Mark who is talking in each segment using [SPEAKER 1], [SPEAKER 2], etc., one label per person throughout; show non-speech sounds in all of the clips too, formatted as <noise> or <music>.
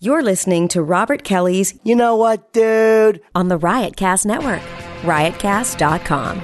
[SPEAKER 1] You're listening to Robert Kelly's
[SPEAKER 2] You know what, dude?
[SPEAKER 1] on the Riotcast Network, riotcast.com.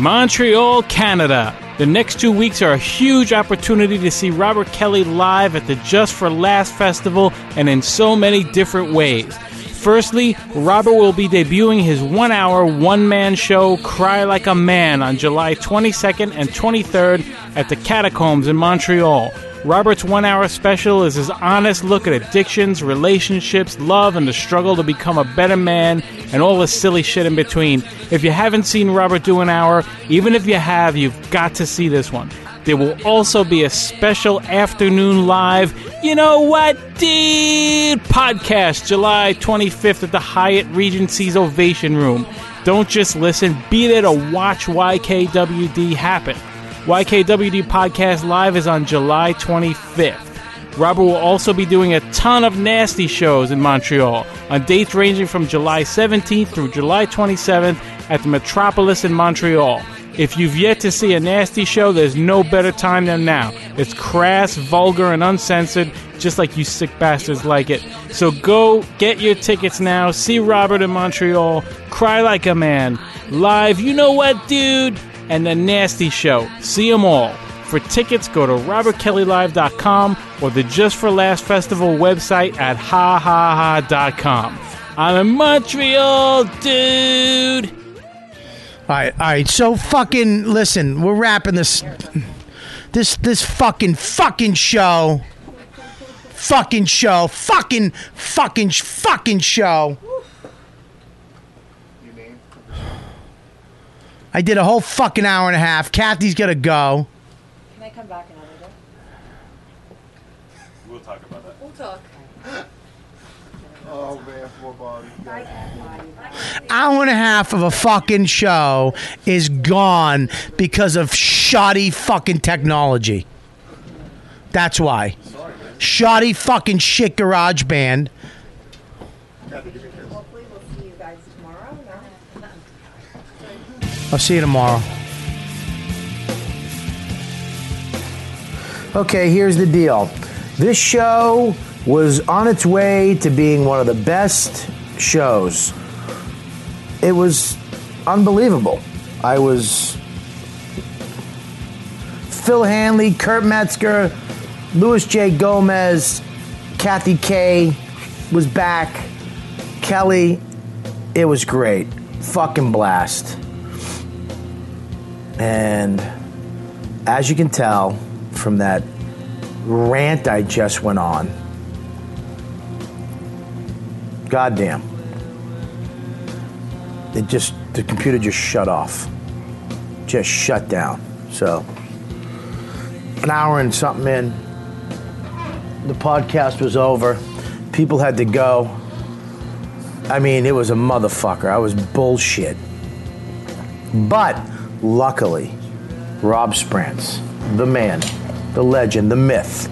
[SPEAKER 3] Montreal, Canada. The next two weeks are a huge opportunity to see Robert Kelly live at the Just for Last Festival and in so many different ways. Firstly, Robert will be debuting his one hour, one man show, Cry Like a Man, on July 22nd and 23rd at the Catacombs in Montreal. Robert's one hour special is his honest look at addictions, relationships, love, and the struggle to become a better man, and all the silly shit in between. If you haven't seen Robert do an hour, even if you have, you've got to see this one. There will also be a special afternoon live, you know what, dude, podcast July 25th at the Hyatt Regency's Ovation Room. Don't just listen, be there to watch YKWD happen. YKWD Podcast Live is on July 25th. Robert will also be doing a ton of nasty shows in Montreal on dates ranging from July 17th through July 27th at the Metropolis in Montreal. If you've yet to see a nasty show, there's no better time than now. It's crass, vulgar, and uncensored, just like you sick bastards like it. So go get your tickets now. See Robert in Montreal. Cry like a man. Live, you know what, dude? and The Nasty Show. See them all. For tickets, go to robertkellylive.com or the Just for Last Festival website at hahaha.com. I'm in Montreal, dude.
[SPEAKER 4] All right, all right. So fucking listen, we're wrapping this this this fucking fucking show. Fucking show. Fucking fucking fucking show. I did a whole fucking hour and a half. Kathy's gonna go.
[SPEAKER 5] Can I come back another day? We'll talk about that. We'll talk.
[SPEAKER 4] Hour and a half of a fucking show is gone because of shoddy fucking technology. That's why. Shoddy fucking shit garage band.
[SPEAKER 5] Hopefully, we'll see you guys tomorrow. No?
[SPEAKER 4] I'll see you tomorrow.
[SPEAKER 2] Okay, here's the deal. This show was on its way to being one of the best shows. It was unbelievable. I was Phil Hanley, Kurt Metzger, Louis J. Gomez, Kathy Kay was back, Kelly. It was great. Fucking blast. And as you can tell from that rant I just went on, goddamn, it just the computer just shut off, just shut down. So an hour and something in, the podcast was over. People had to go. I mean, it was a motherfucker. I was bullshit. But luckily, Rob Sprance, the man, the legend, the myth,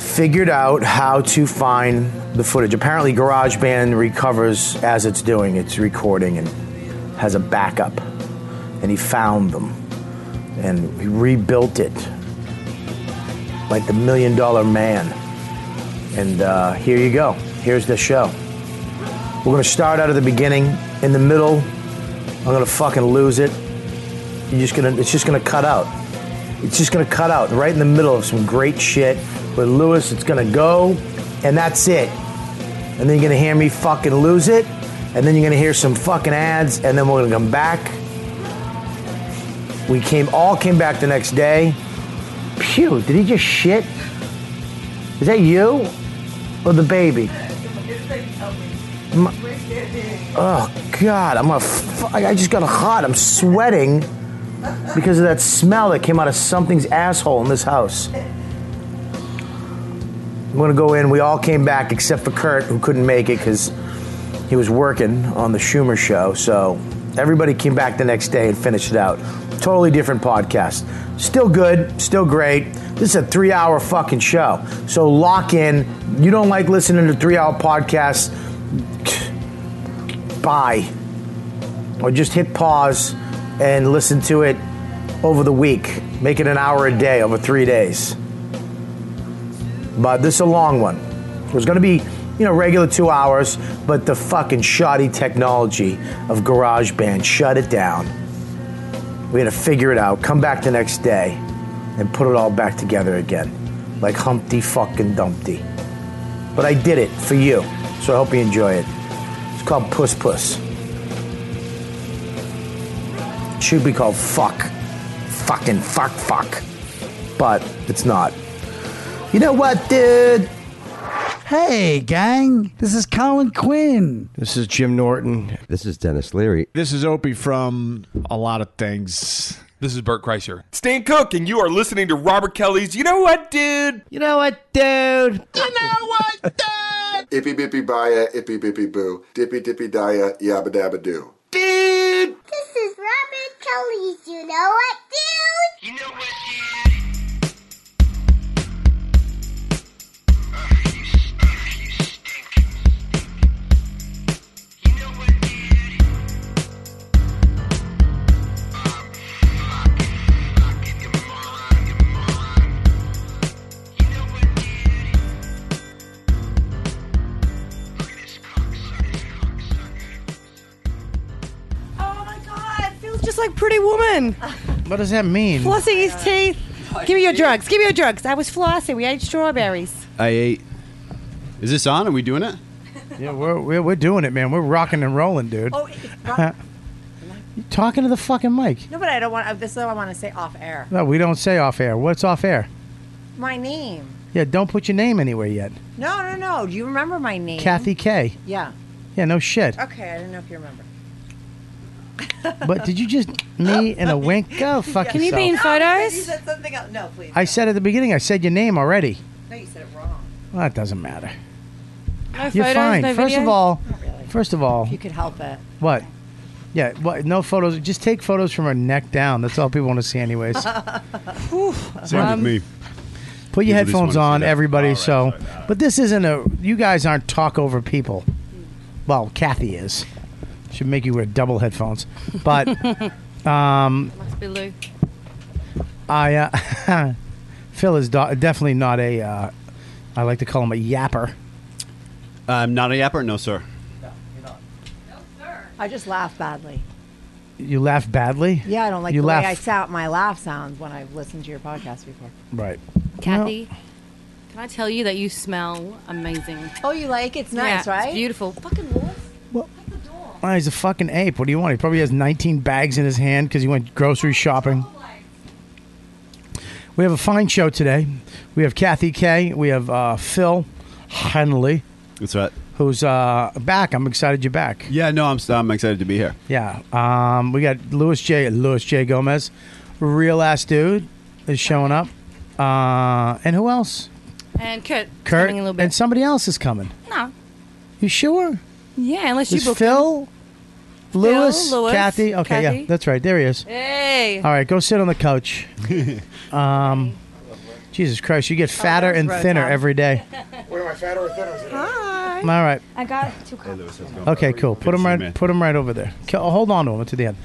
[SPEAKER 2] figured out how to find the footage. Apparently, GarageBand recovers as it's doing its recording and has a backup. And he found them and he rebuilt it like the million dollar man. And uh, here you go. Here's the show. We're going to start out at the beginning. In the middle, I'm going to fucking lose it you're just gonna it's just gonna cut out it's just gonna cut out right in the middle of some great shit with lewis it's gonna go and that's it and then you're gonna hear me fucking lose it and then you're gonna hear some fucking ads and then we're gonna come back we came all came back the next day pew did he just shit is that you or the baby My- oh god i'm a fu- I I just got hot i'm sweating because of that smell that came out of something's asshole in this house. I'm gonna go in. We all came back except for Kurt, who couldn't make it because he was working on the Schumer show. So everybody came back the next day and finished it out. Totally different podcast. Still good, still great. This is a three hour fucking show. So lock in. You don't like listening to three hour podcasts? Bye or just hit pause and listen to it over the week. Make it an hour a day over three days. But this is a long one. It was going to be, you know, regular two hours, but the fucking shoddy technology of GarageBand shut it down. We had to figure it out, come back the next day, and put it all back together again. Like Humpty fucking Dumpty. But I did it for you, so I hope you enjoy it. It's called Puss Puss. It should be called Fuck. Fucking fuck fuck. But it's not. You know what, dude?
[SPEAKER 6] Hey, gang, this is Colin Quinn.
[SPEAKER 7] This is Jim Norton.
[SPEAKER 8] This is Dennis Leary.
[SPEAKER 9] This is Opie from a lot of things.
[SPEAKER 10] This is Bert Kreischer. Stan Cook, and you are listening to Robert Kelly's You Know What, Dude?
[SPEAKER 7] You know what, dude?
[SPEAKER 11] Ippy bippy baya, ippy bippy boo. Dippy dippy dia, yabba dabba doo.
[SPEAKER 12] This is Robert Kelly's You Know What Dude? You know what,
[SPEAKER 1] Oh my god, it feels just like Pretty Woman.
[SPEAKER 13] What does that mean?
[SPEAKER 1] Flossing his teeth. Give me your drugs. Give me your drugs. I was flossing. We ate strawberries.
[SPEAKER 9] I ate. Is this on? Are we doing it?
[SPEAKER 13] Yeah, we're, we're, we're doing it, man. We're rocking and rolling, dude.
[SPEAKER 1] Oh, it- it's not-
[SPEAKER 13] <laughs> You talking to the fucking mic?
[SPEAKER 1] no, but I don't want. uh, This is what I want to say off air.
[SPEAKER 13] No, we don't say off air. What's off air?
[SPEAKER 1] My name.
[SPEAKER 13] Yeah, don't put your name anywhere yet.
[SPEAKER 1] No, no, no. Do you remember my name?
[SPEAKER 13] Kathy K.
[SPEAKER 1] Yeah.
[SPEAKER 13] Yeah, no shit.
[SPEAKER 1] Okay, I don't know if you remember.
[SPEAKER 13] <laughs> But did
[SPEAKER 1] <laughs>
[SPEAKER 13] you just me and a wink? Go fuck
[SPEAKER 1] Can you
[SPEAKER 13] yourself.
[SPEAKER 1] be in
[SPEAKER 14] You
[SPEAKER 1] photos?
[SPEAKER 14] said something else. No, please.
[SPEAKER 13] I said at the beginning. I said your name already.
[SPEAKER 14] No, you said it wrong.
[SPEAKER 13] Well, that doesn't matter.
[SPEAKER 1] No
[SPEAKER 13] You're
[SPEAKER 1] photos,
[SPEAKER 13] fine.
[SPEAKER 1] no
[SPEAKER 13] first
[SPEAKER 1] video?
[SPEAKER 13] of all,
[SPEAKER 1] Not really.
[SPEAKER 13] first of all,
[SPEAKER 1] If you could help it.
[SPEAKER 13] what? Yeah, what? No photos. Just take photos from her neck down. That's all people want to
[SPEAKER 1] <laughs>
[SPEAKER 13] see, anyways.
[SPEAKER 9] Same with me.
[SPEAKER 13] Put your
[SPEAKER 9] People just
[SPEAKER 13] headphones
[SPEAKER 9] wanna see
[SPEAKER 13] on,
[SPEAKER 9] that.
[SPEAKER 13] everybody.
[SPEAKER 9] All right,
[SPEAKER 13] so,
[SPEAKER 9] all right, all right.
[SPEAKER 13] but this isn't a. You guys aren't talk over people. Well, Kathy is. Should make you wear double headphones.
[SPEAKER 12] <laughs>
[SPEAKER 13] But um,
[SPEAKER 12] Must be Lou.
[SPEAKER 13] I, uh, <laughs> Phil is do- definitely not a. Uh, I like to call him a yapper.
[SPEAKER 9] I'm Um, not a yapper, no, sir.
[SPEAKER 1] I just laugh badly.
[SPEAKER 13] You laugh badly.
[SPEAKER 1] Yeah, I don't like
[SPEAKER 13] You
[SPEAKER 1] the
[SPEAKER 13] laugh-
[SPEAKER 1] way I sound. My laugh sounds when I've listened to your podcast before.
[SPEAKER 13] Right.
[SPEAKER 12] Kathy, can I tell you that you smell amazing?
[SPEAKER 1] Oh, you like it? It's nice,
[SPEAKER 12] Yeah,
[SPEAKER 1] right?
[SPEAKER 12] It's beautiful. Fucking wolf.
[SPEAKER 13] Oh, he's a fucking ape. What do you want? He probably has 19 bags in his hand because he went grocery shopping. We have a fine show today. We have Kathy Kay. We have uh, Phil Henley,
[SPEAKER 9] That's right.
[SPEAKER 13] who's uh, back. I'm excited you're back.
[SPEAKER 9] Yeah, no, I'm, I'm excited to be here.
[SPEAKER 13] Yeah. Um, we got Louis J. Louis J. Gomez, real ass dude, is showing up. Uh, and who else?
[SPEAKER 12] And Kurt. it's
[SPEAKER 13] Kurt.
[SPEAKER 12] coming in a little bit.
[SPEAKER 13] And somebody else is coming.
[SPEAKER 12] no.
[SPEAKER 13] You sure?
[SPEAKER 12] Yeah, unless you
[SPEAKER 13] Is
[SPEAKER 12] book.
[SPEAKER 13] Phil, Lewis,
[SPEAKER 12] Lewis,
[SPEAKER 13] Kathy? Okay, yeah,
[SPEAKER 12] Kathy.
[SPEAKER 13] that's right. There he is.
[SPEAKER 12] Hey.
[SPEAKER 13] All right, go sit on the
[SPEAKER 12] <laughs>
[SPEAKER 13] couch. um, Jesus Christ, you get
[SPEAKER 12] Oh,
[SPEAKER 13] fatter
[SPEAKER 1] there's
[SPEAKER 13] and thinner
[SPEAKER 1] Rotom.
[SPEAKER 13] every day.
[SPEAKER 12] <laughs>
[SPEAKER 11] Wait, am I fatter or thinner?
[SPEAKER 1] Hi.
[SPEAKER 13] All right.
[SPEAKER 12] I got two cups.
[SPEAKER 13] Okay, cool. Put him
[SPEAKER 9] see,
[SPEAKER 13] right.
[SPEAKER 9] man.
[SPEAKER 13] Put him right over there. Okay, oh, hold on to him to the end.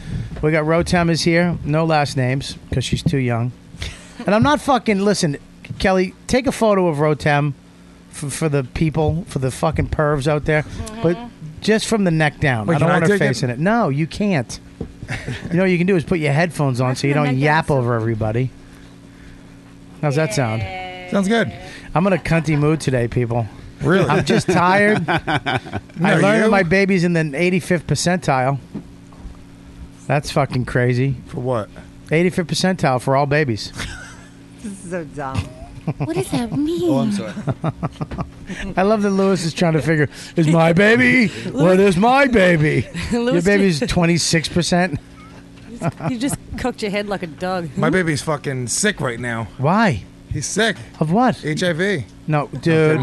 [SPEAKER 13] We got Rotem is here. No last names because she's too young. And I'm not fucking. Listen, Kelly, take a photo of Rotem for, for the people, for the fucking pervs out there. But just from the neck down.
[SPEAKER 2] Wait,
[SPEAKER 13] I don't
[SPEAKER 2] can I
[SPEAKER 13] want her
[SPEAKER 2] take
[SPEAKER 13] face in it. No, you can't. you know what you can do is put your headphones on so you
[SPEAKER 12] From the
[SPEAKER 13] don't
[SPEAKER 12] neck down,
[SPEAKER 13] yap
[SPEAKER 12] so-
[SPEAKER 13] over everybody. How's that sound?
[SPEAKER 2] Sounds good.
[SPEAKER 13] I'm in a cunty mood today, people.
[SPEAKER 2] Really?
[SPEAKER 13] I'm just tired. I learned
[SPEAKER 2] you-
[SPEAKER 13] my baby's in the 85th percentile. That's fucking crazy.
[SPEAKER 2] For what?
[SPEAKER 13] 85th percentile for all babies.
[SPEAKER 1] This is so dumb.
[SPEAKER 12] <laughs> What does that mean?
[SPEAKER 9] I'm sorry.
[SPEAKER 13] I love that Lewis is trying to figure is my
[SPEAKER 2] <laughs>
[SPEAKER 13] baby? What is my baby? Your
[SPEAKER 12] Lewis
[SPEAKER 13] baby's 26%.
[SPEAKER 12] <laughs> You just cooked your head like a dog.
[SPEAKER 7] My baby's fucking sick right now.
[SPEAKER 13] Why?
[SPEAKER 7] He's sick.
[SPEAKER 13] Of what?
[SPEAKER 7] HIV.
[SPEAKER 13] No,
[SPEAKER 2] <laughs>
[SPEAKER 13] dude.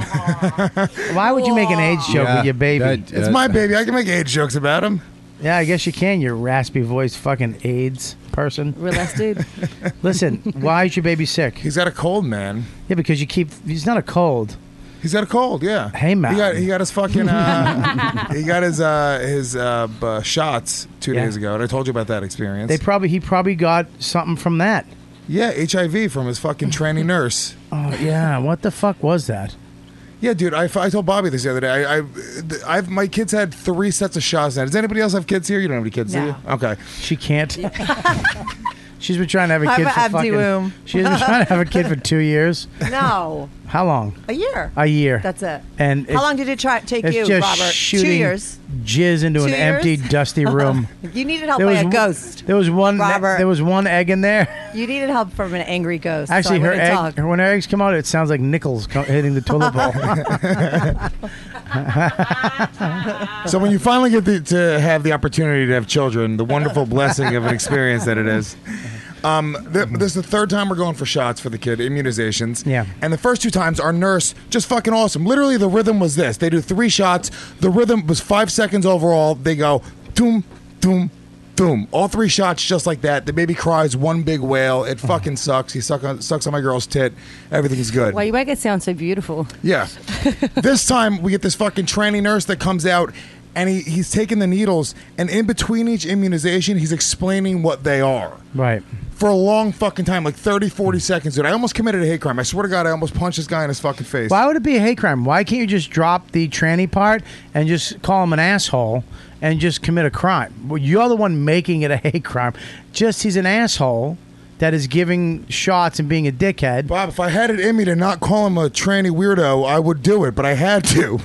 [SPEAKER 13] Why would you make an age joke with your baby?
[SPEAKER 7] It's my baby. I can make age jokes about him.
[SPEAKER 13] yeah, I guess you can, you raspy voiced fucking AIDS person.
[SPEAKER 12] Real ass dude.
[SPEAKER 13] <laughs> Listen, why is your baby sick?
[SPEAKER 7] He's got a cold, man.
[SPEAKER 13] Yeah, because you keep. He's not a cold.
[SPEAKER 7] He's got a cold. Yeah.
[SPEAKER 13] Hey, man.
[SPEAKER 7] He got he got his
[SPEAKER 13] <laughs>
[SPEAKER 7] fucking uh, he got his uh, his uh, b- uh, shots two
[SPEAKER 13] Yeah.
[SPEAKER 7] days ago, and I told you about that experience.
[SPEAKER 13] They probably he probably got something from that.
[SPEAKER 7] Yeah, HIV from his fucking tranny nurse.
[SPEAKER 13] Oh yeah, what the fuck was that?
[SPEAKER 7] Yeah, dude, I, I told Bobby this the other day. I, I, I've my kids had three sets of shots now. Does anybody else have kids here? You don't have any kids, do you? Okay.
[SPEAKER 13] She can't. <laughs> She's been trying to have a
[SPEAKER 12] I'm
[SPEAKER 13] kid for
[SPEAKER 12] Abdi
[SPEAKER 13] fucking.
[SPEAKER 12] Womb.
[SPEAKER 13] She's been trying to have a kid for two years.
[SPEAKER 12] <laughs> No.
[SPEAKER 13] How long?
[SPEAKER 12] A year.
[SPEAKER 13] A year.
[SPEAKER 12] That's it.
[SPEAKER 13] And
[SPEAKER 12] How long did it try, take
[SPEAKER 13] it's
[SPEAKER 12] you,
[SPEAKER 13] just
[SPEAKER 12] Robert?
[SPEAKER 13] Shooting
[SPEAKER 12] Two years.
[SPEAKER 13] Jizz into
[SPEAKER 12] Two
[SPEAKER 13] an
[SPEAKER 12] years?
[SPEAKER 13] empty,
[SPEAKER 12] <laughs>
[SPEAKER 13] dusty room.
[SPEAKER 12] You needed help by a
[SPEAKER 13] one-
[SPEAKER 12] ghost.
[SPEAKER 13] There was one.
[SPEAKER 12] Robert.
[SPEAKER 13] There was one egg in there.
[SPEAKER 12] You needed help from an angry ghost.
[SPEAKER 13] Actually,
[SPEAKER 12] so I
[SPEAKER 13] her
[SPEAKER 12] wouldn't
[SPEAKER 13] egg,
[SPEAKER 12] talk.
[SPEAKER 13] her, when her eggs come out, it sounds like nickels co- hitting the toilet bowl.
[SPEAKER 12] <laughs>
[SPEAKER 7] <laughs> So when you finally get the, to have the opportunity to have children, the wonderful blessing of an experience that it is. Um, th- this is the third time we're going for shots for the kid, immunizations. Yeah. And the first two times, our nurse, just fucking awesome. Literally, the rhythm was this. They do three shots. The rhythm was five seconds overall. They go, doom, doom, doom. All three shots just like that. The baby cries one big wail. It fucking sucks. He suck on, sucks on my girl's tit. Everything's good.
[SPEAKER 12] Why you make it sound so beautiful?
[SPEAKER 7] Yeah. this time we get this fucking tranny nurse that comes out and he, he's taking the needles and in between each immunization he's explaining what they are.
[SPEAKER 13] right.
[SPEAKER 7] For a long fucking time, like 30, 40 seconds, dude. I almost committed a hate crime. I swear to God, I almost punched this guy in his fucking face.
[SPEAKER 13] Why would it be a hate crime? Why can't you just drop the tranny part and just call him an asshole and just commit a crime? Well, you're the one making it a <laughs> hate crime. Just he's an asshole that is giving shots and being a dickhead.
[SPEAKER 7] Bob, if I had it in me to not call him a tranny weirdo, I would do it, but I had to.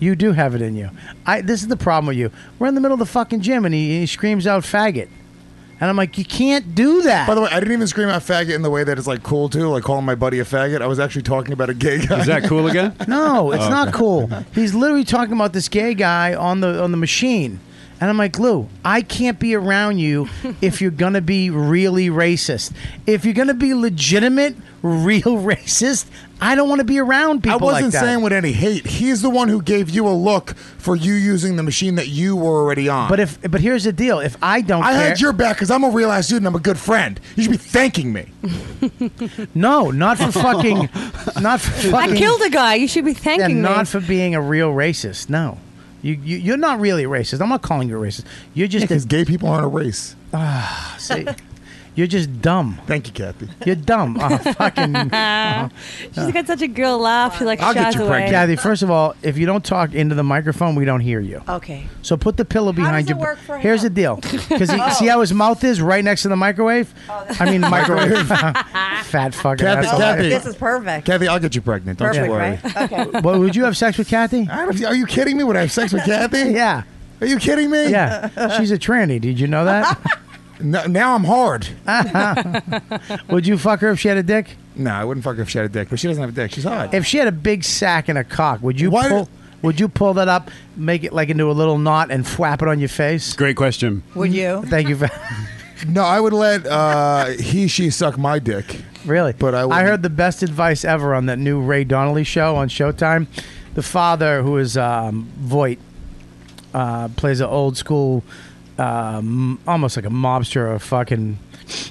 [SPEAKER 13] You do have it in you. I. This is the problem with you. We're in the middle of the fucking gym and he, he screams out faggot, and I'm like, you can't do that.
[SPEAKER 7] By the way, I didn't even scream out faggot in the way that it's like cool too, like calling my buddy a faggot. I was actually talking about a gay guy.
[SPEAKER 9] Is that cool again?
[SPEAKER 13] No, it's
[SPEAKER 9] Oh,
[SPEAKER 13] not
[SPEAKER 9] okay.
[SPEAKER 13] cool. He's literally talking about this gay guy on the on the machine. And I'm like, Lou, I can't be around you if you're gonna be really racist. If you're gonna be legitimate, real <laughs> racist, I don't want to be around people.
[SPEAKER 7] I wasn't
[SPEAKER 13] like that.
[SPEAKER 7] saying with any hate. He's the one who gave you a look for you using the machine that you were already on.
[SPEAKER 13] But if but here's the deal: if I don't,
[SPEAKER 7] I
[SPEAKER 13] care,
[SPEAKER 7] had your back because I'm a real ass dude and I'm a good friend. You should be
[SPEAKER 13] <laughs>
[SPEAKER 7] thanking me.
[SPEAKER 13] no, not
[SPEAKER 7] <laughs>
[SPEAKER 13] for
[SPEAKER 12] <laughs>
[SPEAKER 13] fucking, not for fucking.
[SPEAKER 12] I killed a guy. You should be thanking
[SPEAKER 13] and
[SPEAKER 12] me.
[SPEAKER 13] not for being a real racist. No, you, you you're not really a racist. I'm not calling you a racist. You're just
[SPEAKER 12] <laughs>
[SPEAKER 7] because gay people aren't a race.
[SPEAKER 13] Ah, see, you're just dumb.
[SPEAKER 7] Thank you, Kathy.
[SPEAKER 13] You're dumb. Oh, fucking.
[SPEAKER 12] <laughs> She's got such a girl laugh. She like shies away.
[SPEAKER 13] Kathy. First of all, if you don't talk into the microphone, we don't hear you.
[SPEAKER 12] Okay.
[SPEAKER 13] So put the pillow behind
[SPEAKER 12] does
[SPEAKER 13] you.
[SPEAKER 12] it work for
[SPEAKER 13] Here's the deal, because
[SPEAKER 12] <laughs>
[SPEAKER 13] see how his mouth is right next to the microwave.
[SPEAKER 12] Oh,
[SPEAKER 13] I mean
[SPEAKER 7] <laughs>
[SPEAKER 13] microwave. Fat fucking
[SPEAKER 7] Kathy,
[SPEAKER 13] asshole.
[SPEAKER 7] Kathy.
[SPEAKER 12] This is perfect.
[SPEAKER 7] Kathy, I'll get you pregnant. Don't you worry.
[SPEAKER 12] Okay.
[SPEAKER 13] Well, would you have sex with
[SPEAKER 12] <laughs>
[SPEAKER 13] Kathy?
[SPEAKER 7] I don't- Are you kidding me? Would I have sex with Kathy?
[SPEAKER 13] yeah.
[SPEAKER 7] Are you kidding me?
[SPEAKER 13] Yeah. She's a tranny. Did you know
[SPEAKER 12] <laughs>
[SPEAKER 13] that?
[SPEAKER 7] No, now I'm hard.
[SPEAKER 13] Would you fuck her if she had a dick?
[SPEAKER 7] No, I wouldn't fuck her if she had a dick, but she doesn't have a dick. She's hot.
[SPEAKER 13] If she had a big sack and a cock, would you
[SPEAKER 7] Why
[SPEAKER 13] pull? Would you pull that up, make it like into a little knot, and flap it on your face?
[SPEAKER 9] Great question.
[SPEAKER 12] Would you?
[SPEAKER 13] Thank you. For,
[SPEAKER 7] No, I would let uh, he, she suck my dick.
[SPEAKER 13] Really?
[SPEAKER 7] But I,
[SPEAKER 13] I heard the best advice ever on that new Ray Donnelly show on Showtime. The father, who is um, Voight, uh, plays an old school, um, almost like a mobster or a fucking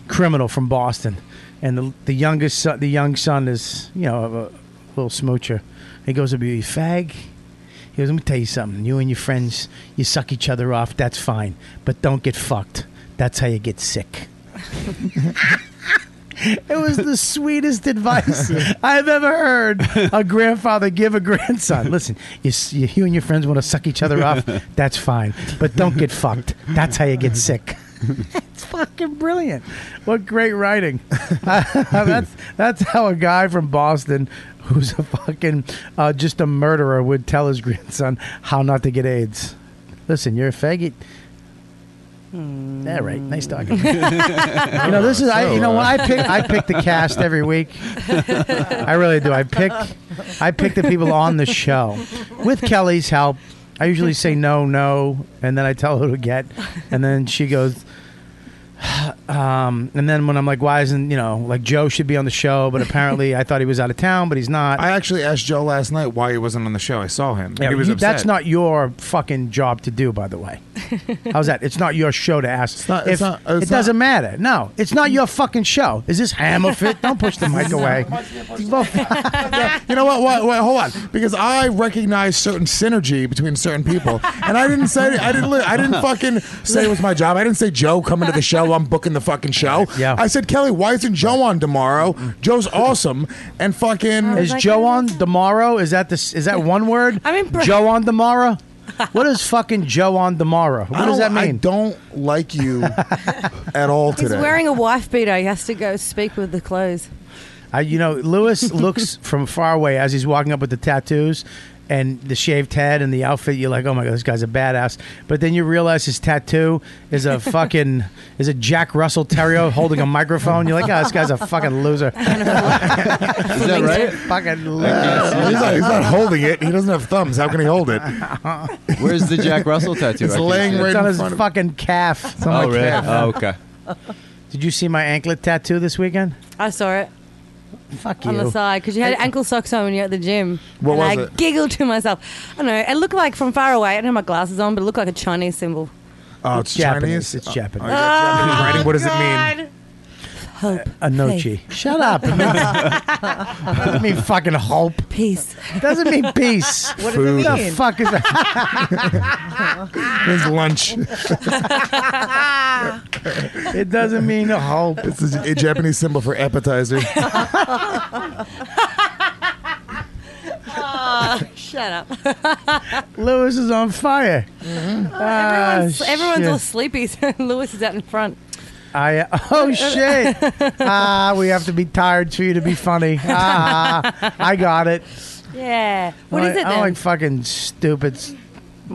[SPEAKER 13] criminal from Boston. And the, the youngest son, the young son is, you know, a, a little smoocher. He goes, "Are you a fag?" He goes, "Let me tell you something. You and your friends, you suck each other off. That's fine, but don't get fucked. That's how you get sick." It was the sweetest advice I've ever heard a grandfather give a grandson. Listen, you, s- you, you and your friends want to suck each other off. That's fine, but don't get fucked. That's how you get sick. it's fucking brilliant. What great writing. <laughs> that's that's how a guy from Boston who's a fucking uh, just a murderer would tell his grandson how not to get AIDS. Listen, you're a faggot. Yeah, right. Nice talking. you know, this is I. You know, when I pick, I pick the cast every week. I really do. I pick, I pick the people on the show. With Kelly's help, I usually say no, no, and then I tell her to get, and then she goes. <sighs> Um, and then when I'm like, why isn't you know like Joe should be on the show, but apparently I thought he was out of town, but he's not.
[SPEAKER 7] I actually asked Joe last night why he wasn't on the show. I saw him.
[SPEAKER 13] Yeah,
[SPEAKER 7] he was
[SPEAKER 13] you- that's
[SPEAKER 15] <laughs>
[SPEAKER 7] upset.
[SPEAKER 13] not your fucking job to do, by the way.
[SPEAKER 2] How's that? It's not your show to ask.
[SPEAKER 7] not- it's not- it's
[SPEAKER 2] it doesn't matter. No, it's not your fucking show. Is this Hammer Fit? Don't
[SPEAKER 7] <laughs>
[SPEAKER 2] push the mic away.
[SPEAKER 7] you know what, what? What? Hold on, because I recognize certain synergy between certain people, and I didn't say I didn't. li- I didn't fucking say it was my job. I didn't say Joe coming to the show. I'm booking the fucking show. Yeah. I said Kelly, why isn't Joe on tomorrow? Joe's awesome, and fucking
[SPEAKER 2] Is Joe on tomorrow? Is that this? Is that one word? I mean, Joe on <laughs> tomorrow. What is fucking Joe on tomorrow? What
[SPEAKER 7] I
[SPEAKER 2] does that
[SPEAKER 7] don't- Oh, I
[SPEAKER 2] mean?
[SPEAKER 7] don't like
[SPEAKER 2] <laughs>
[SPEAKER 7] you at all
[SPEAKER 15] He's
[SPEAKER 7] today.
[SPEAKER 15] wearing a wife beater. He has to go speak with the clothes.
[SPEAKER 2] I, you know,
[SPEAKER 7] <laughs>
[SPEAKER 2] Lewis looks from far away as he's walking up with the tattoos and the shaved head and the outfit. You're like, oh my god, this guy's a badass. But then you realize his tattoo is <laughs> a fucking is a Jack Russell Terrier holding a microphone. You're like, oh, this guy's a fucking loser.
[SPEAKER 7] Is that right? <laughs>
[SPEAKER 2] Fucking
[SPEAKER 7] he's, not, he's not holding it. He doesn't have thumbs. How can he hold it?
[SPEAKER 9] Where's the Jack Russell tattoo?
[SPEAKER 7] It's
[SPEAKER 9] I can't
[SPEAKER 7] laying
[SPEAKER 9] see it.
[SPEAKER 7] right
[SPEAKER 2] It's
[SPEAKER 7] in
[SPEAKER 2] on his
[SPEAKER 7] front of
[SPEAKER 2] fucking calf. It's on
[SPEAKER 9] Oh,
[SPEAKER 2] my
[SPEAKER 9] really?
[SPEAKER 2] calf.
[SPEAKER 9] Oh, okay.
[SPEAKER 2] Did you see my anklet tattoo this weekend?
[SPEAKER 15] I saw it.
[SPEAKER 2] Fuck
[SPEAKER 15] On
[SPEAKER 2] you.
[SPEAKER 15] the side, because you had ankle socks on when you're at the gym.
[SPEAKER 2] What
[SPEAKER 15] and
[SPEAKER 2] was
[SPEAKER 15] I
[SPEAKER 2] it?
[SPEAKER 15] giggled to myself. I don't know. It looked like from far away. I don't have my glasses on, but it looked like a Chinese symbol.
[SPEAKER 7] Oh,
[SPEAKER 2] it's,
[SPEAKER 7] Japanese?
[SPEAKER 2] Chinese. It's
[SPEAKER 7] Oh,
[SPEAKER 2] Japanese.
[SPEAKER 7] oh, you got Japanese writing? What does it mean?
[SPEAKER 15] Hope.
[SPEAKER 2] Anochi. Shut <laughs> up. It means- doesn't mean fucking hope.
[SPEAKER 15] Peace.
[SPEAKER 2] Doesn't mean peace.
[SPEAKER 7] What does it Food.
[SPEAKER 2] The
[SPEAKER 7] mean?
[SPEAKER 2] fuck is that?
[SPEAKER 7] It's lunch.
[SPEAKER 2] it doesn't mean hope.
[SPEAKER 7] It's a, a Japanese symbol for appetizer. <laughs>
[SPEAKER 15] Oh, shut up.
[SPEAKER 2] Lewis is on fire. Ah,
[SPEAKER 15] everyone's everyone's all
[SPEAKER 2] shit.
[SPEAKER 15] sleepy, so <laughs> Lewis is out in front.
[SPEAKER 2] I oh
[SPEAKER 15] <laughs>
[SPEAKER 2] shit! ah, we have to be tired for you to be funny. Ah, I got it.
[SPEAKER 15] Yeah. What
[SPEAKER 2] I,
[SPEAKER 15] is it
[SPEAKER 2] I
[SPEAKER 15] then?
[SPEAKER 2] like fucking stupid s-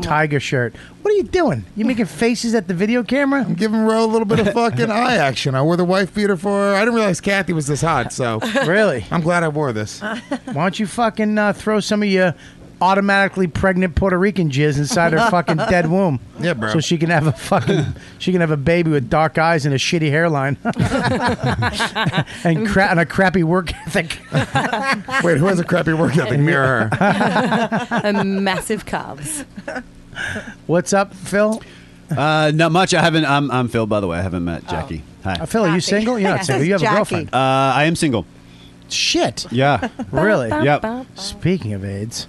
[SPEAKER 2] tiger shirt. What are you doing? You making faces at the video camera?
[SPEAKER 15] <laughs>
[SPEAKER 2] I'm
[SPEAKER 7] giving Ro a little bit of <laughs> fucking eye action. I wore the wife beater for her. I didn't realize Kathy was this hot, <laughs> so.
[SPEAKER 2] Really?
[SPEAKER 7] I'm glad I wore this.
[SPEAKER 2] Why don't you fucking uh, throw some of your automatically pregnant Puerto Rican jizz inside her
[SPEAKER 7] <laughs>
[SPEAKER 2] fucking dead womb?
[SPEAKER 7] Yeah, bro.
[SPEAKER 2] So she can have a fucking she can have a baby with dark eyes and a shitty
[SPEAKER 7] <laughs>
[SPEAKER 2] hairline and cra- and a crappy work ethic.
[SPEAKER 7] Wait, who has a crappy work ethic? Mirror <laughs> her.
[SPEAKER 15] a massive carbs.
[SPEAKER 2] What's up, Phil?
[SPEAKER 9] Uh, not much. I haven't. I'm, I'm Phil, by the way. I haven't met Jackie. Hi.
[SPEAKER 2] Uh, Phil, are you single? You're not single. You have a girlfriend.
[SPEAKER 9] Uh, I am single.
[SPEAKER 2] Shit.
[SPEAKER 9] Yeah.
[SPEAKER 2] Really?
[SPEAKER 9] Yep.
[SPEAKER 2] Speaking of AIDS,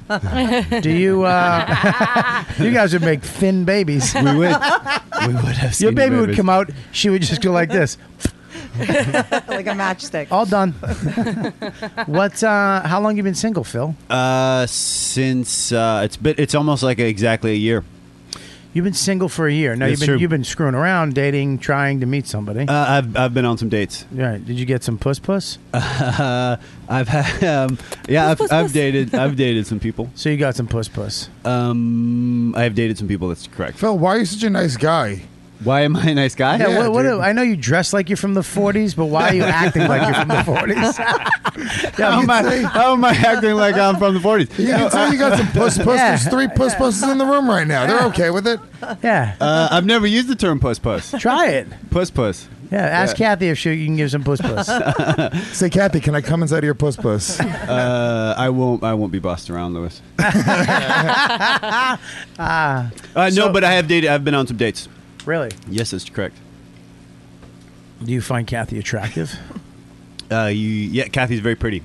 [SPEAKER 2] do you uh, <laughs> you guys would make thin babies?
[SPEAKER 9] We would. We would have
[SPEAKER 2] Your
[SPEAKER 9] seen
[SPEAKER 2] baby would
[SPEAKER 9] movies.
[SPEAKER 2] come out. She would just go like this.
[SPEAKER 12] <laughs> like a matchstick.
[SPEAKER 2] All done. <laughs> what? Uh, how long you been single, Phil?
[SPEAKER 9] Uh, since uh, it's been, it's almost like exactly a year.
[SPEAKER 2] You've been single for a year. Now
[SPEAKER 9] That's
[SPEAKER 2] you've been
[SPEAKER 9] true.
[SPEAKER 2] you've been screwing around, dating, trying to meet somebody.
[SPEAKER 9] Uh, I've I've been on some dates.
[SPEAKER 2] Right. Did you get some puss puss?
[SPEAKER 9] Uh, I've had <laughs> um, yeah. I've, I've dated I've dated some people.
[SPEAKER 2] So you got some puss puss.
[SPEAKER 9] Um, I've dated some people. That's correct.
[SPEAKER 7] Phil, why are you such a nice guy?
[SPEAKER 9] Why am I a nice guy?
[SPEAKER 2] yeah. what, what do- I know you dress like you're from the '40s, but why are you acting like you're from the '40s? <laughs> Yeah,
[SPEAKER 7] Oh,
[SPEAKER 9] how, am
[SPEAKER 7] <laughs>
[SPEAKER 9] I, <laughs> how am I acting like I'm from the 40s?
[SPEAKER 2] <laughs>
[SPEAKER 7] You can tell you got some puss puss. There's three puss pusses in the room right now. They're okay with it.
[SPEAKER 2] Yeah.
[SPEAKER 9] Uh, I've never used the term puss puss.
[SPEAKER 2] Try it.
[SPEAKER 9] Puss puss.
[SPEAKER 2] Yeah. Ask Kathy if she you can give some puss puss.
[SPEAKER 7] Say, Kathy, can I come inside of your puss <laughs> puss?
[SPEAKER 9] Uh, I won't. I won't be bossed around, Lewis.
[SPEAKER 2] <laughs> Ah.
[SPEAKER 9] Uh, no, but I have dated. I've been on some dates.
[SPEAKER 2] Really?
[SPEAKER 9] Yes, that's correct.
[SPEAKER 2] Do you find Kathy attractive?
[SPEAKER 9] Uh, you, yeah, Kathy's very pretty.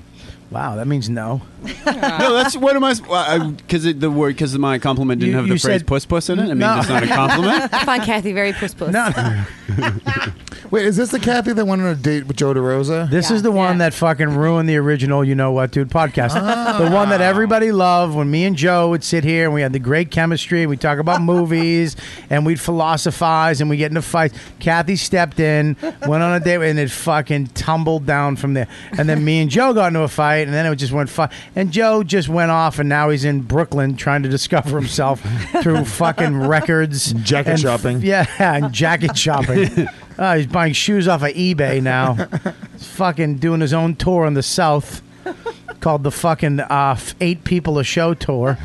[SPEAKER 2] Wow, that means no.
[SPEAKER 9] <laughs> no, that's what am I? Because the word, because my compliment didn't
[SPEAKER 2] You-
[SPEAKER 9] have
[SPEAKER 2] you
[SPEAKER 9] the phrase
[SPEAKER 2] said-
[SPEAKER 9] "puss puss" in it. I mean,
[SPEAKER 2] No.
[SPEAKER 9] it's not a
[SPEAKER 2] <laughs>
[SPEAKER 9] compliment.
[SPEAKER 15] I find Kathy very puss puss. No,
[SPEAKER 7] Wait, is this the Kathy that went on a date with Joe DeRosa?
[SPEAKER 2] This is the one that fucking ruined the original You Know What Dude podcast. The one that everybody loved when me and Joe would sit here and we had the great chemistry and we'd talk about movies and we'd philosophize and we'd get into fights. Kathy stepped in, went on a date, and it fucking tumbled down from there. And then me and Joe got into a fight and then it just went fu- And Joe just went off and now he's in Brooklyn trying to discover himself through fucking records.
[SPEAKER 7] Jacket
[SPEAKER 13] <laughs>
[SPEAKER 2] and-
[SPEAKER 7] shopping.
[SPEAKER 2] Yeah, and jacket
[SPEAKER 9] <laughs>
[SPEAKER 2] shopping.
[SPEAKER 13] Ah,
[SPEAKER 2] Uh, he's buying shoes off of eBay now. He's fucking doing his own tour in the South called the fucking uh, f- Eight People a Show
[SPEAKER 9] <laughs>
[SPEAKER 2] Tour.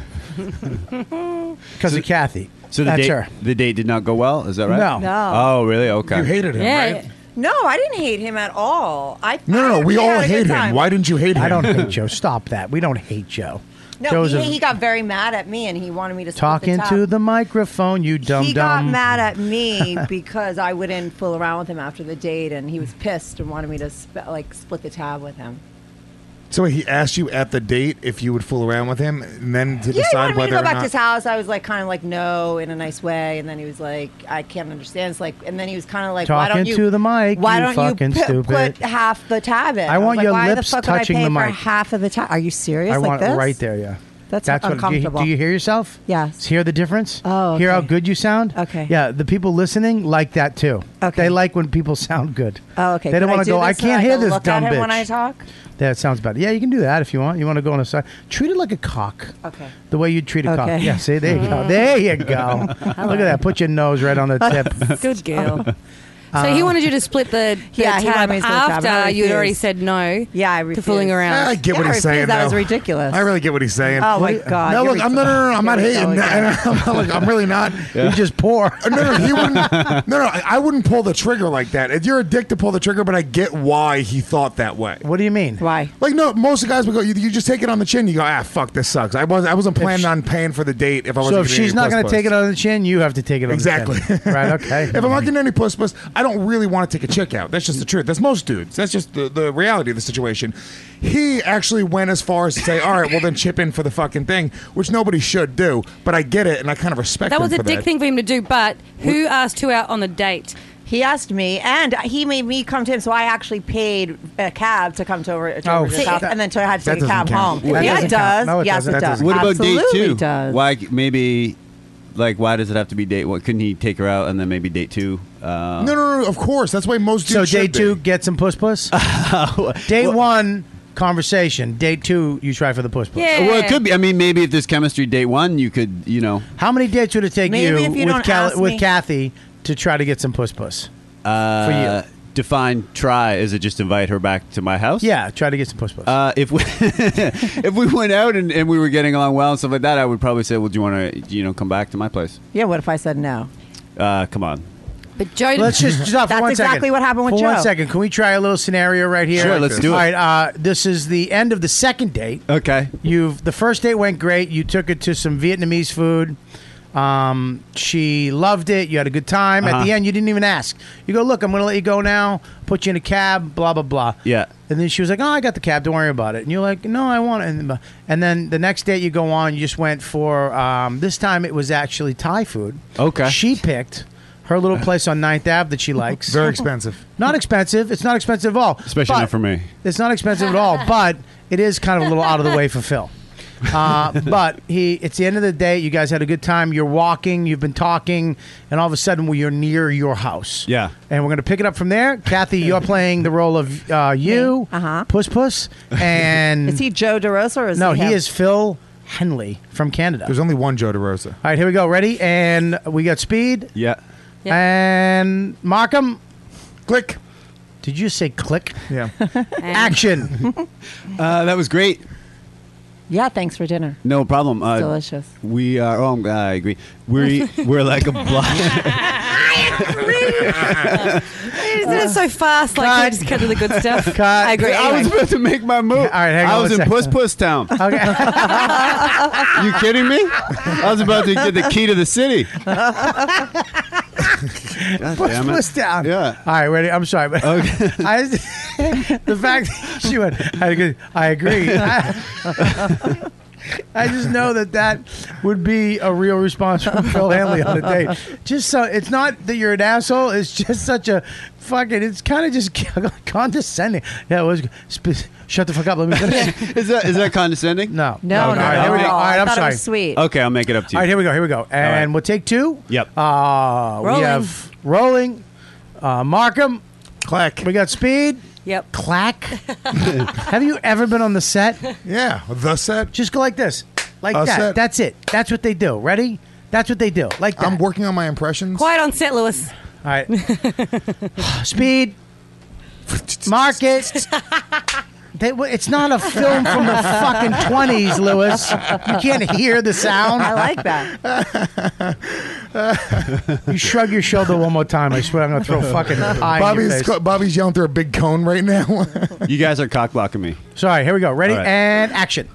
[SPEAKER 2] Because of Kathy.
[SPEAKER 9] So the
[SPEAKER 2] That's
[SPEAKER 9] date,
[SPEAKER 2] her.
[SPEAKER 9] the date did not go well. Is that right?
[SPEAKER 2] No.
[SPEAKER 12] No.
[SPEAKER 9] Oh, really? Okay.
[SPEAKER 7] You hated him,
[SPEAKER 12] Yeah.
[SPEAKER 7] right?
[SPEAKER 12] No, I didn't hate him at all. I
[SPEAKER 7] No, no, no. We
[SPEAKER 12] I
[SPEAKER 7] all
[SPEAKER 12] had a good
[SPEAKER 7] hate him.
[SPEAKER 12] time.
[SPEAKER 7] Why didn't you hate him?
[SPEAKER 12] <laughs>
[SPEAKER 2] I don't hate Joe. Stop that. We don't hate Joe.
[SPEAKER 12] No,
[SPEAKER 13] Joseph.
[SPEAKER 12] He, he got very mad at me and he wanted me to split
[SPEAKER 13] Talking
[SPEAKER 12] the top.
[SPEAKER 13] to the microphone, you dumb
[SPEAKER 12] he got
[SPEAKER 13] dumb.
[SPEAKER 12] mad at me
[SPEAKER 2] <laughs>
[SPEAKER 12] because I wouldn't fool around with him after the date, and he was pissed and wanted me to sp- like split the tab with him.
[SPEAKER 7] So he asked you at the date if you would fool around with him, and then to
[SPEAKER 12] yeah, he
[SPEAKER 7] decide
[SPEAKER 12] wanted me to
[SPEAKER 7] whether
[SPEAKER 12] go
[SPEAKER 7] or
[SPEAKER 12] back to
[SPEAKER 7] not.
[SPEAKER 12] his house. I was like, kind of like, no, in a nice way, and then he was like, I can't understand. It's like, and then he was kind of like, why don't
[SPEAKER 13] Talking
[SPEAKER 12] you
[SPEAKER 13] to the mic,
[SPEAKER 12] Why
[SPEAKER 13] you
[SPEAKER 12] don't
[SPEAKER 13] fucking
[SPEAKER 12] you put,
[SPEAKER 13] stupid.
[SPEAKER 12] put half the tab in?
[SPEAKER 13] I
[SPEAKER 12] was
[SPEAKER 13] want
[SPEAKER 12] like,
[SPEAKER 13] your
[SPEAKER 12] why
[SPEAKER 13] lips
[SPEAKER 12] the fuck
[SPEAKER 13] touching
[SPEAKER 12] would I pay
[SPEAKER 13] the mic.
[SPEAKER 12] For half of the tab? Are you serious?
[SPEAKER 13] I
[SPEAKER 12] like
[SPEAKER 13] want
[SPEAKER 12] this?
[SPEAKER 13] it right there, yeah.
[SPEAKER 12] That's
[SPEAKER 13] what- do you-
[SPEAKER 12] uncomfortable.
[SPEAKER 13] Do you, hear yourself?
[SPEAKER 12] Yes.
[SPEAKER 13] Hear the difference? Oh. Hear how good you sound? Okay. Yeah, the people listening like that too. Okay. They like when people sound good.
[SPEAKER 12] Oh, okay.
[SPEAKER 13] They don't
[SPEAKER 12] Could
[SPEAKER 13] want to
[SPEAKER 12] do
[SPEAKER 13] go. I
[SPEAKER 12] this and
[SPEAKER 13] can't hear
[SPEAKER 12] can
[SPEAKER 13] this
[SPEAKER 12] look
[SPEAKER 13] dumb
[SPEAKER 12] at him
[SPEAKER 13] bitch.
[SPEAKER 12] when I talk.
[SPEAKER 13] That sounds better. Yeah, you can do that if you want. You want to go on a side. Treat it like a cock.
[SPEAKER 12] Okay.
[SPEAKER 13] The way you treat a cock.
[SPEAKER 12] Okay.
[SPEAKER 13] Yeah. See, there you go.
[SPEAKER 12] <laughs>
[SPEAKER 13] There you go. Look at that. Put your nose right on the
[SPEAKER 16] <laughs>
[SPEAKER 13] tip.
[SPEAKER 16] Good girl.
[SPEAKER 13] <laughs>
[SPEAKER 16] So he
[SPEAKER 13] Uh,
[SPEAKER 16] wanted you to split
[SPEAKER 12] <laughs>
[SPEAKER 16] the, the
[SPEAKER 12] Yeah, he
[SPEAKER 16] tab
[SPEAKER 12] wanted me to split the tab, and
[SPEAKER 16] after
[SPEAKER 12] I
[SPEAKER 16] you'd already
[SPEAKER 12] refused.
[SPEAKER 16] said no.
[SPEAKER 12] Yeah, I
[SPEAKER 16] to fooling around.
[SPEAKER 7] I get what he's saying.
[SPEAKER 12] that
[SPEAKER 7] though.
[SPEAKER 12] was ridiculous.
[SPEAKER 7] I really get what he's saying.
[SPEAKER 12] Oh, my God,
[SPEAKER 7] No,
[SPEAKER 12] here
[SPEAKER 7] look,
[SPEAKER 12] we
[SPEAKER 7] I'm
[SPEAKER 12] go.
[SPEAKER 7] not. No, no, no, I'm not
[SPEAKER 12] Here we
[SPEAKER 7] hating.
[SPEAKER 12] go again.
[SPEAKER 7] <laughs> I'm, not- look, I'm really not.
[SPEAKER 13] You're just poor.
[SPEAKER 2] <laughs>
[SPEAKER 7] No, no, he wouldn't.
[SPEAKER 13] <laughs>
[SPEAKER 7] No, no, I I wouldn't pull the trigger like that. If You're a dick to pull the trigger, but I get why he thought that way.
[SPEAKER 13] What do you mean?
[SPEAKER 12] Why?
[SPEAKER 7] Like, no, most of the guys would go. You, you just take it on the chin. You go, ah, fuck, this sucks. I was, I wasn't planning on paying for the date if I wasn't.
[SPEAKER 13] So if
[SPEAKER 7] gonna get
[SPEAKER 13] she's
[SPEAKER 7] any
[SPEAKER 13] not
[SPEAKER 7] puss
[SPEAKER 13] going to
[SPEAKER 7] puss.
[SPEAKER 13] take it on the chin, you have to take it on
[SPEAKER 7] Exactly.
[SPEAKER 13] the chin. <laughs> Right. Okay.
[SPEAKER 7] <laughs> if I'm not getting any puss puss, I don't really want to take a chick out. That's just the truth. That's most dudes. That's just the, the reality of the situation. He actually went as far as to say, all right, well, then chip in for the fucking thing, which nobody should do. But I get it, and I kind of respect
[SPEAKER 16] that
[SPEAKER 7] him
[SPEAKER 16] was a
[SPEAKER 7] for
[SPEAKER 16] dick
[SPEAKER 7] that.
[SPEAKER 16] thing for him to do. But who asked who out on the date?
[SPEAKER 12] He asked me, and he made me come to him. So I actually paid a cab to come to over to
[SPEAKER 16] Oh,
[SPEAKER 12] over to
[SPEAKER 16] see,
[SPEAKER 12] his house,
[SPEAKER 16] that-
[SPEAKER 12] and then so I had to
[SPEAKER 16] that
[SPEAKER 12] take a
[SPEAKER 16] doesn't
[SPEAKER 12] cab
[SPEAKER 16] count.
[SPEAKER 12] home.
[SPEAKER 16] That
[SPEAKER 12] yeah, it
[SPEAKER 16] doesn't
[SPEAKER 12] does.
[SPEAKER 16] count.
[SPEAKER 9] No, it
[SPEAKER 12] yes,
[SPEAKER 9] doesn't.
[SPEAKER 12] it does.
[SPEAKER 9] What about
[SPEAKER 12] Absolutely
[SPEAKER 9] date two?
[SPEAKER 12] Does.
[SPEAKER 9] Why maybe like why does it have to be date one? Couldn't he take her out and then maybe date two? Uh,
[SPEAKER 7] No, no, no, of course. That's why most
[SPEAKER 13] So
[SPEAKER 7] dudes
[SPEAKER 13] day
[SPEAKER 7] should be.
[SPEAKER 13] two, get some puss
[SPEAKER 9] <laughs>
[SPEAKER 13] puss. day one, conversation. Day two, you try for the puss puss.
[SPEAKER 9] Well, it could be. I mean, maybe if there's chemistry date one, you could, you know.
[SPEAKER 13] How many dates would it take
[SPEAKER 9] Maybe
[SPEAKER 13] you,
[SPEAKER 9] if you
[SPEAKER 13] with,
[SPEAKER 9] don't ask
[SPEAKER 13] with
[SPEAKER 9] me.
[SPEAKER 13] Kathy to try to get some puss puss?
[SPEAKER 9] Uh,
[SPEAKER 13] For
[SPEAKER 9] Define try. Is it just invite her back to my house?
[SPEAKER 13] Yeah, try to get some push push.
[SPEAKER 9] Uh, if we <laughs> if we went out and, and we were getting along well and stuff like that, I would probably say, "Well, do you want to you know come back to my place?
[SPEAKER 12] Yeah. What if I said no?
[SPEAKER 9] Uh, come on."
[SPEAKER 16] But Joe, <laughs>
[SPEAKER 13] Let's
[SPEAKER 9] <laughs>
[SPEAKER 13] just stop
[SPEAKER 12] That's
[SPEAKER 13] for one second.
[SPEAKER 12] exactly what happened with
[SPEAKER 13] for one
[SPEAKER 12] Joe.
[SPEAKER 13] second. Can we try a little scenario right here?
[SPEAKER 9] Sure, let's do it.
[SPEAKER 13] All right, uh, this is the end of the second date.
[SPEAKER 9] Okay.
[SPEAKER 13] You've the first date went great. You took it to some Vietnamese food. Um, she loved it. You had a good time. At the
[SPEAKER 9] Uh-huh.
[SPEAKER 13] end, you didn't even ask. You go, look, I'm going to let you go now. Put you in a cab. Blah blah blah.
[SPEAKER 9] Yeah.
[SPEAKER 13] And then she was like, "Oh, I got the cab. Don't worry about it." And you're like, "No, I want it." And, and then the next date you go on, you just went for. Um, this time it was actually Thai food. Okay. She picked her little place on 9th Ave that she likes.
[SPEAKER 7] Very expensive.
[SPEAKER 13] Not expensive. It's not expensive at all.
[SPEAKER 9] Especially
[SPEAKER 13] But-
[SPEAKER 9] not for me.
[SPEAKER 13] It's not expensive at all, but it is kind of a little out of the way for
[SPEAKER 9] <laughs>
[SPEAKER 13] Phil. Uh, but he, it's the end of the day. You guys had a good time. You're walking. You've been talking, and all of a sudden, we are near your house.
[SPEAKER 9] Yeah.
[SPEAKER 13] And we're going to pick it up from there. Kathy,
[SPEAKER 9] <laughs>
[SPEAKER 13] you're playing the role of uh, you, uh-huh. Puss Puss, and
[SPEAKER 12] <laughs> Is he Joe DeRosa or is
[SPEAKER 13] no?
[SPEAKER 12] he,
[SPEAKER 13] He,
[SPEAKER 12] him?
[SPEAKER 13] is Phil Henley from Canada. There's
[SPEAKER 7] only one Joe DeRosa.
[SPEAKER 13] All right, here we go. Ready? And we got speed.
[SPEAKER 9] Yeah.
[SPEAKER 13] And Markham,
[SPEAKER 7] click.
[SPEAKER 13] Did you just say click?
[SPEAKER 12] <laughs>
[SPEAKER 7] Yeah.
[SPEAKER 13] <laughs> Action.
[SPEAKER 9] uh, that was great.
[SPEAKER 12] Yeah. Thanks for dinner.
[SPEAKER 9] No problem. Uh,
[SPEAKER 12] Delicious.
[SPEAKER 9] We are. Oh, I'm- I agree. We we're like
[SPEAKER 12] <laughs>
[SPEAKER 9] a block.
[SPEAKER 16] Isn't it so fast? Like I just cut to the good stuff.
[SPEAKER 13] Cut.
[SPEAKER 16] I agree.
[SPEAKER 9] I was about to make my move. All right,
[SPEAKER 13] hang on
[SPEAKER 9] I
[SPEAKER 13] one
[SPEAKER 9] was in
[SPEAKER 13] sec.
[SPEAKER 9] Puss Puss Town.
[SPEAKER 13] <laughs> Okay.
[SPEAKER 9] <laughs> you kidding me? I was about to get the key to
[SPEAKER 13] <laughs>
[SPEAKER 9] the city.
[SPEAKER 13] Push,
[SPEAKER 9] damn it.
[SPEAKER 13] push down. Yeah. All right, ready. I'm sorry, <laughs> but okay. I, the fact that she went, I agree. I, <laughs> agree. I, I just know that that would be a real response from Phil Hanley on a date. Just so it's not that you're an asshole. It's just such a fucking. It's kind of just <laughs> condescending. Yeah, it was. sp- Shut the fuck up. Let me finish.
[SPEAKER 9] is that is that condescending?
[SPEAKER 13] No.
[SPEAKER 12] <laughs> No,
[SPEAKER 13] all
[SPEAKER 12] no,
[SPEAKER 13] right,
[SPEAKER 12] no,
[SPEAKER 13] here we
[SPEAKER 12] no.
[SPEAKER 13] go. All right,
[SPEAKER 12] I
[SPEAKER 13] I'm
[SPEAKER 12] thought it
[SPEAKER 13] sorry.
[SPEAKER 12] was sweet.
[SPEAKER 9] Okay, I'll make it up to you.
[SPEAKER 13] All right, here we go. Here we go. And
[SPEAKER 9] right.
[SPEAKER 13] we'll take two.
[SPEAKER 9] Yep.
[SPEAKER 13] Uh, we
[SPEAKER 9] Rolling.
[SPEAKER 13] have rolling. Uh, Markham.
[SPEAKER 7] Clack.
[SPEAKER 13] We got speed.
[SPEAKER 16] Yep.
[SPEAKER 13] Clack. have you ever been on the set?
[SPEAKER 7] Yeah, the set.
[SPEAKER 13] Just go like this, like
[SPEAKER 7] A
[SPEAKER 13] that.
[SPEAKER 7] set.
[SPEAKER 13] That's it. That's what they do. Ready? That's what they do. Like that. I'm
[SPEAKER 7] working on my impressions.
[SPEAKER 16] Quiet on set, Lewis.
[SPEAKER 13] All right. <laughs> Speed. Mark it. They, well, it's not a film from the fucking 20s, Lewis. You can't hear the sound.
[SPEAKER 12] I like that.
[SPEAKER 13] <laughs> You shrug your shoulder one more time. I swear I'm going to throw fucking <laughs> pie in your
[SPEAKER 7] Bobby's
[SPEAKER 13] face.
[SPEAKER 7] co- Bobby's yelling through a big cone right now. <laughs>
[SPEAKER 9] You guys are cock blocking me.
[SPEAKER 13] Sorry, here we go. Ready
[SPEAKER 9] All right.
[SPEAKER 13] and action.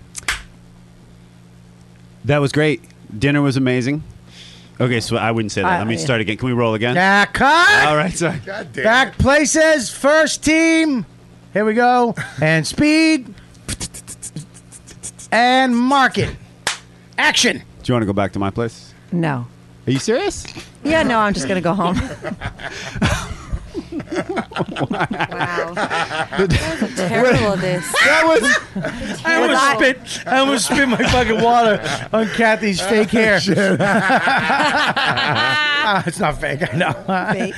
[SPEAKER 9] That was great. Dinner was amazing. Okay, so I wouldn't say that.
[SPEAKER 2] Uh,
[SPEAKER 9] Let me
[SPEAKER 2] yeah.
[SPEAKER 9] start again. Can we roll again?
[SPEAKER 2] Yeah, cut.
[SPEAKER 9] All right,
[SPEAKER 13] <laughs>
[SPEAKER 9] sorry.
[SPEAKER 2] Back places, first team. Here we go. And speed. And market. Action.
[SPEAKER 9] Do you want to go back to my place?
[SPEAKER 12] No.
[SPEAKER 9] Are you serious?
[SPEAKER 12] Yeah, no, I'm just gonna go
[SPEAKER 16] <laughs>
[SPEAKER 12] home.
[SPEAKER 17] That was a terrible this.
[SPEAKER 2] That was. I almost spit. I almost spit my fucking water on
[SPEAKER 12] <laughs>
[SPEAKER 2] Kathy's fake hair. <laughs> Ah, it's not fake. I know. <laughs> Fake.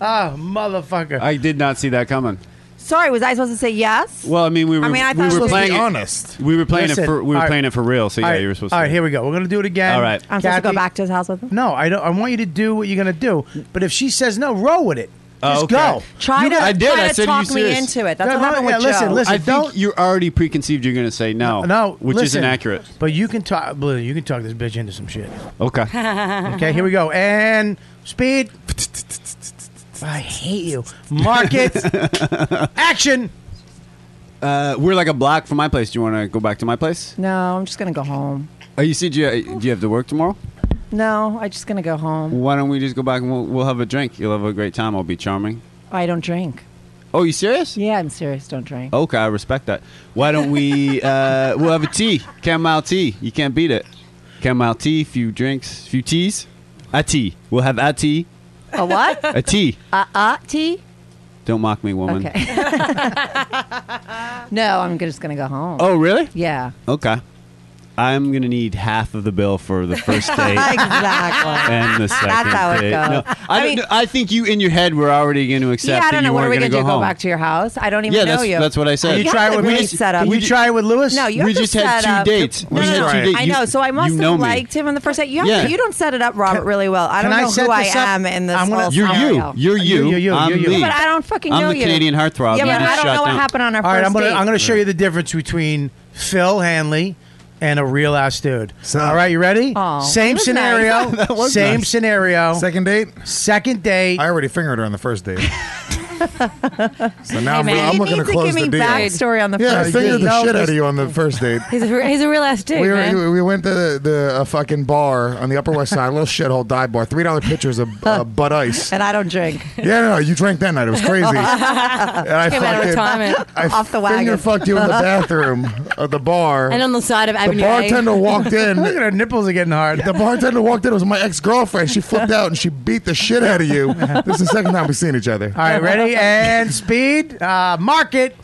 [SPEAKER 2] Ah, motherfucker.
[SPEAKER 9] I did not see that coming.
[SPEAKER 12] Sorry, was I supposed to say yes?
[SPEAKER 9] Well, I mean, we were
[SPEAKER 12] I mean, I thought
[SPEAKER 9] we
[SPEAKER 12] it
[SPEAKER 9] were
[SPEAKER 12] was-
[SPEAKER 9] playing it- We were playing it for we were
[SPEAKER 2] all right.
[SPEAKER 9] playing it for real. So yeah,
[SPEAKER 2] All right,
[SPEAKER 9] you were supposed
[SPEAKER 2] All right,
[SPEAKER 9] to.
[SPEAKER 2] here we go. We're gonna do it again.
[SPEAKER 9] All right.
[SPEAKER 12] I'm supposed to go
[SPEAKER 2] Kathy-
[SPEAKER 12] back to his house with him.
[SPEAKER 2] No, I don't. I want you to do what you're gonna do. But if she says no, roll with it.
[SPEAKER 9] Oh,
[SPEAKER 2] Just
[SPEAKER 9] okay.
[SPEAKER 2] go.
[SPEAKER 12] Try
[SPEAKER 2] You
[SPEAKER 12] to-
[SPEAKER 2] got-
[SPEAKER 12] I did. try I to said, "Are you talk me serious?" into it. That's what happened with
[SPEAKER 2] yeah, Listen,
[SPEAKER 12] Joe.
[SPEAKER 2] listen.
[SPEAKER 9] I
[SPEAKER 2] don't.
[SPEAKER 9] think you already preconceived you're going to say
[SPEAKER 12] Oh,
[SPEAKER 9] no.
[SPEAKER 2] no,
[SPEAKER 9] which
[SPEAKER 2] listen,
[SPEAKER 9] is inaccurate.
[SPEAKER 2] But you can talk. Blue, you can talk this bitch into some shit.
[SPEAKER 9] <laughs> Okay. Uh,
[SPEAKER 2] okay, here we go. And speed. I hate you.
[SPEAKER 12] <laughs>
[SPEAKER 2] Market. Action.
[SPEAKER 9] Uh, we're like a block from my place. Do you want to go back to my place?
[SPEAKER 12] No, I'm just gonna go home.
[SPEAKER 9] Are Uh, you see? Do you, do you have to work tomorrow?
[SPEAKER 12] No, I'm just gonna go home.
[SPEAKER 9] Why don't we just go back and we'll, we'll have a drink? You'll have a great time. I'll be charming.
[SPEAKER 12] I don't drink.
[SPEAKER 9] Oh, you serious?
[SPEAKER 12] Yeah, I'm serious. Don't drink.
[SPEAKER 9] Okay, I respect that. Why
[SPEAKER 2] <laughs>
[SPEAKER 9] don't we? Uh, we'll have a tea, chamomile tea. You can't beat it. Chamomile tea, few drinks, few teas. A tea. We'll have a tea.
[SPEAKER 12] A what? <laughs>
[SPEAKER 9] A tea.
[SPEAKER 2] <laughs>
[SPEAKER 12] Uh, uh, tea?
[SPEAKER 9] Don't mock me, woman.
[SPEAKER 12] Okay. <laughs> no, I'm just gonna go home.
[SPEAKER 9] Oh, really?
[SPEAKER 12] Yeah.
[SPEAKER 9] Okay. I'm gonna need half of the bill for the
[SPEAKER 12] <laughs>
[SPEAKER 9] first date
[SPEAKER 12] exactly.
[SPEAKER 9] and the second
[SPEAKER 12] That's how it
[SPEAKER 9] date.
[SPEAKER 12] goes.
[SPEAKER 9] No, I,
[SPEAKER 12] I
[SPEAKER 9] don't
[SPEAKER 12] mean-
[SPEAKER 9] know- I think you in your head were already going to accept
[SPEAKER 12] yeah, I
[SPEAKER 9] that
[SPEAKER 12] don't
[SPEAKER 9] you
[SPEAKER 12] know. What are
[SPEAKER 9] weren't
[SPEAKER 12] we
[SPEAKER 9] going
[SPEAKER 12] gonna
[SPEAKER 9] to
[SPEAKER 12] do?
[SPEAKER 9] go home.
[SPEAKER 12] Go back to your house? I don't even
[SPEAKER 9] Yeah,
[SPEAKER 12] know
[SPEAKER 9] that's-
[SPEAKER 12] you.
[SPEAKER 9] that's what I said. You
[SPEAKER 12] You
[SPEAKER 9] try
[SPEAKER 12] try
[SPEAKER 9] it
[SPEAKER 12] with
[SPEAKER 9] with
[SPEAKER 12] great
[SPEAKER 9] Lewis?
[SPEAKER 12] setup.
[SPEAKER 9] You try it
[SPEAKER 2] with Lewis?
[SPEAKER 12] No, you
[SPEAKER 9] We
[SPEAKER 12] have to
[SPEAKER 9] just had
[SPEAKER 12] set
[SPEAKER 9] two
[SPEAKER 12] up-
[SPEAKER 9] dates.
[SPEAKER 12] No,
[SPEAKER 9] We
[SPEAKER 12] no,
[SPEAKER 9] had
[SPEAKER 12] no.
[SPEAKER 9] two dates.
[SPEAKER 12] I
[SPEAKER 9] You-
[SPEAKER 12] know. So I must
[SPEAKER 9] you
[SPEAKER 12] have
[SPEAKER 9] know me.
[SPEAKER 12] liked him on the first date. You, have-
[SPEAKER 9] Yeah.
[SPEAKER 12] you don't set it up, Robert, really well. I
[SPEAKER 9] Can
[SPEAKER 12] don't
[SPEAKER 9] I
[SPEAKER 12] know
[SPEAKER 9] set
[SPEAKER 12] who I
[SPEAKER 9] this up?
[SPEAKER 12] am in this
[SPEAKER 9] I'm gonna-
[SPEAKER 12] whole
[SPEAKER 9] You're you.
[SPEAKER 12] scenario.
[SPEAKER 9] You're you. You, you, you, I'm you, you. me.
[SPEAKER 12] But I don't fucking
[SPEAKER 9] I'm
[SPEAKER 12] know
[SPEAKER 9] the
[SPEAKER 12] you.
[SPEAKER 9] Canadian heartthrob.
[SPEAKER 12] Yeah,
[SPEAKER 9] You
[SPEAKER 12] but
[SPEAKER 9] just
[SPEAKER 12] I don't
[SPEAKER 9] shut
[SPEAKER 12] know what
[SPEAKER 9] down.
[SPEAKER 12] happened on our
[SPEAKER 2] All right,
[SPEAKER 12] first
[SPEAKER 2] I'm gonna
[SPEAKER 12] date.
[SPEAKER 2] I'm gonna show you the difference between Phil Hanley and a real ass dude. All right, you ready?
[SPEAKER 12] Aw, it
[SPEAKER 2] same
[SPEAKER 12] Oh, was
[SPEAKER 2] scenario.
[SPEAKER 12] nice. <laughs> That was
[SPEAKER 2] same
[SPEAKER 12] nice.
[SPEAKER 2] scenario.
[SPEAKER 7] Second date.
[SPEAKER 2] Second date.
[SPEAKER 7] I already fingered her on the
[SPEAKER 17] <laughs>
[SPEAKER 7] first date. so
[SPEAKER 17] Hey,
[SPEAKER 7] now
[SPEAKER 17] man.
[SPEAKER 7] I'm, I'm
[SPEAKER 17] You
[SPEAKER 7] looking
[SPEAKER 17] need
[SPEAKER 7] to
[SPEAKER 17] to
[SPEAKER 7] close
[SPEAKER 17] give
[SPEAKER 7] the
[SPEAKER 17] me
[SPEAKER 7] deal.
[SPEAKER 12] backstory on the
[SPEAKER 7] yeah,
[SPEAKER 12] first
[SPEAKER 7] I fingered
[SPEAKER 12] date. <laughs>
[SPEAKER 7] the
[SPEAKER 12] No,
[SPEAKER 7] shit out
[SPEAKER 12] just-
[SPEAKER 7] of you on the
[SPEAKER 17] <laughs>
[SPEAKER 7] first date.
[SPEAKER 17] He's a, he's a real ass dude,
[SPEAKER 7] we, were-
[SPEAKER 17] man.
[SPEAKER 7] we went to the, the uh, fucking bar on the Upper West Side, a little shithole dive bar. Three dollar pitchers of
[SPEAKER 17] <laughs>
[SPEAKER 7] uh, Bud Ice.
[SPEAKER 12] and I don't drink.
[SPEAKER 7] Yeah, no, you drank that night. It was crazy. and I
[SPEAKER 17] Came out of retirement.
[SPEAKER 12] <laughs>
[SPEAKER 7] I
[SPEAKER 12] Off the wagon.
[SPEAKER 7] finger fucked you in the bathroom of the bar.
[SPEAKER 17] and on the side of Avenue
[SPEAKER 7] the bartender
[SPEAKER 17] A.
[SPEAKER 7] walked
[SPEAKER 17] <laughs>
[SPEAKER 7] in.
[SPEAKER 2] Look at her nipples are getting hard.
[SPEAKER 7] The bartender walked in. It was my ex girlfriend. She flipped out and she beat the shit out of
[SPEAKER 17] <laughs>
[SPEAKER 7] you. This is the second time we've seen each other.
[SPEAKER 2] All right,
[SPEAKER 12] <laughs>
[SPEAKER 2] ready and speed. Uh, market.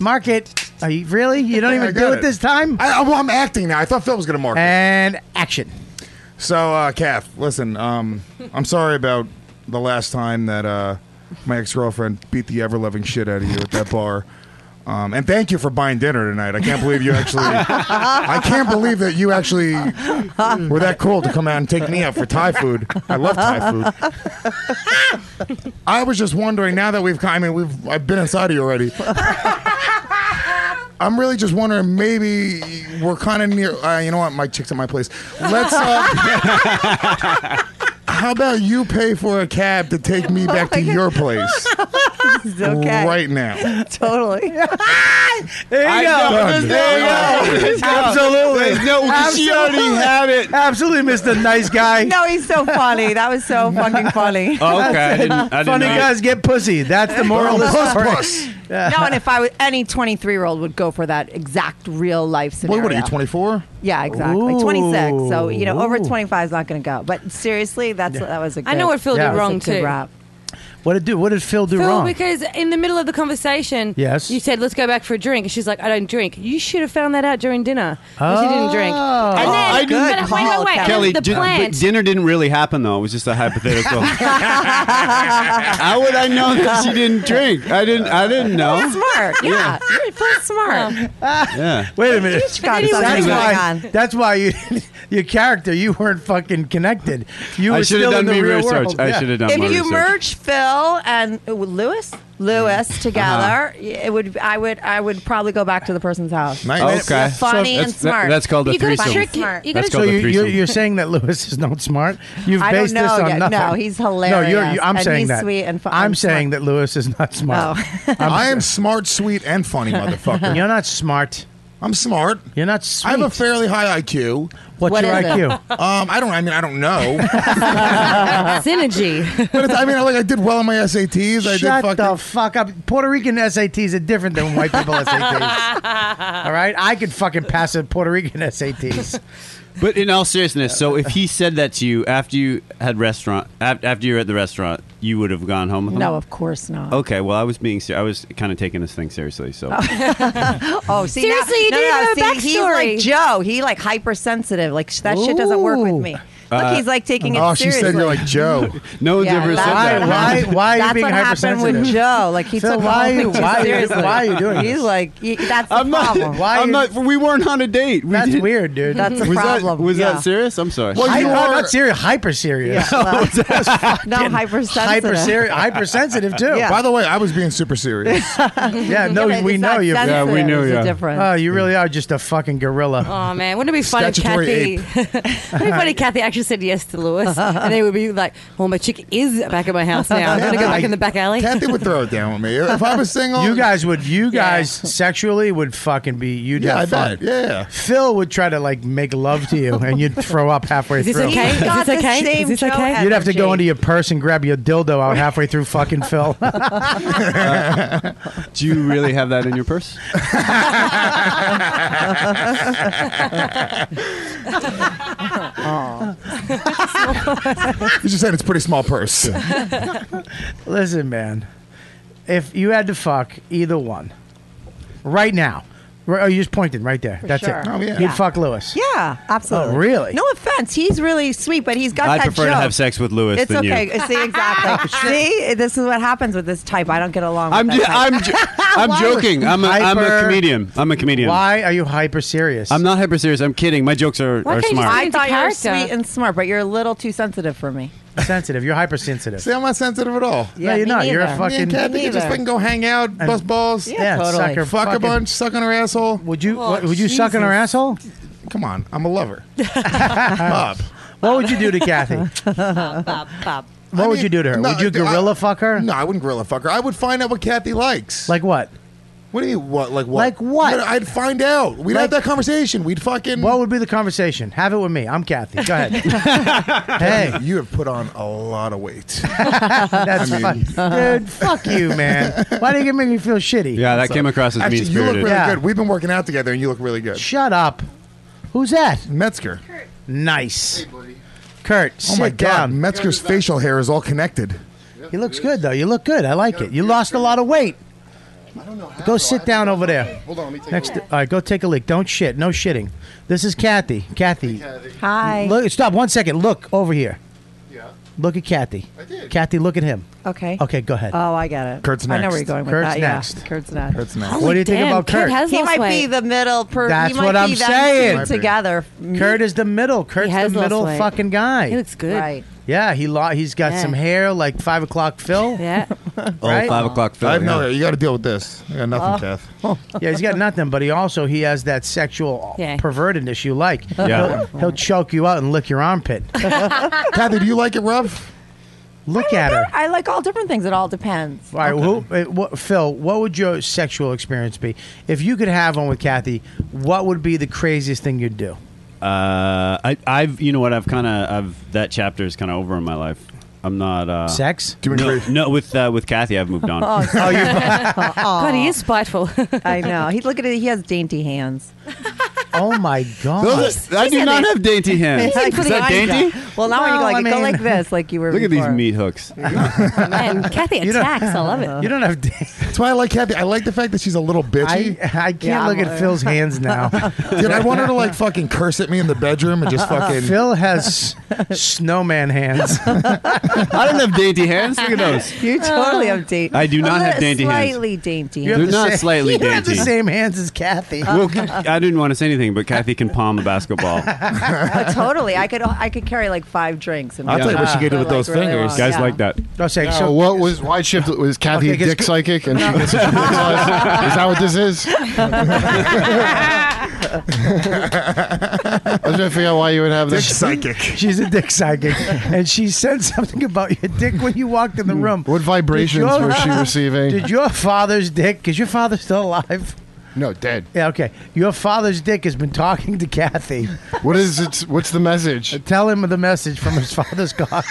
[SPEAKER 2] Market. Are you really? You don't even do it this time.
[SPEAKER 7] I, I- well, I'm acting now. I thought Phil was going to mark
[SPEAKER 2] And action.
[SPEAKER 7] So, uh, Kath, listen, um, I'm sorry about the last time that uh, my ex girlfriend beat the ever loving shit out of you at that bar. Um, and thank you for buying dinner tonight. I can't believe you actually. I can't believe that you actually were that cool to come out and take me out for Thai food. I love Thai food. I was just wondering now that we've come, I mean we've I've been inside of you already. I'm really just wondering maybe we're kind of near uh, you know what my chick's at my place. Let's uh, How about you pay for a cab to take me back to your place
[SPEAKER 12] This is okay.
[SPEAKER 7] right now?
[SPEAKER 12] Totally.
[SPEAKER 2] There you
[SPEAKER 12] I
[SPEAKER 2] go.
[SPEAKER 12] know.
[SPEAKER 2] There
[SPEAKER 12] Done. There
[SPEAKER 2] you go.
[SPEAKER 12] you go.
[SPEAKER 2] Absolutely.
[SPEAKER 12] No, 'cause she already had
[SPEAKER 2] it. Absolutely, Mr. Nice Guy.
[SPEAKER 12] <laughs> No, he's so funny. That was so fucking
[SPEAKER 9] <laughs>
[SPEAKER 12] funny.
[SPEAKER 2] Oh, okay. I
[SPEAKER 9] didn't- I didn't
[SPEAKER 2] Funny
[SPEAKER 9] know.
[SPEAKER 2] guys get pussy. That's the moral of the
[SPEAKER 12] Puss,
[SPEAKER 2] story.
[SPEAKER 13] <laughs>
[SPEAKER 12] puss. no, and if I was any 23 year old would go for that exact real life
[SPEAKER 7] What,
[SPEAKER 12] scenario.
[SPEAKER 7] what are you 24?
[SPEAKER 12] Yeah, exactly. 26. So, you know, over
[SPEAKER 7] Ooh.
[SPEAKER 12] 25 is not going to go. But seriously, that's that was a good
[SPEAKER 17] I know what Phil did
[SPEAKER 12] that was a
[SPEAKER 17] wrong,
[SPEAKER 12] good
[SPEAKER 17] too.
[SPEAKER 12] Rap.
[SPEAKER 2] What did do? What did Phil do
[SPEAKER 17] Phil,
[SPEAKER 2] wrong?
[SPEAKER 17] because in the middle of the conversation,
[SPEAKER 2] Yes.
[SPEAKER 17] you said let's go back for a drink, and she's like, I don't drink. You should have found that out during dinner. Oh, she didn't drink.
[SPEAKER 9] Oh.
[SPEAKER 17] And then,
[SPEAKER 9] I didn't-
[SPEAKER 17] but wait, wait, wait. and
[SPEAKER 9] Kelly,
[SPEAKER 17] the
[SPEAKER 9] di-
[SPEAKER 17] plant.
[SPEAKER 9] but dinner didn't really happen though. It was just a hypothetical. How would I know that she didn't drink? I didn't. I didn't
[SPEAKER 12] Phil's <laughs>
[SPEAKER 9] know.
[SPEAKER 12] smart. Yeah. Phil's smart.
[SPEAKER 9] Yeah.
[SPEAKER 2] Wait a minute.
[SPEAKER 12] He's got something
[SPEAKER 2] that's,
[SPEAKER 12] going
[SPEAKER 2] why, that's why you, <laughs> your character, you weren't fucking connected. You
[SPEAKER 9] I
[SPEAKER 2] were
[SPEAKER 9] should
[SPEAKER 2] still
[SPEAKER 9] have
[SPEAKER 2] in
[SPEAKER 9] done
[SPEAKER 2] the
[SPEAKER 9] me
[SPEAKER 2] real
[SPEAKER 9] research.
[SPEAKER 2] world.
[SPEAKER 9] I should have done
[SPEAKER 12] if
[SPEAKER 9] my
[SPEAKER 12] you
[SPEAKER 9] research.
[SPEAKER 12] merge Phil and uh, Lewis,
[SPEAKER 9] Uh-huh.
[SPEAKER 12] Lewis together, it would I would I would probably go back to the person's house.
[SPEAKER 9] Nice. Okay.
[SPEAKER 12] Funny
[SPEAKER 9] So
[SPEAKER 12] and
[SPEAKER 9] that's- that-
[SPEAKER 12] smart.
[SPEAKER 9] that's called a You gotta threesome. trick-
[SPEAKER 12] Smart.
[SPEAKER 9] you gotta That's
[SPEAKER 2] so
[SPEAKER 9] called a
[SPEAKER 2] you, you're,
[SPEAKER 9] threesome.
[SPEAKER 2] you're saying that Lewis is not smart. You've
[SPEAKER 12] I don't
[SPEAKER 2] based this
[SPEAKER 12] know
[SPEAKER 2] on
[SPEAKER 12] yet.
[SPEAKER 2] nothing.
[SPEAKER 12] No, he's
[SPEAKER 2] No, you're,
[SPEAKER 12] hilarious,
[SPEAKER 2] you I'm
[SPEAKER 12] and
[SPEAKER 2] saying
[SPEAKER 12] he's
[SPEAKER 2] that.
[SPEAKER 12] sweet and fu-
[SPEAKER 2] I'm,
[SPEAKER 12] and Oh.
[SPEAKER 2] saying that <laughs> Lewis is not smart.
[SPEAKER 13] <laughs>
[SPEAKER 7] I am smart, sweet, and funny, motherfucker.
[SPEAKER 2] You're not smart.
[SPEAKER 7] I'm smart.
[SPEAKER 13] You're not
[SPEAKER 7] I have a fairly high IQ.
[SPEAKER 13] What's
[SPEAKER 1] What your is it? IQ?
[SPEAKER 7] Um, I don't. I mean, I don't know. <laughs>
[SPEAKER 17] <laughs>
[SPEAKER 18] Synergy.
[SPEAKER 7] but it's, I mean, like I did well on my SATs. I
[SPEAKER 13] Shut
[SPEAKER 7] did fucking,
[SPEAKER 13] the fuck up. Puerto Rican SATs are different than white people SATs. All right? I could fucking pass a Puerto Rican SATs.
[SPEAKER 9] But in all seriousness, so if he said that to you after you had restaurant, af- after you were at the restaurant, you would have gone home with him.
[SPEAKER 12] No, of course not.
[SPEAKER 9] Okay, well, I was being ser- I was kind of taking this thing seriously. So
[SPEAKER 12] oh, see,
[SPEAKER 1] Seriously,
[SPEAKER 12] now,
[SPEAKER 1] you
[SPEAKER 12] no,
[SPEAKER 1] didn't
[SPEAKER 12] no,
[SPEAKER 1] have a
[SPEAKER 12] see, He's
[SPEAKER 1] backstory.
[SPEAKER 12] like Joe. He like hypersensitive. Like sh- that shit doesn't work with me. Look,
[SPEAKER 9] Uh,
[SPEAKER 12] he's like taking it
[SPEAKER 9] oh, she
[SPEAKER 12] seriously.
[SPEAKER 9] said you're like Joe.
[SPEAKER 13] <laughs>
[SPEAKER 9] no one's ever said
[SPEAKER 12] that's-
[SPEAKER 9] that.
[SPEAKER 13] Why- why are you
[SPEAKER 12] that's
[SPEAKER 13] being
[SPEAKER 12] what happened with
[SPEAKER 13] hypersensitive?
[SPEAKER 12] Joe. Like
[SPEAKER 2] <laughs>
[SPEAKER 12] he <laughs>
[SPEAKER 13] So
[SPEAKER 12] took
[SPEAKER 13] why
[SPEAKER 12] the
[SPEAKER 13] you-
[SPEAKER 12] whole thing
[SPEAKER 13] why
[SPEAKER 12] too
[SPEAKER 13] you-
[SPEAKER 12] seriously.
[SPEAKER 13] why are you doing
[SPEAKER 12] He's
[SPEAKER 13] this?
[SPEAKER 12] like, y- that's the
[SPEAKER 9] I'm not.
[SPEAKER 12] problem.
[SPEAKER 9] I'm not. We weren't on a date. We
[SPEAKER 13] That's
[SPEAKER 9] didn't-
[SPEAKER 13] weird, dude. That's a
[SPEAKER 9] was That,
[SPEAKER 13] problem,
[SPEAKER 9] was
[SPEAKER 13] yeah.
[SPEAKER 9] that serious? I'm sorry.
[SPEAKER 13] Well, you are not serious, hyper serious.
[SPEAKER 2] <laughs>
[SPEAKER 12] Yeah, well,
[SPEAKER 13] no, Hyper serious, hypersensitive
[SPEAKER 12] <laughs>
[SPEAKER 13] too.
[SPEAKER 7] By the way, I was being super serious.
[SPEAKER 13] <laughs> yeah, no,
[SPEAKER 7] Yeah, but
[SPEAKER 13] we
[SPEAKER 7] it's
[SPEAKER 13] know
[SPEAKER 7] not
[SPEAKER 13] you.
[SPEAKER 7] sensitive, Yeah, we knew, it's a yeah. difference.
[SPEAKER 13] Oh, you really are just a fucking gorilla.
[SPEAKER 18] Oh man, wouldn't it be funny if Kathy?
[SPEAKER 13] Statutory
[SPEAKER 18] <laughs> wouldn't it be funny if Kathy actually said yes to Lewis, and they would be like, "Well, my chick is back at my house now. I'm gonna go back in the back alley."
[SPEAKER 7] Kathy would throw it down with me if I was single.
[SPEAKER 13] You guys would. You guys sexually would fucking be. You'd
[SPEAKER 7] Yeah,
[SPEAKER 13] have
[SPEAKER 7] I bet.
[SPEAKER 13] fun.
[SPEAKER 7] Yeah.
[SPEAKER 13] Phil would try to like make love to you, and you'd throw up halfway
[SPEAKER 18] Is this
[SPEAKER 13] through.
[SPEAKER 18] okay? Is
[SPEAKER 12] got
[SPEAKER 18] this
[SPEAKER 12] the
[SPEAKER 18] okay?
[SPEAKER 12] same
[SPEAKER 18] is this
[SPEAKER 12] Joe
[SPEAKER 18] okay?
[SPEAKER 12] energy.
[SPEAKER 13] You'd have to go into your purse and grab your dildo out halfway through fucking Phil. <laughs>
[SPEAKER 9] Do you really have that in your purse?
[SPEAKER 7] You just said it's a pretty
[SPEAKER 13] <laughs>
[SPEAKER 7] small purse. Oh,
[SPEAKER 13] Listen, man. If you had to fuck either one, right now, right, oh, you just pointed right there.
[SPEAKER 12] For
[SPEAKER 13] That's
[SPEAKER 12] sure.
[SPEAKER 13] it.
[SPEAKER 12] Oh, yeah.
[SPEAKER 13] You'd
[SPEAKER 12] Yeah.
[SPEAKER 13] fuck Lewis.
[SPEAKER 12] Yeah, absolutely.
[SPEAKER 13] Oh, really?
[SPEAKER 12] No offense. He's really sweet, but he's got
[SPEAKER 9] I'd
[SPEAKER 12] that
[SPEAKER 9] prefer to
[SPEAKER 12] joke.
[SPEAKER 9] have sex with Lewis
[SPEAKER 12] It's
[SPEAKER 9] than you.
[SPEAKER 12] okay.
[SPEAKER 9] <laughs>
[SPEAKER 12] See, exactly. See, this is what happens with this type. I don't get along with
[SPEAKER 9] I'm
[SPEAKER 12] that
[SPEAKER 9] ju-
[SPEAKER 12] type.
[SPEAKER 9] I'm ju- I'm joking. I'm a, I'm a comedian. I'm a comedian.
[SPEAKER 13] Why are you hyper serious?
[SPEAKER 9] I'm not hyper serious. I'm kidding. My jokes are, are smart.
[SPEAKER 12] I thought you were
[SPEAKER 18] character?
[SPEAKER 12] sweet and smart, but you're a little too sensitive for me.
[SPEAKER 13] sensitive. You're hypersensitive.
[SPEAKER 7] See, I'm not sensitive at all.
[SPEAKER 12] <laughs> Yeah, No, you're me not. You're a neither. fucking-
[SPEAKER 7] Me and Kathy
[SPEAKER 12] Me
[SPEAKER 7] could just
[SPEAKER 12] neither.
[SPEAKER 7] fucking go hang out, bust balls.
[SPEAKER 12] Yeah, Yeah, totally.
[SPEAKER 7] suck her, fuck a
[SPEAKER 12] fucking-
[SPEAKER 7] bunch, suck on her asshole.
[SPEAKER 13] Would you? what- would you suck on her asshole?
[SPEAKER 7] Come on, I'm a
[SPEAKER 12] <laughs>
[SPEAKER 7] lover.
[SPEAKER 13] Bob. What would you do to Kathy?
[SPEAKER 18] Bob, Bob.
[SPEAKER 13] What would you do to her? Would you gorilla fuck her?
[SPEAKER 7] No, I wouldn't gorilla fuck her. I would find out what Kathy likes.
[SPEAKER 13] Like what?
[SPEAKER 7] What do you what? Like what?
[SPEAKER 13] Like what?
[SPEAKER 7] I'd find out. We'd have that conversation. We'd fucking.
[SPEAKER 13] What would be the conversation? Have it with me. I'm Kathy. Go ahead. hey,
[SPEAKER 7] you have put on a lot
[SPEAKER 13] <laughs>
[SPEAKER 7] of weight.
[SPEAKER 13] that's
[SPEAKER 7] I mean-
[SPEAKER 13] fun, <laughs> dude. Fuck you, man. Why do you make me feel shitty?
[SPEAKER 9] Yeah, that came across as
[SPEAKER 7] Actually,
[SPEAKER 9] mean
[SPEAKER 7] you look
[SPEAKER 9] spirited.
[SPEAKER 7] really
[SPEAKER 13] Yeah.
[SPEAKER 7] good. We've been working out together, and you look really good.
[SPEAKER 13] Shut up. Who's that?
[SPEAKER 7] Metzger.
[SPEAKER 13] Nice. Kurt,
[SPEAKER 7] Oh my
[SPEAKER 13] sit down.
[SPEAKER 7] God, Metzger's facial hair is all connected.
[SPEAKER 13] He looks good though. You look good. I like it. You lost a lot of weight. Go sit down over there.
[SPEAKER 19] Hold on, let me take a
[SPEAKER 13] Next,
[SPEAKER 19] leak.
[SPEAKER 13] all right, go take a leak. Don't shit. No shitting. This is Kathy. Kathy.
[SPEAKER 12] Hi.
[SPEAKER 13] Look, stop. One second. Look over here.
[SPEAKER 19] Yeah.
[SPEAKER 13] Look at Kathy. I did. Kathy, look at him.
[SPEAKER 12] Okay.
[SPEAKER 13] Okay, go ahead.
[SPEAKER 12] Oh, I get it.
[SPEAKER 13] Kurt's
[SPEAKER 12] I know
[SPEAKER 13] next.
[SPEAKER 12] where you're going with
[SPEAKER 13] Kurt's
[SPEAKER 12] that.
[SPEAKER 13] next.
[SPEAKER 12] Yeah. Kurt's next.
[SPEAKER 7] Kurt's next.
[SPEAKER 13] What do you think
[SPEAKER 12] Damn,
[SPEAKER 13] about Kurt?
[SPEAKER 12] he might be the middle. Per-
[SPEAKER 13] That's
[SPEAKER 12] he might
[SPEAKER 13] what
[SPEAKER 12] be
[SPEAKER 13] I'm
[SPEAKER 12] them
[SPEAKER 13] saying.
[SPEAKER 12] two Together.
[SPEAKER 13] Kurt is the middle. Kurt's the
[SPEAKER 12] has lost
[SPEAKER 13] middle
[SPEAKER 12] weight.
[SPEAKER 13] fucking guy.
[SPEAKER 12] He looks good. Right.
[SPEAKER 13] Yeah, he lo- he's got
[SPEAKER 12] Yeah.
[SPEAKER 13] some hair like five o'clock Phil.
[SPEAKER 12] <laughs>
[SPEAKER 18] yeah.
[SPEAKER 9] Oh,
[SPEAKER 13] Right?
[SPEAKER 9] five o'clock. Phil,
[SPEAKER 7] I have no
[SPEAKER 9] yeah.
[SPEAKER 7] hair. You got to deal with this. I got nothing,
[SPEAKER 13] Oh.
[SPEAKER 7] Kath.
[SPEAKER 13] yeah, he's got nothing, but he also he has that sexual
[SPEAKER 7] Yeah.
[SPEAKER 13] pervertedness you
[SPEAKER 12] <laughs>
[SPEAKER 13] like.
[SPEAKER 7] Yeah.
[SPEAKER 13] He'll, he'll choke you out and lick your armpit. Kathy,
[SPEAKER 7] do you like it rough?
[SPEAKER 13] Look at her.
[SPEAKER 12] I like all different things. It all depends.
[SPEAKER 13] All right, who, uh, what, Phil, what would your sexual experience be if you could have one with Kathy? What would be the craziest thing you'd do?
[SPEAKER 9] Uh, I, I've, you know what? I've kind of, I've that chapter is kind of over in my life. I'm not uh,
[SPEAKER 13] sex.
[SPEAKER 9] Doing no, no, with uh, with Kathy, I've moved on.
[SPEAKER 12] Oh,
[SPEAKER 13] you
[SPEAKER 12] God,
[SPEAKER 18] he is spiteful. <laughs>
[SPEAKER 12] I know. He look at it. He has dainty hands.
[SPEAKER 13] Oh
[SPEAKER 2] <laughs>
[SPEAKER 13] my god!
[SPEAKER 9] Those are- I do not have <laughs> dainty hands.
[SPEAKER 12] He's in for
[SPEAKER 9] Is
[SPEAKER 12] the
[SPEAKER 9] that
[SPEAKER 12] eye
[SPEAKER 9] dainty?
[SPEAKER 12] job. Well, now when you go
[SPEAKER 13] Well,
[SPEAKER 12] like
[SPEAKER 13] I
[SPEAKER 12] go
[SPEAKER 13] mean-
[SPEAKER 12] like this, like you were.
[SPEAKER 9] Look at these
[SPEAKER 12] before.
[SPEAKER 9] meat <laughs> hooks.
[SPEAKER 18] Man, Kathy
[SPEAKER 13] You don't-
[SPEAKER 18] attacks. I love it.
[SPEAKER 13] You don't have.
[SPEAKER 7] That's why I like Kathy. I like the fact that she's a little bitchy.
[SPEAKER 13] <laughs> I, I can't look at Phil's hands now.
[SPEAKER 7] Dude, I want her to like fucking curse at me in the bedroom and just
[SPEAKER 2] Uh,
[SPEAKER 7] fucking.
[SPEAKER 13] Phil has snowman
[SPEAKER 9] <laughs>
[SPEAKER 13] hands.
[SPEAKER 9] I don't have dainty hands. Look at <laughs> those.
[SPEAKER 12] You <laughs> totally
[SPEAKER 2] uh,
[SPEAKER 12] have dainty.
[SPEAKER 9] I do not
[SPEAKER 12] A
[SPEAKER 9] have
[SPEAKER 12] little-
[SPEAKER 9] dainty hands.
[SPEAKER 12] Slightly dainty.
[SPEAKER 9] You have They're the not same- slightly
[SPEAKER 13] <laughs> you don't have the
[SPEAKER 9] dainty.
[SPEAKER 13] same hands as Kathy.
[SPEAKER 9] Well, I didn't want to say anything, but Kathy can palm a basketball.
[SPEAKER 12] Oh, totally. I could. I could carry like five drinks.
[SPEAKER 9] <laughs>
[SPEAKER 12] And
[SPEAKER 9] I'll tell you what she could do with
[SPEAKER 12] Like,
[SPEAKER 9] those
[SPEAKER 12] really
[SPEAKER 9] fingers.
[SPEAKER 12] long.
[SPEAKER 9] Guys
[SPEAKER 12] Yeah.
[SPEAKER 9] like that.
[SPEAKER 13] No, say,
[SPEAKER 19] Now,
[SPEAKER 13] so-
[SPEAKER 19] what was Wide Shift? Was Kathy
[SPEAKER 13] Okay, 'cause-
[SPEAKER 19] dick psychic? And she gets a shooting
[SPEAKER 2] <laughs>
[SPEAKER 19] class? Is that what this
[SPEAKER 7] <laughs>
[SPEAKER 19] is? I was trying to figure out why you would have
[SPEAKER 13] Dick
[SPEAKER 19] this.
[SPEAKER 13] psychic. She's a dick psychic, and she said something about your dick when you walked in the room.
[SPEAKER 2] <laughs>
[SPEAKER 19] What vibrations was she receiving?
[SPEAKER 13] Did your father's dick? Is your father still alive? No, dead.
[SPEAKER 2] Yeah, okay. Your father's dick has been talking to Kathy.
[SPEAKER 13] What is it? What's the message?
[SPEAKER 2] Tell him the message from his father's cock.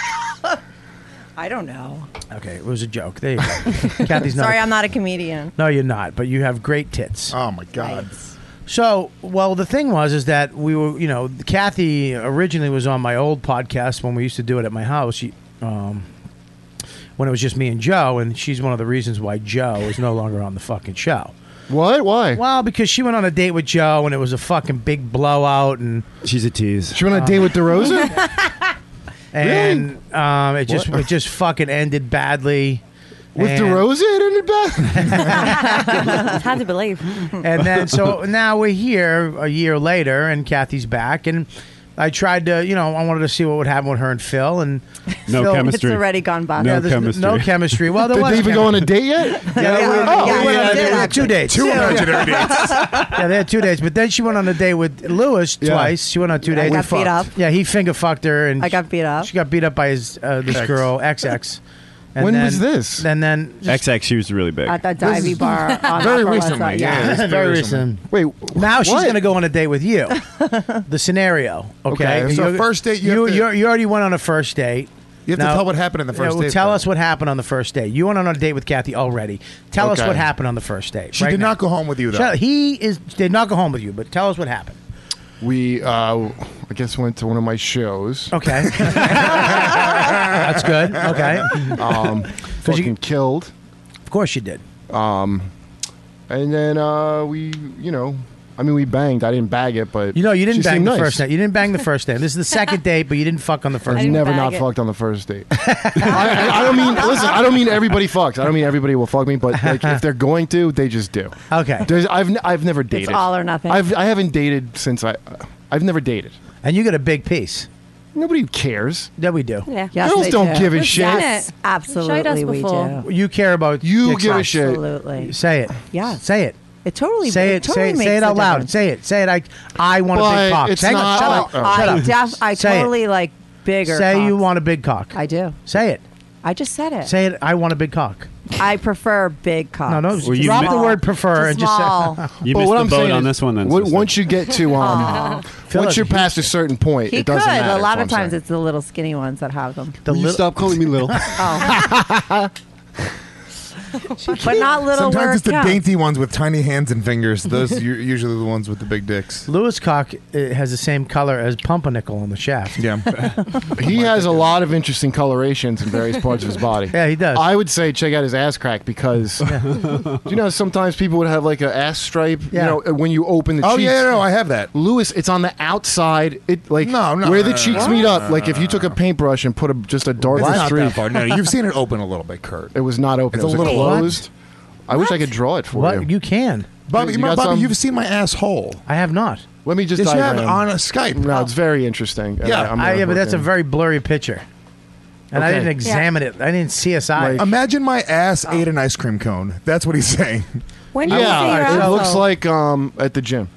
[SPEAKER 12] I don't know.
[SPEAKER 2] <laughs> Okay, it was a joke. There
[SPEAKER 13] <laughs>
[SPEAKER 2] you go. Kathy's not.
[SPEAKER 12] Sorry, I'm not a comedian.
[SPEAKER 2] No, you're not. But you have great tits. Oh my god. So, well, the thing was is that we were, you know, Kathy originally was on my old podcast when we used to do it at my house. She, um, when it was just me and Joe, and she's one of the reasons why Joe is no longer on the fucking show.
[SPEAKER 13] What? Why?
[SPEAKER 2] Well, because she went on a date with Joe, and it was a fucking big blowout, and
[SPEAKER 9] she's a tease.
[SPEAKER 13] She went on a date with
[SPEAKER 2] <laughs>
[SPEAKER 13] DeRosa?
[SPEAKER 2] and um, it just
[SPEAKER 13] What?
[SPEAKER 2] it just fucking ended badly.
[SPEAKER 13] With
[SPEAKER 2] and,
[SPEAKER 13] DeRosa, it ended bad.
[SPEAKER 15] it's hard to believe.
[SPEAKER 2] and then so now we're here a year later, and Kathy's back, and I tried to, you know, I wanted to see what would happen with her and Phil, and
[SPEAKER 9] No
[SPEAKER 2] Phil-
[SPEAKER 9] chemistry. It's <laughs> already
[SPEAKER 12] gone by.
[SPEAKER 2] Yeah,
[SPEAKER 9] No
[SPEAKER 2] there's n-
[SPEAKER 9] chemistry.
[SPEAKER 2] No chemistry. Well, there
[SPEAKER 13] Did
[SPEAKER 2] was
[SPEAKER 13] they even go on a
[SPEAKER 2] chemistry.
[SPEAKER 13] date yet?
[SPEAKER 2] Yeah, they went-
[SPEAKER 13] Oh,
[SPEAKER 2] yeah,
[SPEAKER 13] yeah,
[SPEAKER 2] they went on a date.
[SPEAKER 13] yeah.
[SPEAKER 2] They had two dates.
[SPEAKER 13] Two imaginary
[SPEAKER 9] <laughs>
[SPEAKER 13] dates.
[SPEAKER 2] yeah, they had two dates, but then she went on a date with Lewis
[SPEAKER 13] Yeah.
[SPEAKER 2] twice. She went on two
[SPEAKER 13] I
[SPEAKER 2] dates.
[SPEAKER 13] got beat up.
[SPEAKER 2] Yeah, he finger fucked her, and
[SPEAKER 12] I got beat up.
[SPEAKER 2] She got beat up by his uh, this
[SPEAKER 9] Ex.
[SPEAKER 13] <laughs>
[SPEAKER 2] girl XX. And
[SPEAKER 9] When
[SPEAKER 2] then-
[SPEAKER 9] was
[SPEAKER 13] this?
[SPEAKER 2] And then
[SPEAKER 9] XX, she was really big.
[SPEAKER 12] At that
[SPEAKER 2] <laughs>
[SPEAKER 12] divey bar. On
[SPEAKER 2] Very
[SPEAKER 12] Upper West
[SPEAKER 2] recently,
[SPEAKER 12] Side,
[SPEAKER 2] yeah, it's <laughs> very recent.
[SPEAKER 13] Wait,
[SPEAKER 2] now she's going to go on a date
[SPEAKER 13] <laughs>
[SPEAKER 2] with you. the scenario, okay?
[SPEAKER 13] Okay, so
[SPEAKER 2] You're-
[SPEAKER 13] first date, you
[SPEAKER 2] you
[SPEAKER 13] have to-
[SPEAKER 2] you're- you already went on a first date.
[SPEAKER 13] You have to tell what happened on the
[SPEAKER 2] yeah,
[SPEAKER 13] first
[SPEAKER 2] well,
[SPEAKER 13] date,
[SPEAKER 2] Tell
[SPEAKER 13] though.
[SPEAKER 2] us what happened on the first date. You went on a date with Kathy already. Tell us
[SPEAKER 13] Okay.
[SPEAKER 2] what happened on the first date.
[SPEAKER 13] She
[SPEAKER 2] right
[SPEAKER 13] did
[SPEAKER 2] now.
[SPEAKER 13] not go home with you, though.
[SPEAKER 2] Shut- He is did not go home with you, but tell us what happened.
[SPEAKER 13] We, uh, I guess, went to one of my shows. <laughs>
[SPEAKER 2] Okay. That's good. Okay.
[SPEAKER 13] Um, fucking killed.
[SPEAKER 2] Of course you did.
[SPEAKER 13] Um, and then uh, we, you know, I mean, we banged. I didn't bag it, but
[SPEAKER 2] You know, you
[SPEAKER 13] she
[SPEAKER 2] didn't bang
[SPEAKER 13] seemed
[SPEAKER 2] the
[SPEAKER 13] nice.
[SPEAKER 2] first date. You didn't bang the first date. This is the
[SPEAKER 12] <laughs>
[SPEAKER 2] second date, but you didn't fuck on the first.
[SPEAKER 13] I
[SPEAKER 2] date.
[SPEAKER 13] never not fucked on the first
[SPEAKER 2] <laughs>
[SPEAKER 13] date. I, I don't mean listen. I don't mean everybody fucks. I don't mean everybody will fuck me, but like if they're going to, they just do.
[SPEAKER 2] Okay.
[SPEAKER 13] There's, I've n- I've never dated.
[SPEAKER 12] all or nothing.
[SPEAKER 13] I've I haven't dated since I I've never dated.
[SPEAKER 2] And you got a big piece.
[SPEAKER 13] Nobody cares.
[SPEAKER 2] Yeah, we do.
[SPEAKER 17] Yeah.
[SPEAKER 13] Girls don't give a shit.
[SPEAKER 12] Yes, absolutely, we do.
[SPEAKER 2] You care about
[SPEAKER 13] You
[SPEAKER 2] dicks.
[SPEAKER 13] give a shit.
[SPEAKER 12] Absolutely.
[SPEAKER 2] Say it.
[SPEAKER 12] Yeah.
[SPEAKER 2] Say it.
[SPEAKER 12] It totally.
[SPEAKER 2] say it.
[SPEAKER 12] totally
[SPEAKER 2] say it.
[SPEAKER 12] makes
[SPEAKER 2] Say it
[SPEAKER 12] a
[SPEAKER 2] out loud.
[SPEAKER 12] difference.
[SPEAKER 2] Say it. Say it. I I want a
[SPEAKER 13] But
[SPEAKER 2] big cock.
[SPEAKER 13] it's
[SPEAKER 2] Hang on,
[SPEAKER 13] not-
[SPEAKER 2] shut up.
[SPEAKER 13] Oh,
[SPEAKER 2] shut
[SPEAKER 12] I,
[SPEAKER 2] up.
[SPEAKER 12] def- I
[SPEAKER 2] Say it.
[SPEAKER 12] totally like bigger.
[SPEAKER 2] Say you
[SPEAKER 12] cocks.
[SPEAKER 2] want a big cock.
[SPEAKER 12] I do.
[SPEAKER 2] Say it.
[SPEAKER 12] I just said it.
[SPEAKER 2] Say it. I want a big cock.
[SPEAKER 12] I prefer big cocks.
[SPEAKER 2] No, no.
[SPEAKER 9] Well, you
[SPEAKER 2] drop
[SPEAKER 9] mi-
[SPEAKER 2] the word prefer
[SPEAKER 12] To
[SPEAKER 2] and just <laughs>
[SPEAKER 12] small.
[SPEAKER 2] say.
[SPEAKER 9] <laughs> You
[SPEAKER 13] But
[SPEAKER 9] missed
[SPEAKER 13] what
[SPEAKER 9] the
[SPEAKER 13] I'm
[SPEAKER 9] boat
[SPEAKER 13] saying
[SPEAKER 9] on
[SPEAKER 13] is,
[SPEAKER 9] this one, then.
[SPEAKER 13] wa-
[SPEAKER 9] sister.
[SPEAKER 13] once you get
[SPEAKER 9] <laughs>
[SPEAKER 13] to um, once you're past a certain point,
[SPEAKER 12] He
[SPEAKER 13] it
[SPEAKER 12] could.
[SPEAKER 13] doesn't matter.
[SPEAKER 12] A lot of
[SPEAKER 13] is what I'm
[SPEAKER 12] times it's the little skinny ones that have them.
[SPEAKER 2] The
[SPEAKER 9] Will you stop calling
[SPEAKER 13] <laughs>
[SPEAKER 9] me little.
[SPEAKER 12] but
[SPEAKER 13] <laughs>
[SPEAKER 12] not little
[SPEAKER 7] Sometimes
[SPEAKER 12] word
[SPEAKER 7] it's the
[SPEAKER 12] counts.
[SPEAKER 7] dainty ones with tiny hands and fingers.
[SPEAKER 12] <laughs>
[SPEAKER 7] Those are u- usually the ones with the big dicks.
[SPEAKER 2] Lewis cock uh, has the same color as pumpernickel on the shaft.
[SPEAKER 7] <laughs> Yeah.
[SPEAKER 13] saying. he has a lot of interesting colorations in various parts of his body.
[SPEAKER 2] Yeah, he does.
[SPEAKER 13] I would say check out his ass crack
[SPEAKER 2] <laughs>
[SPEAKER 13] because <laughs> you know sometimes people would have like an ass stripe.
[SPEAKER 7] Yeah.
[SPEAKER 13] You know uh, when you open the
[SPEAKER 7] Oh,
[SPEAKER 13] cheeks.
[SPEAKER 7] yeah, no, I have that.
[SPEAKER 13] Lewis, it's on the outside. It like
[SPEAKER 7] No, no,
[SPEAKER 13] where the
[SPEAKER 7] no, no,
[SPEAKER 13] cheeks
[SPEAKER 7] no,
[SPEAKER 13] meet
[SPEAKER 7] no,
[SPEAKER 13] up.
[SPEAKER 7] no,
[SPEAKER 13] like
[SPEAKER 7] no,
[SPEAKER 13] if you took a paintbrush and put a, just a darker
[SPEAKER 7] It's not
[SPEAKER 13] streak.
[SPEAKER 7] that far. No, you've seen it open a little bit, Kurt.
[SPEAKER 13] It was not open.
[SPEAKER 7] It's
[SPEAKER 13] it was
[SPEAKER 7] a little What?
[SPEAKER 13] closed. I wish I could draw it for
[SPEAKER 2] What
[SPEAKER 13] you.
[SPEAKER 2] you can?
[SPEAKER 7] Bobby,
[SPEAKER 13] You
[SPEAKER 7] you know,
[SPEAKER 13] got
[SPEAKER 7] Bobby
[SPEAKER 13] some?
[SPEAKER 7] you've seen my asshole.
[SPEAKER 2] I have not.
[SPEAKER 13] Let me just
[SPEAKER 7] Yes, you have
[SPEAKER 13] diagram.
[SPEAKER 7] it on a Skype.
[SPEAKER 13] No, it's very interesting. and I- I'm
[SPEAKER 2] I,
[SPEAKER 13] gonna
[SPEAKER 2] yeah, but
[SPEAKER 13] work
[SPEAKER 2] that's a
[SPEAKER 13] in.
[SPEAKER 2] very blurry picture. And I
[SPEAKER 13] Okay.
[SPEAKER 2] didn't examine it. I didn't CSI.
[SPEAKER 7] Imagine my ass ate an ice cream cone. That's what
[SPEAKER 13] <laughs>
[SPEAKER 7] he's saying.
[SPEAKER 15] When did you see your
[SPEAKER 13] yeah. It
[SPEAKER 15] asshole?
[SPEAKER 13] looks like um at the gym.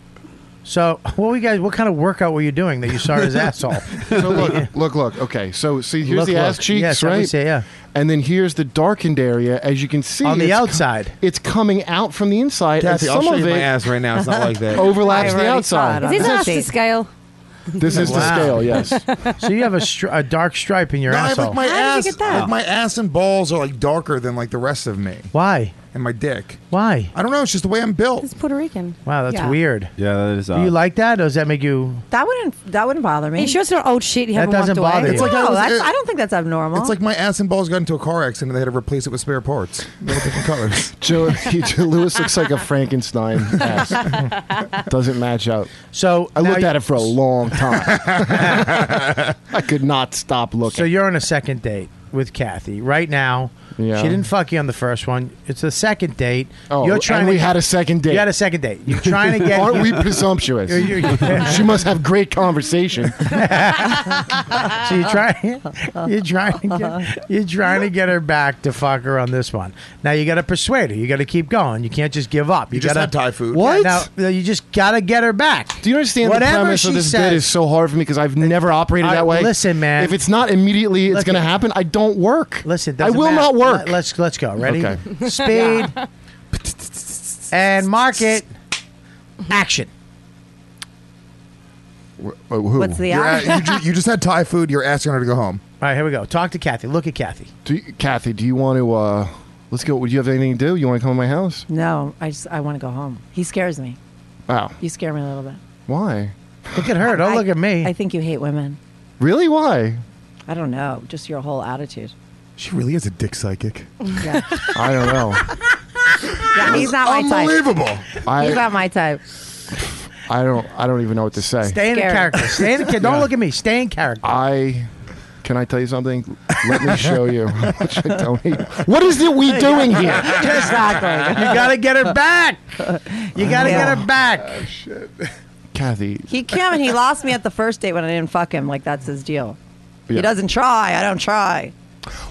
[SPEAKER 2] so, what were you guys? What kind of workout were you doing that you
[SPEAKER 13] <laughs>
[SPEAKER 2] saw his asshole?
[SPEAKER 13] So look, look, look. Okay, so see, here's
[SPEAKER 2] Look,
[SPEAKER 13] the ass
[SPEAKER 2] look.
[SPEAKER 13] cheeks,
[SPEAKER 2] Yes, I would
[SPEAKER 13] right?
[SPEAKER 2] say, yeah.
[SPEAKER 13] And then herere's the darkened area. As you can see,
[SPEAKER 2] On the
[SPEAKER 13] it's co-
[SPEAKER 2] outside.
[SPEAKER 13] it's coming out from the inside,
[SPEAKER 7] Kathy,
[SPEAKER 13] and
[SPEAKER 7] I'll
[SPEAKER 13] some
[SPEAKER 7] show
[SPEAKER 13] of
[SPEAKER 7] you
[SPEAKER 13] it
[SPEAKER 7] my ass right now. It's not like <laughs> that.
[SPEAKER 13] overlaps
[SPEAKER 12] I
[SPEAKER 13] the
[SPEAKER 12] already saw
[SPEAKER 13] outside.
[SPEAKER 12] it on Is
[SPEAKER 17] Is
[SPEAKER 12] this
[SPEAKER 17] it
[SPEAKER 12] is-
[SPEAKER 17] off to scale?
[SPEAKER 13] This is the
[SPEAKER 2] Wow.
[SPEAKER 13] scale. Yes.
[SPEAKER 2] So you have a, stri- a dark stripe
[SPEAKER 13] <laughs>
[SPEAKER 2] in your
[SPEAKER 7] No, I have,
[SPEAKER 2] asshole.
[SPEAKER 7] like my
[SPEAKER 17] How did you
[SPEAKER 7] ass.
[SPEAKER 17] get that?
[SPEAKER 7] Like my ass and balls are like darker than like the rest of me
[SPEAKER 2] Why?
[SPEAKER 7] and my dick.
[SPEAKER 2] Why?
[SPEAKER 7] I don't know. It's just the way I'm built.
[SPEAKER 17] It's Puerto Rican.
[SPEAKER 2] Wow, that's
[SPEAKER 12] Yeah.
[SPEAKER 2] weird.
[SPEAKER 9] yeah, that is
[SPEAKER 2] Do you like that, or does that
[SPEAKER 13] <laughs>
[SPEAKER 2] make you? <laughs>
[SPEAKER 12] That wouldn't. That wouldn't bother me.
[SPEAKER 17] Are you sure it's not old shit you
[SPEAKER 2] That
[SPEAKER 17] haven't
[SPEAKER 2] doesn't
[SPEAKER 17] walked
[SPEAKER 2] bother
[SPEAKER 17] away?
[SPEAKER 2] you. It's like
[SPEAKER 12] no,
[SPEAKER 7] I was-
[SPEAKER 12] that's,
[SPEAKER 7] it-
[SPEAKER 12] I don't think that's abnormal.
[SPEAKER 7] It's like my ass and balls got into a car accident. and They had to replace it with spare parts. They were different colors.
[SPEAKER 13] <laughs> Joe, Lewis looks like a Frankenstein ass. Doesn't match out.
[SPEAKER 2] So
[SPEAKER 13] I
[SPEAKER 2] now
[SPEAKER 13] looked
[SPEAKER 2] you-
[SPEAKER 13] at it for a long time. I could not stop looking.
[SPEAKER 2] So you're on a second date with Kathy right now.
[SPEAKER 13] Yeah.
[SPEAKER 2] She didn't fuck you on the first one. It's the second date.
[SPEAKER 13] oh,
[SPEAKER 2] you're trying.
[SPEAKER 13] and we
[SPEAKER 2] to,
[SPEAKER 13] had a second date.
[SPEAKER 2] You had a second date. You're
[SPEAKER 13] <laughs>
[SPEAKER 2] trying to get.
[SPEAKER 13] Aren't we presumptuous?
[SPEAKER 2] You're- you're-
[SPEAKER 13] she must have great conversation.
[SPEAKER 2] So
[SPEAKER 13] <laughs>
[SPEAKER 2] you're trying, you're trying, to get, you're trying to get her back to fuck her on this one. Now you got to persuade her. You got to keep going. You can't just give up. You,
[SPEAKER 7] You just
[SPEAKER 2] gotta,
[SPEAKER 7] had Thai food.
[SPEAKER 2] What?
[SPEAKER 13] What?
[SPEAKER 2] now you just got to get her back.
[SPEAKER 13] Do you understand the
[SPEAKER 2] Whatever
[SPEAKER 13] premise of
[SPEAKER 2] she
[SPEAKER 13] this
[SPEAKER 2] says-
[SPEAKER 13] bit is so hard for me because I've never operated
[SPEAKER 2] All right,
[SPEAKER 13] that way.
[SPEAKER 2] listen, man.
[SPEAKER 13] If it's not immediately, it's
[SPEAKER 2] Look,
[SPEAKER 13] going to
[SPEAKER 2] it-
[SPEAKER 13] happen. I don't work.
[SPEAKER 2] Listen,
[SPEAKER 13] I
[SPEAKER 2] doesn't
[SPEAKER 13] will
[SPEAKER 2] matter.
[SPEAKER 13] not work. <laughs>
[SPEAKER 2] Let, us let's go. Ready?
[SPEAKER 13] Okay. <laughs>
[SPEAKER 2] Speed and mark it.
[SPEAKER 13] Action.
[SPEAKER 9] who?
[SPEAKER 13] What's the
[SPEAKER 9] You're
[SPEAKER 13] eye?
[SPEAKER 9] at- you, ju- you just had Thai food. You're asking her to go home.
[SPEAKER 13] All right, here we go. Talk to Kathy. Look at Kathy.
[SPEAKER 7] Do you, Kathy, do you want to? uh Let's go. Would you have anything to do? You want to come to my house?
[SPEAKER 12] No, I just I want to go home. He scares me.
[SPEAKER 7] Wow.
[SPEAKER 12] You scare me a little bit.
[SPEAKER 7] Why?
[SPEAKER 13] Look at her. Don't look at me.
[SPEAKER 12] I think you hate women.
[SPEAKER 7] Really? Why?
[SPEAKER 12] I don't know. Just your whole attitude.
[SPEAKER 9] She really is a dick psychic.
[SPEAKER 12] Yeah.
[SPEAKER 7] I don't know.
[SPEAKER 12] Yeah, he's not my type.
[SPEAKER 9] Unbelievable.
[SPEAKER 7] I-
[SPEAKER 12] he's not my type.
[SPEAKER 7] I don't. I don't even know what to say.
[SPEAKER 13] Stay in the
[SPEAKER 12] Scary.
[SPEAKER 13] character. Stay in the character. Don't
[SPEAKER 7] Yeah.
[SPEAKER 13] look at me. Stay in character. <laughs>
[SPEAKER 7] I can I tell you something? Let me show you how much I don't hate. What is it we doing here?
[SPEAKER 13] exactly. You gotta get her back. You gotta get her back.
[SPEAKER 9] shit.
[SPEAKER 7] Kathy.
[SPEAKER 12] He
[SPEAKER 7] <laughs>
[SPEAKER 12] came and he lost me at the first date when I didn't fuck him. Like that's his deal.
[SPEAKER 7] Yeah.
[SPEAKER 12] He doesn't try. I don't try.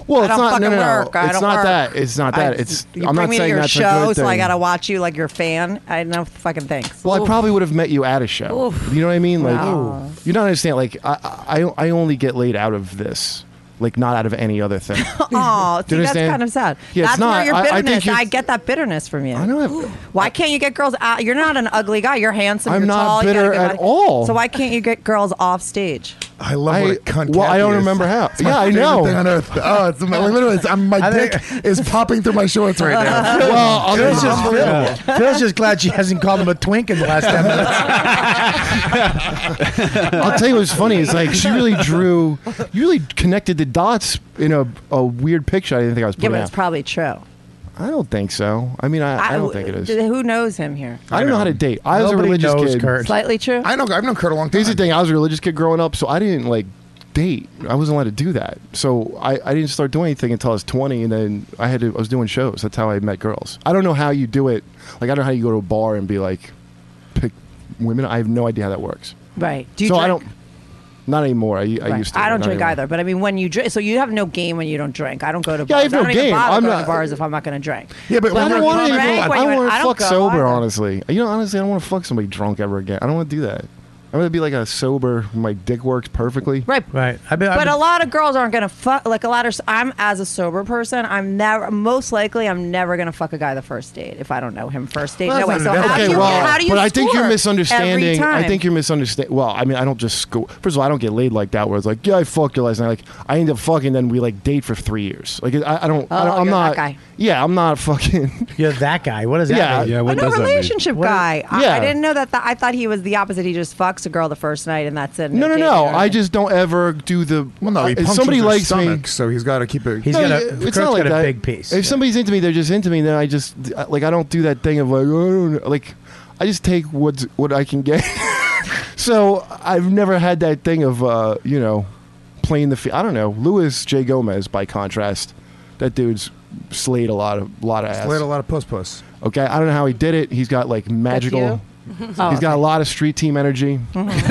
[SPEAKER 7] Well,
[SPEAKER 12] I
[SPEAKER 7] it's not-
[SPEAKER 12] don't
[SPEAKER 7] no,
[SPEAKER 12] fucking
[SPEAKER 7] no, no.
[SPEAKER 12] work. I
[SPEAKER 7] It's
[SPEAKER 12] don't
[SPEAKER 7] not
[SPEAKER 12] work.
[SPEAKER 7] that. It's not that.
[SPEAKER 12] I-
[SPEAKER 7] It's-
[SPEAKER 12] you
[SPEAKER 7] I'm
[SPEAKER 12] bring
[SPEAKER 7] not
[SPEAKER 12] me to
[SPEAKER 7] saying
[SPEAKER 12] your
[SPEAKER 7] that's a
[SPEAKER 12] show,
[SPEAKER 7] good
[SPEAKER 12] so I
[SPEAKER 7] thing.
[SPEAKER 12] gotta watch you like your fan. I no fucking thanks.
[SPEAKER 7] Well, I probably would have met you at a show. You know what I mean? Like,
[SPEAKER 12] Wow.
[SPEAKER 7] you don't understand. Like, I, I, I only get laid out of this. Like, not out of any other thing.
[SPEAKER 13] <laughs>
[SPEAKER 12] <laughs> Oh,
[SPEAKER 7] Do
[SPEAKER 12] see,
[SPEAKER 7] you
[SPEAKER 12] that's
[SPEAKER 7] understand?
[SPEAKER 12] kind of sad.
[SPEAKER 7] Yeah, it's
[SPEAKER 12] that's
[SPEAKER 7] not.
[SPEAKER 12] where your
[SPEAKER 7] I- I think
[SPEAKER 12] bitterness. I,
[SPEAKER 7] you're-
[SPEAKER 12] get that bitterness from you. I
[SPEAKER 7] know.
[SPEAKER 12] Why can't you get girls? Out? You're not an ugly guy. You're handsome.
[SPEAKER 7] I'm
[SPEAKER 12] you're
[SPEAKER 7] not
[SPEAKER 12] tall, you got a
[SPEAKER 7] bitter
[SPEAKER 12] good
[SPEAKER 7] at
[SPEAKER 12] body.
[SPEAKER 7] all.
[SPEAKER 12] So why can't you get girls off stage?
[SPEAKER 9] I love what a cunt.
[SPEAKER 7] well, I
[SPEAKER 9] Kathy
[SPEAKER 7] don't
[SPEAKER 9] is.
[SPEAKER 7] remember how.
[SPEAKER 9] It's my
[SPEAKER 7] Yeah, I
[SPEAKER 9] favorite
[SPEAKER 7] know.
[SPEAKER 9] Thing on earth. Oh, it's my, literally,
[SPEAKER 13] <laughs>
[SPEAKER 9] it's, I'm, my dick is popping through my shorts right now.
[SPEAKER 13] well,
[SPEAKER 9] It
[SPEAKER 13] Phil's
[SPEAKER 9] is
[SPEAKER 13] Oh, just,
[SPEAKER 9] unbelievable.
[SPEAKER 13] Phil. Phil's just glad she hasn't called him a twink in the last 10 minutes.
[SPEAKER 7] I'll tell you what's funny is like she
[SPEAKER 12] <laughs>
[SPEAKER 7] really drew, you really connected the dots in a, a weird picture. I didn't think I was
[SPEAKER 12] Yeah,
[SPEAKER 7] putting
[SPEAKER 12] but
[SPEAKER 7] out.
[SPEAKER 12] it's probably true.
[SPEAKER 7] I don't think so. I mean, I, I, don't think it is.
[SPEAKER 12] Who knows him here?
[SPEAKER 7] I don't know how to date. I was a
[SPEAKER 13] Nobody
[SPEAKER 7] religious
[SPEAKER 13] knows
[SPEAKER 7] kid.
[SPEAKER 13] Kurt.
[SPEAKER 12] Slightly true.
[SPEAKER 9] I know. I've known Kurt a long time.
[SPEAKER 7] Here's the thing: I was a religious kid growing up, so I didn't like date. I wasn't allowed to do that. So I, I didn't start doing anything until I was 20, and then I had to. I was doing shows. That's how I met girls. I don't know how you do it. Like I don't know how you go to a bar and be like, pick women. I have no idea how that works.
[SPEAKER 12] Right. Do you
[SPEAKER 7] so I
[SPEAKER 12] drink?
[SPEAKER 7] don't. Not anymore. I, I
[SPEAKER 12] Right.
[SPEAKER 7] used to.
[SPEAKER 12] I don't
[SPEAKER 7] Not
[SPEAKER 12] drink
[SPEAKER 7] anymore.
[SPEAKER 12] either, but I mean, when you drink, so you have no game when you don't drink. I don't go to bars.
[SPEAKER 7] Yeah, I have no
[SPEAKER 12] don't even
[SPEAKER 7] game.
[SPEAKER 12] bother
[SPEAKER 7] I'm
[SPEAKER 12] going
[SPEAKER 7] not-
[SPEAKER 12] to bars if I'm not going to drink.
[SPEAKER 9] Yeah, but
[SPEAKER 7] But I
[SPEAKER 9] when
[SPEAKER 7] don't
[SPEAKER 9] we're-
[SPEAKER 7] want to.
[SPEAKER 12] drink
[SPEAKER 7] even- I
[SPEAKER 12] when
[SPEAKER 7] don't
[SPEAKER 12] you-
[SPEAKER 7] want
[SPEAKER 12] I
[SPEAKER 7] to
[SPEAKER 12] don't
[SPEAKER 7] fuck
[SPEAKER 12] go
[SPEAKER 7] sober.
[SPEAKER 12] either.
[SPEAKER 7] Honestly, you know, honestly, I don't want to fuck somebody drunk ever again. I don't want to do that. I'm gonna be like a sober. My dick works perfectly.
[SPEAKER 12] Right.
[SPEAKER 13] Right. I've been, I've
[SPEAKER 12] But
[SPEAKER 13] been-
[SPEAKER 12] a lot of girls aren't gonna fuck. Like a lot of, I'm as a sober person, I'm never, most likely, I'm never gonna fuck a guy the first date if I don't know him first date.
[SPEAKER 9] Well,
[SPEAKER 12] no way.
[SPEAKER 9] that's
[SPEAKER 12] So
[SPEAKER 9] not-
[SPEAKER 12] how,
[SPEAKER 9] okay,
[SPEAKER 12] do you,
[SPEAKER 9] well,
[SPEAKER 12] how do you?
[SPEAKER 7] but I think
[SPEAKER 12] score
[SPEAKER 7] you're
[SPEAKER 12] every
[SPEAKER 7] misunderstanding. I
[SPEAKER 12] time?
[SPEAKER 7] think you're misunderstanding. Well, I mean, I don't just score. First of all, I don't get laid like that. Where it's like, yeah, I fucked you last night. Like, I end up fucking, then we like date for three years. Like, I, I don't. I
[SPEAKER 12] Oh,
[SPEAKER 7] don't I'm
[SPEAKER 12] you're
[SPEAKER 7] not.
[SPEAKER 12] that guy.
[SPEAKER 7] Yeah, I'm not fucking. <laughs>
[SPEAKER 13] You're that guy. What does that
[SPEAKER 7] Yeah.
[SPEAKER 13] mean?
[SPEAKER 7] Yeah,
[SPEAKER 12] I'm a relationship guy. I,
[SPEAKER 7] Yeah.
[SPEAKER 12] I didn't know that. The, I thought he was the opposite. He just fucks a girl the first night and that's it.
[SPEAKER 7] No, no,
[SPEAKER 12] dating
[SPEAKER 7] no.
[SPEAKER 12] or
[SPEAKER 7] I just don't ever do the.
[SPEAKER 9] Well, no, he
[SPEAKER 7] if
[SPEAKER 9] punctures
[SPEAKER 7] somebody
[SPEAKER 9] her
[SPEAKER 7] likes
[SPEAKER 9] stomach,
[SPEAKER 7] me.
[SPEAKER 9] so he's got to keep it.
[SPEAKER 13] He's
[SPEAKER 7] No,
[SPEAKER 13] got a,
[SPEAKER 7] it's
[SPEAKER 13] Kurt's
[SPEAKER 7] not like
[SPEAKER 13] got a
[SPEAKER 7] that.
[SPEAKER 13] big piece.
[SPEAKER 7] If somebody's into me, they're just into me. Then I just like I don't do that thing of like oh, I don't know. like I just take what's what I can get. <laughs> so I've never had that thing of uh, you know playing the fi- I don't know Luis J Gomez by contrast. That dude's slayed a lot of lot of ass.
[SPEAKER 9] Played a lot of puss puss.
[SPEAKER 7] Okay, I don't know how he did it. He's got like <laughs> magical. He's
[SPEAKER 11] Oh,
[SPEAKER 7] got a lot of street team
[SPEAKER 12] <laughs>
[SPEAKER 7] energy. you know what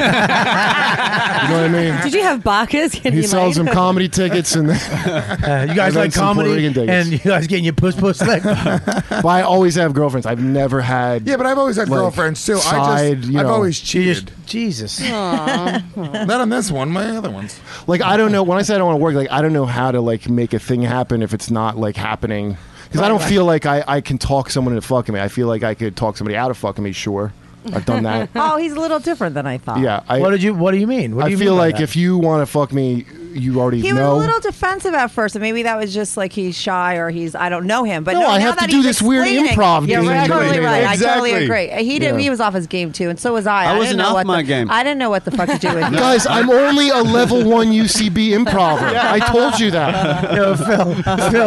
[SPEAKER 7] I mean?
[SPEAKER 11] Did you have Bacchus? Can
[SPEAKER 7] He
[SPEAKER 11] you
[SPEAKER 7] sells
[SPEAKER 11] like-
[SPEAKER 7] some comedy tickets <laughs> and.
[SPEAKER 13] Uh, you guys
[SPEAKER 7] I've had
[SPEAKER 13] like
[SPEAKER 7] some Puerto
[SPEAKER 13] comedy,
[SPEAKER 7] Rican dates.
[SPEAKER 13] and you guys getting your puss puss <laughs> licked.
[SPEAKER 7] But I always have girlfriends. I've never had.
[SPEAKER 9] Yeah, but I've always had
[SPEAKER 7] like,
[SPEAKER 9] girlfriends too. I
[SPEAKER 7] side,
[SPEAKER 9] just,
[SPEAKER 7] you
[SPEAKER 9] I've
[SPEAKER 7] know.
[SPEAKER 9] always cheated.
[SPEAKER 13] Jesus.
[SPEAKER 9] <laughs> Not on this one, my other ones.
[SPEAKER 7] Like I don't know. When I say I don't want to work, like I don't know how to like make a thing happen if it's not like happening. Because I don't feel like I, I can talk someone into fucking me. I feel like I could talk somebody out of fucking me. Sure, I've
[SPEAKER 13] <laughs>
[SPEAKER 7] done that.
[SPEAKER 12] oh, he's a little different than I thought.
[SPEAKER 7] yeah. I,
[SPEAKER 13] what did you What do you mean? What do
[SPEAKER 7] I
[SPEAKER 13] you
[SPEAKER 7] feel
[SPEAKER 13] mean by
[SPEAKER 7] like
[SPEAKER 13] that?
[SPEAKER 7] if you want to fuck me, you already
[SPEAKER 12] He was
[SPEAKER 7] know.
[SPEAKER 12] a little defensive at first, and maybe that was just like he's shy or he's I don't know him. But
[SPEAKER 7] No,
[SPEAKER 12] no,
[SPEAKER 7] I
[SPEAKER 12] now
[SPEAKER 7] have to
[SPEAKER 12] that
[SPEAKER 7] do
[SPEAKER 12] he's
[SPEAKER 7] this weird
[SPEAKER 12] explaining-
[SPEAKER 7] improv
[SPEAKER 12] You're
[SPEAKER 7] thing.
[SPEAKER 12] right, totally
[SPEAKER 7] Exactly.
[SPEAKER 12] right. I
[SPEAKER 7] Exactly.
[SPEAKER 12] totally agree. He did.
[SPEAKER 7] Yeah.
[SPEAKER 12] He was off his game too, and so was I.
[SPEAKER 20] I
[SPEAKER 12] didn't
[SPEAKER 20] wasn't
[SPEAKER 12] know
[SPEAKER 20] off
[SPEAKER 12] what
[SPEAKER 20] my
[SPEAKER 12] the-
[SPEAKER 20] game.
[SPEAKER 12] I didn't know what the fuck to
[SPEAKER 20] <laughs>
[SPEAKER 12] do with him.
[SPEAKER 7] Guys, I'm only a level one UCB improver. I told you that.
[SPEAKER 13] Yo, Phil,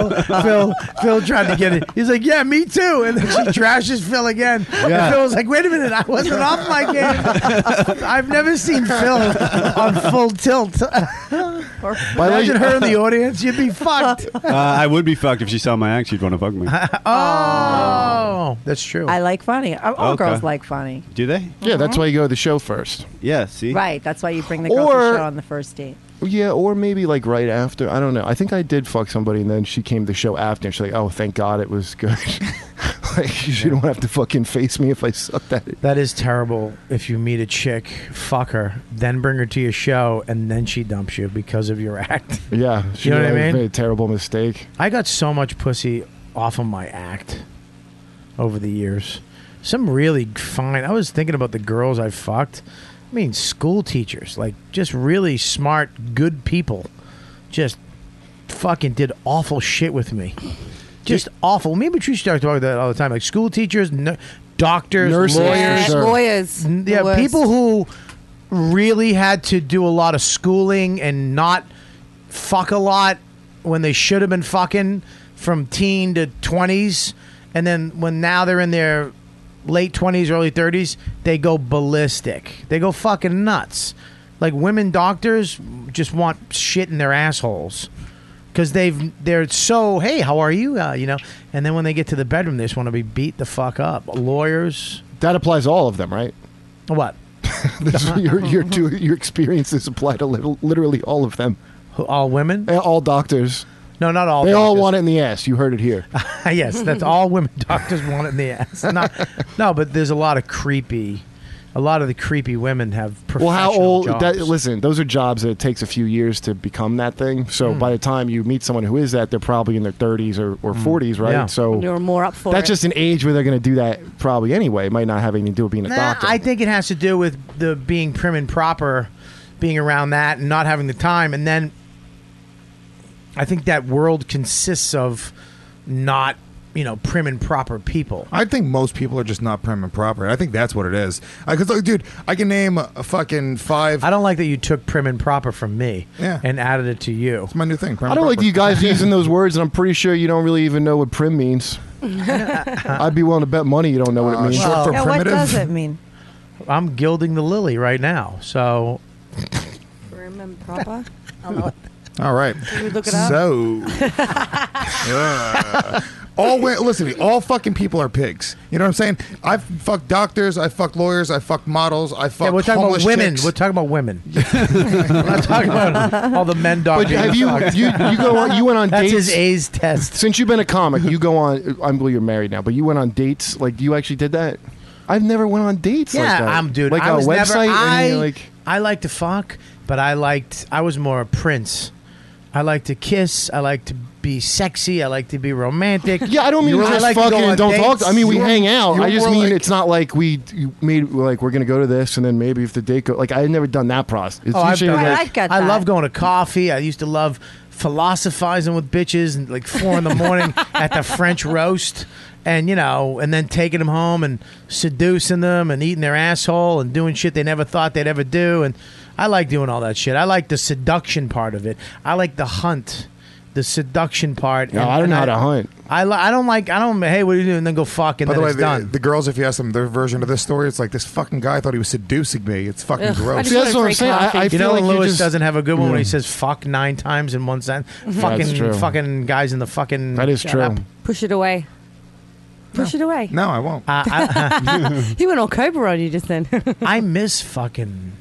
[SPEAKER 13] Phil, Phil, Phil tried to get it. He's like, "Yeah, me too." And then she trashes Phil again.
[SPEAKER 7] Yeah.
[SPEAKER 13] And Phil was like, "Wait a minute, I wasn't off my
[SPEAKER 7] <laughs>
[SPEAKER 13] game. I've never seen Phil on full tilt.
[SPEAKER 7] By the way-
[SPEAKER 13] Imagine her in the audience. You'd be fucked."
[SPEAKER 20] Uh, I would be fucked if she saw my act. She'd want to fuck
[SPEAKER 13] <laughs>
[SPEAKER 20] me.
[SPEAKER 13] Oh, that's true.
[SPEAKER 12] I like funny. All all
[SPEAKER 20] Okay.
[SPEAKER 12] girls like funny.
[SPEAKER 20] Do they?
[SPEAKER 7] Yeah, that's why you go to the show first.
[SPEAKER 20] Yeah. See.
[SPEAKER 12] Right. That's why you bring the girl
[SPEAKER 7] Or-
[SPEAKER 12] to show on the first date.
[SPEAKER 7] Yeah, or maybe like right after. I don't know. I think I did fuck somebody, and then she came to the show after, and she's like, "Oh, thank God it was good. <laughs> like she don't have to fucking face me if I sucked at it."
[SPEAKER 13] That is terrible. If you meet a chick, fuck her, then bring her to your show, and then she dumps you because of your act.
[SPEAKER 7] Yeah, she
[SPEAKER 13] You know what I
[SPEAKER 7] really
[SPEAKER 13] mean?
[SPEAKER 7] made a terrible mistake.
[SPEAKER 13] I got so much pussy off of my act over the years.
[SPEAKER 2] Some really fine. I was thinking about the girls I fucked. I mean, school teachers, like just really smart, good people, just fucking did awful shit with me. Just awful. Me and Patricia talked about that all the time. Like school teachers, n- doctors,
[SPEAKER 15] Nurses,
[SPEAKER 2] lawyers,
[SPEAKER 15] Yeah, sure. lawyers.
[SPEAKER 2] N- Yeah,
[SPEAKER 15] The worst.
[SPEAKER 2] people who really had to do a lot of schooling and not fuck a lot when they should have been fucking from teen to 20s and then when now they're in their late 20s early 30s they go ballistic they go fucking nuts like women doctors just want shit in their assholes because they've they're so hey how are you uh, you know and then when they get to the bedroom they just want to be beat the fuck up lawyers
[SPEAKER 13] that applies to all of them
[SPEAKER 7] <laughs>
[SPEAKER 13] right
[SPEAKER 2] what
[SPEAKER 13] This- your, your, two- your experiences apply to lit- literally all of them.
[SPEAKER 2] All women?
[SPEAKER 13] all doctors.
[SPEAKER 2] No, not all.
[SPEAKER 13] They all want it in the ass. You heard it here.
[SPEAKER 2] <laughs> yes, that's all women <laughs> doctors want in the ass. Not, no, but there's a lot of creepy. A lot of the creepy women have professional
[SPEAKER 13] Well, how old?
[SPEAKER 2] jobs.
[SPEAKER 13] That, listen, those are jobs that it takes a few years to become that thing. So
[SPEAKER 2] Hmm.
[SPEAKER 13] by the time you meet someone who is that, they're probably in their 30s or, or 40s, right?
[SPEAKER 2] Hmm. Yeah.
[SPEAKER 13] So
[SPEAKER 15] You're more up for
[SPEAKER 13] that's
[SPEAKER 15] it.
[SPEAKER 13] just an age where they're going to do that probably anyway. It might not have anything to do with being a
[SPEAKER 2] Nah,
[SPEAKER 13] doctor.
[SPEAKER 2] I think it has to do with the being prim and proper, being around that, and not having the time. And then I think that world consists of not, you know, prim and proper people.
[SPEAKER 7] I think most people are just not prim and proper. I think that's what it is. Because, like, dude, I can name a fucking five.
[SPEAKER 2] I don't like that you took prim and proper from me yeah. and added it to you. It's
[SPEAKER 7] my new thing.
[SPEAKER 13] I don't like you
[SPEAKER 2] <laughs>
[SPEAKER 13] guys using those words, and I'm pretty sure you don't really even know what
[SPEAKER 20] <laughs>
[SPEAKER 13] prim means. I'd be willing to bet money you don't know what
[SPEAKER 9] Uh,
[SPEAKER 13] it means.
[SPEAKER 12] yeah, what does it <laughs> mean?
[SPEAKER 2] I'm gilding the lily right now, so
[SPEAKER 17] Remember proper?
[SPEAKER 7] All right.
[SPEAKER 17] Can we look it up? <laughs>
[SPEAKER 7] so, Yeah. all wa- listen to me. All fucking people are pigs. You know what I'm saying? I fuck doctors. I fuck lawyers. I fuck models. I fuck.
[SPEAKER 2] Yeah, we're talking about
[SPEAKER 7] homeless
[SPEAKER 2] women.
[SPEAKER 7] chicks.
[SPEAKER 2] We're talking
[SPEAKER 13] <laughs>
[SPEAKER 2] about women. we're not talking about all the men
[SPEAKER 13] But
[SPEAKER 2] doctors.
[SPEAKER 13] have you you you go on, you went on
[SPEAKER 2] That's
[SPEAKER 13] dates?
[SPEAKER 2] his A's test.
[SPEAKER 13] Since you've been a comic, you go on. I believe you're married now, but you went on dates. Like you actually did that. I've never went on dates. like
[SPEAKER 2] Yeah,
[SPEAKER 13] that.
[SPEAKER 2] I'm dude.
[SPEAKER 13] Like
[SPEAKER 2] I
[SPEAKER 13] a
[SPEAKER 2] was
[SPEAKER 13] website.
[SPEAKER 2] Never, I
[SPEAKER 13] and you, like
[SPEAKER 2] I like to fuck, but I liked. I was more a prince. I like to kiss. I like to be sexy. I like to be romantic.
[SPEAKER 13] <laughs> yeah, I don't mean
[SPEAKER 2] You
[SPEAKER 13] we
[SPEAKER 2] were-
[SPEAKER 13] just
[SPEAKER 2] I like to go
[SPEAKER 13] fucking
[SPEAKER 2] on
[SPEAKER 13] and don't talk.
[SPEAKER 2] dates.
[SPEAKER 13] I mean we
[SPEAKER 2] You were-
[SPEAKER 13] hang out.
[SPEAKER 2] you
[SPEAKER 13] I just
[SPEAKER 2] were
[SPEAKER 13] mean
[SPEAKER 2] like-
[SPEAKER 13] it's not like we you made like we're gonna go to this and then maybe if the date go like I've never done that process. It's
[SPEAKER 2] oh, I've
[SPEAKER 13] usually
[SPEAKER 2] done
[SPEAKER 13] like-
[SPEAKER 2] that. I love going to coffee. I used to love philosophizing with bitches and like four in the <laughs> morning at the French roast, and you know, and then taking them home and seducing them and eating their asshole and doing shit they never thought they'd ever do. And I like doing all that shit. I like the seduction part of it. I like the hunt, the seduction part.
[SPEAKER 13] No, I don't know how to hunt.
[SPEAKER 2] I, li- I don't like I don't hey what are you doing and then go fuck and
[SPEAKER 7] By
[SPEAKER 2] then
[SPEAKER 7] the way,
[SPEAKER 2] it's
[SPEAKER 7] the,
[SPEAKER 2] done.
[SPEAKER 7] the girls, if you ask them their version of this story, it's like this fucking guy thought he was seducing me. It's fucking
[SPEAKER 2] Ugh, I
[SPEAKER 7] gross.
[SPEAKER 2] just See, that's wanna what I'm drink saying. I- coffee. I
[SPEAKER 7] feel
[SPEAKER 2] you know
[SPEAKER 7] like you
[SPEAKER 2] Lewis
[SPEAKER 7] just-
[SPEAKER 2] doesn't have a good one when
[SPEAKER 7] Yeah.
[SPEAKER 2] he says fuck nine times in one sentence.
[SPEAKER 17] Mhm.
[SPEAKER 2] fucking
[SPEAKER 13] That's true.
[SPEAKER 2] fucking guys in the fucking
[SPEAKER 13] That is
[SPEAKER 2] Shut
[SPEAKER 13] true.
[SPEAKER 2] up.
[SPEAKER 17] Push it away. Push it
[SPEAKER 12] <laughs>
[SPEAKER 17] away.
[SPEAKER 7] No, I won't.
[SPEAKER 2] Uh, I,
[SPEAKER 17] he went all Cobra on you just then. <laughs>
[SPEAKER 2] I miss fucking.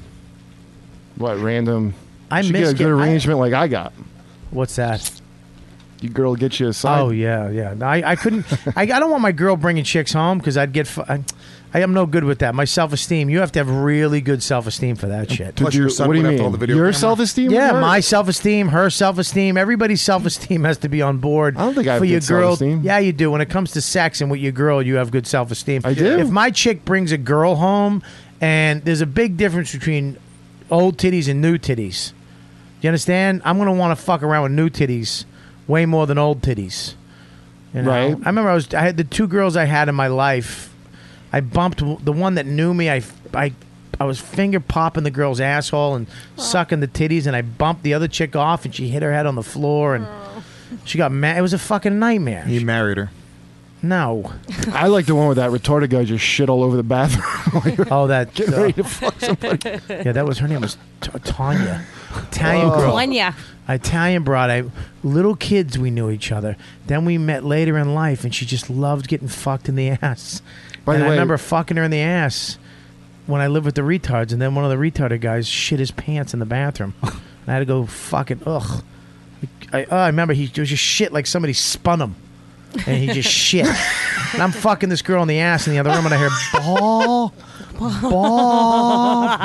[SPEAKER 13] What random?
[SPEAKER 2] I
[SPEAKER 13] should
[SPEAKER 2] miss
[SPEAKER 13] get a good
[SPEAKER 2] get- I-
[SPEAKER 13] arrangement like I got.
[SPEAKER 2] What's that?
[SPEAKER 13] You girl get you a side.
[SPEAKER 2] Oh yeah, yeah. No, I, I couldn't. I, I don't want my girl bringing chicks home because I'd get. fu- I, I am no good with that. My self esteem. You have to have really good self esteem for that shit.
[SPEAKER 13] Did you- what do you mean? Your self-esteem?
[SPEAKER 2] Yeah,
[SPEAKER 13] Her-
[SPEAKER 2] my self esteem, her self esteem, everybody's self esteem has to be on board. I don't think
[SPEAKER 13] I have
[SPEAKER 2] for your
[SPEAKER 13] good
[SPEAKER 2] girl.
[SPEAKER 13] self-esteem.
[SPEAKER 2] Yeah, you do. When it comes to sex and with your girl, you have good self esteem. I do. If my chick brings a girl home, and there's a big difference between old titties and new titties. Do you understand? I'm gonna want to fuck around with new titties way more than old titties. You know?
[SPEAKER 13] Right.
[SPEAKER 2] I remember I was I had the two girls I had in my life. I bumped w- the one that knew me. I I I was finger popping the girl's asshole and sucking the titties, and I bumped the other chick off, and she hit her head on the floor, and she got mad. It was a fucking nightmare.
[SPEAKER 7] You married her.
[SPEAKER 13] <laughs>
[SPEAKER 2] No.
[SPEAKER 13] I like the one with that retarded guy just shit all over the bathroom.
[SPEAKER 2] oh, that uh,
[SPEAKER 13] get ready to fuck somebody.
[SPEAKER 2] <laughs> Yeah, that was her name was T- Tanya, Italian
[SPEAKER 13] Oh.
[SPEAKER 2] girl.
[SPEAKER 13] Tanya.
[SPEAKER 2] Italian broad. I little kids we knew each other. Then we met later in life, and she just loved getting fucked in the ass.
[SPEAKER 13] By
[SPEAKER 2] and
[SPEAKER 13] the
[SPEAKER 2] I
[SPEAKER 13] way-
[SPEAKER 2] remember fucking her in the ass when I lived with the retards, and then one of the retarded guys shit his pants in the bathroom. and I had to go fucking ugh. I, oh, I remember he it was just shit like somebody spun him, and he just shit. And I'm fucking this girl in the ass in the other room, and I hear ball, ball.
[SPEAKER 13] By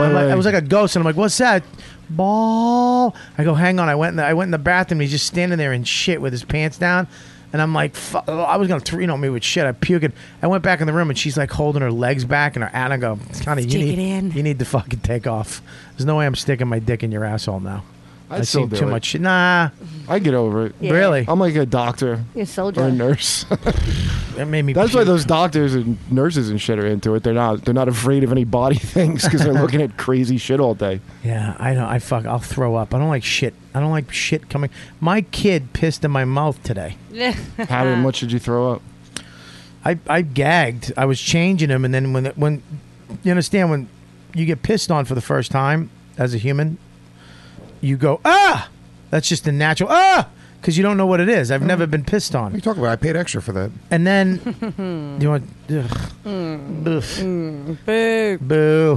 [SPEAKER 2] I'm
[SPEAKER 13] the
[SPEAKER 2] like- I
[SPEAKER 13] way-
[SPEAKER 2] was like a ghost, and I'm like, "What's that?" Ball. I go, "Hang on." I went. In the, I went in the bathroom. And he's just standing there and shit with his pants down, And I'm like, fu- I was gonna, th- you know, me with shit. I puked. I went back in the room, and she's like holding her legs back, and her and I go, "Honey, you
[SPEAKER 21] stick
[SPEAKER 2] need,
[SPEAKER 21] it in."
[SPEAKER 2] you need to fucking take off. There's no way I'm sticking my dick in your asshole now.
[SPEAKER 12] I'd
[SPEAKER 2] I
[SPEAKER 12] still
[SPEAKER 2] see
[SPEAKER 12] do
[SPEAKER 2] too
[SPEAKER 12] it.
[SPEAKER 2] much. shit. Nah,
[SPEAKER 12] I get over it.
[SPEAKER 2] Yeah. Really?
[SPEAKER 12] I'm like a doctor.
[SPEAKER 22] You're a soldier.
[SPEAKER 12] Or a nurse. <laughs>
[SPEAKER 2] that made me.
[SPEAKER 12] That's why those doctors and nurses and shit are into it. They're not. They're not afraid of any body <laughs> things because they're looking at crazy shit all day.
[SPEAKER 2] Yeah, I don't. I fuck. I'll throw up. I don't like shit. I don't like shit coming. My kid pissed in my mouth today.
[SPEAKER 12] How did- much did you throw up?
[SPEAKER 2] I, I gagged. I was changing him, and then when when you understand when you get pissed on for the first time as a human, you go ah. That's just a natural ah because you don't know what it is. I've
[SPEAKER 13] Mm.
[SPEAKER 2] never been pissed on. What are you
[SPEAKER 7] talking about? I paid extra for that.
[SPEAKER 2] And then do you want? Ugh,
[SPEAKER 21] Boo.
[SPEAKER 2] Boo.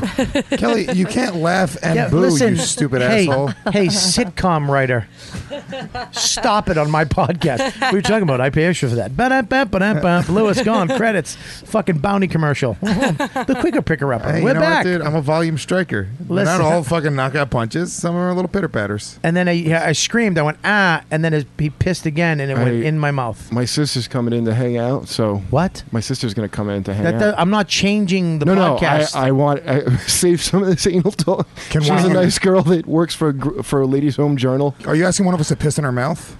[SPEAKER 7] Kelly,
[SPEAKER 2] <laughs>
[SPEAKER 7] you can't laugh and boo, you stupid
[SPEAKER 2] hey, <laughs>
[SPEAKER 7] asshole.
[SPEAKER 2] Hey, sitcom writer, stop it on my podcast. We were talking about I pay extra for that. Ba-da-ba-ba-da-ba. Lewis gone. Credits. Fucking bounty commercial. the quicker picker upper.
[SPEAKER 7] Hey, you
[SPEAKER 2] we're
[SPEAKER 7] know what,
[SPEAKER 2] back.
[SPEAKER 7] dude? I'm a volume striker. They're
[SPEAKER 2] Listen.
[SPEAKER 7] Not all fucking knockout punches. Some of them are little pitter patters.
[SPEAKER 2] and then I, yeah, I screamed. I went ah, and then it, he pissed again, and it went
[SPEAKER 12] I-
[SPEAKER 2] in my mouth.
[SPEAKER 12] My sister's coming in to hang out. So
[SPEAKER 2] what?
[SPEAKER 12] My sister's gonna come in to hang
[SPEAKER 2] That,
[SPEAKER 12] out.
[SPEAKER 2] that- I'm not changing the
[SPEAKER 12] no,
[SPEAKER 2] podcast.
[SPEAKER 12] no, I, I want I, <laughs> save some of this anal talk. <laughs>
[SPEAKER 7] Can
[SPEAKER 12] She's
[SPEAKER 7] one-
[SPEAKER 12] a nice girl that works for a, gr- for a ladies' home journal.
[SPEAKER 7] Are you asking one of us to piss in our mouth?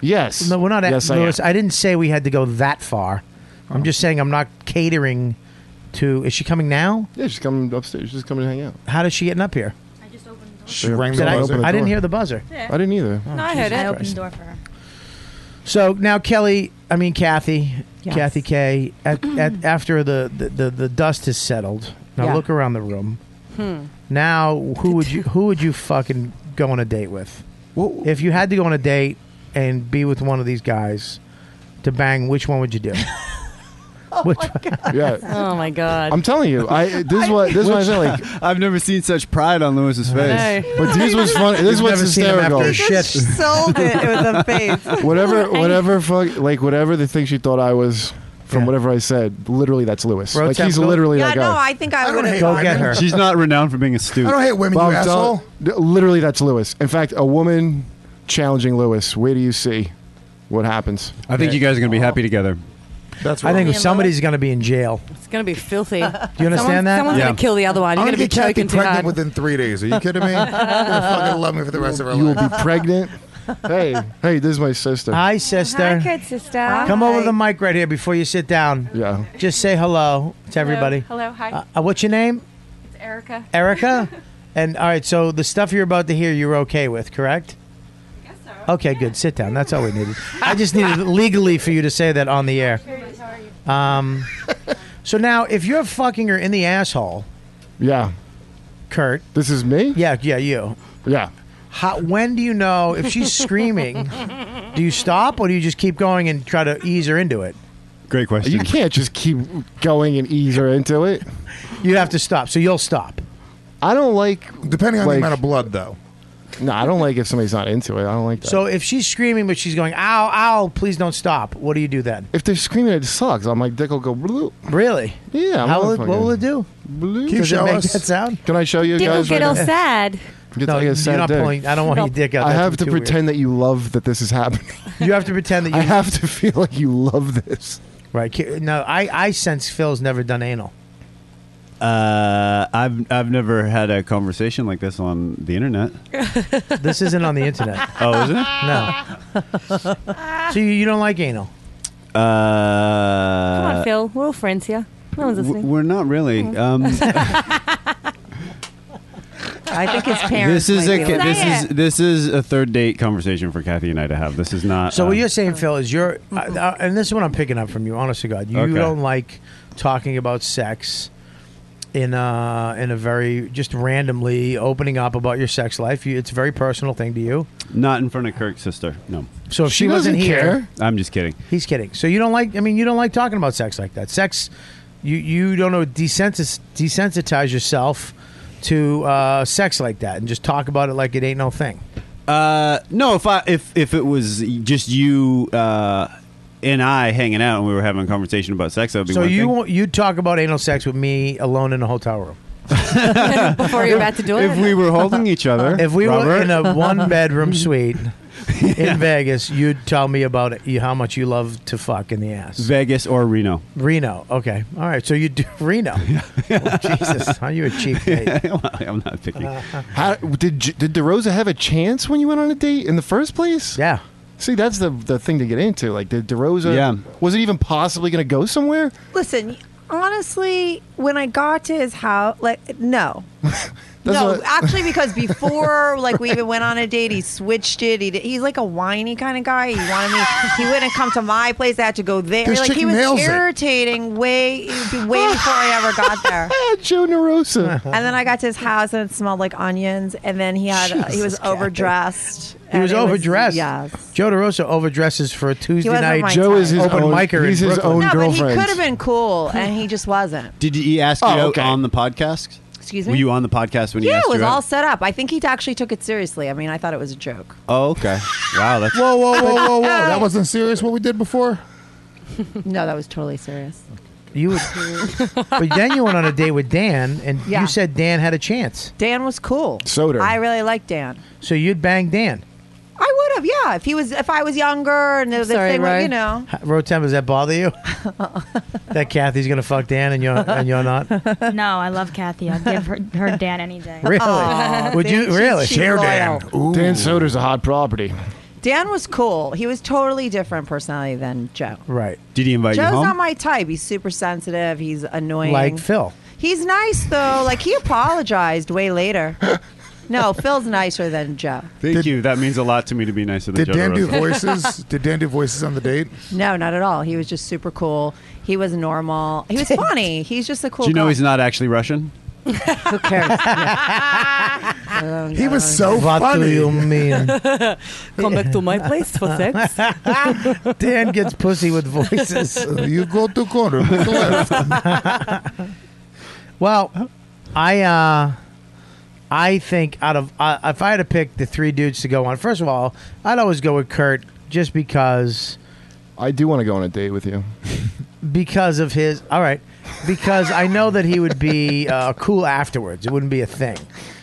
[SPEAKER 12] Yes.
[SPEAKER 2] No, we're not.
[SPEAKER 12] Yes, I
[SPEAKER 2] Lewis,
[SPEAKER 12] am.
[SPEAKER 2] I, didn't say we had to go that far. I'm just saying I'm not catering to. Is she coming now?
[SPEAKER 12] Yeah, she's coming upstairs. She's coming to hang out.
[SPEAKER 2] How does she getting up here?
[SPEAKER 7] She rang the
[SPEAKER 2] Did I,
[SPEAKER 7] buzzer.
[SPEAKER 2] I didn't hear the buzzer.
[SPEAKER 12] I didn't either.
[SPEAKER 2] Oh,
[SPEAKER 13] no, I heard
[SPEAKER 2] Jesus
[SPEAKER 13] it. I opened
[SPEAKER 2] Christ.
[SPEAKER 13] the door for her.
[SPEAKER 2] So now Kelly, I mean Kathy,
[SPEAKER 13] Yes.
[SPEAKER 2] Kathy K. At, at, after the, the, the, the dust has settled, now
[SPEAKER 13] Yeah.
[SPEAKER 2] look around the room.
[SPEAKER 13] Hmm.
[SPEAKER 2] Now who would you who would you fucking go on a date with? If you had to go on a date and be with one of these guys to bang, which one would you do? Which-
[SPEAKER 12] Yeah.
[SPEAKER 21] Oh my god.
[SPEAKER 12] I'm telling you, I this is what this is what I feel like.
[SPEAKER 9] I've never seen such pride on Lewis's
[SPEAKER 12] Hey.
[SPEAKER 9] face.
[SPEAKER 12] But this was funny. This was hysterical.
[SPEAKER 2] <laughs>
[SPEAKER 12] <laughs>
[SPEAKER 21] sold it with a face.
[SPEAKER 12] Whatever, whatever, fuck, like whatever the thing she thought I was from whatever I said. Literally, that's Lewis.
[SPEAKER 9] Road
[SPEAKER 12] like he's
[SPEAKER 9] tactical?
[SPEAKER 12] literally
[SPEAKER 11] Yeah,
[SPEAKER 12] that
[SPEAKER 11] no,
[SPEAKER 12] guy.
[SPEAKER 11] I think I, would have.
[SPEAKER 2] <laughs>
[SPEAKER 9] She's not renowned for being a stooge.
[SPEAKER 12] Bob, don't- d- Literally, that's Lewis. In fact, a woman challenging Lewis. Wait do you see what happens?
[SPEAKER 9] I think you guys are gonna be happy together.
[SPEAKER 7] That's
[SPEAKER 2] I think somebody's going to be in jail.
[SPEAKER 21] It's gonna be filthy. Do you
[SPEAKER 2] understand that?
[SPEAKER 21] Someone's
[SPEAKER 2] Yeah.
[SPEAKER 21] gonna kill the other one. You're
[SPEAKER 7] I'm
[SPEAKER 21] gonna be
[SPEAKER 7] get Kathy
[SPEAKER 21] choking too
[SPEAKER 7] pregnant
[SPEAKER 21] hard.
[SPEAKER 7] within three days. Are you kidding
[SPEAKER 12] <laughs>
[SPEAKER 7] me? You're gonna fucking love me for the rest of her
[SPEAKER 12] You will
[SPEAKER 7] life.
[SPEAKER 12] be pregnant. hey, hey, this is my sister.
[SPEAKER 2] Hi, sister.
[SPEAKER 22] Hi, good sister.
[SPEAKER 2] Come over to the mic right here before you sit down.
[SPEAKER 12] Yeah.
[SPEAKER 2] Just say hello to everybody.
[SPEAKER 13] Hello, hi.
[SPEAKER 2] Uh, uh, what's your name?
[SPEAKER 13] it's Erica. <laughs>
[SPEAKER 2] Erica? and all right, so the stuff you're about to hear, you're okay with, correct? Okay, good. Sit down. That's all
[SPEAKER 13] <laughs>
[SPEAKER 2] we needed. I just needed legally for you to say that on the air. Um, so now, if you're fucking her in the asshole,
[SPEAKER 12] yeah,
[SPEAKER 2] Kurt.
[SPEAKER 12] This is me.
[SPEAKER 2] Yeah, yeah, you.
[SPEAKER 12] Yeah.
[SPEAKER 2] How, when do you know if
[SPEAKER 13] <laughs>
[SPEAKER 2] she's screaming? do you stop or do you just keep going and try to ease her into it?
[SPEAKER 9] Great question.
[SPEAKER 12] You can't just keep going and ease her into it.
[SPEAKER 2] You have to stop. So you'll stop.
[SPEAKER 12] I don't like
[SPEAKER 7] depending on
[SPEAKER 12] like-
[SPEAKER 7] the amount of blood, though.
[SPEAKER 12] No, I don't like if somebody's not into it. I don't like that.
[SPEAKER 2] So if she's screaming but she's going, ow, ow, please don't stop, what do you do then?
[SPEAKER 12] if they're screaming, it sucks. I'm like, dick will go. Bloop.
[SPEAKER 2] Really?
[SPEAKER 12] Yeah. I'm
[SPEAKER 2] How will
[SPEAKER 12] gonna
[SPEAKER 2] it, what
[SPEAKER 12] fucking-
[SPEAKER 2] will it do?
[SPEAKER 12] Bloop.
[SPEAKER 2] Does it make that sound?
[SPEAKER 12] Can I show you
[SPEAKER 2] Dick will
[SPEAKER 12] guys?
[SPEAKER 2] get all
[SPEAKER 21] sad.
[SPEAKER 12] <laughs> Get
[SPEAKER 2] No,
[SPEAKER 12] like a
[SPEAKER 2] you're
[SPEAKER 12] sad
[SPEAKER 2] not
[SPEAKER 12] dick.
[SPEAKER 2] pulling- I don't want your dick out.
[SPEAKER 12] I
[SPEAKER 2] That's
[SPEAKER 12] have to
[SPEAKER 2] too weird.
[SPEAKER 12] pretend that you love that this is happening. <laughs>
[SPEAKER 2] You have to pretend that you
[SPEAKER 12] I have to feel like you love this.
[SPEAKER 2] Right. Ki- No, I, I sense Phil's never done anal.
[SPEAKER 9] Uh, I've I've never had a conversation like this on the internet.
[SPEAKER 2] This isn't on the internet.
[SPEAKER 9] Oh, isn't it?
[SPEAKER 2] No. so you, you don't like anal?
[SPEAKER 9] Uh,
[SPEAKER 12] Uh,
[SPEAKER 22] Come on, Phil. We're all friends here. No one's
[SPEAKER 9] w-
[SPEAKER 22] listening.
[SPEAKER 9] We're not really.
[SPEAKER 12] Mm-hmm.
[SPEAKER 9] Um,
[SPEAKER 12] <laughs>
[SPEAKER 22] I think his
[SPEAKER 9] this is a ca- this is this is a third date conversation for Kathy and I to have. This is not.
[SPEAKER 2] So
[SPEAKER 9] uh,
[SPEAKER 2] what you're saying, Phil, is you're, uh, uh, and this is what I'm picking up from you. Honest to God, you
[SPEAKER 9] Okay.
[SPEAKER 2] don't like talking about sex in a in a very just randomly opening up about your sex life. You, it's a very personal thing to you.
[SPEAKER 9] not in front of Kirk's sister. No.
[SPEAKER 2] So if She she wasn't doesn't here- care.
[SPEAKER 9] I'm just kidding.
[SPEAKER 2] He's kidding. So you don't like? I mean, you don't like talking about sex like that. Sex, you you don't know desensis, desensitize yourself to uh, sex like that and just talk about it like it ain't no thing.
[SPEAKER 9] Uh, no, if I if if it was just you uh, and I hanging out and we were having a conversation about sex, that would be
[SPEAKER 2] So
[SPEAKER 9] one
[SPEAKER 2] you
[SPEAKER 9] thing.
[SPEAKER 2] won't- you talk about anal sex with me alone in a hotel room.
[SPEAKER 22] <laughs>
[SPEAKER 3] before you're about to do it.
[SPEAKER 9] If we were holding
[SPEAKER 2] <laughs>
[SPEAKER 9] each other,
[SPEAKER 2] If we were
[SPEAKER 9] Robert.
[SPEAKER 2] in a
[SPEAKER 9] <laughs>
[SPEAKER 2] one bedroom suite in Vegas, you'd tell me about it, you- how much you love to fuck in the ass.
[SPEAKER 9] Vegas or Reno. <laughs>
[SPEAKER 2] Reno. Okay. All right. So you do <laughs> Reno. Oh, Jesus. How you a cheap date?
[SPEAKER 9] <laughs> I'm not picking.
[SPEAKER 2] Uh-huh.
[SPEAKER 7] How, did J- did DeRosa have a chance when you went on a date in the first place?
[SPEAKER 2] Yeah.
[SPEAKER 7] See, that's the the thing to get into. Like, did DeRosa?
[SPEAKER 9] Yeah.
[SPEAKER 7] Was it even possibly going to go somewhere?
[SPEAKER 12] Listen, honestly, when I got to his house, like, no.
[SPEAKER 7] That's
[SPEAKER 12] no,
[SPEAKER 7] what-
[SPEAKER 12] actually, because before, like, we even went on a date, he switched it. He, did- he's like a whiny kind of guy. He wanted me. He wouldn't come to my place. I had to go there.
[SPEAKER 7] This
[SPEAKER 12] like,
[SPEAKER 7] chick
[SPEAKER 12] he was
[SPEAKER 7] nails it.
[SPEAKER 12] irritating way, way before I ever got there.
[SPEAKER 7] Ah, Joe
[SPEAKER 13] <laughs>
[SPEAKER 7] DeRosa.
[SPEAKER 12] And then I got to his house, and it smelled like onions. And then he had he was
[SPEAKER 2] Jesus,
[SPEAKER 12] overdressed.
[SPEAKER 2] He
[SPEAKER 12] and
[SPEAKER 2] was
[SPEAKER 12] it
[SPEAKER 2] overdressed.
[SPEAKER 12] yes.
[SPEAKER 2] Joe DeRosa overdresses for a Tuesday
[SPEAKER 12] wasn't my
[SPEAKER 2] night.
[SPEAKER 12] Joe is his
[SPEAKER 2] open
[SPEAKER 7] own-
[SPEAKER 2] micer. in
[SPEAKER 7] he's his
[SPEAKER 2] Brooklyn.
[SPEAKER 7] own
[SPEAKER 12] no, but he could have been cool, and he just wasn't.
[SPEAKER 9] Did he ask you
[SPEAKER 12] Oh,
[SPEAKER 9] out
[SPEAKER 12] okay.
[SPEAKER 9] on the podcast?
[SPEAKER 12] Excuse
[SPEAKER 9] Were
[SPEAKER 12] me?
[SPEAKER 9] you on the podcast when he
[SPEAKER 12] yeah,
[SPEAKER 9] asked
[SPEAKER 12] it was
[SPEAKER 9] you out?
[SPEAKER 12] all set up. I think he actually took it seriously. I mean, I thought it was a joke.
[SPEAKER 9] Oh, okay. Wow, that's
[SPEAKER 13] Whoa, whoa, whoa, whoa, whoa! That wasn't serious. What we did before?
[SPEAKER 12] <laughs> no, that was totally serious.
[SPEAKER 2] You would,
[SPEAKER 12] <laughs>
[SPEAKER 2] but then you went on a date with Dan, and
[SPEAKER 12] Yeah.
[SPEAKER 2] you said Dan had a chance.
[SPEAKER 12] Dan was cool.
[SPEAKER 2] Soder.
[SPEAKER 12] I really liked Dan.
[SPEAKER 2] So you'd bang Dan.
[SPEAKER 12] I would have, yeah, if he was, if I was younger and there was a
[SPEAKER 2] sorry,
[SPEAKER 12] thing, where,
[SPEAKER 2] Ray.
[SPEAKER 12] you know.
[SPEAKER 2] H- Rotem, does that bother
[SPEAKER 12] <laughs>
[SPEAKER 2] you? that Kathy's gonna fuck Dan, and you're and you're not.
[SPEAKER 23] <laughs> no, I love Kathy. I'll give her, her Dan any day.
[SPEAKER 2] Really? Would you really?
[SPEAKER 7] Dan Soder's a hot property.
[SPEAKER 12] <laughs> Dan was cool. He was totally different personality than Joe.
[SPEAKER 2] Right.
[SPEAKER 9] Did he invite
[SPEAKER 12] Joe's
[SPEAKER 9] you home?
[SPEAKER 12] not my type. He's super sensitive. He's annoying.
[SPEAKER 9] Like Phil.
[SPEAKER 12] He's nice though. Like he apologized way <laughs> later. No, Phil's nicer than Joe.
[SPEAKER 9] Thank you. That means a lot to me to be nicer than
[SPEAKER 13] Did
[SPEAKER 9] Joe
[SPEAKER 13] Dan do
[SPEAKER 9] DeRosa.
[SPEAKER 13] voices? <laughs> did Dan do voices on the date?
[SPEAKER 12] No, not at all. He was just super cool. He was normal. He was funny. He's just a cool.
[SPEAKER 9] Do you know
[SPEAKER 12] guy.
[SPEAKER 9] he's not actually Russian?
[SPEAKER 12] Who cares?
[SPEAKER 13] He was <laughs> so
[SPEAKER 2] What
[SPEAKER 13] funny.
[SPEAKER 2] do you mean? <laughs>
[SPEAKER 3] Come back to my place for sex.
[SPEAKER 2] Dan gets pussy with voices. <laughs>
[SPEAKER 13] you go to corner.
[SPEAKER 2] well, I uh, I think out of uh, if I had to pick the three dudes to go on, first of all, I'd always go with Kurt just because
[SPEAKER 7] <laughs> I do want to go on a date with you.
[SPEAKER 2] because of his. All right, because I know that he would be uh, cool afterwards. It wouldn't be a thing.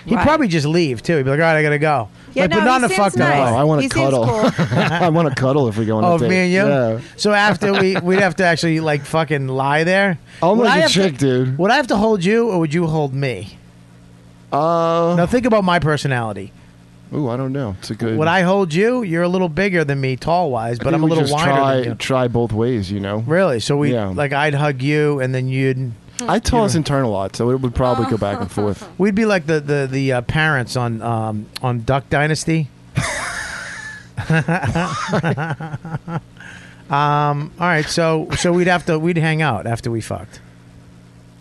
[SPEAKER 2] He'd
[SPEAKER 12] Right.
[SPEAKER 2] probably just leave too. He'd be like, "All right, I gotta go."
[SPEAKER 12] Yeah,
[SPEAKER 2] like,
[SPEAKER 12] no,
[SPEAKER 2] but not
[SPEAKER 12] he
[SPEAKER 2] in a
[SPEAKER 12] seems
[SPEAKER 2] fucked up
[SPEAKER 12] nice.
[SPEAKER 2] way.
[SPEAKER 7] Oh, I want
[SPEAKER 12] He
[SPEAKER 7] to
[SPEAKER 12] seems
[SPEAKER 7] cuddle.
[SPEAKER 12] cool.
[SPEAKER 7] <laughs> I want to cuddle if we go on
[SPEAKER 2] Oh,
[SPEAKER 7] a date.
[SPEAKER 2] me and you.
[SPEAKER 7] Yeah.
[SPEAKER 2] So after we we'd have to actually like fucking lie
[SPEAKER 7] <laughs>
[SPEAKER 2] there.
[SPEAKER 7] I'm
[SPEAKER 2] Would
[SPEAKER 7] like
[SPEAKER 2] I
[SPEAKER 7] a
[SPEAKER 2] have to-
[SPEAKER 7] chick, dude.
[SPEAKER 2] Would I have to hold you, or would you hold me?
[SPEAKER 7] Uh,
[SPEAKER 2] now think about my personality.
[SPEAKER 7] Ooh, I don't know. It's a good.
[SPEAKER 2] Would I hold you? You're a little bigger than me, tall wise,
[SPEAKER 7] I
[SPEAKER 2] but
[SPEAKER 7] think
[SPEAKER 2] I'm a
[SPEAKER 7] we
[SPEAKER 2] little
[SPEAKER 7] just
[SPEAKER 2] wider
[SPEAKER 7] Try,
[SPEAKER 2] than you.
[SPEAKER 7] try both ways, you know.
[SPEAKER 2] Really? Hmm. So we
[SPEAKER 7] Yeah.
[SPEAKER 2] like I'd hug you, and then you'd.
[SPEAKER 7] I toss and turn a lot, so it would probably
[SPEAKER 2] <laughs>
[SPEAKER 7] go back and forth.
[SPEAKER 2] We'd be like the the the uh, parents on um, on Duck Dynasty. <laughs> um. All right. So so we'd have to we'd hang out after we fucked.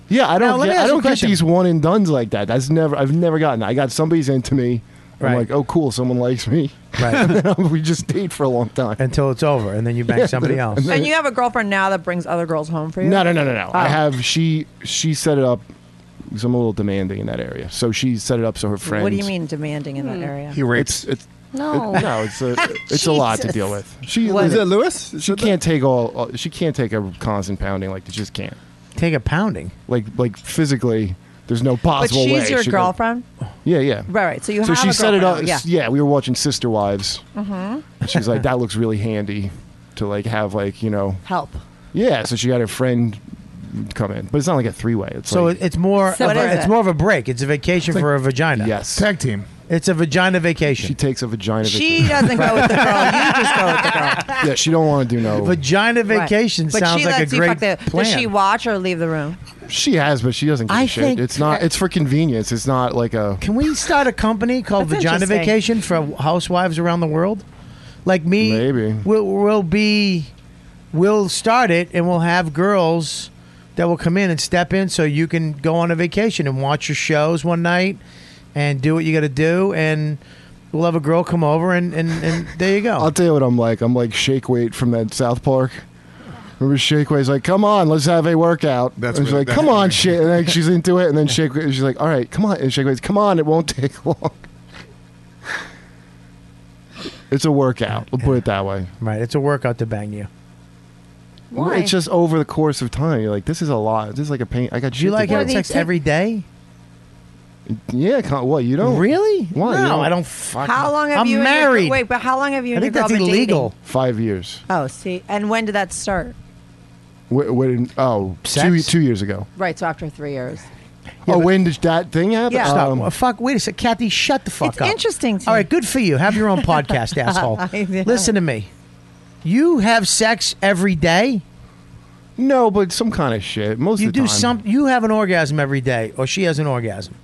[SPEAKER 7] Yeah, I
[SPEAKER 2] Now,
[SPEAKER 7] don't.
[SPEAKER 2] let me
[SPEAKER 7] Get,
[SPEAKER 2] ask
[SPEAKER 7] I
[SPEAKER 2] you a
[SPEAKER 7] don't get
[SPEAKER 2] question.
[SPEAKER 7] these one and duns like that. That's never. I've never gotten. I got somebody's into me. I'm
[SPEAKER 2] Right.
[SPEAKER 7] like, oh, cool, someone likes me.
[SPEAKER 2] Right.
[SPEAKER 7] <laughs> and then we just date for a long time
[SPEAKER 2] until it's over, and then you bang <laughs>
[SPEAKER 7] <laughs>
[SPEAKER 2] somebody else.
[SPEAKER 12] and you have a girlfriend now that brings other girls home for you.
[SPEAKER 7] No, no, no, no, no.
[SPEAKER 12] Oh.
[SPEAKER 7] I have she she set it up because I'm a little demanding in that area. So she set it up so her friends.
[SPEAKER 12] What do you mean demanding in that area?
[SPEAKER 7] rapes. It's, it's,
[SPEAKER 12] No.
[SPEAKER 7] it- no, it's
[SPEAKER 12] <laughs>
[SPEAKER 7] a it's a lot to
[SPEAKER 12] Jesus.
[SPEAKER 7] deal with. She
[SPEAKER 12] What? Is it
[SPEAKER 7] Lewis? she can't take all, all. She can't take a constant pounding. Like she just can't
[SPEAKER 2] take a pounding.
[SPEAKER 7] Like like physically, there's no
[SPEAKER 12] but
[SPEAKER 7] possible way.
[SPEAKER 12] she's your
[SPEAKER 7] she could-
[SPEAKER 12] girlfriend,
[SPEAKER 7] Yeah, yeah.
[SPEAKER 12] right? Right. So you
[SPEAKER 7] so
[SPEAKER 12] have
[SPEAKER 7] she
[SPEAKER 12] a
[SPEAKER 7] set it up.
[SPEAKER 12] girlfriend now,
[SPEAKER 7] Yeah. we were watching Sister Wives.
[SPEAKER 12] Yeah. hmm
[SPEAKER 7] And she's like, that looks really handy to like have like you know.
[SPEAKER 12] Help.
[SPEAKER 7] Yeah, so she had her friend come in, but it's not like a three way. It's
[SPEAKER 2] So
[SPEAKER 7] like,
[SPEAKER 2] it- it's more
[SPEAKER 7] So
[SPEAKER 2] of
[SPEAKER 7] what
[SPEAKER 2] a-
[SPEAKER 7] is
[SPEAKER 2] it's
[SPEAKER 7] it?
[SPEAKER 2] more of a break. It's a vacation for a vagina.
[SPEAKER 7] Yes.
[SPEAKER 2] Tag
[SPEAKER 13] team.
[SPEAKER 2] It's a vagina vacation. She
[SPEAKER 7] takes a vagina
[SPEAKER 12] She doesn't go with the girl. You just go with the girl.
[SPEAKER 7] <laughs> yeah, she don't want to do no.
[SPEAKER 2] Vagina vacation
[SPEAKER 12] Right. But
[SPEAKER 2] sounds
[SPEAKER 12] she
[SPEAKER 2] like a
[SPEAKER 12] lets you
[SPEAKER 2] great
[SPEAKER 12] fuck the-
[SPEAKER 2] plan.
[SPEAKER 12] Does she watch or leave the room?
[SPEAKER 7] She has, but she doesn't give
[SPEAKER 2] I
[SPEAKER 7] a shit.
[SPEAKER 2] think-
[SPEAKER 7] It's not. It's for convenience. It's not like a.
[SPEAKER 2] Can we start a company called
[SPEAKER 7] That's
[SPEAKER 2] Vagina
[SPEAKER 7] interesting.
[SPEAKER 2] Vacation for housewives around the world? Like me, maybe we'll, we'll be, we'll start it, and we'll have girls that will come in and step in, so you can go on a vacation and watch your shows one night, and do what you got to do, and we'll have a girl come over, and and, and there you go.
[SPEAKER 7] I'll tell you what I'm like. I'm like Shake Weight from that South Park. Remember Shake Weight's like, come on, let's have a workout. That's and she's
[SPEAKER 13] what-
[SPEAKER 7] like,
[SPEAKER 13] that's
[SPEAKER 7] come on, shit. And then she's into it, and then Shake Weight, she's like, all right, come on. And Shake Weight's, come on, it won't take <laughs> long. It's a workout. We'll put it that way.
[SPEAKER 2] Right, it's a workout to bang you.
[SPEAKER 7] Well, It's just over the course of time. You're like, this is a lot. This is like a pain. I got.
[SPEAKER 2] Do you like
[SPEAKER 7] how
[SPEAKER 2] having sex every day?
[SPEAKER 7] Yeah, con- what you don't
[SPEAKER 13] really?
[SPEAKER 7] Why?
[SPEAKER 13] No,
[SPEAKER 7] you
[SPEAKER 13] I don't fuck-
[SPEAKER 12] How long have
[SPEAKER 13] I'm
[SPEAKER 12] you? and your-
[SPEAKER 13] married.
[SPEAKER 12] wait, but how long have you?
[SPEAKER 13] I
[SPEAKER 12] and
[SPEAKER 13] think
[SPEAKER 12] your
[SPEAKER 13] that's
[SPEAKER 12] girl been
[SPEAKER 13] illegal.
[SPEAKER 7] Five years.
[SPEAKER 12] dating? Oh, see, and when did that start?
[SPEAKER 7] When, when oh, two, two years ago.
[SPEAKER 12] Right, so after three years.
[SPEAKER 7] oh, when did that thing happen?
[SPEAKER 13] Yeah. Stop.
[SPEAKER 7] Um,
[SPEAKER 13] fuck. Wait a sec, Kathy. Shut the fuck
[SPEAKER 12] It's
[SPEAKER 13] up.
[SPEAKER 12] interesting to
[SPEAKER 13] All
[SPEAKER 12] me.
[SPEAKER 13] right. Good for you. Have your own
[SPEAKER 12] <laughs>
[SPEAKER 13] podcast, asshole.
[SPEAKER 12] I know.
[SPEAKER 13] Listen to me. You have sex every day.
[SPEAKER 7] No, but some kind of shit. Most
[SPEAKER 13] you
[SPEAKER 7] of the
[SPEAKER 13] do
[SPEAKER 7] time.
[SPEAKER 13] some. You have an orgasm every day, or she has an orgasm.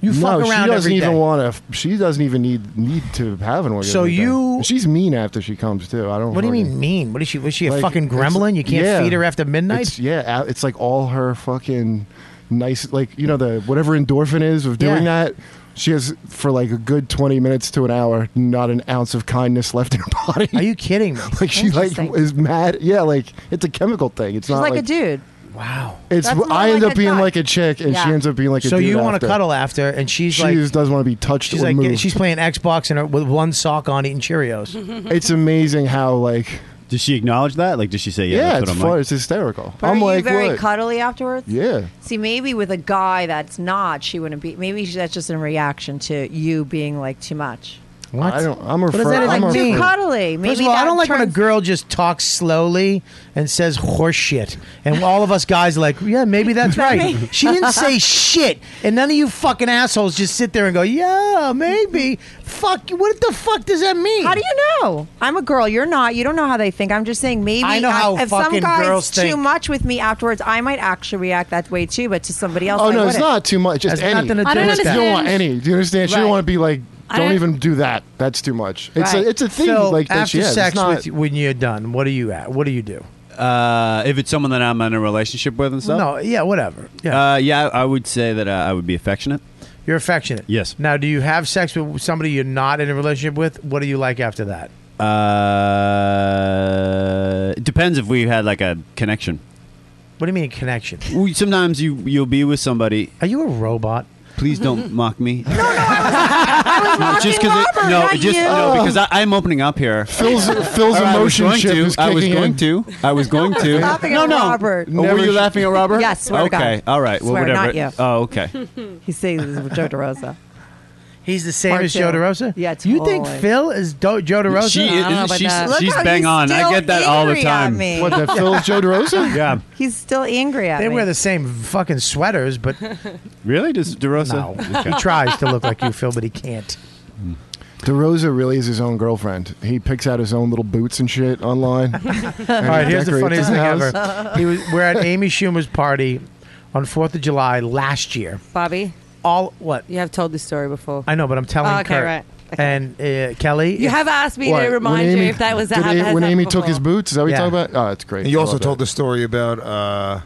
[SPEAKER 13] You
[SPEAKER 7] no,
[SPEAKER 13] fuck around
[SPEAKER 7] she doesn't
[SPEAKER 13] every
[SPEAKER 7] even
[SPEAKER 13] day.
[SPEAKER 7] want to. She doesn't even need need to have an orgasm.
[SPEAKER 13] So
[SPEAKER 7] every day.
[SPEAKER 13] you-
[SPEAKER 7] And she's mean after she comes too. I don't.
[SPEAKER 13] What do you
[SPEAKER 7] fucking-
[SPEAKER 13] mean mean? What is she? Was she a
[SPEAKER 7] Like,
[SPEAKER 13] fucking
[SPEAKER 7] it's-
[SPEAKER 13] gremlin? You can't
[SPEAKER 7] yeah.
[SPEAKER 13] feed her after midnight.
[SPEAKER 7] It's, yeah, a- it's like all her fucking nice, like you know the whatever endorphin is of doing that. She has for like a good twenty minutes to an hour, not an ounce of kindness left in her body. Are
[SPEAKER 13] you kidding me?
[SPEAKER 7] <laughs> like she like
[SPEAKER 12] Interesting.
[SPEAKER 7] is mad. Yeah, like it's a chemical thing. It's
[SPEAKER 12] She's
[SPEAKER 7] not
[SPEAKER 12] like, a dude.
[SPEAKER 13] Wow.
[SPEAKER 7] It's
[SPEAKER 12] That's more
[SPEAKER 7] I end
[SPEAKER 12] like
[SPEAKER 7] up
[SPEAKER 12] a
[SPEAKER 7] being
[SPEAKER 12] guy.
[SPEAKER 7] like a chick, and she
[SPEAKER 12] Yeah.
[SPEAKER 7] ends up being like a.
[SPEAKER 13] so
[SPEAKER 7] dude
[SPEAKER 13] you want
[SPEAKER 7] after.
[SPEAKER 13] to cuddle after, and she's
[SPEAKER 7] She
[SPEAKER 13] like,
[SPEAKER 7] just doesn't want to be touched
[SPEAKER 13] she's
[SPEAKER 7] or
[SPEAKER 13] like,
[SPEAKER 7] moved.
[SPEAKER 13] she's playing Xbox and her, with one sock on, eating Cheerios.
[SPEAKER 7] it's amazing how like.
[SPEAKER 9] Does she acknowledge that? Like, does she say, "Yeah,
[SPEAKER 7] Yeah,
[SPEAKER 9] that's
[SPEAKER 7] it's
[SPEAKER 9] what I'm
[SPEAKER 7] fun.
[SPEAKER 9] like"?
[SPEAKER 7] It's hysterical.
[SPEAKER 12] But
[SPEAKER 7] I'm
[SPEAKER 12] are
[SPEAKER 7] like,
[SPEAKER 12] you very
[SPEAKER 7] what?
[SPEAKER 12] cuddly afterwards?
[SPEAKER 7] yeah.
[SPEAKER 12] See, maybe with a guy that's not, she wouldn't be. Maybe she- that's just in reaction to you being like too much.
[SPEAKER 13] What?
[SPEAKER 7] I don't. I'm
[SPEAKER 13] What does
[SPEAKER 7] referring.
[SPEAKER 13] that
[SPEAKER 7] I'm
[SPEAKER 13] even
[SPEAKER 7] referring-
[SPEAKER 13] mean?
[SPEAKER 12] Too cuddly. Maybe
[SPEAKER 13] First of all, I
[SPEAKER 12] that
[SPEAKER 13] don't like when a
[SPEAKER 12] turns-
[SPEAKER 13] girl just talks slowly and says horse shit. And all of us guys are like, yeah, maybe
[SPEAKER 12] <laughs>
[SPEAKER 13] that's right. she didn't say shit. And none of you fucking assholes just sit there and go, yeah, maybe. fuck, you. what the fuck does that mean?
[SPEAKER 12] How do you know? I'm a girl. You're not. You don't know how they think. I'm just saying. Maybe
[SPEAKER 13] I know how
[SPEAKER 12] if some
[SPEAKER 13] fucking
[SPEAKER 12] guy's
[SPEAKER 13] girls
[SPEAKER 12] too
[SPEAKER 13] think.
[SPEAKER 12] much with me afterwards, I might actually react that way too. But to somebody else,
[SPEAKER 7] Oh
[SPEAKER 12] I
[SPEAKER 7] no, it's
[SPEAKER 12] wouldn't.
[SPEAKER 7] not too much.
[SPEAKER 13] Has
[SPEAKER 7] Just any.
[SPEAKER 13] nothing to I do don't with
[SPEAKER 7] you
[SPEAKER 13] that.
[SPEAKER 7] don't want any. Do you understand? She don't
[SPEAKER 13] Right.
[SPEAKER 7] want to be like.
[SPEAKER 13] I
[SPEAKER 7] Don't
[SPEAKER 13] don't-
[SPEAKER 7] even do that. That's too much. It's
[SPEAKER 13] Right.
[SPEAKER 7] a it's a thing
[SPEAKER 13] So
[SPEAKER 7] like that.
[SPEAKER 13] after
[SPEAKER 7] She has. It's
[SPEAKER 13] sex
[SPEAKER 7] not-
[SPEAKER 13] with, when you're done, what are you at? What do you do?
[SPEAKER 9] Uh, if it's someone that I'm in a relationship with and stuff.
[SPEAKER 13] No, yeah, whatever.
[SPEAKER 9] Yeah. Uh, yeah, I would say that uh, I would be affectionate.
[SPEAKER 13] You're affectionate.
[SPEAKER 9] Yes.
[SPEAKER 13] Now, do you have sex with somebody you're not in a relationship with? What do you like after that?
[SPEAKER 9] Uh, it depends if we had like a connection.
[SPEAKER 13] What do you mean connection?
[SPEAKER 9] We- Sometimes you you'll be with somebody.
[SPEAKER 13] Are you a robot?
[SPEAKER 9] Please
[SPEAKER 12] Mm-hmm.
[SPEAKER 9] don't mock me. <laughs>
[SPEAKER 12] I
[SPEAKER 9] was just because
[SPEAKER 12] Robert,
[SPEAKER 9] no,
[SPEAKER 12] not
[SPEAKER 9] just
[SPEAKER 12] you.
[SPEAKER 9] no, because I, I'm opening up here.
[SPEAKER 7] Phil's- Phil's
[SPEAKER 9] Or <laughs> I was
[SPEAKER 7] emotion
[SPEAKER 9] going
[SPEAKER 7] chip
[SPEAKER 9] to,
[SPEAKER 7] is
[SPEAKER 9] I was
[SPEAKER 7] kicking
[SPEAKER 9] going
[SPEAKER 7] in.
[SPEAKER 9] to. <laughs> I was going to.
[SPEAKER 12] Laughing
[SPEAKER 9] no,
[SPEAKER 12] at
[SPEAKER 9] no.
[SPEAKER 12] Robert.
[SPEAKER 9] Oh, were you
[SPEAKER 12] Never-
[SPEAKER 9] laughing at Robert?
[SPEAKER 12] Yes, swear to God.
[SPEAKER 9] Okay. All right. Well,
[SPEAKER 12] Swear,
[SPEAKER 9] whatever.
[SPEAKER 12] not you.
[SPEAKER 9] Oh, okay.
[SPEAKER 12] He says this with
[SPEAKER 13] <laughs>
[SPEAKER 12] Joe DeRosa.
[SPEAKER 13] He's the same
[SPEAKER 12] Part
[SPEAKER 13] as Joe
[SPEAKER 12] two.
[SPEAKER 13] DeRosa?
[SPEAKER 12] Yeah,
[SPEAKER 13] You think
[SPEAKER 12] totally.
[SPEAKER 13] Phil is Do- Joe DeRosa?
[SPEAKER 9] She is, she's,
[SPEAKER 12] Look
[SPEAKER 9] she's
[SPEAKER 12] how
[SPEAKER 9] bang
[SPEAKER 12] he's
[SPEAKER 9] on. I
[SPEAKER 12] still
[SPEAKER 9] get that all the
[SPEAKER 12] angry at
[SPEAKER 9] time.
[SPEAKER 12] me. What, that
[SPEAKER 13] <laughs>
[SPEAKER 7] Phil's Joe DeRosa?
[SPEAKER 9] yeah.
[SPEAKER 12] He's still angry at
[SPEAKER 13] They
[SPEAKER 12] me.
[SPEAKER 13] wear <laughs> the same fucking sweaters, <laughs> but
[SPEAKER 9] Really? Does
[SPEAKER 13] no.
[SPEAKER 9] DeRosa?
[SPEAKER 13] he tries to look like you, Phil, but he can't.
[SPEAKER 7] DeRosa really is his own girlfriend. He picks out his own little boots and shit online.
[SPEAKER 13] All right, here's the funniest thing ever.
[SPEAKER 7] ever.
[SPEAKER 13] He was, we're
[SPEAKER 7] <laughs>
[SPEAKER 13] at Amy Schumer's party on 4th of July last year.
[SPEAKER 24] Bobby.
[SPEAKER 13] All what?
[SPEAKER 24] You have told this story before.
[SPEAKER 13] I know, but I'm telling
[SPEAKER 24] Oh, okay,
[SPEAKER 13] Kurt.
[SPEAKER 24] right.
[SPEAKER 13] And uh, Kelly.
[SPEAKER 24] You
[SPEAKER 13] if-
[SPEAKER 24] have asked me to remind you if that was that
[SPEAKER 7] did
[SPEAKER 24] happened.
[SPEAKER 7] A-
[SPEAKER 24] has
[SPEAKER 7] when
[SPEAKER 24] happened
[SPEAKER 7] Amy took
[SPEAKER 24] before.
[SPEAKER 7] his boots, is that what
[SPEAKER 13] Yeah.
[SPEAKER 7] you're talking about? Oh, it's great.
[SPEAKER 2] And you
[SPEAKER 7] I
[SPEAKER 2] also
[SPEAKER 7] love
[SPEAKER 2] told
[SPEAKER 7] that.
[SPEAKER 2] the story about uh,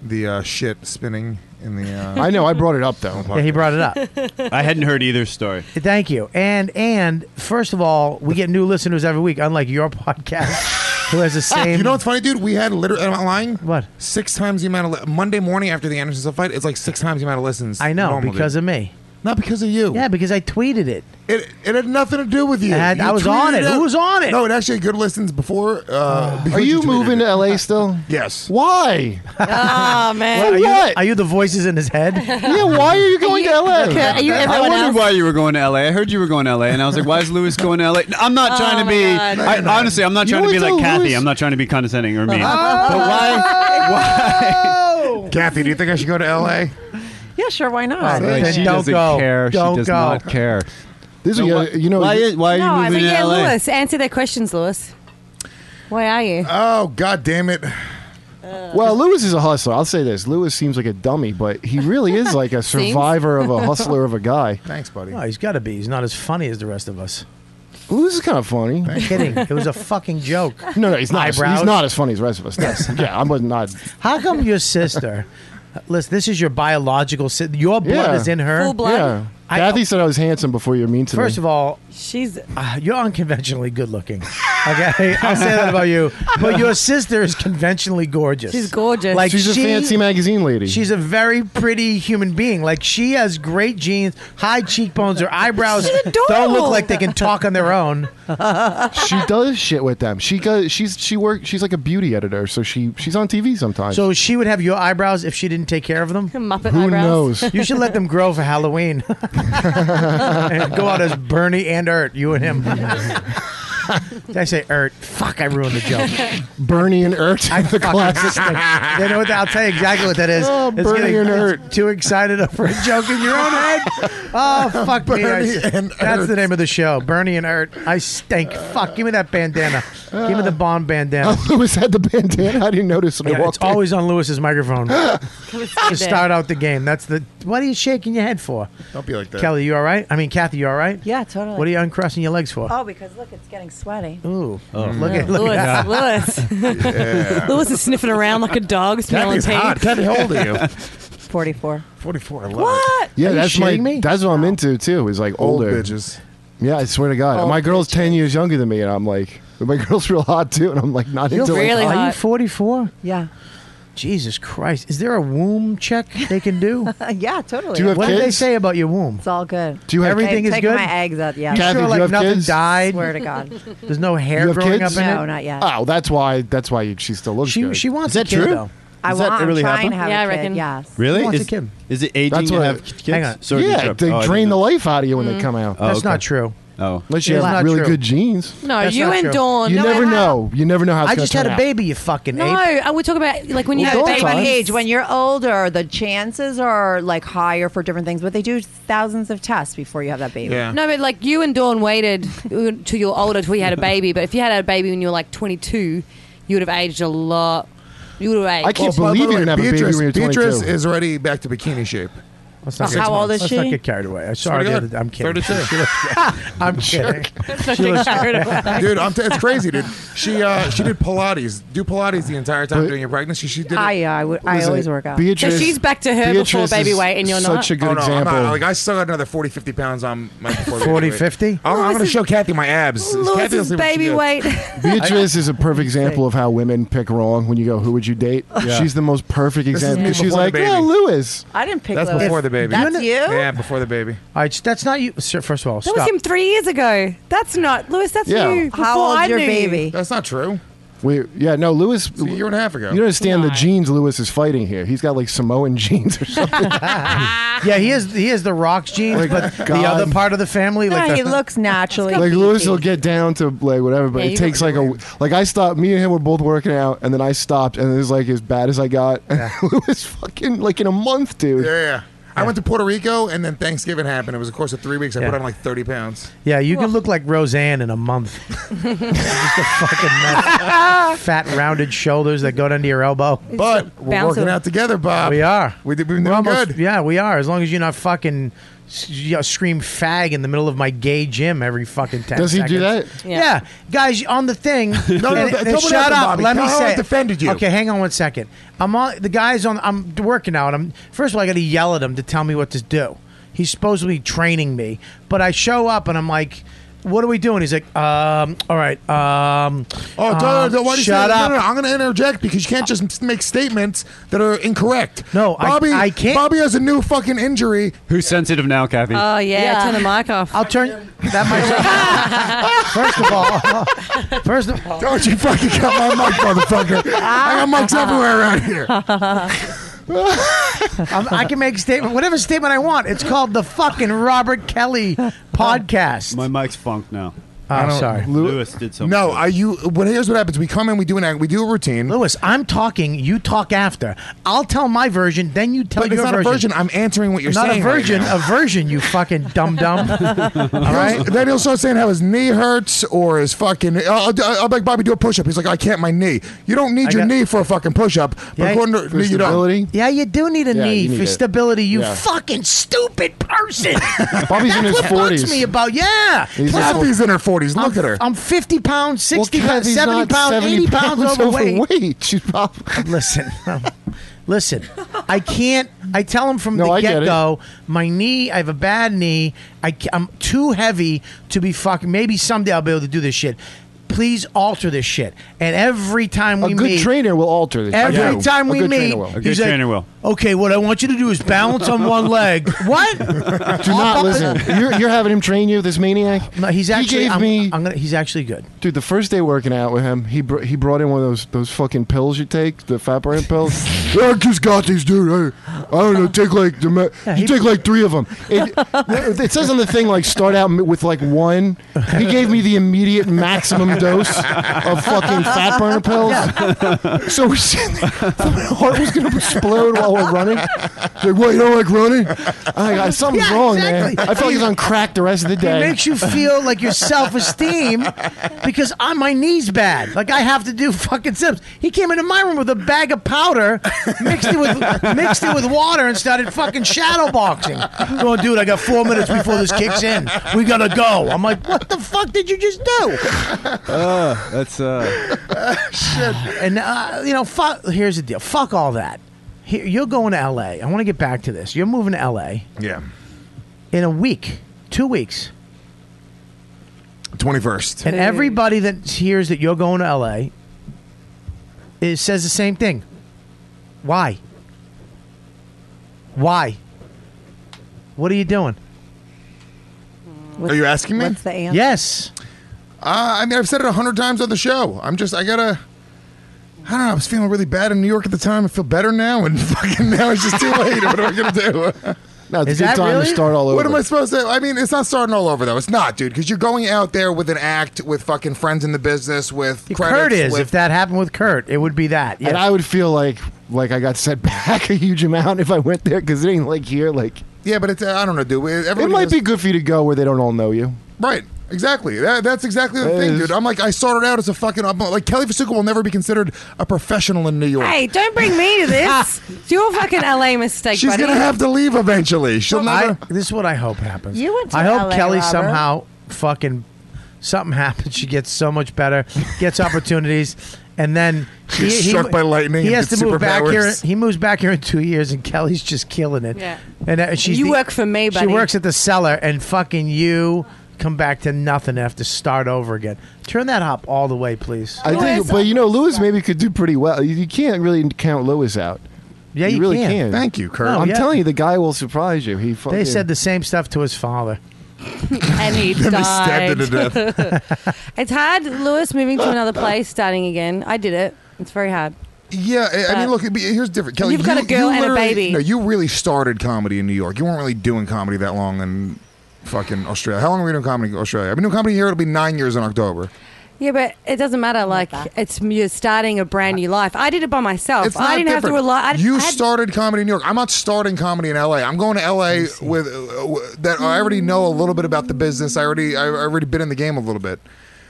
[SPEAKER 2] the uh, shit spinning in the. Uh,
[SPEAKER 7] I know. I brought it up though.
[SPEAKER 13] Yeah, he brought
[SPEAKER 24] <laughs>
[SPEAKER 13] it up.
[SPEAKER 9] <laughs> I hadn't heard either <laughs> story.
[SPEAKER 13] Thank you. And and first of all, we get new listeners every week, unlike your <laughs> podcast, who
[SPEAKER 7] <laughs>
[SPEAKER 13] has the same.
[SPEAKER 2] You know what's funny, dude? We had literally. Am I lying?
[SPEAKER 13] What?
[SPEAKER 2] Six times the amount of li- Monday morning after the Anderson Silva fight. It's like six times the amount of listens.
[SPEAKER 13] I know
[SPEAKER 2] normal,
[SPEAKER 13] because
[SPEAKER 2] dude.
[SPEAKER 13] of me.
[SPEAKER 2] Not because of you.
[SPEAKER 13] Yeah, because I tweeted it.
[SPEAKER 2] It, it had nothing to do with you.
[SPEAKER 13] It had-
[SPEAKER 2] You
[SPEAKER 13] I was on
[SPEAKER 2] tweeted
[SPEAKER 13] it. Who was on it?
[SPEAKER 2] No, it actually had good listens before. Uh,
[SPEAKER 7] Are
[SPEAKER 2] before
[SPEAKER 7] you
[SPEAKER 2] tweeted
[SPEAKER 7] moving
[SPEAKER 2] it.
[SPEAKER 7] to LA still?
[SPEAKER 2] Yes.
[SPEAKER 7] Why?
[SPEAKER 24] Oh
[SPEAKER 13] are,
[SPEAKER 24] man.
[SPEAKER 13] you,
[SPEAKER 7] what?
[SPEAKER 13] are you the voices in his
[SPEAKER 7] <laughs>
[SPEAKER 13] head?
[SPEAKER 7] Yeah. Why are you going to LA?
[SPEAKER 24] Okay, are you
[SPEAKER 9] I
[SPEAKER 24] everyone
[SPEAKER 9] wondered
[SPEAKER 24] else?
[SPEAKER 9] why you were going to LA. I heard you were going to LA, and I was like, "Why is Lewis going to LA?" I'm not
[SPEAKER 24] Oh
[SPEAKER 9] trying to
[SPEAKER 24] my
[SPEAKER 9] be.
[SPEAKER 24] God.
[SPEAKER 9] I, honestly, I'm not
[SPEAKER 7] You
[SPEAKER 9] trying
[SPEAKER 7] know
[SPEAKER 9] to be
[SPEAKER 7] what,
[SPEAKER 9] like
[SPEAKER 7] though,
[SPEAKER 9] Kathy.
[SPEAKER 7] Lewis-
[SPEAKER 9] I'm not trying to be condescending or <laughs> mean.
[SPEAKER 7] But why?
[SPEAKER 2] Kathy, do you think I should go to LA?
[SPEAKER 12] yeah, sure. Why
[SPEAKER 13] Oh,
[SPEAKER 12] not?
[SPEAKER 13] then
[SPEAKER 9] she
[SPEAKER 13] don't
[SPEAKER 9] doesn't
[SPEAKER 13] go.
[SPEAKER 9] care.
[SPEAKER 13] Don't
[SPEAKER 9] she does
[SPEAKER 13] go.
[SPEAKER 9] not care.
[SPEAKER 7] This
[SPEAKER 9] So
[SPEAKER 7] is
[SPEAKER 9] why-
[SPEAKER 7] you know.
[SPEAKER 9] why, is- why are you
[SPEAKER 24] No, I
[SPEAKER 9] moving
[SPEAKER 24] mean,
[SPEAKER 9] to
[SPEAKER 24] yeah,
[SPEAKER 9] LA?
[SPEAKER 24] Lewis, answer their questions, Lewis. Why are you?
[SPEAKER 2] Oh God damn it!
[SPEAKER 7] Well, Lewis is a hustler. I'll say this. Lewis seems like a dummy, but he really is
[SPEAKER 2] <laughs>
[SPEAKER 7] like a
[SPEAKER 24] Seems.
[SPEAKER 7] survivor of a hustler of a guy.
[SPEAKER 2] Thanks, buddy.
[SPEAKER 13] Oh, he's got to be. He's not as funny as the rest of us.
[SPEAKER 7] Ooh, this is kind of funny.
[SPEAKER 13] I'm kidding. It was a fucking joke.
[SPEAKER 7] <laughs> No, no, he's not.
[SPEAKER 13] Eyebrows.
[SPEAKER 7] He's not as funny as the rest of us. Yes. yeah, I was not.
[SPEAKER 13] How <laughs> come your sister? Listen, this is your biological. Si- your blood
[SPEAKER 7] Yeah.
[SPEAKER 13] is in her.
[SPEAKER 24] Full blood?
[SPEAKER 7] Yeah.
[SPEAKER 13] Kathy said I was handsome before you were mean to me.
[SPEAKER 2] First of all, uh,
[SPEAKER 17] she's
[SPEAKER 2] you're unconventionally good looking. Okay, <laughs> I'll say that about you. But your sister is conventionally gorgeous.
[SPEAKER 17] She's gorgeous.
[SPEAKER 2] Like
[SPEAKER 13] she's
[SPEAKER 2] she-
[SPEAKER 13] a fancy magazine lady.
[SPEAKER 2] She's a very pretty human being. Like she has great genes, high cheekbones, her eyebrows
[SPEAKER 13] She's
[SPEAKER 2] don't
[SPEAKER 13] adorable.
[SPEAKER 2] look like they can talk on their own. <laughs>
[SPEAKER 13] she does shit with them. She goes. She's she work. She's like a beauty editor, so she she's on TV sometimes.
[SPEAKER 2] So she would have your eyebrows if she didn't take care of them.
[SPEAKER 17] Muppet
[SPEAKER 13] Who eyebrows.
[SPEAKER 2] <laughs>
[SPEAKER 13] knows?
[SPEAKER 2] You should let them grow for Halloween. <laughs> And go out as Bernie and Ert, you
[SPEAKER 13] <laughs>
[SPEAKER 2] and him. Did I say Ert? Fuck, I ruined the joke.
[SPEAKER 13] Bernie and Ert,
[SPEAKER 2] I
[SPEAKER 13] the
[SPEAKER 2] fucking-
[SPEAKER 7] <laughs>
[SPEAKER 13] classic.
[SPEAKER 2] They know what that- I'll tell you exactly what that is.
[SPEAKER 13] Oh,
[SPEAKER 2] It's
[SPEAKER 13] Bernie
[SPEAKER 2] getting
[SPEAKER 13] and
[SPEAKER 2] Too excited for a joke in your own head.
[SPEAKER 13] <laughs>
[SPEAKER 2] Oh fuck me! I-
[SPEAKER 13] Bernie and
[SPEAKER 2] That's the
[SPEAKER 13] Ert.
[SPEAKER 2] name of the show. Bernie and Ert. I stink. fuck. Give me that bandana. Give me the Bond
[SPEAKER 7] <laughs>
[SPEAKER 2] bandana.
[SPEAKER 13] Lewis had the bandana. I didn't notice when I
[SPEAKER 2] Yeah, it's
[SPEAKER 13] walked in.
[SPEAKER 2] always on Lewis's microphone to start out the game. That's the. What are you shaking your head for?
[SPEAKER 7] Don't be like that.
[SPEAKER 2] Kelly, you all right? I mean, Kathy, you all right?
[SPEAKER 12] Yeah, totally.
[SPEAKER 2] What are you uncrossing your legs for?
[SPEAKER 12] Oh, because look, it's getting sweaty.
[SPEAKER 2] Ooh.
[SPEAKER 12] Oh.
[SPEAKER 2] Look
[SPEAKER 12] Yeah,
[SPEAKER 2] at look at
[SPEAKER 17] Lewis. Lewis.
[SPEAKER 2] Yeah.
[SPEAKER 17] Lewis is sniffing around like a dog smelling
[SPEAKER 13] Kathy's
[SPEAKER 17] tape.
[SPEAKER 13] hot. Kathy, how old are you?
[SPEAKER 12] 44.
[SPEAKER 7] 44. I love
[SPEAKER 17] What?
[SPEAKER 13] Yeah,
[SPEAKER 17] Are you
[SPEAKER 13] that's my.
[SPEAKER 17] shitting me?
[SPEAKER 13] That's what I'm into too. Is like
[SPEAKER 7] Old
[SPEAKER 13] older
[SPEAKER 7] bitches.
[SPEAKER 13] Yeah, I swear to God,
[SPEAKER 2] Old
[SPEAKER 13] my girl's ten years younger than me, and I'm like, <laughs> my girl's real hot too, and I'm like, not
[SPEAKER 2] You're
[SPEAKER 13] into like-
[SPEAKER 2] are you 44?
[SPEAKER 12] Yeah.
[SPEAKER 2] Jesus Christ. Is there a womb check they can do?
[SPEAKER 12] Uh, yeah, totally.
[SPEAKER 2] what did they say about your womb?
[SPEAKER 12] It's all good.
[SPEAKER 2] Do you have Everything
[SPEAKER 12] Take-
[SPEAKER 2] is
[SPEAKER 12] taking
[SPEAKER 2] good?
[SPEAKER 12] my eggs out, yeah.
[SPEAKER 2] You sure like nothing died?
[SPEAKER 12] Swear to God.
[SPEAKER 2] There's no hair
[SPEAKER 13] You have
[SPEAKER 2] growing
[SPEAKER 13] kids?
[SPEAKER 2] up in
[SPEAKER 12] No,
[SPEAKER 2] it?
[SPEAKER 12] not yet.
[SPEAKER 7] Ah,
[SPEAKER 13] Oh, that's why. That's why she still looks
[SPEAKER 2] She-
[SPEAKER 13] good.
[SPEAKER 2] she wants
[SPEAKER 13] Is
[SPEAKER 2] a
[SPEAKER 13] that
[SPEAKER 2] kid,
[SPEAKER 13] true?
[SPEAKER 2] though.
[SPEAKER 12] I
[SPEAKER 13] Is that
[SPEAKER 12] want, I'm
[SPEAKER 13] really
[SPEAKER 12] trying
[SPEAKER 13] happen?
[SPEAKER 12] to have
[SPEAKER 17] Yeah,
[SPEAKER 12] a
[SPEAKER 17] I
[SPEAKER 12] kid,
[SPEAKER 17] reckon.
[SPEAKER 12] yes.
[SPEAKER 9] Really?
[SPEAKER 2] Who wants a
[SPEAKER 9] is,
[SPEAKER 2] kid?
[SPEAKER 9] is it aging
[SPEAKER 13] That's
[SPEAKER 9] to
[SPEAKER 13] what-
[SPEAKER 9] have kids?
[SPEAKER 13] Hang on.
[SPEAKER 9] Sorry to
[SPEAKER 13] yeah,
[SPEAKER 9] interrupt.
[SPEAKER 13] they
[SPEAKER 9] Oh, I
[SPEAKER 13] drain
[SPEAKER 9] didn't
[SPEAKER 13] the
[SPEAKER 9] know.
[SPEAKER 13] life out of you when
[SPEAKER 2] Mm-hmm.
[SPEAKER 13] they come out.
[SPEAKER 9] Oh, That's okay. not
[SPEAKER 2] true.
[SPEAKER 9] Oh,
[SPEAKER 13] Unless you
[SPEAKER 2] It's
[SPEAKER 13] have
[SPEAKER 2] not
[SPEAKER 13] really
[SPEAKER 2] true.
[SPEAKER 13] good genes.
[SPEAKER 17] No, That's you not and true. Dawn-
[SPEAKER 13] You
[SPEAKER 17] No,
[SPEAKER 13] never
[SPEAKER 17] I-
[SPEAKER 13] know. You never know how. It's
[SPEAKER 2] I just
[SPEAKER 13] gonna
[SPEAKER 2] had a
[SPEAKER 13] turn out.
[SPEAKER 2] baby, you fucking
[SPEAKER 17] No,
[SPEAKER 2] ape.
[SPEAKER 17] I would talk about like when you
[SPEAKER 12] At
[SPEAKER 17] have
[SPEAKER 12] baby
[SPEAKER 17] babies.
[SPEAKER 12] age, when you're older, the chances are like higher for different things, but they do thousands of tests before you have that baby.
[SPEAKER 17] No, but like you and Dawn waited till you were older till you
[SPEAKER 13] <laughs>
[SPEAKER 17] had a baby. But if you had a baby when you were like 22, you would have aged a lot. You would have aged.
[SPEAKER 13] I can't
[SPEAKER 7] Well, by
[SPEAKER 13] believe
[SPEAKER 7] the
[SPEAKER 13] you
[SPEAKER 7] way,
[SPEAKER 13] didn't have a baby
[SPEAKER 7] Beatrice,
[SPEAKER 13] when you were
[SPEAKER 7] Beatrice
[SPEAKER 13] 22.
[SPEAKER 7] is already back to bikini shape.
[SPEAKER 2] Let's
[SPEAKER 7] not get- How old is
[SPEAKER 2] Let's not
[SPEAKER 12] <laughs>
[SPEAKER 7] she?
[SPEAKER 2] get carried away. I saw her.
[SPEAKER 7] Swear to
[SPEAKER 2] the
[SPEAKER 7] God.
[SPEAKER 2] other- I'm kidding.
[SPEAKER 7] 32.
[SPEAKER 2] She looks- I'm kidding. <laughs>
[SPEAKER 17] not
[SPEAKER 2] She
[SPEAKER 17] get
[SPEAKER 2] looks-
[SPEAKER 17] carried away.
[SPEAKER 7] dude, I'm t- it's crazy, dude. She uh, she did Pilates. Do Pilates the entire time during your pregnancy. She did. it-
[SPEAKER 12] I, yeah, I, would, I
[SPEAKER 7] Listen,
[SPEAKER 12] always work out.
[SPEAKER 17] so she's back to her before
[SPEAKER 7] Beatrice
[SPEAKER 17] baby
[SPEAKER 7] is
[SPEAKER 17] weight, and you're not.
[SPEAKER 13] such a good
[SPEAKER 7] oh, no, I'm
[SPEAKER 13] example.
[SPEAKER 7] not, like I still got another 40, 50 pounds on my before baby
[SPEAKER 13] 40,
[SPEAKER 7] weight.
[SPEAKER 13] 50?
[SPEAKER 7] I'm, I'm gonna show Kathy my abs. Kathy will
[SPEAKER 17] Lewis's
[SPEAKER 7] see what she
[SPEAKER 17] baby
[SPEAKER 7] did.
[SPEAKER 17] weight.
[SPEAKER 13] Beatrice is a perfect example of how women pick wrong when you go, "Who would you date?"
[SPEAKER 7] Yeah.
[SPEAKER 13] She's the most perfect
[SPEAKER 7] This is
[SPEAKER 13] example because she's
[SPEAKER 7] before the
[SPEAKER 13] like,
[SPEAKER 7] baby.
[SPEAKER 13] "Yeah, Lewis."
[SPEAKER 12] <laughs> I didn't pick
[SPEAKER 7] That's
[SPEAKER 12] Lewis.
[SPEAKER 7] before the baby.
[SPEAKER 12] That's you?
[SPEAKER 7] Yeah, before the baby.
[SPEAKER 2] All right, that's not you. Sir, first of all,
[SPEAKER 17] That
[SPEAKER 2] stop.
[SPEAKER 17] was him three years ago. That's not Lewis. That's
[SPEAKER 13] Yeah.
[SPEAKER 17] you. Before
[SPEAKER 12] How old's
[SPEAKER 17] I
[SPEAKER 12] your
[SPEAKER 17] knew you.
[SPEAKER 12] baby?
[SPEAKER 7] That's not true.
[SPEAKER 13] We, yeah, no, Lewis.
[SPEAKER 7] It's a year and a half ago.
[SPEAKER 13] You don't understand the genes Lewis is fighting here. He's got like Samoan <laughs> genes or
[SPEAKER 2] <laughs>
[SPEAKER 13] something.
[SPEAKER 2] yeah, he is. He is the Rock's genes,
[SPEAKER 13] Like,
[SPEAKER 2] but the
[SPEAKER 13] God.
[SPEAKER 2] other part of the family,
[SPEAKER 12] No,
[SPEAKER 2] like the,
[SPEAKER 12] he looks naturally.
[SPEAKER 13] like Lewis will
[SPEAKER 12] beefy.
[SPEAKER 13] get down to like whatever, but
[SPEAKER 12] Yeah,
[SPEAKER 13] it
[SPEAKER 12] you
[SPEAKER 13] takes like a like I stopped. Me and him were both working out, and then I stopped, and it was like as bad as I
[SPEAKER 7] <laughs>
[SPEAKER 13] got. Lewis fucking like in a month, dude.
[SPEAKER 7] Yeah, yeah. I went to Puerto Rico and then Thanksgiving happened. It was a course of three weeks. I
[SPEAKER 2] Yeah.
[SPEAKER 7] put on like 30 pounds.
[SPEAKER 2] Yeah, you can look like Roseanne in a month. Just a fucking mess. fat rounded shoulders that go down to your elbow.
[SPEAKER 7] But we're
[SPEAKER 2] Bounce
[SPEAKER 7] working
[SPEAKER 2] it.
[SPEAKER 7] out together, Bob.
[SPEAKER 2] We are.
[SPEAKER 7] We did, we've been doing good.
[SPEAKER 2] Yeah, we are. As long as you're not fucking s- you know, scream fag in the middle of my gay gym every fucking time.
[SPEAKER 13] Does he do that?
[SPEAKER 2] Yeah. guys on the thing.
[SPEAKER 7] no,
[SPEAKER 2] and-
[SPEAKER 7] no,
[SPEAKER 2] and
[SPEAKER 7] tell me
[SPEAKER 2] shut
[SPEAKER 7] nothing,
[SPEAKER 2] up.
[SPEAKER 7] Bobby.
[SPEAKER 2] Let
[SPEAKER 7] Tell
[SPEAKER 2] me
[SPEAKER 7] how
[SPEAKER 2] say.
[SPEAKER 7] I defended you.
[SPEAKER 2] Okay, hang on one second. I'm on the guys on. I'm working out. I'm first of all, I got to yell at him to tell me what to do. He's supposed to be training me, but I show up and I'm like. What are we doing? He's like, um, all right. Um,
[SPEAKER 7] Oh, don't,
[SPEAKER 2] um,
[SPEAKER 7] don't- why do you
[SPEAKER 2] shut
[SPEAKER 7] say,
[SPEAKER 2] up.
[SPEAKER 7] No, no, no, I'm going to interject because you can't just make statements that are incorrect. No,
[SPEAKER 2] I-
[SPEAKER 7] Bobby,
[SPEAKER 2] I can't-
[SPEAKER 7] Bobby has a new fucking injury.
[SPEAKER 9] Who's sensitive now, Kathy?
[SPEAKER 17] Oh yeah,
[SPEAKER 2] Yeah.
[SPEAKER 17] turn the mic off.
[SPEAKER 2] I'll turn that might. first of all, first of all,
[SPEAKER 7] Don't you fucking cut my mic, motherfucker! I got mics everywhere around
[SPEAKER 2] <laughs>
[SPEAKER 7] here.
[SPEAKER 2] I'm, I can make statement whatever statement I want. It's called the fucking Robert Kelly podcast.
[SPEAKER 9] My mic's funked now.
[SPEAKER 2] I'm I don't- sorry.
[SPEAKER 9] Lewis did something.
[SPEAKER 7] No, I you. Well, here's what happens: we come in, we do an act, we do a routine.
[SPEAKER 2] Lewis, I'm talking. You talk after. I'll tell my version, then you tell
[SPEAKER 7] But it's
[SPEAKER 2] your
[SPEAKER 7] not a
[SPEAKER 2] version.
[SPEAKER 7] version. I'm answering what you're
[SPEAKER 2] not
[SPEAKER 7] saying
[SPEAKER 2] a virgin,
[SPEAKER 7] right now.
[SPEAKER 2] a version. You fucking dumb
[SPEAKER 7] <laughs>
[SPEAKER 2] dumb. All right.
[SPEAKER 7] Then he'll start saying how his knee hurts or his fucking. uh, I'll, I'll, I'll be like Bobby do a push up. He's like, I can't my knee. You don't
[SPEAKER 2] I
[SPEAKER 7] need your
[SPEAKER 2] got-
[SPEAKER 7] knee for a fucking push up. But according to you don't.
[SPEAKER 2] Yeah, you do need a
[SPEAKER 7] Yeah,
[SPEAKER 2] knee
[SPEAKER 7] you need
[SPEAKER 2] for
[SPEAKER 7] it.
[SPEAKER 2] stability. You
[SPEAKER 7] Yeah.
[SPEAKER 2] fucking stupid person.
[SPEAKER 13] Bobby's in
[SPEAKER 2] That's
[SPEAKER 13] his
[SPEAKER 2] what bugs
[SPEAKER 13] 40s.
[SPEAKER 2] me about yeah.
[SPEAKER 13] He's
[SPEAKER 2] Plus,
[SPEAKER 13] in his
[SPEAKER 7] Kathy's in her 40s. Look at her.
[SPEAKER 2] I'm 50 pounds, 60
[SPEAKER 13] Well,
[SPEAKER 2] pounds,
[SPEAKER 13] Kathy's
[SPEAKER 2] 70
[SPEAKER 13] not
[SPEAKER 2] pounds,
[SPEAKER 13] 70
[SPEAKER 2] 80
[SPEAKER 7] <laughs>
[SPEAKER 2] pounds, overweight.
[SPEAKER 13] overweight. She's probably
[SPEAKER 2] Listen, listen, um, I can't I tell them from
[SPEAKER 13] No,
[SPEAKER 2] the
[SPEAKER 13] I get
[SPEAKER 2] get
[SPEAKER 13] it.
[SPEAKER 2] go, my knee, I have a bad knee. I, ca- I'm too heavy to be fucking. Maybe someday I'll be able to do this shit. Please alter this shit. And every time
[SPEAKER 13] A
[SPEAKER 2] we
[SPEAKER 13] good
[SPEAKER 2] meet,
[SPEAKER 13] trainer will alter this.
[SPEAKER 2] Every
[SPEAKER 13] Yeah.
[SPEAKER 2] time
[SPEAKER 13] A
[SPEAKER 2] we
[SPEAKER 13] good
[SPEAKER 2] meet,
[SPEAKER 13] trainer will. A good
[SPEAKER 2] he's like,
[SPEAKER 13] trainer will.
[SPEAKER 2] Okay, what I want you to do is balance on one leg.
[SPEAKER 13] <laughs>
[SPEAKER 2] What?
[SPEAKER 13] Do not listen. You're, you're having him train you, this maniac.
[SPEAKER 2] No, he's actually-
[SPEAKER 13] He gave
[SPEAKER 2] I'm-
[SPEAKER 13] me.
[SPEAKER 2] I'm gonna, he's actually good.
[SPEAKER 13] Dude, the first day working out with him, he br- he brought in one of those those fucking pills you take, the fat burning pills. <laughs> I just got these, dude. I, I don't know. Take like the me- you take like three
[SPEAKER 2] <laughs>
[SPEAKER 13] of them. It, it says on the thing like start out m- with like one. He gave me the immediate maximum dose of fucking fat burner pills. So we're sitting there, my heart was gonna explode while we're running. Like, what? You don't like running? I got something's
[SPEAKER 2] Yeah,
[SPEAKER 13] wrong, man.
[SPEAKER 2] exactly.
[SPEAKER 13] I feel like he's on crack the rest of the
[SPEAKER 2] It
[SPEAKER 13] day.
[SPEAKER 2] makes you feel like your self esteem because on my knees bad. Like I have to do fucking sips. He came into my room with a bag of powder, mixed it with mixed it with water, and started fucking shadow boxing. Going, dude, I got four minutes before this kicks in. We gotta go. I'm like, what the fuck did you just do?
[SPEAKER 9] Uh, that's uh.
[SPEAKER 2] Shit. And uh, you know, fuck. Here's the deal. Fuck all that. Here, you're going to L.A. I want to get back to this. You're moving to L.A.
[SPEAKER 7] Yeah.
[SPEAKER 2] in a week, two weeks.
[SPEAKER 7] 21st.
[SPEAKER 2] And everybody that hears that you're going to LA is, says the same thing. Why? Why? What are you doing?
[SPEAKER 7] Are you asking me?
[SPEAKER 2] what's the answer? Yes.
[SPEAKER 7] Uh, I mean, I've said it a hundred times on the show. I'm just, I gotta. I don't know. I was feeling really bad in New York at the time. I feel better now, and <laughs> fucking now it's just too late. What am I gonna
[SPEAKER 13] <laughs>
[SPEAKER 7] do?
[SPEAKER 13] No, it's a Is good that time to really? start all
[SPEAKER 7] What am
[SPEAKER 13] over.
[SPEAKER 7] I supposed to? I mean, it's not starting all over though. It's not, dude, because you're going out there with an act, with fucking friends in the business, with credits,
[SPEAKER 2] Kurt is.
[SPEAKER 7] with
[SPEAKER 2] If that happened with Kurt, it would be that.
[SPEAKER 13] And
[SPEAKER 2] Yeah.
[SPEAKER 13] I would feel like like I got set <laughs> back a huge amount if I went there because it ain't like here. Like
[SPEAKER 7] Yeah, but it's, I don't know, dude.
[SPEAKER 13] it
[SPEAKER 7] Everybody
[SPEAKER 13] might
[SPEAKER 7] does-
[SPEAKER 13] be good for you to go where they don't all know you.
[SPEAKER 7] Right. Exactly. That, that's exactly the
[SPEAKER 13] That
[SPEAKER 7] thing,
[SPEAKER 13] is-
[SPEAKER 7] dude. I'm like, I started out as a fucking. I'm like, Kelly Fasuka will never be considered a professional in New York.
[SPEAKER 15] Hey, don't bring me to
[SPEAKER 7] <laughs>
[SPEAKER 15] this. it's your fucking LA mistake,
[SPEAKER 7] She's
[SPEAKER 15] buddy.
[SPEAKER 7] gonna have to leave eventually. She'll
[SPEAKER 2] I-
[SPEAKER 7] never.
[SPEAKER 2] this is what I hope happens.
[SPEAKER 15] You went to
[SPEAKER 2] I hope
[SPEAKER 15] LA,
[SPEAKER 2] Kelly
[SPEAKER 15] Robert.
[SPEAKER 2] somehow fucking something happens. She gets so much better, gets opportunities, and then
[SPEAKER 7] She's struck by lightning
[SPEAKER 2] He
[SPEAKER 7] and
[SPEAKER 2] has
[SPEAKER 7] gets
[SPEAKER 2] to move back here.
[SPEAKER 7] superpowers.
[SPEAKER 2] He moves back here in two years, and Kelly's just killing it.
[SPEAKER 15] Yeah.
[SPEAKER 2] and uh, she's
[SPEAKER 15] You
[SPEAKER 2] the-
[SPEAKER 15] work for me,
[SPEAKER 2] She
[SPEAKER 15] buddy.
[SPEAKER 2] works at the cellar, and fucking you come back to nothing. Have to start over again. Turn that up all the way, please.
[SPEAKER 13] I think, but you know, Lewis maybe could do pretty well. You, you can't really count Lewis out.
[SPEAKER 2] Yeah, you
[SPEAKER 13] really
[SPEAKER 2] can.
[SPEAKER 13] not
[SPEAKER 2] Thank you, Kurt. No,
[SPEAKER 13] I'm
[SPEAKER 2] yeah.
[SPEAKER 13] telling you, the guy will surprise you. He fucking,
[SPEAKER 2] they said the same stuff to his father.
[SPEAKER 15] and he
[SPEAKER 2] Then they
[SPEAKER 15] died.
[SPEAKER 2] stabbed her to
[SPEAKER 15] it's hard, Lewis, moving to another place, starting again. I did it. It's very hard.
[SPEAKER 7] Yeah, I, I mean,
[SPEAKER 15] But-
[SPEAKER 7] look. it'd be- Here's different. Kelly,
[SPEAKER 15] You've got
[SPEAKER 7] you-
[SPEAKER 15] a girl
[SPEAKER 7] you
[SPEAKER 15] and a
[SPEAKER 7] literally-
[SPEAKER 15] baby.
[SPEAKER 7] No, you really started comedy in New York. You weren't really doing comedy that long in fucking Australia. How long were you doing comedy in Australia? I've been doing comedy here. It'll be nine years in October.
[SPEAKER 15] Yeah, but it doesn't matter. Like it's you're starting a brand new life. I did it by myself.
[SPEAKER 7] It's
[SPEAKER 15] I
[SPEAKER 7] not
[SPEAKER 15] didn't have to
[SPEAKER 7] different.
[SPEAKER 15] rely. I,
[SPEAKER 7] you
[SPEAKER 15] I had-
[SPEAKER 7] started comedy in New York. I'm not starting comedy in LA. I'm going to LA with uh, w- that I already know a little bit about the business. I already I already been in the game a little bit.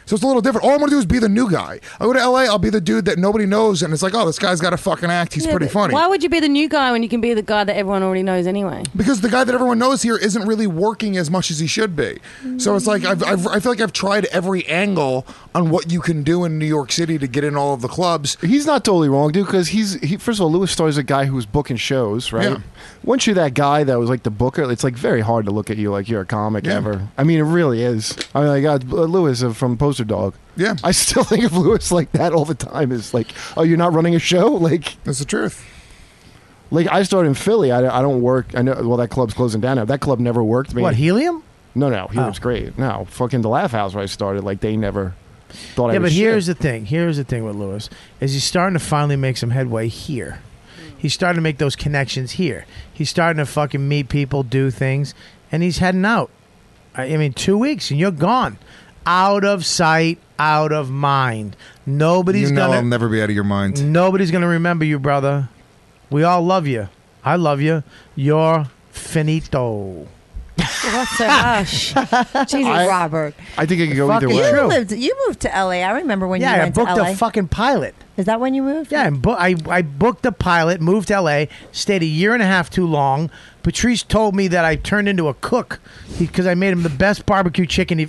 [SPEAKER 7] So it's a little different. All I'm going to do is be the new guy. I go to LA, I'll be the dude that nobody knows and it's like, "Oh, this guy's got a fucking act. He's
[SPEAKER 15] Yeah,
[SPEAKER 7] pretty
[SPEAKER 15] but
[SPEAKER 7] funny."
[SPEAKER 15] Why would you be the new guy when you can be the guy that everyone already knows anyway?
[SPEAKER 7] because the guy that everyone knows here isn't really working as much as he should be. So it's like I've, I've, I feel like I've tried every angle on what you can do in New York City to get in all of the clubs.
[SPEAKER 13] He's not totally wrong, dude. Because he's he, first of all, Lewis stars a guy who's booking shows, right?
[SPEAKER 7] Yeah.
[SPEAKER 13] Once you're that guy that was like the booker, it's like very hard to look at you like you're a comic
[SPEAKER 7] Yeah.
[SPEAKER 13] ever. I mean, it really is. I mean, like uh, Lewis uh, from Poster Dog.
[SPEAKER 7] Yeah,
[SPEAKER 13] I still <laughs> think of Lewis like that all the time. Is like, oh, you're not running a show? <laughs> Like
[SPEAKER 7] that's the truth.
[SPEAKER 13] Like I started in Philly. I, I don't work. I know. Well, that club's closing down now. That club never worked.
[SPEAKER 2] What, Helium?
[SPEAKER 13] No, no,
[SPEAKER 12] Oh.
[SPEAKER 13] Helium's great. No, fucking the Laugh House where I started. Like they never thought. I
[SPEAKER 2] yeah,
[SPEAKER 13] was
[SPEAKER 2] but
[SPEAKER 13] shit. <laughs>
[SPEAKER 2] here's the thing. Here's the thing with Lewis is he's starting to finally make some headway here.
[SPEAKER 12] Mm.
[SPEAKER 2] He's starting to make those connections here. He's starting to fucking meet people, do things, and he's heading out. I I mean, two weeks and you're gone, out of sight, out of mind. Nobody's
[SPEAKER 7] you know
[SPEAKER 2] gonna
[SPEAKER 7] I'll never be out of your mind.
[SPEAKER 13] Mm.
[SPEAKER 2] nobody's gonna remember you, brother. We all love you. I love you. You're finito.
[SPEAKER 15] What's so harsh?
[SPEAKER 12] Jesus,
[SPEAKER 13] I- Oh.
[SPEAKER 12] Robert.
[SPEAKER 13] I think it could go
[SPEAKER 2] Fucking
[SPEAKER 13] either way.
[SPEAKER 2] true.
[SPEAKER 12] You lived. You moved to LA. I remember when
[SPEAKER 2] yeah,
[SPEAKER 12] you
[SPEAKER 2] I
[SPEAKER 12] went
[SPEAKER 2] booked
[SPEAKER 12] to LA.
[SPEAKER 2] a fucking pilot.
[SPEAKER 12] Is that when you moved?
[SPEAKER 2] Yeah, and bo- I I booked the pilot, moved to LA, stayed a year and a half too long, Patrice told me that I turned into a cook because I made him the best barbecue chicken he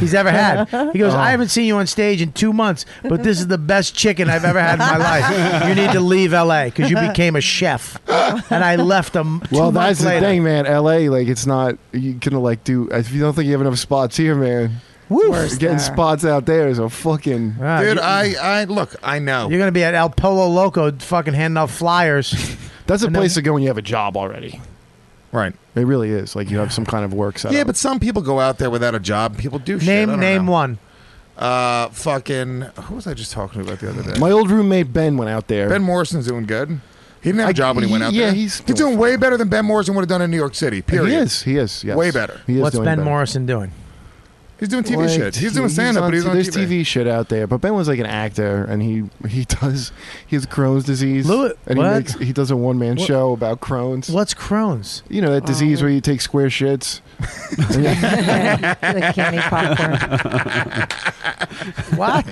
[SPEAKER 2] he's ever had. He goes,
[SPEAKER 25] Oh.
[SPEAKER 2] I haven't seen you on stage in two months, but this is the best chicken I've ever had in my life. You need to leave LA because you became a chef. And I left him. Two
[SPEAKER 7] Well,
[SPEAKER 2] months
[SPEAKER 7] that's the
[SPEAKER 2] later.
[SPEAKER 7] thing, man. L.A. Like it's not you can like do if you don't think you have enough spots here, man.
[SPEAKER 2] Woo, Ah,
[SPEAKER 13] worse
[SPEAKER 7] getting
[SPEAKER 13] there.
[SPEAKER 7] spots out there is a fucking
[SPEAKER 13] Dude, I, I look, I know.
[SPEAKER 2] You're gonna be at El Polo Loco, fucking handing out flyers.
[SPEAKER 7] That's a
[SPEAKER 2] And then-
[SPEAKER 7] place to go when you have a job already.
[SPEAKER 13] Right.
[SPEAKER 7] It really is. Like you have some kind of work set
[SPEAKER 13] Yeah,
[SPEAKER 7] up.
[SPEAKER 13] but some people go out there without a job. People do shit.
[SPEAKER 7] Name-
[SPEAKER 13] I don't
[SPEAKER 7] name
[SPEAKER 13] know.
[SPEAKER 2] one.
[SPEAKER 13] Uh, fucking. Who was I just talking about the other day?
[SPEAKER 7] My old roommate Ben went out there.
[SPEAKER 13] Ben Morrison's doing good. He didn't have
[SPEAKER 7] I-
[SPEAKER 13] a job when he went out
[SPEAKER 7] yeah,
[SPEAKER 13] there.
[SPEAKER 7] he's
[SPEAKER 13] he's doing way better than Ben Morrison would have done in New York City. Period.
[SPEAKER 7] He is. He is. Yes.
[SPEAKER 13] Way better.
[SPEAKER 7] He is
[SPEAKER 2] What's
[SPEAKER 7] doing
[SPEAKER 2] Ben
[SPEAKER 7] better.
[SPEAKER 2] Morrison doing?
[SPEAKER 13] He's doing TV
[SPEAKER 7] Like,
[SPEAKER 13] shit. He's doing
[SPEAKER 7] he-
[SPEAKER 13] stand up, but he's on
[SPEAKER 7] there's
[SPEAKER 13] TV.
[SPEAKER 7] shit out there. But Ben was like an actor, and he he does he has Crohn's disease, and
[SPEAKER 2] what?
[SPEAKER 7] he makes he does a one man
[SPEAKER 2] What-
[SPEAKER 7] show about Crohn's.
[SPEAKER 2] What's Crohn's?
[SPEAKER 7] You know that disease where you take square shits.
[SPEAKER 12] the candy
[SPEAKER 17] <laughs>
[SPEAKER 2] What?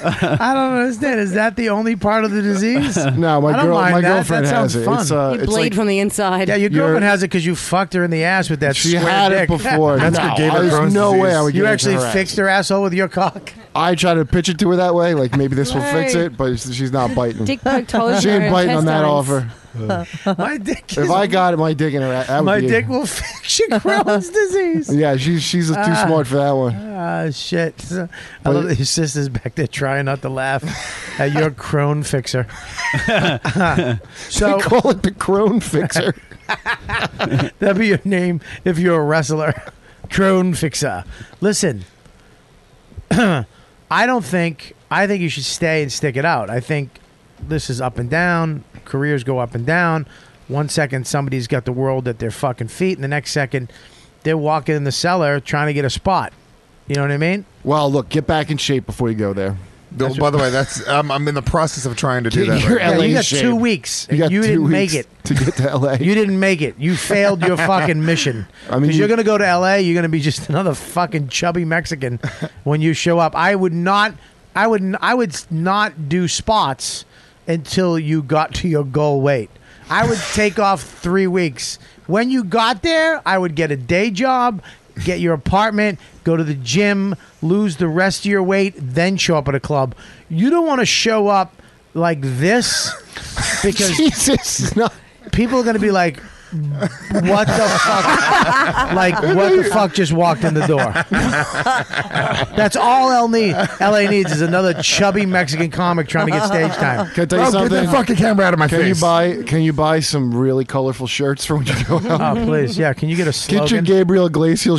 [SPEAKER 2] <laughs> I don't understand. Is that the only part of the disease?
[SPEAKER 7] No,
[SPEAKER 2] <laughs>
[SPEAKER 7] my
[SPEAKER 2] I don't
[SPEAKER 7] girl-
[SPEAKER 2] mind
[SPEAKER 7] my
[SPEAKER 2] that.
[SPEAKER 7] girlfriend
[SPEAKER 2] that sounds
[SPEAKER 7] has it.
[SPEAKER 2] Fun.
[SPEAKER 7] It's, uh, You it's bleed like-
[SPEAKER 26] from the inside.
[SPEAKER 2] Yeah, your
[SPEAKER 7] You're-
[SPEAKER 2] girlfriend has it because you fucked her in the ass with that.
[SPEAKER 7] She
[SPEAKER 2] square
[SPEAKER 7] had it
[SPEAKER 2] dick.
[SPEAKER 7] before. That's what No, gave her there's Crohn's no way disease. I would
[SPEAKER 2] You
[SPEAKER 7] give it to
[SPEAKER 2] actually
[SPEAKER 7] her ass.
[SPEAKER 2] fixed her asshole with your cock. <laughs>
[SPEAKER 7] I try to pitch it to her that way, like maybe this will fix
[SPEAKER 2] Right.
[SPEAKER 7] it, but she's not biting.
[SPEAKER 2] Dick poke toes
[SPEAKER 7] she
[SPEAKER 2] in her
[SPEAKER 7] ain't biting on that offer.
[SPEAKER 2] intestines. my dick.
[SPEAKER 7] if
[SPEAKER 2] is-
[SPEAKER 7] I got it, my dick in her, a- that would
[SPEAKER 2] my
[SPEAKER 7] be-
[SPEAKER 2] dick will fix your Crohn's disease.
[SPEAKER 7] Yeah, she's she's too
[SPEAKER 2] Ah.
[SPEAKER 7] smart for that one.
[SPEAKER 2] Ah, shit. <laughs> I
[SPEAKER 7] But-
[SPEAKER 2] love that your sister's back there trying not to laugh at your crone fixer.
[SPEAKER 7] So
[SPEAKER 13] <laughs>
[SPEAKER 2] so
[SPEAKER 7] they call it the crone fixer.
[SPEAKER 2] that'd be your name if you're a wrestler. Crone fixer. Listen, <clears throat> I don't think, I think you should stay and stick it out. I think this is up and down. Careers go up and down. One second, somebody's got the world at their fucking feet, and the next second, they're walking in the cellar trying to get a spot. You know what I mean?
[SPEAKER 7] <laughs> Well, look, get back in shape before you go there.
[SPEAKER 13] Though,
[SPEAKER 7] That's
[SPEAKER 13] by the
[SPEAKER 7] right.
[SPEAKER 13] way,
[SPEAKER 7] <laughs>
[SPEAKER 13] that's um, I'm in the process of trying to do that.
[SPEAKER 7] your
[SPEAKER 13] right now.
[SPEAKER 7] LA
[SPEAKER 2] you got
[SPEAKER 7] shape.
[SPEAKER 2] two weeks.
[SPEAKER 7] You got two
[SPEAKER 2] didn't
[SPEAKER 7] weeks
[SPEAKER 2] make it.
[SPEAKER 7] to get to LA.
[SPEAKER 2] <laughs> You didn't make it. You failed
[SPEAKER 7] <laughs>
[SPEAKER 2] your fucking mission.
[SPEAKER 7] I mean,
[SPEAKER 2] because
[SPEAKER 7] you-
[SPEAKER 2] you're gonna go to LA. You're gonna be just <laughs> another fucking chubby
[SPEAKER 7] <laughs>
[SPEAKER 2] Mexican when you show up. I would not. I would. n- I would s- not do spots until you got to your goal weight. I
[SPEAKER 7] <laughs>
[SPEAKER 2] would take off three weeks. When you got there, I would get a day job, get your apartment, go to the gym, lose the rest of your weight, then show up at a club. You don't want to show up like
[SPEAKER 7] <laughs>
[SPEAKER 2] this because
[SPEAKER 7] <laughs> Jesus, no.
[SPEAKER 2] people are going to be like, what the fuck? like, what the fuck just walked in the door? That's all L need, LA needs is another chubby Mexican comic trying to get stage time.
[SPEAKER 7] Can I tell you something? can You buy, can you buy some really colorful shirts for when you go
[SPEAKER 2] <laughs>
[SPEAKER 7] out?
[SPEAKER 2] Oh, please. Yeah. Can you get a
[SPEAKER 7] Get your
[SPEAKER 2] slogan?
[SPEAKER 7] Gabriel Glacial,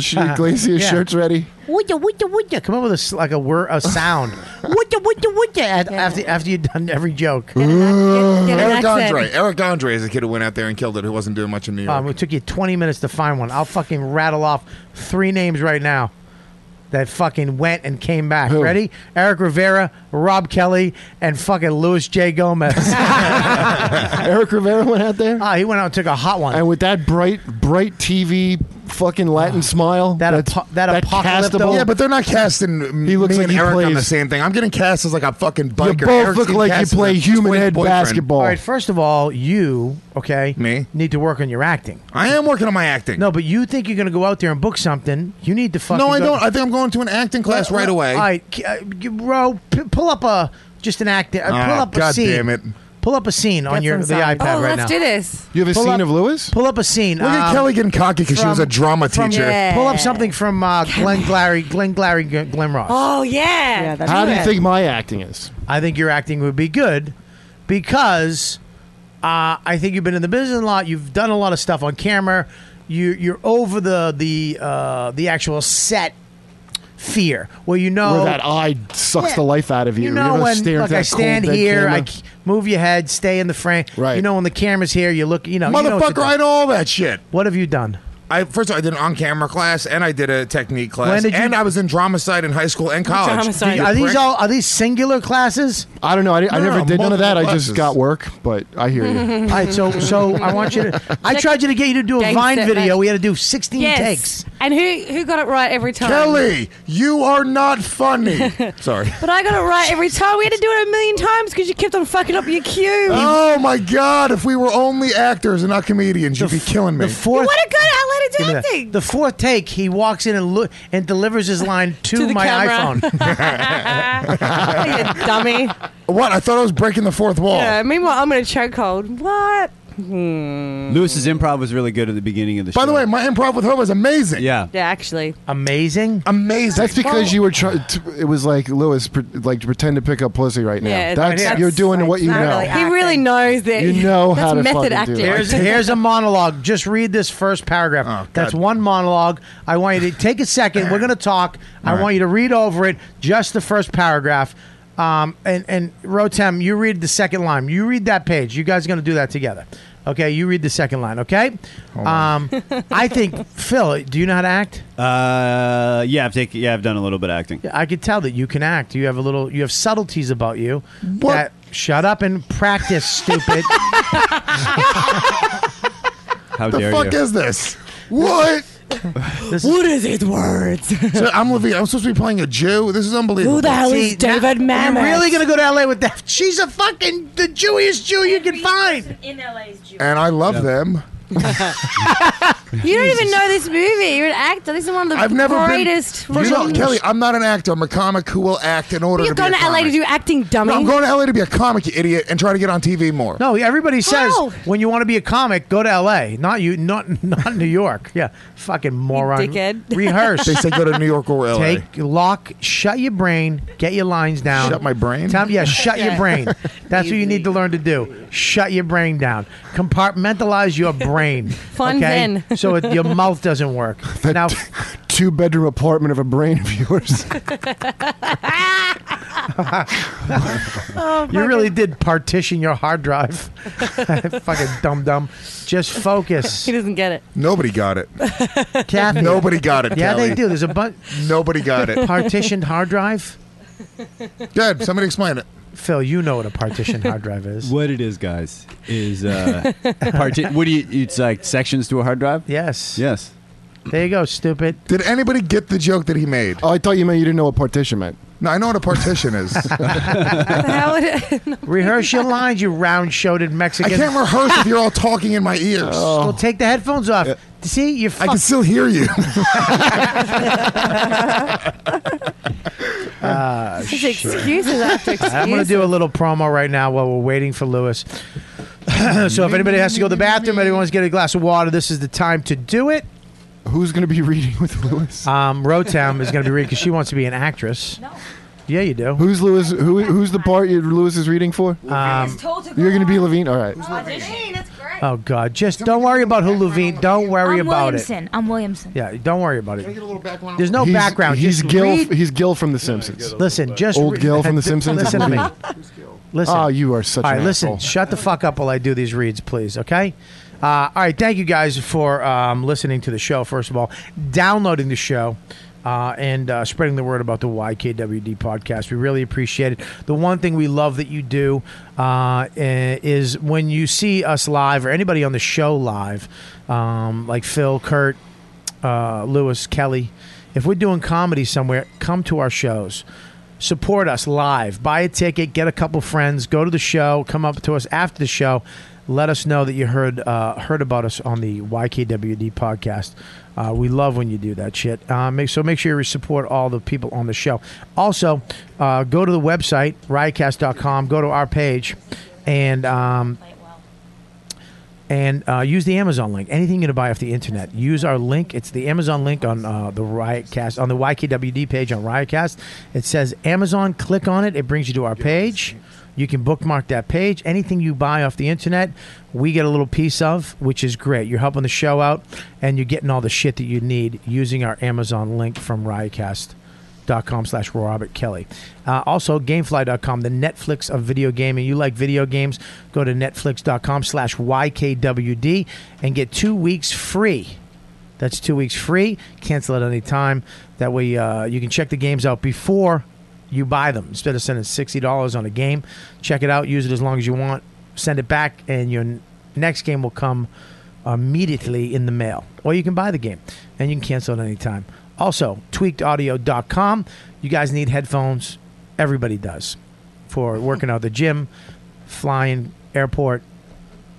[SPEAKER 2] <laughs>
[SPEAKER 7] sh- Glacial
[SPEAKER 2] Yeah.
[SPEAKER 7] shirts ready.
[SPEAKER 2] Would you, would you, would you? Come up with a, s- like a word, a sound. would you, would you, would you? At- After, after you've done every joke.
[SPEAKER 13] Eric Andre. Eric Andre is a kid who went out there and killed it. Who wasn't doing much in New York.
[SPEAKER 2] Um, it took you 20 minutes to find one. I'll fucking rattle off three names right now that fucking went and came back.
[SPEAKER 25] Who?
[SPEAKER 2] Ready? Eric Rivera, Rob Kelly, and fucking Luis
[SPEAKER 13] <laughs>
[SPEAKER 2] J. Gomez. <laughs>
[SPEAKER 7] Eric Rivera went out there?
[SPEAKER 2] Ah, he went out and took a hot one.
[SPEAKER 7] And with that bright, bright TV fucking Latin smile. That
[SPEAKER 2] Uh, that apocalypto-
[SPEAKER 7] castable.
[SPEAKER 13] Yeah, but they're not casting he
[SPEAKER 7] looks
[SPEAKER 13] me
[SPEAKER 7] like
[SPEAKER 13] and
[SPEAKER 7] he
[SPEAKER 13] Eric on the
[SPEAKER 7] plays-
[SPEAKER 13] same thing. I'm getting cast as like a fucking biker.
[SPEAKER 7] You both
[SPEAKER 13] Eric's
[SPEAKER 7] look
[SPEAKER 13] getting
[SPEAKER 7] like you
[SPEAKER 13] cast as
[SPEAKER 7] play
[SPEAKER 13] a
[SPEAKER 7] human
[SPEAKER 13] twin
[SPEAKER 7] head
[SPEAKER 13] boyfriend.
[SPEAKER 7] basketball.
[SPEAKER 2] All right, first of all, you, okay, me, need to work on your acting.
[SPEAKER 13] I am working on my acting.
[SPEAKER 2] No, but you think you're going to go out there and book something. You need to fucking
[SPEAKER 13] No, I
[SPEAKER 2] go-
[SPEAKER 13] don't. I think I'm going to an acting class right away.
[SPEAKER 2] All right, c- uh, g- bro, p- pull up a just an acting. Uh, pull
[SPEAKER 13] Ah,
[SPEAKER 2] up a
[SPEAKER 13] God
[SPEAKER 2] scene.
[SPEAKER 13] damn it.
[SPEAKER 2] Pull up a scene on
[SPEAKER 13] Get
[SPEAKER 2] your the
[SPEAKER 13] some
[SPEAKER 2] iPad
[SPEAKER 13] sound.
[SPEAKER 2] right
[SPEAKER 13] Oh,
[SPEAKER 2] now.
[SPEAKER 13] let's do
[SPEAKER 26] this.
[SPEAKER 7] You have a
[SPEAKER 2] Pull
[SPEAKER 7] scene
[SPEAKER 2] up-
[SPEAKER 7] of Lewis?
[SPEAKER 2] Pull up a scene.
[SPEAKER 13] Look at
[SPEAKER 2] um,
[SPEAKER 13] Kelly getting cocky because she was a
[SPEAKER 2] from-
[SPEAKER 13] drama
[SPEAKER 2] from-
[SPEAKER 13] teacher.
[SPEAKER 2] Pull up something from uh, Glenn Glary, Glenn Glary, G- Glenn Ross.
[SPEAKER 26] Oh yeah. yeah
[SPEAKER 7] How do you think my acting is?
[SPEAKER 2] I think your acting would be good because uh, I think you've been in the business a lot. You've done a lot of stuff on camera. You, you're over the the uh, the actual set fear where you know
[SPEAKER 7] Where that eye sucks
[SPEAKER 2] Yeah.
[SPEAKER 7] the life out of Oh. you.
[SPEAKER 2] You know
[SPEAKER 7] ever
[SPEAKER 2] when
[SPEAKER 7] stare into
[SPEAKER 2] look,
[SPEAKER 7] that
[SPEAKER 2] I stand
[SPEAKER 7] cold, dead
[SPEAKER 2] here, I
[SPEAKER 7] camera?
[SPEAKER 2] c- move your head, stay in the frame. Right. You know when the camera's here, you look. You know, you know what to
[SPEAKER 13] Motherfucker,
[SPEAKER 2] do.
[SPEAKER 13] I know all that shit.
[SPEAKER 2] What have you done?
[SPEAKER 7] I first of all, I did an on-camera class, and I did a technique
[SPEAKER 2] When
[SPEAKER 7] class,
[SPEAKER 2] did you-
[SPEAKER 7] and I was in drama side in high school and college. You
[SPEAKER 2] Are these
[SPEAKER 7] prick.
[SPEAKER 2] all are these singular classes?
[SPEAKER 17] <laughs>
[SPEAKER 13] I don't know. I, di- I
[SPEAKER 2] No, no,
[SPEAKER 13] never
[SPEAKER 2] no,
[SPEAKER 13] did none of that. I
[SPEAKER 2] multiple
[SPEAKER 13] just got work, but I hear you.
[SPEAKER 2] All right, so so I want you to. I tried you to get you to do a
[SPEAKER 17] Dang,
[SPEAKER 2] Vine
[SPEAKER 17] set
[SPEAKER 2] video.
[SPEAKER 17] back.
[SPEAKER 2] We had to do sixteen
[SPEAKER 17] Yes.
[SPEAKER 2] takes.
[SPEAKER 17] And who who got it right every time?
[SPEAKER 7] Kelly, you are not funny. Sorry.
[SPEAKER 17] But I got it right every time. We had to do it a million times because you kept on fucking up your cue.
[SPEAKER 7] Oh my God! If we were only actors and not comedians, you'd be killing me.
[SPEAKER 2] The fourth.
[SPEAKER 17] What a good
[SPEAKER 2] Give me
[SPEAKER 17] outlet
[SPEAKER 2] that.
[SPEAKER 17] acting.
[SPEAKER 2] The fourth take, he walks in and lo- and
[SPEAKER 17] <laughs>
[SPEAKER 2] delivers his line to,
[SPEAKER 17] To the
[SPEAKER 2] my
[SPEAKER 17] camera. <laughs>
[SPEAKER 2] iPhone.
[SPEAKER 17] <laughs> You dummy.
[SPEAKER 7] What? I thought I was breaking the fourth wall.
[SPEAKER 17] Yeah, meanwhile, I'm in a chokehold. What?
[SPEAKER 9] Lewis's improv was really good at the beginning of the show.
[SPEAKER 7] By the way, my improv with her was amazing.
[SPEAKER 9] Yeah.
[SPEAKER 17] Yeah, actually.
[SPEAKER 2] Amazing.
[SPEAKER 7] Amazing.
[SPEAKER 13] That's because you were trying. It was like Lewis, pre- like pretend to pick up pussy right now.
[SPEAKER 17] Yeah,
[SPEAKER 13] that's,
[SPEAKER 17] that's-
[SPEAKER 13] you're doing what you know.
[SPEAKER 17] he really knows that.
[SPEAKER 13] You know
[SPEAKER 17] that's
[SPEAKER 13] how to
[SPEAKER 17] method
[SPEAKER 13] fucking do
[SPEAKER 17] acting.
[SPEAKER 13] it.
[SPEAKER 2] Here's, here's a monologue. Just read this first paragraph. That's one monologue. I want you to take a second. We're going to talk. I want you to read over it, just the first paragraph. Um, and, and Rotem, you read the second line. You read that page. You guys are going to do that together. Okay, you read the second line, okay? Um, I think, Phil, do you know how to act?
[SPEAKER 9] Uh, yeah, I've taken, yeah, I've done a little bit of acting.
[SPEAKER 2] I could tell that you can act. You have a little, you have <laughs> subtleties about you.
[SPEAKER 9] What?
[SPEAKER 2] That, shut up and practice, stupid.
[SPEAKER 9] How
[SPEAKER 7] the
[SPEAKER 9] dare
[SPEAKER 7] fuck
[SPEAKER 9] you?
[SPEAKER 7] is this? What?
[SPEAKER 17] <laughs> what is it, words?
[SPEAKER 7] <laughs> so I'm Levine. I'm supposed to be playing a Jew. This is unbelievable.
[SPEAKER 2] See, now- You're really going <laughs> to go to LA with that? She's a fucking the Jewiest Jew you can find.
[SPEAKER 27] In LA's
[SPEAKER 7] <laughs> and I love them.
[SPEAKER 17] You don't even know this movie. You're an actor. This is one of the
[SPEAKER 7] I've never
[SPEAKER 17] greatest.
[SPEAKER 7] been. First of all,
[SPEAKER 17] roles.
[SPEAKER 7] Kelly, I'm not an actor. I'm a comic who will act in order.
[SPEAKER 17] You're
[SPEAKER 7] to be
[SPEAKER 17] going
[SPEAKER 7] a
[SPEAKER 17] to LA to
[SPEAKER 7] comic.
[SPEAKER 17] do acting, dummy.
[SPEAKER 7] No, I'm going to LA to be a comic, you idiot, and try to get on TV more.
[SPEAKER 2] No, everybody says
[SPEAKER 17] How?
[SPEAKER 2] when you want to be a comic, go to L.A. Not you, not <laughs> not New York. Yeah, fucking moron.
[SPEAKER 17] dickhead. <laughs>
[SPEAKER 2] Rehearse.
[SPEAKER 7] They say go to New York or LA.
[SPEAKER 2] Take lock, shut your brain, get your lines down.
[SPEAKER 7] Shut my brain?
[SPEAKER 17] <laughs>
[SPEAKER 2] Tom, yeah, shut your
[SPEAKER 7] Yeah.
[SPEAKER 2] brain. That's what you need to learn to do. Shut your brain down. Compartmentalize your
[SPEAKER 17] <laughs>
[SPEAKER 2] brain.
[SPEAKER 17] Fun
[SPEAKER 2] okay?
[SPEAKER 17] then. <laughs>
[SPEAKER 2] So it, your mouth doesn't work. Now,
[SPEAKER 13] Two bedroom apartment of a brain of
[SPEAKER 17] <laughs>
[SPEAKER 13] yours.
[SPEAKER 2] <laughs> you really did partition your
[SPEAKER 17] <laughs>
[SPEAKER 2] hard drive. <laughs> Fucking dumb dumb. Just
[SPEAKER 17] <laughs>
[SPEAKER 2] focus.
[SPEAKER 17] He doesn't get it.
[SPEAKER 7] Nobody got it.
[SPEAKER 2] Kathy.
[SPEAKER 7] <laughs> Nobody got it.
[SPEAKER 2] Yeah,
[SPEAKER 7] Kelly.
[SPEAKER 2] they do. There's a bunch.
[SPEAKER 7] Nobody
[SPEAKER 2] <laughs>
[SPEAKER 7] got it.
[SPEAKER 2] Partitioned hard drive.
[SPEAKER 7] Good. Somebody explain it.
[SPEAKER 2] Phil, you know what a partitioned hard drive is.
[SPEAKER 9] What it is, guys, is <laughs> uh, parti- what do you? It's like sections to a hard drive.
[SPEAKER 2] Yes.
[SPEAKER 9] Yes.
[SPEAKER 2] There you go, stupid.
[SPEAKER 7] Did anybody get the joke that he made?
[SPEAKER 13] Oh, I thought you meant you didn't know what partition meant.
[SPEAKER 7] No, I know what a
[SPEAKER 13] <laughs>
[SPEAKER 7] partition is.
[SPEAKER 2] Rehearse your lines, you round shouldered
[SPEAKER 7] I
[SPEAKER 2] Mexican.
[SPEAKER 7] can't rehearse if you're all talking in my ears.
[SPEAKER 13] Oh.
[SPEAKER 2] Well, take the headphones off. See, you.
[SPEAKER 7] I can still hear you.
[SPEAKER 2] Ah,
[SPEAKER 17] This is
[SPEAKER 2] shit.
[SPEAKER 17] excuses
[SPEAKER 7] <laughs>
[SPEAKER 17] after excuses.
[SPEAKER 2] I'm going to do a little promo right now while we're waiting for Lewis. <clears throat> so if anybody has to go to the bathroom, everyone's get a glass of water. This is the time to do it.
[SPEAKER 13] <laughs> Who's going to be reading with Lewis?
[SPEAKER 2] Um, Rotam is going to be reading because she wants to be an actress. No. Yeah, you do.
[SPEAKER 13] Who's Lewis? Who, who's the part you, Lewis is reading for?
[SPEAKER 2] Um,
[SPEAKER 13] You're going to be Levine. All right.
[SPEAKER 2] oh God! Just don't worry about who Levine. Don't worry
[SPEAKER 27] I'm
[SPEAKER 2] about
[SPEAKER 27] Williamson.
[SPEAKER 2] it.
[SPEAKER 27] I'm Williamson.
[SPEAKER 2] Yeah, don't worry about it.
[SPEAKER 7] background?
[SPEAKER 2] There's no
[SPEAKER 13] He's-
[SPEAKER 2] background.
[SPEAKER 13] He's
[SPEAKER 2] just
[SPEAKER 13] Gil.
[SPEAKER 2] read-
[SPEAKER 13] He's Gil from The Simpsons.
[SPEAKER 2] Listen, just
[SPEAKER 13] old
[SPEAKER 2] read-
[SPEAKER 13] Gil from The Simpsons.
[SPEAKER 2] <laughs> Listen to me.
[SPEAKER 13] <laughs>
[SPEAKER 2] Listen.
[SPEAKER 13] Oh, you are such
[SPEAKER 2] All
[SPEAKER 13] an
[SPEAKER 2] right, listen.
[SPEAKER 13] asshole.
[SPEAKER 2] Shut the fuck up while I do these reads, please. Okay. Uh, all right. Thank you guys for um, listening to the show. First of all, downloading the show. Uh, and uh, spreading the word about the YKWd podcast, we really appreciate it. The one thing we love that you do uh, eh, is when you see us live or anybody on the show live, um, like Phil, Kurt, uh, Lewis, Kelly. If we're doing comedy somewhere, come to our shows. Support us live. Buy a ticket, get a couple friends, go to the show, come up to us after the show. Let us know that you heard uh, heard about us on the YKWd podcast. Uh, we love when you do that shit. Uh, make, so make sure you support all the people on the show. Also, uh, go to the website, riotcast.com, go to our page, and um, and uh, use the Amazon link. Anything you're going to buy off the internet, use our link. It's the Amazon link on uh, the Riotcast, on the YKWD page on Riotcast. It says Amazon, click on it. It brings you to our page. You can bookmark that page. Anything you buy off the internet, we get a little piece of, which is great. You're helping the show out and you're getting all the shit that you need using our Amazon link from Riotcast dot com slash robert kelly uh, also gamefly.com the netflix of video gaming you like video games go to netflix.com slash ykwd and get two weeks free That's two weeks free. Cancel at any time. That way uh, you can check the games out before you buy them. Instead of sending sixty dollars on a game, check it out. Use it as long as you want. Send it back, and your n- next game will come immediately in the mail. Or you can buy the game, and you can cancel at any time. Also, tweakedaudio.com. You guys need headphones. Everybody does for working out the gym, flying, airport,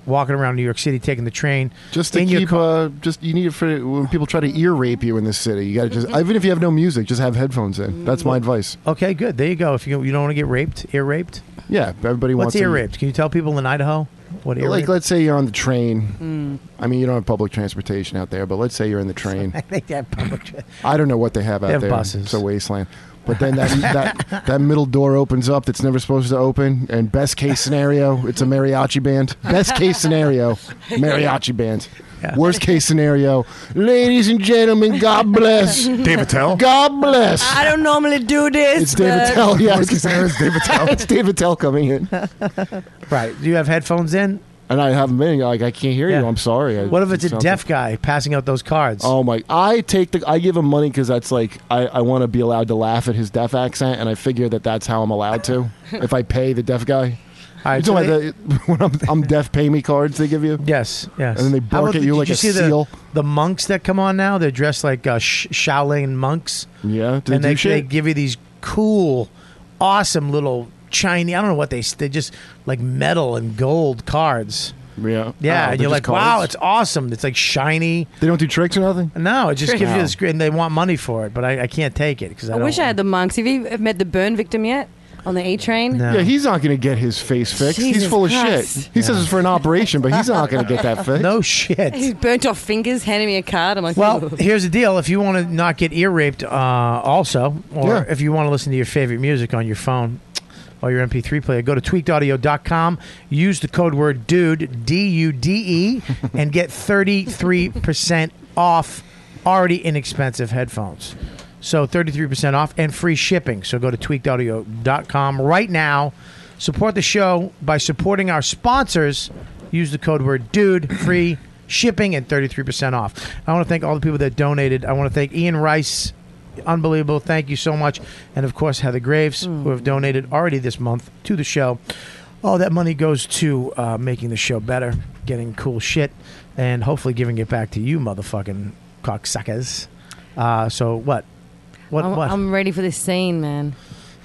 [SPEAKER 2] walking around New York City, taking the train.
[SPEAKER 7] Just to
[SPEAKER 2] in your
[SPEAKER 7] keep, uh, just you need it for when people try to ear rape you in this city. You got to just, even if you have no music, just have headphones in. That's my advice.
[SPEAKER 2] Okay, good. There you go. If you you don't want to get raped, ear raped.
[SPEAKER 7] Yeah, everybody
[SPEAKER 2] What's
[SPEAKER 7] wants
[SPEAKER 2] ear
[SPEAKER 7] to-
[SPEAKER 2] raped? Can you tell people in Idaho what ear
[SPEAKER 7] Like,
[SPEAKER 2] rape?
[SPEAKER 7] let's say you're on the train.
[SPEAKER 2] Mm.
[SPEAKER 7] I mean, you don't have public transportation out there, but let's say you're in the train.
[SPEAKER 2] <laughs> I think that public. tra-
[SPEAKER 7] I don't know what they have out
[SPEAKER 2] They have
[SPEAKER 7] there.
[SPEAKER 2] buses.
[SPEAKER 7] It's a wasteland. But then that,
[SPEAKER 2] <laughs>
[SPEAKER 7] that that middle door opens up that's never supposed to open, and best case scenario, it's a mariachi band. Best case
[SPEAKER 2] <laughs>
[SPEAKER 7] scenario, mariachi band. Worst case scenario, ladies and gentlemen,
[SPEAKER 2] <laughs>
[SPEAKER 7] God bless.
[SPEAKER 13] David Tell.
[SPEAKER 7] God bless.
[SPEAKER 28] I don't normally do this.
[SPEAKER 7] It's David
[SPEAKER 28] but-
[SPEAKER 7] Tell. Yeah,
[SPEAKER 28] Worst case scenario is David Tell.
[SPEAKER 7] <laughs> it's David Tell coming in.
[SPEAKER 2] Right. Do you have headphones in?
[SPEAKER 7] And I haven't been. Like I can't hear you. I'm sorry. I-
[SPEAKER 2] What if it's a
[SPEAKER 7] something.
[SPEAKER 2] deaf guy passing out those cards?
[SPEAKER 7] Oh my! I take the I give him money because that's like I, I want to be allowed to laugh at his deaf accent, and I figure that that's how I'm allowed to if I pay the deaf guy.
[SPEAKER 2] All right,
[SPEAKER 7] you talking
[SPEAKER 2] so
[SPEAKER 7] about the, when I'm, I'm deaf, pay me cards they give you.
[SPEAKER 2] Yes, yes.
[SPEAKER 7] And then they
[SPEAKER 2] How
[SPEAKER 7] bark
[SPEAKER 2] about
[SPEAKER 7] at
[SPEAKER 2] the-
[SPEAKER 7] you
[SPEAKER 2] did
[SPEAKER 7] like
[SPEAKER 2] you
[SPEAKER 7] a
[SPEAKER 2] see the-
[SPEAKER 7] seal.
[SPEAKER 2] The monks that come on now, they're dressed like uh, sh- Shaolin monks.
[SPEAKER 7] Yeah, do they
[SPEAKER 2] and
[SPEAKER 7] do
[SPEAKER 2] they, they
[SPEAKER 7] shit?
[SPEAKER 2] give you these cool, awesome little Chinese. I don't know what they s- they just like metal and gold cards.
[SPEAKER 7] Yeah,
[SPEAKER 2] Yeah,
[SPEAKER 7] Oh,
[SPEAKER 2] and
[SPEAKER 7] they're
[SPEAKER 2] you're like,
[SPEAKER 7] just
[SPEAKER 2] wow,
[SPEAKER 7] cards?
[SPEAKER 2] it's awesome. It's like shiny.
[SPEAKER 7] They don't do tricks or nothing.
[SPEAKER 2] No, it just gives you
[SPEAKER 7] No.
[SPEAKER 2] this. gr- And they want money for it, but I, I can't take it because I,
[SPEAKER 12] I
[SPEAKER 2] don't.
[SPEAKER 12] wish I had the monks. Have you met the burn victim yet on the E train?
[SPEAKER 7] Yeah, he's not going to get his face fixed. he's
[SPEAKER 12] Jesus
[SPEAKER 7] full of
[SPEAKER 12] Christ.
[SPEAKER 7] shit. He says it's for an operation, but he's not going to
[SPEAKER 13] <laughs>
[SPEAKER 7] get that
[SPEAKER 2] <laughs>
[SPEAKER 7] fixed.
[SPEAKER 12] <laughs>
[SPEAKER 2] No shit.
[SPEAKER 12] He's burnt off fingers, handed me a card. I'm like,
[SPEAKER 2] Well,
[SPEAKER 12] <laughs> "Ooh."
[SPEAKER 2] here's the deal. If you want to not get ear raped, uh, also, or
[SPEAKER 12] Yeah.
[SPEAKER 2] if you want to listen to your favorite music on your phone or your MP3 player, go to tweakedaudio.com, use the code word DUDE, D U D E, and get 33% off already inexpensive headphones. So 33% off and free shipping. So go to tweakedaudio.com right now. Support the show by supporting our sponsors. Use the code word DUDE, free shipping and 33% off. I want to thank all the people that donated. I want to thank Ian Rice. Unbelievable. Thank you so much. And of course, Heather Graves, who have donated already this month to the show. All that money goes to uh, making the show better, getting cool shit, and hopefully giving it back to you, motherfucking cocksuckers. Uh, so what? What?
[SPEAKER 12] I'm,
[SPEAKER 2] what?
[SPEAKER 12] I'm ready for this scene, man.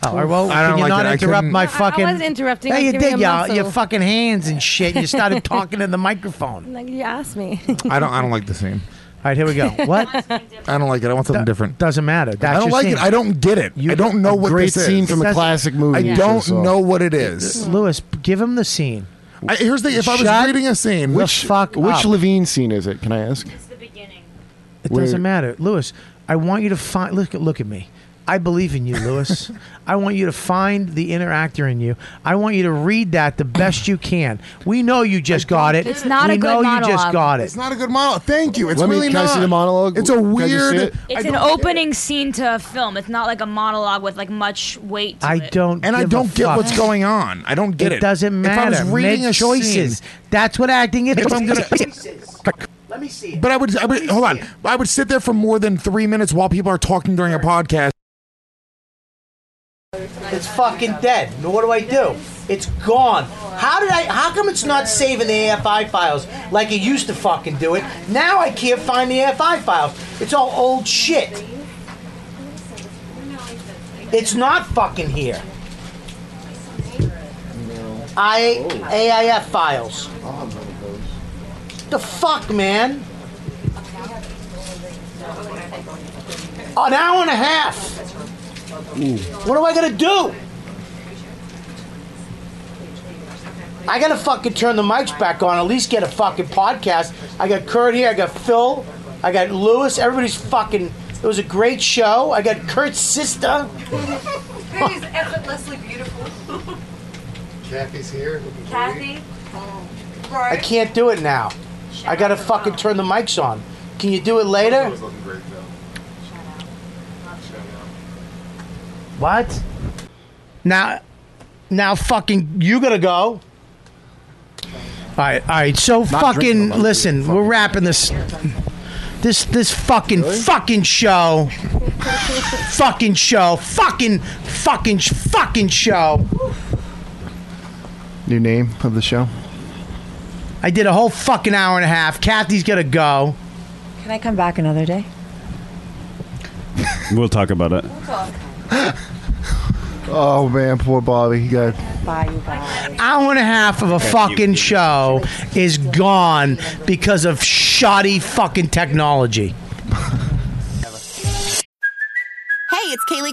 [SPEAKER 2] Oh, all right, well, can you not interrupt my fucking?
[SPEAKER 12] I wasn't interrupting.
[SPEAKER 2] Yeah,
[SPEAKER 12] I
[SPEAKER 2] you
[SPEAKER 12] was
[SPEAKER 2] did.
[SPEAKER 12] giving a
[SPEAKER 2] Your, your
[SPEAKER 12] muscle.
[SPEAKER 2] fucking hands and shit. You
[SPEAKER 12] <laughs>
[SPEAKER 2] started talking in the microphone.
[SPEAKER 12] Like you
[SPEAKER 2] <laughs>
[SPEAKER 12] asked me.
[SPEAKER 13] I don't. I don't like the scene.
[SPEAKER 2] All right, here
[SPEAKER 12] <laughs>
[SPEAKER 2] we go. What? I
[SPEAKER 13] don't like it. I want something different.
[SPEAKER 2] Doesn't matter. That's
[SPEAKER 13] I don't
[SPEAKER 2] your
[SPEAKER 13] like
[SPEAKER 2] scene.
[SPEAKER 13] it. I don't get it. I don't know what
[SPEAKER 7] great
[SPEAKER 13] this
[SPEAKER 7] scene
[SPEAKER 13] is.
[SPEAKER 7] from a That's- classic movie
[SPEAKER 13] I
[SPEAKER 7] you
[SPEAKER 13] don't
[SPEAKER 7] just saw.
[SPEAKER 13] know what it is.
[SPEAKER 2] Lewis, give him the scene.
[SPEAKER 13] I, here's the. If I was
[SPEAKER 2] Shut
[SPEAKER 13] reading a scene,
[SPEAKER 2] the
[SPEAKER 13] which
[SPEAKER 2] fuck
[SPEAKER 7] Which
[SPEAKER 2] up.
[SPEAKER 7] Levine scene is it? Can I ask?
[SPEAKER 2] It
[SPEAKER 7] Where-
[SPEAKER 2] doesn't matter, Lewis. I want you to find. Look, look at me. I believe in you,
[SPEAKER 13] <laughs>
[SPEAKER 2] Lewis. I want you to find the inner actor in you. I want you to read that the best you can. We know you just got it.
[SPEAKER 29] It's not
[SPEAKER 2] we
[SPEAKER 29] a good
[SPEAKER 2] know you just
[SPEAKER 29] monologue.
[SPEAKER 2] got it.
[SPEAKER 13] It's not a good monologue. Thank you. It's
[SPEAKER 7] Let me-
[SPEAKER 13] really
[SPEAKER 7] can I
[SPEAKER 13] not.
[SPEAKER 7] see the monologue?
[SPEAKER 13] It's a
[SPEAKER 7] Can I just see
[SPEAKER 13] weird.
[SPEAKER 7] it?
[SPEAKER 13] I
[SPEAKER 29] It's an
[SPEAKER 13] don't-
[SPEAKER 29] opening scene to a film. It's not like a monologue with like much weight. To it.
[SPEAKER 13] And I
[SPEAKER 2] give a
[SPEAKER 13] don't get
[SPEAKER 2] fuck.
[SPEAKER 13] what's going on. I don't get it.
[SPEAKER 2] doesn't matter.
[SPEAKER 13] If I was reading
[SPEAKER 2] Make
[SPEAKER 13] a
[SPEAKER 2] choices.
[SPEAKER 13] Scene,
[SPEAKER 2] That's what acting is.
[SPEAKER 13] If I'm gonna-
[SPEAKER 2] Let me see.
[SPEAKER 13] but I would. I would hold on. I would sit there for more than three minutes while people are talking during a podcast.
[SPEAKER 2] It's fucking dead. Now What do I do? It's gone. How did I? How come it's not saving the AFI files like it used to fucking do it? Now I can't find the AFI files. It's all old shit. It's not fucking here. I AIF files. The fuck, man. An hour and a half. What am I gonna do? I gotta fucking turn the mics back on. At least get a fucking podcast. I got Kurt here. I got Phil. I got Lewis. Everybody's fucking. It was a great show. I got Kurt's sister.
[SPEAKER 30] Kathy's effortlessly beautiful.
[SPEAKER 7] Kathy's here.
[SPEAKER 30] Kathy.
[SPEAKER 2] I can't do it now. I gotta fucking turn the mics on. Can you do it later? What? Now, now, fucking, you gotta go. All right, all right. So
[SPEAKER 9] drinking
[SPEAKER 2] fucking,
[SPEAKER 9] alone.
[SPEAKER 2] listen, we're wrapping this. This this fucking fucking show. fucking show. Fucking fucking sh- fucking show.
[SPEAKER 13] New name of the show.
[SPEAKER 2] I did a whole fucking hour and a half. Kathy's gonna go.
[SPEAKER 12] Can I come back another day?
[SPEAKER 9] We'll talk about it.
[SPEAKER 13] Oh man, poor Bobby. He got
[SPEAKER 12] Bye, you guys.
[SPEAKER 2] Hour and a half of a
[SPEAKER 13] Okay, you-
[SPEAKER 2] fucking show is gone because of shoddy fucking technology.
[SPEAKER 1] Hey, it's Kaylee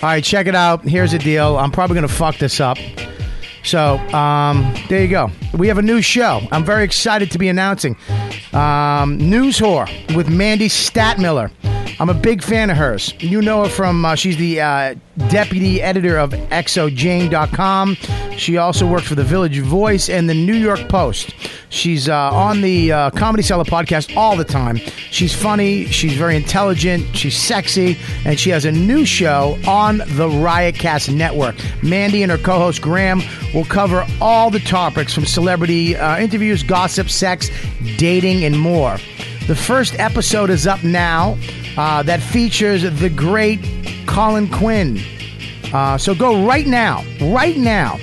[SPEAKER 2] All right, check it out. Here's the deal. I'm probably going to fuck this up. So, um, there you go. We have a new show. I'm very excited to be announcing um, News Whore with Mandy Statmiller. I'm a big fan of hers. You know her from, uh, she's the uh, deputy editor of exojane.com. She also worked for The Village Voice and The New York Post. She's uh, on the uh, Comedy Cellar podcast all the time. She's funny, she's very intelligent, she's sexy, and she has a new show on the Riotcast Network. Mandy and her co host Graham will cover all the topics from celebrity uh, interviews, gossip, sex, dating, and more. The first episode is up now uh, that features the great Colin Quinn. Uh, so go right now, right now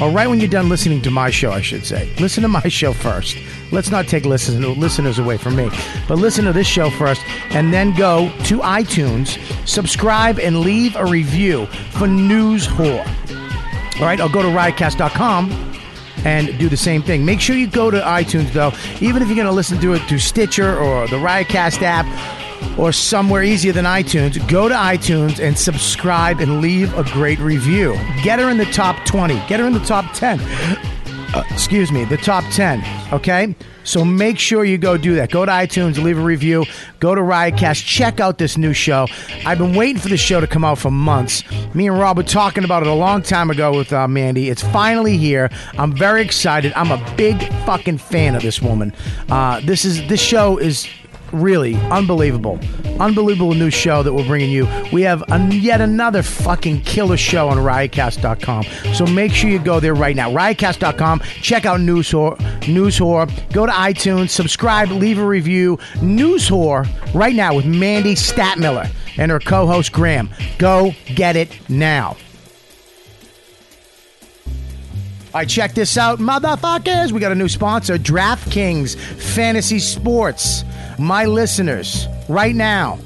[SPEAKER 2] or right when you're done listening to my show, I should say. Listen to my <laughs> show first. Let's not take listen, listeners away from me, but listen to this show first, and then go to iTunes, subscribe, and leave a review for News Whore. All right, or go to riotcast.com and do the same thing. Make sure you go to iTunes, though, even if you're going to listen to it through Stitcher or the Riotcast app or somewhere easier than iTunes, go to iTunes and subscribe and leave a great review. Get her in the top 20. Get her in the top 10. Uh, excuse me, the top 10. Okay? So make sure you go do that. Go to iTunes, leave a review, go to Riotcast, check out this new show. I've been waiting for this show to come out for months. Me and Rob were talking about it a long time ago with uh, Mandy. It's finally here. I'm very excited. I'm a big fucking fan of this woman. Uh, this is this show is really unbelievable unbelievable new show that we're bringing you we have an, yet another fucking killer show on riotcast.com so make sure you go there right now riotcast.com check out news whore news whore go to itunes subscribe leave a review news whore right now with mandy statmiller and her co-host graham go get it now I check this out, motherfuckers. We got a new sponsor, DraftKings Fantasy Sports. My listeners, right now,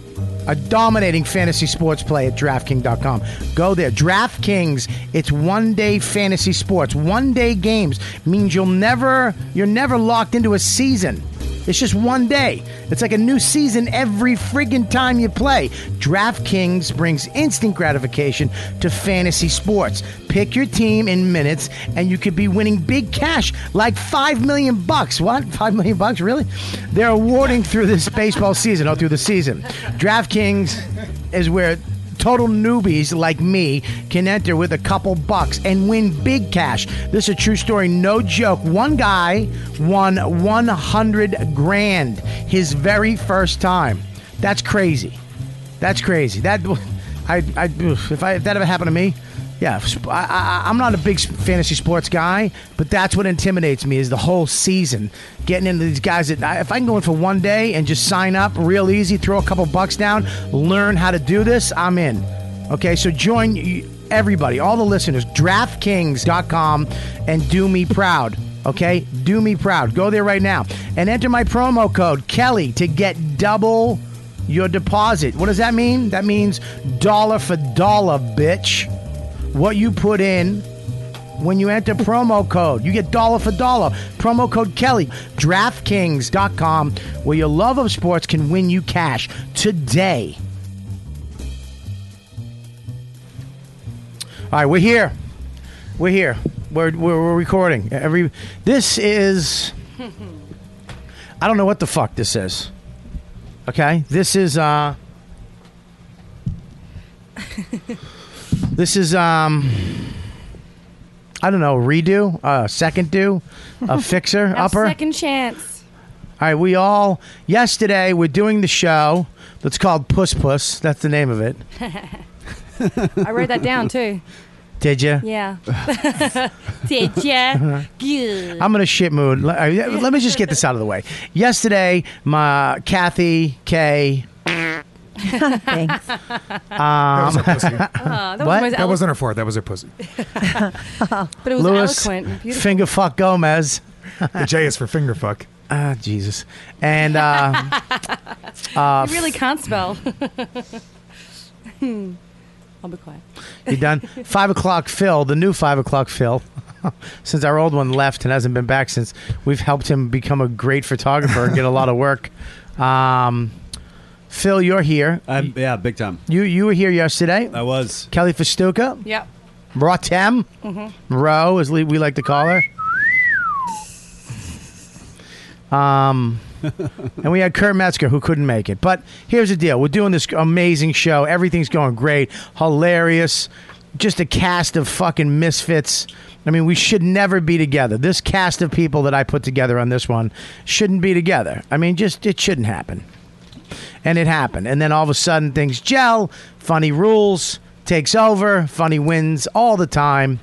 [SPEAKER 2] a dominating fantasy sports play at DraftKings.com. Go there. DraftKings, it's one day fantasy sports. One day games means you'll never you're never locked into a season. It's just one day. It's like a new season every friggin' time you play. DraftKings brings instant gratification to fantasy sports. Pick your team in minutes and you could be winning big cash like 5 million bucks. What? <laughs> 5 million bucks? Really? They're awarding through this baseball season, oh, through the season. DraftKings is where Total newbies like me can enter with a couple bucks and win big cash. This is a true story, no joke. One guy won 100 grand his very first time. That's crazy. That's crazy. That I, I oof, if I if that ever happened to me, yeah, sp- I, am not a big s- fantasy sports guy, but that's what intimidates me is the whole season. Getting into these guys that I, if I can go in for one day and just sign up real easy, throw a couple bucks down, learn how to do this, I'm in. Okay, so join y- everybody, all the listeners, DraftKings.com, and do me proud. Okay, do me proud. Go there right now and enter my promo code Kelly to get double your deposit. What does that mean? That means dollar for dollar, bitch what you put in when you enter promo code. You get dollar for dollar. Promo code Kelly. DraftKings.com, where your love of sports can win you cash today. All right, we're here. We're here. We're, we're, we're recording. Every this is. I don't know what the fuck this is. Okay, this is uh, this is um, I don't know, redo, uh, second do, a fixer,
[SPEAKER 15] Have
[SPEAKER 2] upper.
[SPEAKER 15] Second chance.
[SPEAKER 2] All right, we all yesterday we're doing the show that's called Puss Puss. That's the name of it.
[SPEAKER 15] I wrote that down
[SPEAKER 2] <laughs>
[SPEAKER 15] too.
[SPEAKER 2] Did you? <laughs>
[SPEAKER 15] Yeah. Did
[SPEAKER 2] Uh-huh.
[SPEAKER 15] ya? Good.
[SPEAKER 2] I'm in a shit mood. Let, uh, let me just get this out of the way. Yesterday, my Kathy K. <laughs>
[SPEAKER 12] Thanks.
[SPEAKER 2] Um,
[SPEAKER 7] That
[SPEAKER 2] <laughs>
[SPEAKER 7] was her pussy.
[SPEAKER 15] Ah, that was
[SPEAKER 2] what?
[SPEAKER 15] the most
[SPEAKER 7] That wasn't her fart. That was her pussy.
[SPEAKER 15] But it was
[SPEAKER 2] Louis
[SPEAKER 15] eloquent and beautiful.
[SPEAKER 2] Fingerfuck Gomez.
[SPEAKER 7] The J is for finger fuck.
[SPEAKER 2] Ah, Jesus. And uh,
[SPEAKER 15] <laughs>
[SPEAKER 2] uh,
[SPEAKER 17] you really can't spell. Hmm. I'll be quiet.
[SPEAKER 2] You done? Five o'clock Phil, the new five o'clock Phil. <laughs> since our old one left and hasn't been back since, we've helped him become a great photographer and get a lot of work. Um, Phil, you're here.
[SPEAKER 9] I'm, yeah, big time.
[SPEAKER 2] You you were here yesterday.
[SPEAKER 7] Uh,
[SPEAKER 9] I was.
[SPEAKER 2] Kelly Festuca,
[SPEAKER 17] Yep.
[SPEAKER 2] Rotem,
[SPEAKER 17] Mhm.
[SPEAKER 2] Ro, as le- we like to call her. Um, and we had Kurt Metzger who couldn't make it. But here's the deal: we're doing this amazing show. Everything's going great, hilarious. Just a cast of fucking misfits. I mean, we should never be together. This cast of people that I put together on this one shouldn't be together. I mean, just it shouldn't happen. And it happened. And then all of a sudden things gel. Funny rules, takes over. Funny wins all the time.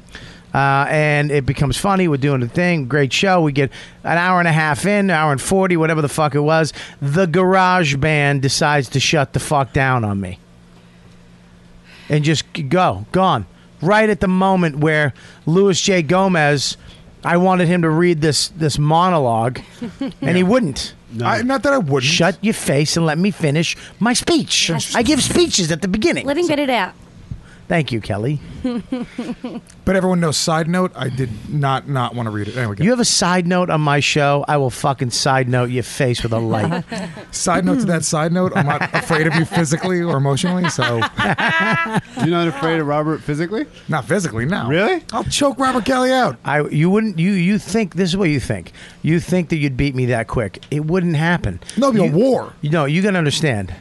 [SPEAKER 2] Uh, and it becomes funny. We're doing the thing. Great show. We get an hour and a half in, hour and 40, whatever the fuck it was. The garage band decides to shut the fuck down on me and just g- go gone right at the moment where Louis J Gomez I wanted him to read this this monologue and he wouldn't
[SPEAKER 7] I, not that I wouldn't
[SPEAKER 2] shut your face and let me finish my speech I give speeches at the beginning
[SPEAKER 15] Let him get it out.
[SPEAKER 2] thank you Kelly
[SPEAKER 7] But everyone knows. Side note: I did not not want to read it. Anyway,
[SPEAKER 2] you have a side note on my show I will fucking side note your face with a
[SPEAKER 15] <laughs>
[SPEAKER 2] light
[SPEAKER 7] side note to that side note: I'm <laughs> not afraid of you physically or emotionally. <laughs> So
[SPEAKER 9] you're not afraid of Robert physically?
[SPEAKER 7] Not physically, no.
[SPEAKER 9] Really?
[SPEAKER 7] I'll choke Robert Kelly out.
[SPEAKER 2] I you wouldn't you you think this is what you think you think that you'd beat me that quick it wouldn't happen
[SPEAKER 7] no it'd be a war
[SPEAKER 2] you know you gotta understand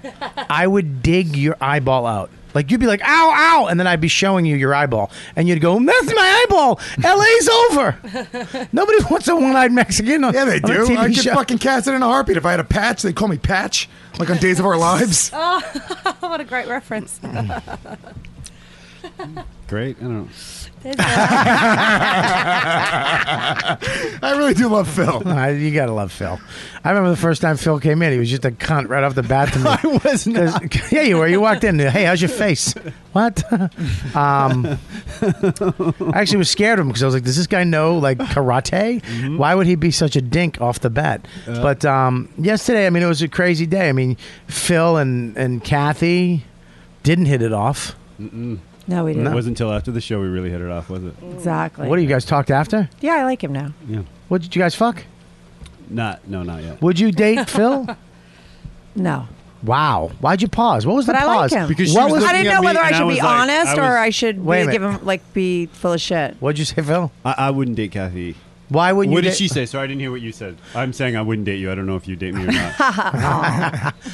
[SPEAKER 2] I would dig your eyeball out like you'd be like ow ow and then I'd be showing you your eyeball and you'd go that's my eyeball LA's
[SPEAKER 15] <laughs>
[SPEAKER 2] over nobody wants a one eyed Mexican on,
[SPEAKER 7] Yeah, they
[SPEAKER 2] on a
[SPEAKER 7] do.
[SPEAKER 2] TV
[SPEAKER 7] I could
[SPEAKER 2] show.
[SPEAKER 7] fucking cast it in a heartbeat. If I had a patch, they'd call me Patch, like on Days of <laughs> Our Lives.
[SPEAKER 15] Oh, what a great reference.
[SPEAKER 9] Great. I don't know.
[SPEAKER 7] I really do love Phil.
[SPEAKER 2] Uh, you gotta love Phil. I remember the first time Phil came in, he was just a cunt right off the bat
[SPEAKER 9] <laughs>
[SPEAKER 2] to me. I <laughs>
[SPEAKER 9] was
[SPEAKER 2] not. Yeah, you were. You walked in. Hey, how's your face? What? <laughs> um, I actually was scared of him because I was like, does this guy know like karate?
[SPEAKER 9] Mm-hmm.
[SPEAKER 2] Why would he be such a dink off the bat?
[SPEAKER 9] Uh.
[SPEAKER 2] but um, yesterday, I mean, it was a crazy day. I mean, Phil and and Kathy didn't hit it off.
[SPEAKER 9] Mm-mm.
[SPEAKER 12] No, we didn't.
[SPEAKER 9] It wasn't until after the show we really hit it off, was it?
[SPEAKER 12] Exactly.
[SPEAKER 2] What do you guys talked after?
[SPEAKER 12] Yeah, I like him now.
[SPEAKER 9] Yeah.
[SPEAKER 2] What did you guys fuck?
[SPEAKER 9] Not. No, not yet.
[SPEAKER 2] Would you date
[SPEAKER 9] <laughs>
[SPEAKER 2] Phil?
[SPEAKER 12] No.
[SPEAKER 2] Wow. Why'd you pause? What was the
[SPEAKER 12] But I like
[SPEAKER 2] pause?
[SPEAKER 12] him.
[SPEAKER 9] Because she
[SPEAKER 2] what
[SPEAKER 9] was
[SPEAKER 12] I
[SPEAKER 9] looking
[SPEAKER 12] didn't
[SPEAKER 9] at
[SPEAKER 12] know
[SPEAKER 9] me
[SPEAKER 12] whether I
[SPEAKER 9] and I
[SPEAKER 12] should be
[SPEAKER 9] was like-
[SPEAKER 12] honest
[SPEAKER 9] I
[SPEAKER 12] or
[SPEAKER 9] was-
[SPEAKER 12] I should
[SPEAKER 9] Wait a
[SPEAKER 12] be,
[SPEAKER 9] minute.
[SPEAKER 12] give him like be full of shit.
[SPEAKER 2] What'd you say, Phil?
[SPEAKER 9] I, I wouldn't date Kathy.
[SPEAKER 2] Why wouldn't you
[SPEAKER 9] What did
[SPEAKER 2] date- <laughs>
[SPEAKER 9] she say? Sorry, I didn't hear what you said. I'm saying I wouldn't date you. I don't know if you date me or not.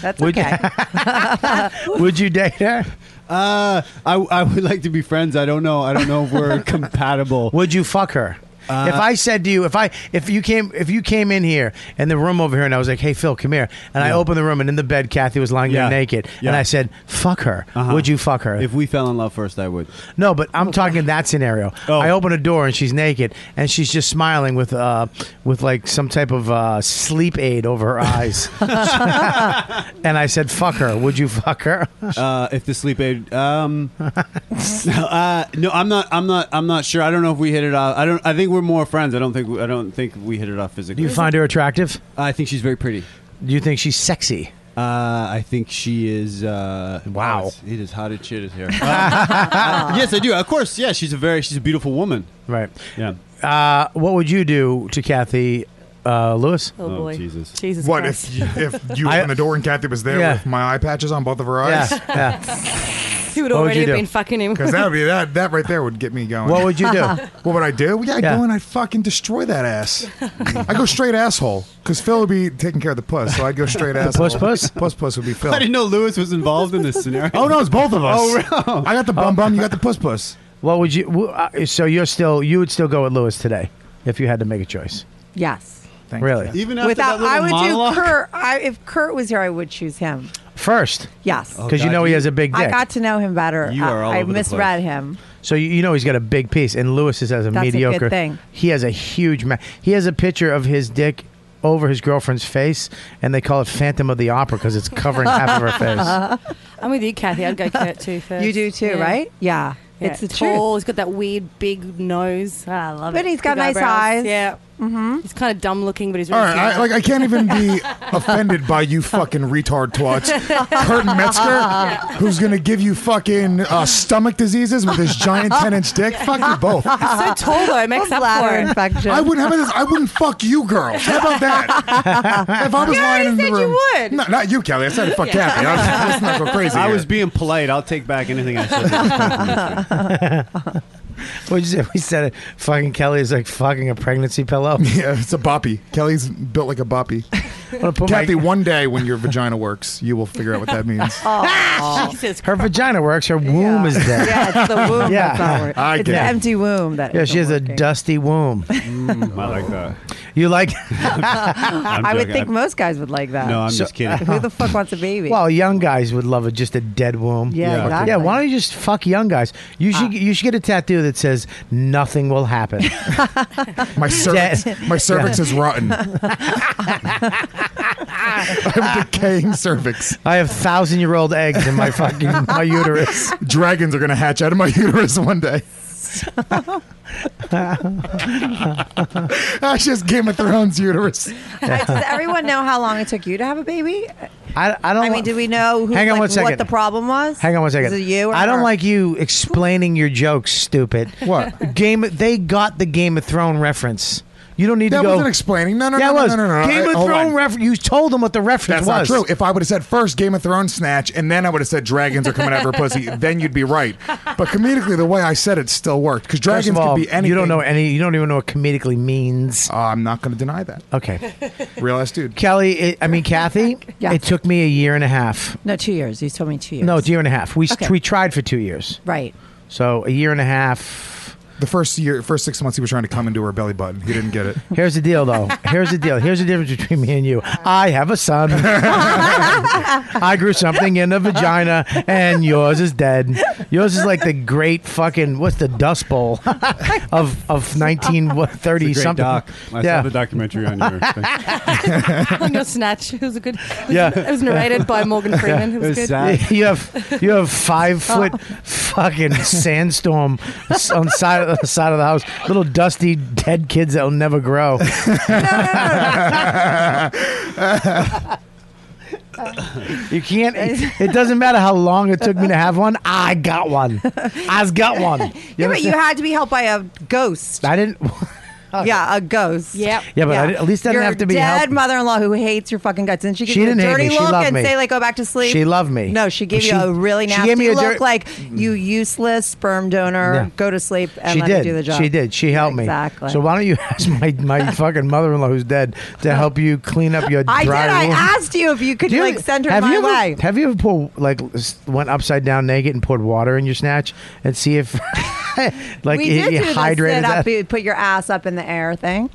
[SPEAKER 12] That's
[SPEAKER 2] Would-
[SPEAKER 12] okay.
[SPEAKER 2] would you date her?
[SPEAKER 9] Uh, I, I would like to be friends. I don't know. I don't know if we're compatible.
[SPEAKER 2] Would you fuck her?
[SPEAKER 9] Uh,
[SPEAKER 2] if I said to you, if I if you came if you came in here and the room over here and I was like, hey Phil, come here, and I
[SPEAKER 9] Yeah.
[SPEAKER 2] opened the room and in the bed Kathy was lying
[SPEAKER 9] Yeah.
[SPEAKER 2] there naked, and
[SPEAKER 9] Yeah.
[SPEAKER 2] I said, fuck her.
[SPEAKER 9] Uh-huh.
[SPEAKER 2] Would you fuck her?
[SPEAKER 9] If we fell in love first, I would.
[SPEAKER 2] no, but I'm talking that scenario.
[SPEAKER 9] Oh.
[SPEAKER 2] I open a door and she's naked and she's just smiling with uh with like some type of uh, sleep aid over her
[SPEAKER 9] <laughs>
[SPEAKER 2] eyes, and I said, fuck her. Would you fuck her?
[SPEAKER 9] Uh, if the sleep aid, um, <laughs> no, uh, no, I'm not. I'm not. I'm not sure. I don't know if we hit it off. I don't. I think we're more friends. I don't think. I don't think we hit it off
[SPEAKER 2] Do
[SPEAKER 9] physically.
[SPEAKER 2] you find her attractive?
[SPEAKER 9] I think she's very pretty.
[SPEAKER 2] Do you think she's sexy?
[SPEAKER 9] Uh, I think she is. Uh, wow, it is hot as shit is here. <laughs> Uh, yes, I do. Of course, yeah. She's a very. She's a beautiful woman.
[SPEAKER 2] Right.
[SPEAKER 9] Yeah.
[SPEAKER 2] Uh, what would you do to Kathy uh, Lewis?
[SPEAKER 7] Oh, Oh, boy. Jesus.
[SPEAKER 15] Jesus
[SPEAKER 7] what
[SPEAKER 15] Christ.
[SPEAKER 7] if if you opened the door and Kathy was there
[SPEAKER 2] Yeah.
[SPEAKER 12] <laughs>
[SPEAKER 7] with my eye patches on both of her eyes?
[SPEAKER 2] Yeah, yeah.
[SPEAKER 3] He would
[SPEAKER 7] What would
[SPEAKER 3] already
[SPEAKER 7] you
[SPEAKER 3] have
[SPEAKER 7] do?
[SPEAKER 3] been fucking him.
[SPEAKER 7] Because that would be that that right there would get me going.
[SPEAKER 3] What would you do?
[SPEAKER 12] <laughs>
[SPEAKER 7] what would I do? Yeah, I'd
[SPEAKER 3] Yeah.
[SPEAKER 7] go and I'd fucking destroy that ass. I go straight asshole because Phil would be taking care of the puss, so I'd go straight
[SPEAKER 9] The
[SPEAKER 7] asshole.
[SPEAKER 9] puss puss?
[SPEAKER 7] puss puss would be Phil.
[SPEAKER 9] <laughs> I didn't know Lewis was involved in
[SPEAKER 12] <laughs>
[SPEAKER 9] this scenario.
[SPEAKER 7] Oh no, it's both of us.
[SPEAKER 9] Oh,
[SPEAKER 7] I got the bum bum. You got the puss puss.
[SPEAKER 2] What would you? w- uh, So you're still you would still go with Lewis today if you had to make a choice.
[SPEAKER 12] <laughs> Yes.
[SPEAKER 2] really?
[SPEAKER 9] Even
[SPEAKER 12] Without, I would do Kurt. I, if Kurt was here, I would choose him.
[SPEAKER 2] first.
[SPEAKER 12] Yes.
[SPEAKER 9] Oh,
[SPEAKER 2] Because you know he has a big dick.
[SPEAKER 12] I got to know him better.
[SPEAKER 2] Oh, You are
[SPEAKER 12] I-
[SPEAKER 2] all
[SPEAKER 12] I
[SPEAKER 2] over the place.
[SPEAKER 12] misread him.
[SPEAKER 2] So you, you know he's got a big piece, and Lewis's has a
[SPEAKER 12] That's a good
[SPEAKER 2] mediocre.
[SPEAKER 12] thing.
[SPEAKER 2] He has a huge. Ma- he has a picture of his dick over his girlfriend's face, and they call it Phantom of the Opera because it's covering half of her face.
[SPEAKER 3] I'm with you, Kathy.
[SPEAKER 12] <laughs>
[SPEAKER 3] I'd go Kurt too first.
[SPEAKER 12] You do too, right? Yeah. It's the
[SPEAKER 3] tall. He's
[SPEAKER 12] truth.
[SPEAKER 3] got that weird big nose. Ah, I love it.
[SPEAKER 12] But he's got
[SPEAKER 3] Big
[SPEAKER 12] nice
[SPEAKER 3] eyebrows.
[SPEAKER 12] eyes.
[SPEAKER 3] Yeah. Mm-hmm. He's kind of dumb looking, but he's
[SPEAKER 7] All
[SPEAKER 3] really
[SPEAKER 7] right, I,
[SPEAKER 3] smart.
[SPEAKER 7] like I can't even be offended by you fucking retard twats, Kurt Metzger, who's gonna give you fucking uh, stomach diseases with his giant ten inch dick. Fuck you both.
[SPEAKER 3] He's so tall though. It makes up for
[SPEAKER 12] Bladder
[SPEAKER 3] it.
[SPEAKER 12] infection.
[SPEAKER 7] I wouldn't have this. I wouldn't fuck you, girls. How about that? If I was
[SPEAKER 3] You
[SPEAKER 7] lying
[SPEAKER 3] already
[SPEAKER 7] in the
[SPEAKER 3] said you
[SPEAKER 7] room,
[SPEAKER 3] would.
[SPEAKER 7] No, not you, Kelly. I said fuck Kathy. <laughs> I was, let's not go crazy.
[SPEAKER 9] I
[SPEAKER 7] here.
[SPEAKER 9] was being polite. I'll take back anything I said.
[SPEAKER 2] What you say? We said it. Fucking Kelly is like fucking a pregnancy pillow. <laughs>
[SPEAKER 7] Yeah, it's a boppy. Kelly's built like a boppy. Kathy, one day when your vagina works, you will figure out what that <laughs> means.
[SPEAKER 12] Oh.
[SPEAKER 3] Jesus.
[SPEAKER 2] Her vagina works. Her womb is dead.
[SPEAKER 12] Yeah,
[SPEAKER 2] <laughs>
[SPEAKER 12] it's the womb
[SPEAKER 2] Yeah.
[SPEAKER 12] that's not working.
[SPEAKER 2] I
[SPEAKER 12] it's
[SPEAKER 2] get
[SPEAKER 12] an
[SPEAKER 2] it.
[SPEAKER 12] empty womb that
[SPEAKER 2] Yeah, she has
[SPEAKER 12] isn't
[SPEAKER 2] a
[SPEAKER 12] working.
[SPEAKER 2] dusty womb.
[SPEAKER 9] I like that.
[SPEAKER 2] You like? <laughs>
[SPEAKER 12] I would
[SPEAKER 2] joking.
[SPEAKER 12] think most guys would like that.
[SPEAKER 2] No, I'm just kidding. <laughs>
[SPEAKER 12] Who the fuck wants a baby?
[SPEAKER 2] Well, young guys would love it, just a dead womb.
[SPEAKER 12] Yeah, Ah. Yeah. exactly.
[SPEAKER 2] Yeah, why don't you just fuck young guys? You should you should get a tattoo that says nothing will happen.
[SPEAKER 7] my cervix, my cervix is rotten. <laughs> I'm decaying cervix.
[SPEAKER 2] I have thousand year old eggs
[SPEAKER 12] <laughs>
[SPEAKER 2] in my fucking my uterus.
[SPEAKER 7] Dragons are gonna hatch out of my uterus one <laughs> day. That's just Game of Thrones uterus.
[SPEAKER 12] Does everyone know how long it took you to have a baby?
[SPEAKER 2] I, I don't.
[SPEAKER 12] I mean, did we know who,
[SPEAKER 2] Hang on
[SPEAKER 12] like,
[SPEAKER 2] one second.
[SPEAKER 12] what the problem was?
[SPEAKER 2] Hang on one second.
[SPEAKER 12] Is it you? Or
[SPEAKER 2] I don't
[SPEAKER 12] her?
[SPEAKER 2] like you explaining your jokes,
[SPEAKER 12] <laughs>
[SPEAKER 2] stupid. What game? They got the Game of Thrones reference. You don't need
[SPEAKER 7] That
[SPEAKER 2] to go.
[SPEAKER 7] wasn't explaining. No, no,
[SPEAKER 2] yeah, it
[SPEAKER 7] no, no,
[SPEAKER 2] was.
[SPEAKER 7] no, no, no.
[SPEAKER 2] Game
[SPEAKER 7] I-
[SPEAKER 2] of
[SPEAKER 7] hold
[SPEAKER 2] Thrones
[SPEAKER 7] on.
[SPEAKER 2] reference. You told them what the reference
[SPEAKER 7] That's
[SPEAKER 2] was.
[SPEAKER 7] not true. If I would have said first Game of Thrones snatch and then I would have said dragons are coming out of her
[SPEAKER 2] <laughs>
[SPEAKER 7] pussy, then you'd be right. But comedically, the way I said it still worked because
[SPEAKER 2] First
[SPEAKER 7] dragons
[SPEAKER 2] of all,
[SPEAKER 7] could be anything. Oh,
[SPEAKER 2] You don't know any. You don't even know what comedically
[SPEAKER 7] <laughs>
[SPEAKER 2] means.
[SPEAKER 7] I'm not going to deny that.
[SPEAKER 2] Okay,
[SPEAKER 7] real ass dude.
[SPEAKER 2] Kelly. It, I mean Kathy.
[SPEAKER 12] <laughs> Yeah.
[SPEAKER 2] It took me a year and a half.
[SPEAKER 12] No, two years. You told me two years.
[SPEAKER 2] No, it's a year and a half. We
[SPEAKER 12] Okay.
[SPEAKER 2] we tried for two years.
[SPEAKER 3] <laughs>
[SPEAKER 2] <laughs>
[SPEAKER 12] Right.
[SPEAKER 2] So a year and a half.
[SPEAKER 7] The first year, first six months, he was trying to come into her belly button. He didn't
[SPEAKER 2] <laughs>
[SPEAKER 7] get it.
[SPEAKER 2] Here's the deal, though. Here's the deal. Here's the difference between me and you. I have a son. I grew something in the vagina, and yours is dead. Yours is like the great fucking what's the Dust Bowl <laughs> of of nineteen thirty
[SPEAKER 9] It's a great
[SPEAKER 2] something.
[SPEAKER 9] doc. I saw
[SPEAKER 2] yeah.
[SPEAKER 9] the documentary on
[SPEAKER 2] <laughs>
[SPEAKER 9] your thing.
[SPEAKER 3] on your snatch. It was a good. It was,
[SPEAKER 2] Yeah.
[SPEAKER 3] it was narrated by
[SPEAKER 2] <laughs>
[SPEAKER 3] Morgan Freeman. It was, good.
[SPEAKER 2] You have you have five foot fucking sandstorm s- on side of the side of the house. Little dusty dead kids that'll never
[SPEAKER 12] <laughs>
[SPEAKER 2] grow. You can't. It, it doesn't matter how long it took me to have one. I got one. I've got one. You
[SPEAKER 12] Yeah, but you
[SPEAKER 2] understand?
[SPEAKER 12] had to be helped by a ghost.
[SPEAKER 2] I didn't.
[SPEAKER 12] Yeah, a ghost. Yep.
[SPEAKER 2] Yeah, but I didn't- at least I didn't
[SPEAKER 12] Your
[SPEAKER 2] have to be
[SPEAKER 12] dead
[SPEAKER 2] helped.
[SPEAKER 12] mother-in-law who hates your fucking guts, and she gives
[SPEAKER 2] She
[SPEAKER 12] you
[SPEAKER 2] didn't
[SPEAKER 12] a
[SPEAKER 2] hate
[SPEAKER 12] dirty
[SPEAKER 2] me. She
[SPEAKER 12] look
[SPEAKER 2] loved
[SPEAKER 12] and
[SPEAKER 2] me.
[SPEAKER 12] say like, "Go back to sleep."
[SPEAKER 2] She loved me.
[SPEAKER 12] No, she gave
[SPEAKER 2] But
[SPEAKER 12] you
[SPEAKER 2] she-
[SPEAKER 12] a really
[SPEAKER 2] she
[SPEAKER 12] nasty
[SPEAKER 2] gave me a
[SPEAKER 12] look,
[SPEAKER 2] dirt-
[SPEAKER 12] like you useless sperm donor.
[SPEAKER 2] Yeah.
[SPEAKER 12] Go to sleep and
[SPEAKER 2] she
[SPEAKER 12] let
[SPEAKER 2] did.
[SPEAKER 12] me do the job.
[SPEAKER 2] She did. She helped
[SPEAKER 12] Exactly.
[SPEAKER 2] me. So why don't you <laughs> ask my,
[SPEAKER 12] <laughs>
[SPEAKER 2] my fucking mother in law who's dead to help you clean up your
[SPEAKER 12] I did.
[SPEAKER 2] dry
[SPEAKER 12] I
[SPEAKER 2] room?
[SPEAKER 12] asked you if you could
[SPEAKER 2] Do you-
[SPEAKER 12] like send her
[SPEAKER 2] have
[SPEAKER 12] my
[SPEAKER 2] you ever,
[SPEAKER 12] way.
[SPEAKER 2] Have you ever pulled like s- went upside down naked and poured water in your snatch and see if <laughs> like
[SPEAKER 12] we
[SPEAKER 2] it-
[SPEAKER 12] did
[SPEAKER 2] it
[SPEAKER 12] do the
[SPEAKER 2] hydrated
[SPEAKER 12] sit up,
[SPEAKER 2] that?
[SPEAKER 12] you put your ass up in the air thing.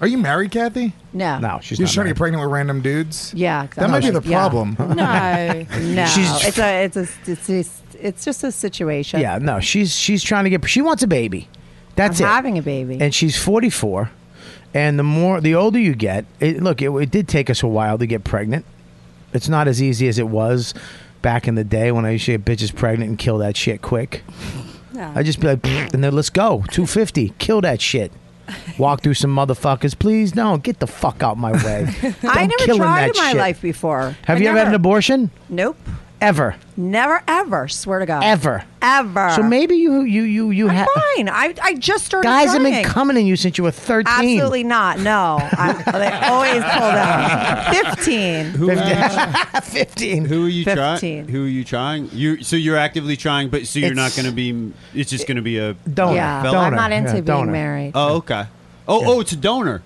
[SPEAKER 7] Are you married, Kathy?
[SPEAKER 12] No.
[SPEAKER 2] No, she's not
[SPEAKER 7] You're just trying to get pregnant with random dudes.
[SPEAKER 12] Yeah,
[SPEAKER 7] that might be the
[SPEAKER 12] exactly. Yeah.
[SPEAKER 7] problem.
[SPEAKER 12] <laughs>
[SPEAKER 2] <laughs>
[SPEAKER 12] No, no.
[SPEAKER 2] She's-
[SPEAKER 12] it's a, it's a, it's just, it's just a situation.
[SPEAKER 2] Yeah, no, she's she's trying to get. She wants a baby. That's
[SPEAKER 12] I'm
[SPEAKER 2] it.
[SPEAKER 12] having a baby.
[SPEAKER 2] and she's 44 and the more the older you get it, look it, it did take us a while to get pregnant it's not as easy as it was back in the day when i used to get bitches pregnant and kill that shit quick i just be like "Pfft," and then let's go 250 kill that shit walk through some motherfuckers please don't get the fuck out my way
[SPEAKER 12] I
[SPEAKER 2] I'm
[SPEAKER 12] <laughs> never
[SPEAKER 2] killing
[SPEAKER 12] tried
[SPEAKER 2] that
[SPEAKER 12] in my
[SPEAKER 2] shit.
[SPEAKER 12] life before.
[SPEAKER 2] have
[SPEAKER 12] I
[SPEAKER 2] you ever had
[SPEAKER 12] never-
[SPEAKER 2] an abortion
[SPEAKER 12] Nope.
[SPEAKER 2] Ever.
[SPEAKER 12] Never ever, swear to God.
[SPEAKER 2] Ever.
[SPEAKER 12] Ever.
[SPEAKER 2] So maybe you you you you have
[SPEAKER 12] Fine. I, I just started
[SPEAKER 2] guys have
[SPEAKER 12] trying.
[SPEAKER 2] been coming in you since you were thirteen.
[SPEAKER 12] Absolutely not. No. I, they always pulled
[SPEAKER 2] <laughs>
[SPEAKER 12] out
[SPEAKER 2] <laughs>
[SPEAKER 12] 15.
[SPEAKER 2] Fifteen.
[SPEAKER 9] Who are you trying?
[SPEAKER 12] Fifteen.
[SPEAKER 9] Who are you trying? You so you're actively trying, but so you're not
[SPEAKER 12] It's-
[SPEAKER 9] going to be. It's just going to be a
[SPEAKER 12] Donor. Yeah,
[SPEAKER 9] fellow?
[SPEAKER 12] I'm not into Yeah, being donor. married.
[SPEAKER 9] Oh, okay. Oh, oh, it's a donor.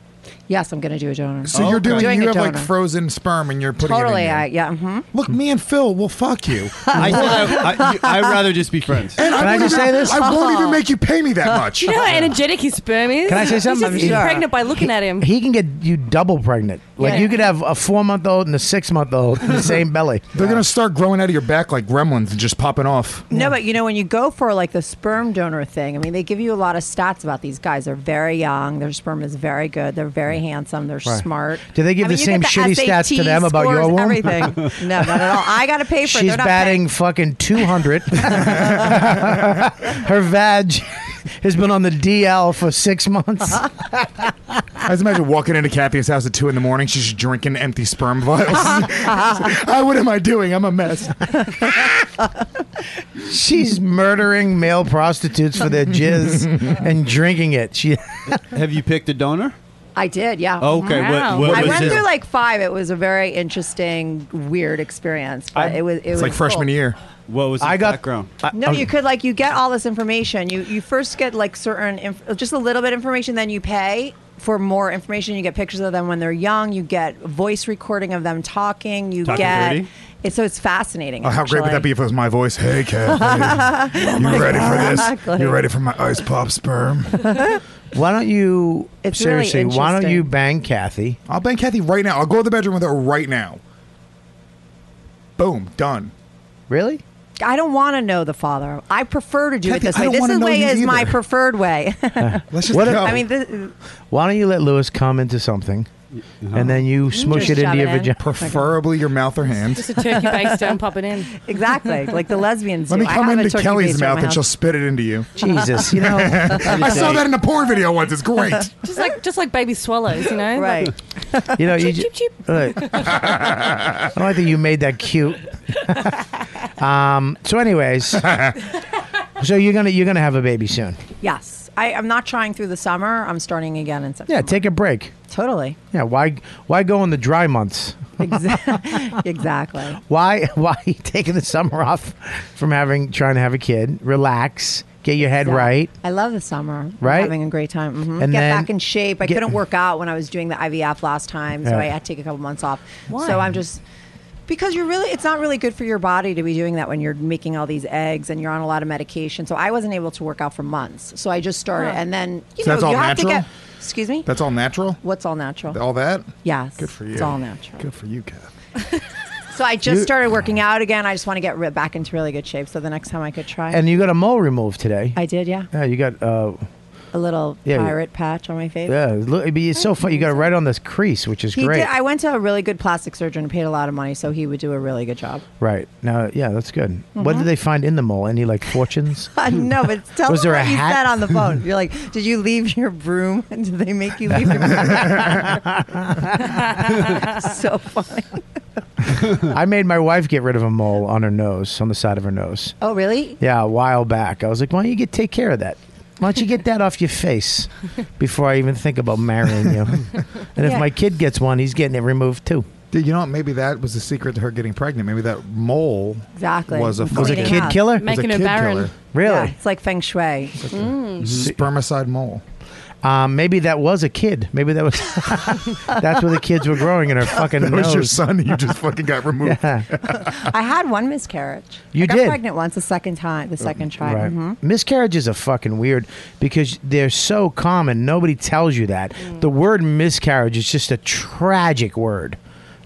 [SPEAKER 12] Yes, I'm going to do a donor.
[SPEAKER 7] So you're doing,
[SPEAKER 12] Doing
[SPEAKER 7] you
[SPEAKER 12] a
[SPEAKER 7] have like
[SPEAKER 12] donor.
[SPEAKER 7] frozen sperm and you're putting it in
[SPEAKER 12] Totally.
[SPEAKER 7] you.
[SPEAKER 12] I, yeah. mhm.
[SPEAKER 7] Look, me and Phil will
[SPEAKER 2] <laughs>
[SPEAKER 7] fuck you.
[SPEAKER 9] I said I, I, would rather just be friends.
[SPEAKER 7] And I won't even- I
[SPEAKER 2] <laughs>
[SPEAKER 7] won't even make you pay me that much.
[SPEAKER 17] Do you know how energetic his sperm is?
[SPEAKER 2] Can I say something?
[SPEAKER 17] He's just pregnant by looking at him.
[SPEAKER 2] He can get you double pregnant. Like
[SPEAKER 17] Yeah.
[SPEAKER 2] you could have a four month old and a six month old in the same belly.
[SPEAKER 7] They're gonna start growing out of your back like gremlins and just popping off.
[SPEAKER 12] No, but you know when you go for like the sperm donor thing, I mean they give you a lot of stats about these guys. They're very young. Their sperm is very good. They're very handsome. They're
[SPEAKER 2] Right.
[SPEAKER 12] smart.
[SPEAKER 2] Do they give
[SPEAKER 12] I mean,
[SPEAKER 2] the
[SPEAKER 12] you
[SPEAKER 2] same
[SPEAKER 12] get
[SPEAKER 2] shitty stats to
[SPEAKER 12] SAT
[SPEAKER 2] them about your
[SPEAKER 12] scores,
[SPEAKER 2] womb?
[SPEAKER 12] Everything.
[SPEAKER 2] <laughs>
[SPEAKER 12] no, not at all. I got to pay for it.
[SPEAKER 2] She's
[SPEAKER 12] They're not
[SPEAKER 2] batting fucking two hundred. Her vag has been on the DL for six months.
[SPEAKER 12] Uh-huh.
[SPEAKER 7] I just imagine walking into Kathy's house at two in the morning. She's just drinking empty sperm vials. <laughs> I, what am I doing? I'm a mess.
[SPEAKER 2] She's murdering male prostitutes for their jizz
[SPEAKER 13] <laughs>
[SPEAKER 2] and drinking it. She
[SPEAKER 9] Have you picked a donor? Oh,
[SPEAKER 12] I did, yeah.
[SPEAKER 9] Okay, what- Wow. what
[SPEAKER 12] I
[SPEAKER 9] was
[SPEAKER 12] went
[SPEAKER 9] it?
[SPEAKER 12] through like five. It was a very interesting, weird experience. But it was. It was cool.
[SPEAKER 7] year.
[SPEAKER 9] What was I got, background?
[SPEAKER 12] No, you could like you get all this information. You you first get like certain inf- just a little bit information, then you pay for more information. You get pictures of them when they're young. You get voice recording of them talking. You
[SPEAKER 7] Talking
[SPEAKER 12] get
[SPEAKER 7] dirty?
[SPEAKER 12] it's so it's fascinating.
[SPEAKER 7] Oh, how great would that be if it was my voice? <laughs> Hey, Kathy.
[SPEAKER 12] Oh
[SPEAKER 7] you
[SPEAKER 12] my
[SPEAKER 7] ready for this?
[SPEAKER 12] God.
[SPEAKER 7] You ready for my ice pop <laughs> sperm?
[SPEAKER 2] why don't you
[SPEAKER 7] It's really
[SPEAKER 2] seriously? why don't you
[SPEAKER 7] interesting.
[SPEAKER 2] bang Kathy?
[SPEAKER 7] I'll bang Kathy right now. I'll go to the bedroom with her right now. Boom. Done.
[SPEAKER 2] Really?
[SPEAKER 12] I don't want to know the father. I prefer to do
[SPEAKER 7] Kathy,
[SPEAKER 12] it this
[SPEAKER 7] I
[SPEAKER 12] way.
[SPEAKER 7] don't
[SPEAKER 12] This
[SPEAKER 7] wanna
[SPEAKER 12] is
[SPEAKER 7] know
[SPEAKER 12] way
[SPEAKER 7] you
[SPEAKER 12] is my
[SPEAKER 7] either. Oh.
[SPEAKER 12] preferred way. <laughs>
[SPEAKER 7] Let's just go.
[SPEAKER 12] I mean, this,
[SPEAKER 2] Why don't you let Lewis come into something, and then you smoosh
[SPEAKER 12] Just
[SPEAKER 2] it
[SPEAKER 12] shove
[SPEAKER 2] into your
[SPEAKER 12] it in.
[SPEAKER 2] vagina?
[SPEAKER 7] <laughs> Preferably your mouth or hand.
[SPEAKER 17] Just a turkey based don't pop it in.
[SPEAKER 12] Exactly, like the lesbians.
[SPEAKER 7] Let
[SPEAKER 12] do.
[SPEAKER 7] me
[SPEAKER 12] I
[SPEAKER 7] come
[SPEAKER 12] have a
[SPEAKER 7] into
[SPEAKER 12] turkey
[SPEAKER 7] Kelly's
[SPEAKER 12] baster in
[SPEAKER 7] mouth
[SPEAKER 12] my
[SPEAKER 7] and she'll
[SPEAKER 12] house.
[SPEAKER 7] spit it into you.
[SPEAKER 2] Jesus, you know.
[SPEAKER 7] I saw that in a porn video once. It's <laughs> great.
[SPEAKER 17] Just like just like baby swallows, you know?
[SPEAKER 12] Right.
[SPEAKER 2] You know, you ju- Look, I don't think you made that cute. um, so, anyways, so you're gonna you're gonna have a baby soon.
[SPEAKER 12] Yes, I, I'm not trying through the summer. I'm starting again in September.
[SPEAKER 2] Yeah, take a break.
[SPEAKER 12] Totally.
[SPEAKER 2] Yeah, why why go in the dry months?
[SPEAKER 12] <laughs> exactly.
[SPEAKER 2] Why <laughs> why taking the summer off from having trying to have a kid? Relax, get your head
[SPEAKER 12] Yeah.
[SPEAKER 2] right.
[SPEAKER 12] I love the summer. I'm
[SPEAKER 2] Right?
[SPEAKER 12] having a great time. hmm
[SPEAKER 2] And
[SPEAKER 12] get
[SPEAKER 2] then
[SPEAKER 12] back in shape. I
[SPEAKER 2] get-
[SPEAKER 12] couldn't work out when I was doing the IVF last time, so
[SPEAKER 2] Yeah.
[SPEAKER 12] I had to take a couple months off.
[SPEAKER 2] Why?
[SPEAKER 12] So I'm just because you're really it's not really good for your body to be doing that when you're making all these eggs and you're on a lot of medication. So I wasn't able to work out for months. So I just started
[SPEAKER 7] Huh.
[SPEAKER 12] and then you
[SPEAKER 7] So
[SPEAKER 12] know
[SPEAKER 7] that's all
[SPEAKER 12] you have
[SPEAKER 7] natural?
[SPEAKER 12] to get excuse me?
[SPEAKER 7] That's all natural?
[SPEAKER 12] What's all natural?
[SPEAKER 7] All that?
[SPEAKER 12] Yes.
[SPEAKER 7] Good for you.
[SPEAKER 12] It's all natural.
[SPEAKER 7] Good for you, Kath.
[SPEAKER 12] So I just
[SPEAKER 2] You-
[SPEAKER 12] started working out again. I just want to get ri- back into really good shape. So the next time I could try.
[SPEAKER 2] And you got a mole removed today.
[SPEAKER 12] I did, yeah.
[SPEAKER 2] Yeah, you got uh,
[SPEAKER 12] a little
[SPEAKER 2] Yeah, yeah.
[SPEAKER 12] pirate patch on my face.
[SPEAKER 2] yeah. Look, it'd be- it's so fun. You got it right on this crease, which is
[SPEAKER 12] He
[SPEAKER 2] great.
[SPEAKER 12] did. I went to a really good plastic surgeon and paid a lot of money, so he would do a really good job. <laughs>
[SPEAKER 2] right now, yeah, that's good. What
[SPEAKER 12] Mhm.
[SPEAKER 2] did they find in the mole? Any like
[SPEAKER 12] <laughs>
[SPEAKER 2] fortunes?
[SPEAKER 12] no, but tell
[SPEAKER 2] Hmm. Was
[SPEAKER 12] them
[SPEAKER 2] there a
[SPEAKER 12] what you
[SPEAKER 2] hat?
[SPEAKER 12] said on
[SPEAKER 2] <laughs>
[SPEAKER 12] the phone. You're like, did you leave your broom? <laughs> Did they make you leave your broom? <laughs> so funny.
[SPEAKER 2] I made my wife get rid of a mole on her nose, on the side of her nose.
[SPEAKER 12] Oh, really?
[SPEAKER 2] Yeah, a while back. I was like, why don't you get take care of that? Why don't you get that off your face before I even think about marrying
[SPEAKER 12] <laughs>
[SPEAKER 2] you? And if
[SPEAKER 7] Yeah.
[SPEAKER 2] my kid gets one, he's getting it removed too.
[SPEAKER 7] Dude, you know what? Maybe that was the secret to her getting pregnant. Maybe that mole
[SPEAKER 12] Exactly.
[SPEAKER 7] was a
[SPEAKER 2] Was a
[SPEAKER 7] fucking-
[SPEAKER 2] kid killer?
[SPEAKER 7] was a kid killer.
[SPEAKER 12] Yeah,
[SPEAKER 2] Really?
[SPEAKER 12] it's like feng shui.
[SPEAKER 2] <laughs>
[SPEAKER 12] Mm.
[SPEAKER 7] Spermicide mole.
[SPEAKER 2] Um, maybe that was a kid. Maybe that was <laughs> that's where the kids were growing in her fucking
[SPEAKER 7] That
[SPEAKER 2] nose.
[SPEAKER 7] was your son. You just fucking got removed.
[SPEAKER 2] Yeah.
[SPEAKER 12] I had one miscarriage.
[SPEAKER 2] You
[SPEAKER 12] I got
[SPEAKER 2] did? Uh,
[SPEAKER 12] pregnant once, the second time, the second try.
[SPEAKER 2] Right.
[SPEAKER 12] Mhm.
[SPEAKER 2] Miscarriages are fucking weird because they're so common. Nobody tells you that. The word miscarriage is just a tragic word.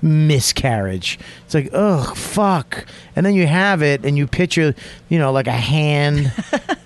[SPEAKER 2] Miscarriage. It's like, ugh, fuck. And then you have it and you picture, you know, like a hand,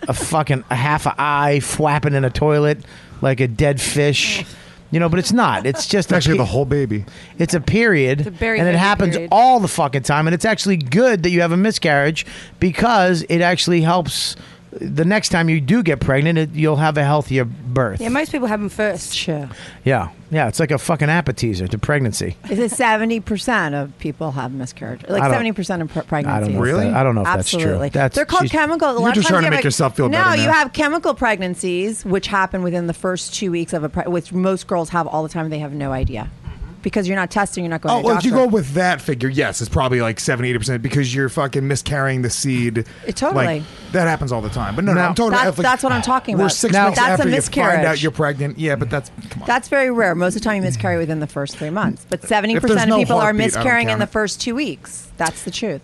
[SPEAKER 2] a fucking a half a eye flapping in a toilet like a dead fish. You know, but it's not. It's just
[SPEAKER 7] Actually,
[SPEAKER 2] a
[SPEAKER 7] the whole baby.
[SPEAKER 2] It's a period,
[SPEAKER 7] It's a very
[SPEAKER 2] and it
[SPEAKER 7] heavy
[SPEAKER 2] happens
[SPEAKER 7] period.
[SPEAKER 2] all the fucking time. And it's actually good that you have a miscarriage because it actually helps
[SPEAKER 13] the next time you do get pregnant, it, you'll have a healthier birth.
[SPEAKER 1] Yeah, most people have them first.
[SPEAKER 12] Sure.
[SPEAKER 13] Yeah, yeah, it's like a fucking appetizer to pregnancy.
[SPEAKER 12] Is it seventy percent of people have miscarriage? Like
[SPEAKER 13] I don't-
[SPEAKER 12] seventy percent of pre- pregnancies.
[SPEAKER 13] know if Really? that- Uh, I don't know if that's true.
[SPEAKER 12] Absolutely.
[SPEAKER 13] That's-
[SPEAKER 12] They're called
[SPEAKER 13] she's-
[SPEAKER 12] chemical. a
[SPEAKER 13] You're
[SPEAKER 12] lot of
[SPEAKER 13] just
[SPEAKER 12] times
[SPEAKER 13] trying to
[SPEAKER 12] you have
[SPEAKER 13] make
[SPEAKER 12] a-
[SPEAKER 13] yourself feel
[SPEAKER 12] no,
[SPEAKER 13] better
[SPEAKER 12] you
[SPEAKER 13] now.
[SPEAKER 12] have chemical pregnancies, which happen within the first two weeks of a, pre- which most girls have all the time. They have no idea
[SPEAKER 1] Mm-hmm.
[SPEAKER 12] because you're not testing. You're not going.
[SPEAKER 7] Oh,
[SPEAKER 12] to a
[SPEAKER 7] well, if you
[SPEAKER 12] doctor.
[SPEAKER 7] go with that figure, yes, it's probably like 70, 80% because you're fucking miscarrying the seed.
[SPEAKER 12] It- Eh, totally.
[SPEAKER 7] Like, that happens all the time. But no, no,
[SPEAKER 12] Now-
[SPEAKER 7] I'm talking
[SPEAKER 12] That's-
[SPEAKER 7] about if, like,
[SPEAKER 12] that's what I'm talking
[SPEAKER 7] We're
[SPEAKER 12] about.
[SPEAKER 7] six
[SPEAKER 12] Now-
[SPEAKER 7] weeks
[SPEAKER 12] That's
[SPEAKER 7] after
[SPEAKER 12] a
[SPEAKER 7] you find out
[SPEAKER 12] miscarriage.
[SPEAKER 7] you're pregnant. Yeah, but that's
[SPEAKER 12] That's very rare. Most of the time, you miscarry within the first three months. But seventy
[SPEAKER 7] If there's
[SPEAKER 12] percent
[SPEAKER 7] no
[SPEAKER 12] of people are
[SPEAKER 7] heartbeat, I don't
[SPEAKER 12] miscarrying in
[SPEAKER 7] count
[SPEAKER 12] the
[SPEAKER 7] it.
[SPEAKER 12] first two weeks. That's the truth.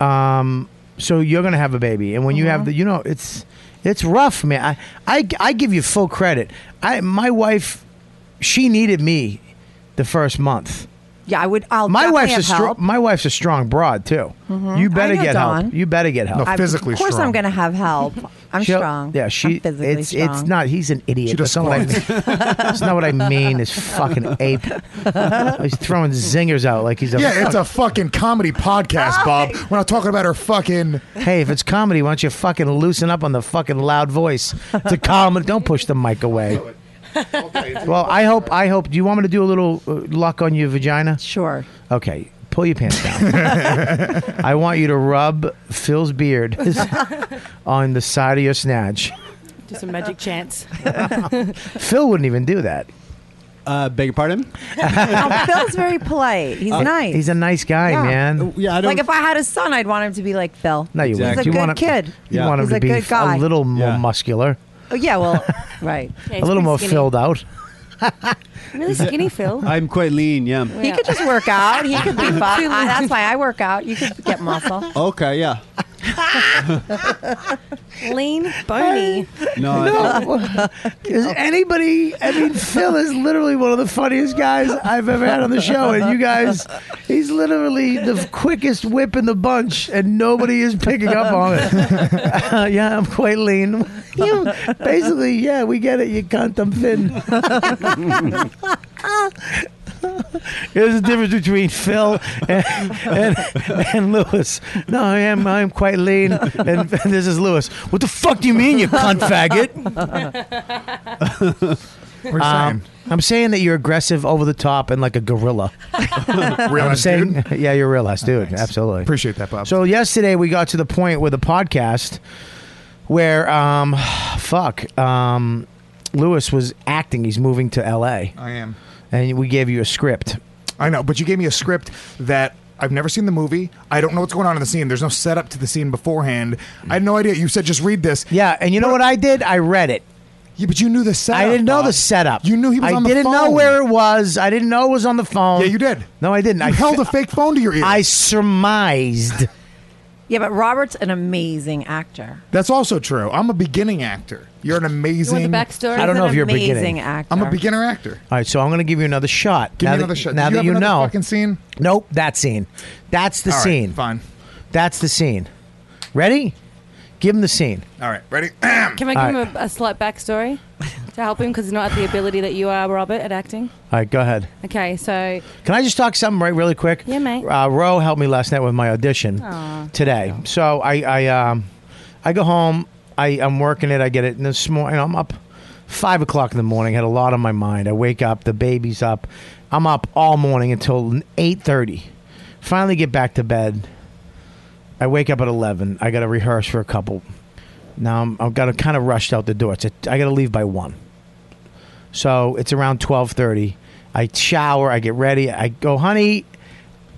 [SPEAKER 13] Um, so you're gonna have a baby, and when you
[SPEAKER 12] Uh-huh.
[SPEAKER 13] have the, you know, it's it's rough, man. I, I I give you full credit. I my wife, she needed me, the first month.
[SPEAKER 12] Yeah, I would. I'll.
[SPEAKER 13] My
[SPEAKER 12] definitely
[SPEAKER 13] wife's a
[SPEAKER 12] have
[SPEAKER 13] strong.
[SPEAKER 12] help.
[SPEAKER 13] My wife's a strong broad too.
[SPEAKER 12] Mhm.
[SPEAKER 13] You
[SPEAKER 12] I
[SPEAKER 13] better
[SPEAKER 12] know
[SPEAKER 13] get
[SPEAKER 12] Dawn.
[SPEAKER 13] help. You better get help.
[SPEAKER 12] I- Of course, I'm going to
[SPEAKER 13] <laughs>
[SPEAKER 12] have help. I'm
[SPEAKER 13] She'll-
[SPEAKER 12] strong.
[SPEAKER 13] Yeah, she.
[SPEAKER 12] I'm physically
[SPEAKER 13] it's it's
[SPEAKER 12] strong.
[SPEAKER 13] not. He's an idiot.
[SPEAKER 12] She
[SPEAKER 13] That's
[SPEAKER 12] does
[SPEAKER 13] not what I mean. <laughs> That's not what I mean. This fucking ape. He's throwing zingers out like he's a.
[SPEAKER 7] Yeah, it's a fucking comedy
[SPEAKER 12] <laughs>
[SPEAKER 7] podcast, Bob. We're not talking about her fucking.
[SPEAKER 13] Hey, if it's comedy, why don't you fucking loosen up on the fucking loud voice to calm it? Don't push the mic away. Well, I hope. I hope. Do you want me to do a little uh, luck on your vagina? <laughs>
[SPEAKER 12] Sure.
[SPEAKER 13] Okay, pull your pants down. I want you to rub Phil's beard on the side of your snatch.
[SPEAKER 1] Just a magic chance.
[SPEAKER 13] Phil wouldn't even do that.
[SPEAKER 9] Uh, beg your pardon?
[SPEAKER 12] Oh, Phil's very polite. He's
[SPEAKER 13] Uh,
[SPEAKER 12] nice.
[SPEAKER 13] He's a nice guy,
[SPEAKER 12] Yeah.
[SPEAKER 13] man.
[SPEAKER 9] Yeah,
[SPEAKER 12] like if I had a son, I'd want him to be like Phil.
[SPEAKER 13] No, you
[SPEAKER 12] He's
[SPEAKER 13] wouldn't.
[SPEAKER 12] a
[SPEAKER 13] you
[SPEAKER 12] good
[SPEAKER 13] want him,
[SPEAKER 12] kid.
[SPEAKER 13] You want him
[SPEAKER 12] He's
[SPEAKER 13] to
[SPEAKER 12] a
[SPEAKER 13] be
[SPEAKER 12] good
[SPEAKER 13] f-
[SPEAKER 12] guy.
[SPEAKER 13] a little more muscular,
[SPEAKER 12] Oh, yeah. Well, <laughs> right.
[SPEAKER 13] a little more filled out.
[SPEAKER 1] Really skinny, Phil.
[SPEAKER 9] I'm quite lean, yeah.
[SPEAKER 12] He could just work out. He
[SPEAKER 1] <laughs>
[SPEAKER 12] could be buff. I- that's why I work out. You could get muscle.
[SPEAKER 9] Okay, yeah.
[SPEAKER 1] Lean, bony.
[SPEAKER 9] No, I-
[SPEAKER 13] No. <laughs> Is anybody? I mean, Phil is literally one of the funniest guys I've ever had on the show, and you guys, he's literally the quickest whip in the bunch, and nobody is picking up on it. <laughs> yeah, I'm quite lean. <laughs> You basically, yeah, we get it. You cunt, I'm <laughs> thin. There's a difference between Phil and, and, and Lewis. No, I am I'm quite lean, and this is Lewis. What the fuck do you mean, you cunt faggot?
[SPEAKER 7] What are you saying?
[SPEAKER 13] I'm saying that you're aggressive, over the top, and like a gorilla.
[SPEAKER 7] Real
[SPEAKER 13] I'm
[SPEAKER 7] ass
[SPEAKER 13] saying, <laughs> yeah, you're a real ass dude. Absolutely,
[SPEAKER 7] appreciate that, Bob.
[SPEAKER 13] So yesterday we got to the point with the podcast where, um, fuck, um, Lewis was acting. He's moving to L.A.
[SPEAKER 7] I am.
[SPEAKER 13] and we gave you a script.
[SPEAKER 7] I know, but you gave me a script that I've never seen the movie. I don't know what's going on in the scene. There's no setup to the scene beforehand. I had no idea. You said just read this.
[SPEAKER 13] Yeah, and you know what I did? I read it.
[SPEAKER 7] Yeah, but you knew the setup.
[SPEAKER 13] I didn't know the
[SPEAKER 7] Bob.
[SPEAKER 13] setup.
[SPEAKER 7] You knew he was
[SPEAKER 13] I
[SPEAKER 7] on the
[SPEAKER 13] didn't know
[SPEAKER 7] phone.
[SPEAKER 13] where it was. I didn't know it was on the phone. Yeah, you
[SPEAKER 7] did.
[SPEAKER 13] No, I didn't. I held <laughs> a fake phone to your ear. I surmised.
[SPEAKER 12] Yeah, but Robert's an amazing actor.
[SPEAKER 7] That's also true. I'm a beginning actor. You're an amazing.
[SPEAKER 12] backstory?
[SPEAKER 13] I don't
[SPEAKER 12] He's
[SPEAKER 13] know
[SPEAKER 12] an
[SPEAKER 13] if you're
[SPEAKER 12] amazing
[SPEAKER 13] beginning.
[SPEAKER 12] actor.
[SPEAKER 7] I'm a beginner actor.
[SPEAKER 13] All right, so I'm going to give you another shot.
[SPEAKER 7] Give
[SPEAKER 13] now
[SPEAKER 7] me
[SPEAKER 13] that,
[SPEAKER 7] another shot.
[SPEAKER 13] Now
[SPEAKER 7] Did you
[SPEAKER 13] that
[SPEAKER 7] have
[SPEAKER 13] you
[SPEAKER 7] another
[SPEAKER 13] know.
[SPEAKER 7] fucking scene?
[SPEAKER 13] Nope, that scene. That's the
[SPEAKER 7] All right,
[SPEAKER 13] scene.
[SPEAKER 7] fine.
[SPEAKER 13] That's the scene. Ready? Give him the scene.
[SPEAKER 7] All right, ready? <clears throat>
[SPEAKER 1] Can I give him a, a slight backstory to help him because he's not at the ability that you are, Robert, at acting?
[SPEAKER 13] All right, go ahead.
[SPEAKER 1] Okay, so
[SPEAKER 13] Can I just talk something right really quick?
[SPEAKER 1] Yeah, mate.
[SPEAKER 13] Uh, Ro helped me last night with my audition
[SPEAKER 1] Aw.
[SPEAKER 13] today. So I I um I go home. I I'm working it. I get it. And this morning I'm up five o'clock in the morning. Had a lot on my mind. I wake up. The baby's up. I'm up all morning until eight thirty. Finally get back to bed. I wake up at eleven. I got to rehearse for a couple. Now I'm I've got to kind of rushed out the door. It's a, I got to leave by one. So it's around twelve thirty. I shower. I get ready. I go, honey.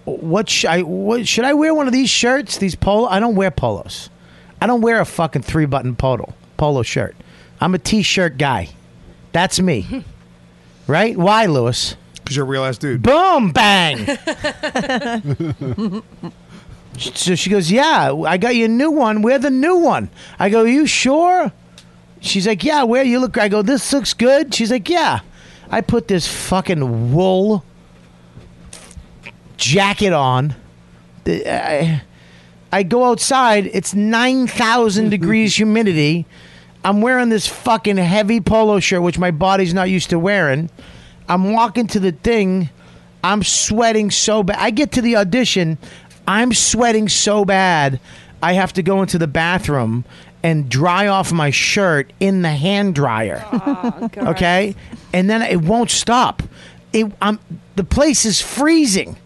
[SPEAKER 13] What should I? What should I wear? One of these shirts? These polo? I don't wear polos. I don't wear a fucking three button polo polo shirt. I'm a t-shirt guy.
[SPEAKER 1] <laughs>
[SPEAKER 13] That's me. right? Why, Lewis?
[SPEAKER 7] Because you're a real ass dude.
[SPEAKER 13] Boom! Bang! <laughs> so she goes, "Yeah, I got you a new one. Wear the new one." I go, "You sure?" She's like, "Yeah, where you look." I go, "This looks good." She's like, "Yeah." I put this fucking wool jacket on. The- I, I go outside. It's nine thousand degrees humidity. I'm wearing this fucking heavy polo shirt, which my body's not used to wearing. I'm walking to the thing. I'm sweating so bad. I get to the audition. I'm sweating so bad. I have to go into the bathroom and dry off my shirt in the hand dryer. okay, and then it won't stop. It, I'm the place is freezing.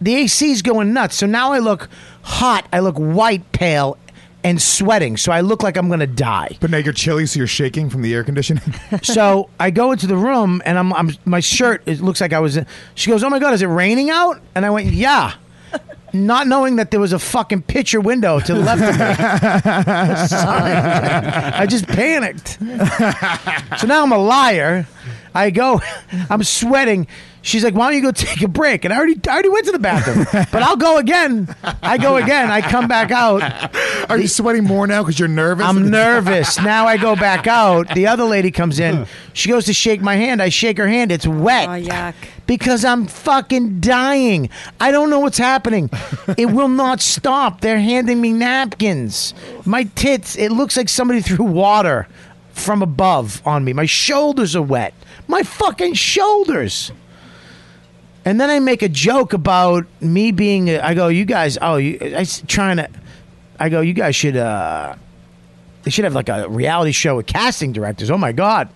[SPEAKER 13] The AC is going nuts. So now I look hot. I look white, pale, and sweating. So I look like I'm going to die.
[SPEAKER 7] But now you're chilly, so you're shaking from the air conditioning.
[SPEAKER 13] <laughs>
[SPEAKER 7] <laughs>
[SPEAKER 13] so I go into the room, and I'm, I'm my shirt. It looks like I was. in- She goes, "Oh my god, is it raining out?" And I went, "Yeah." Not knowing that there was a fucking picture window to the left of me. Sonic. I just panicked. so now I'm a liar. I go, I'm sweating. She's like, "Why don't you go take a break?" And I already, I already went to the bathroom, but I'll go again. I go again. I come back out.
[SPEAKER 7] Are you sweating more now because you're nervous?
[SPEAKER 13] I'm nervous. Now I go back out. The other lady comes in. She goes to shake my hand. I shake her hand. It's wet. Oh, yuck. Because I'm fucking dying. I don't know what's happening. It will not stop. They're handing me napkins. My tits, it looks like somebody threw water from above on me. My shoulders are wet. My fucking shoulders. And then I make a joke about me being. I go, you guys. Oh, you, I s- trying to. I go, you guys should. uh They should have like a reality show with casting directors. Oh my god.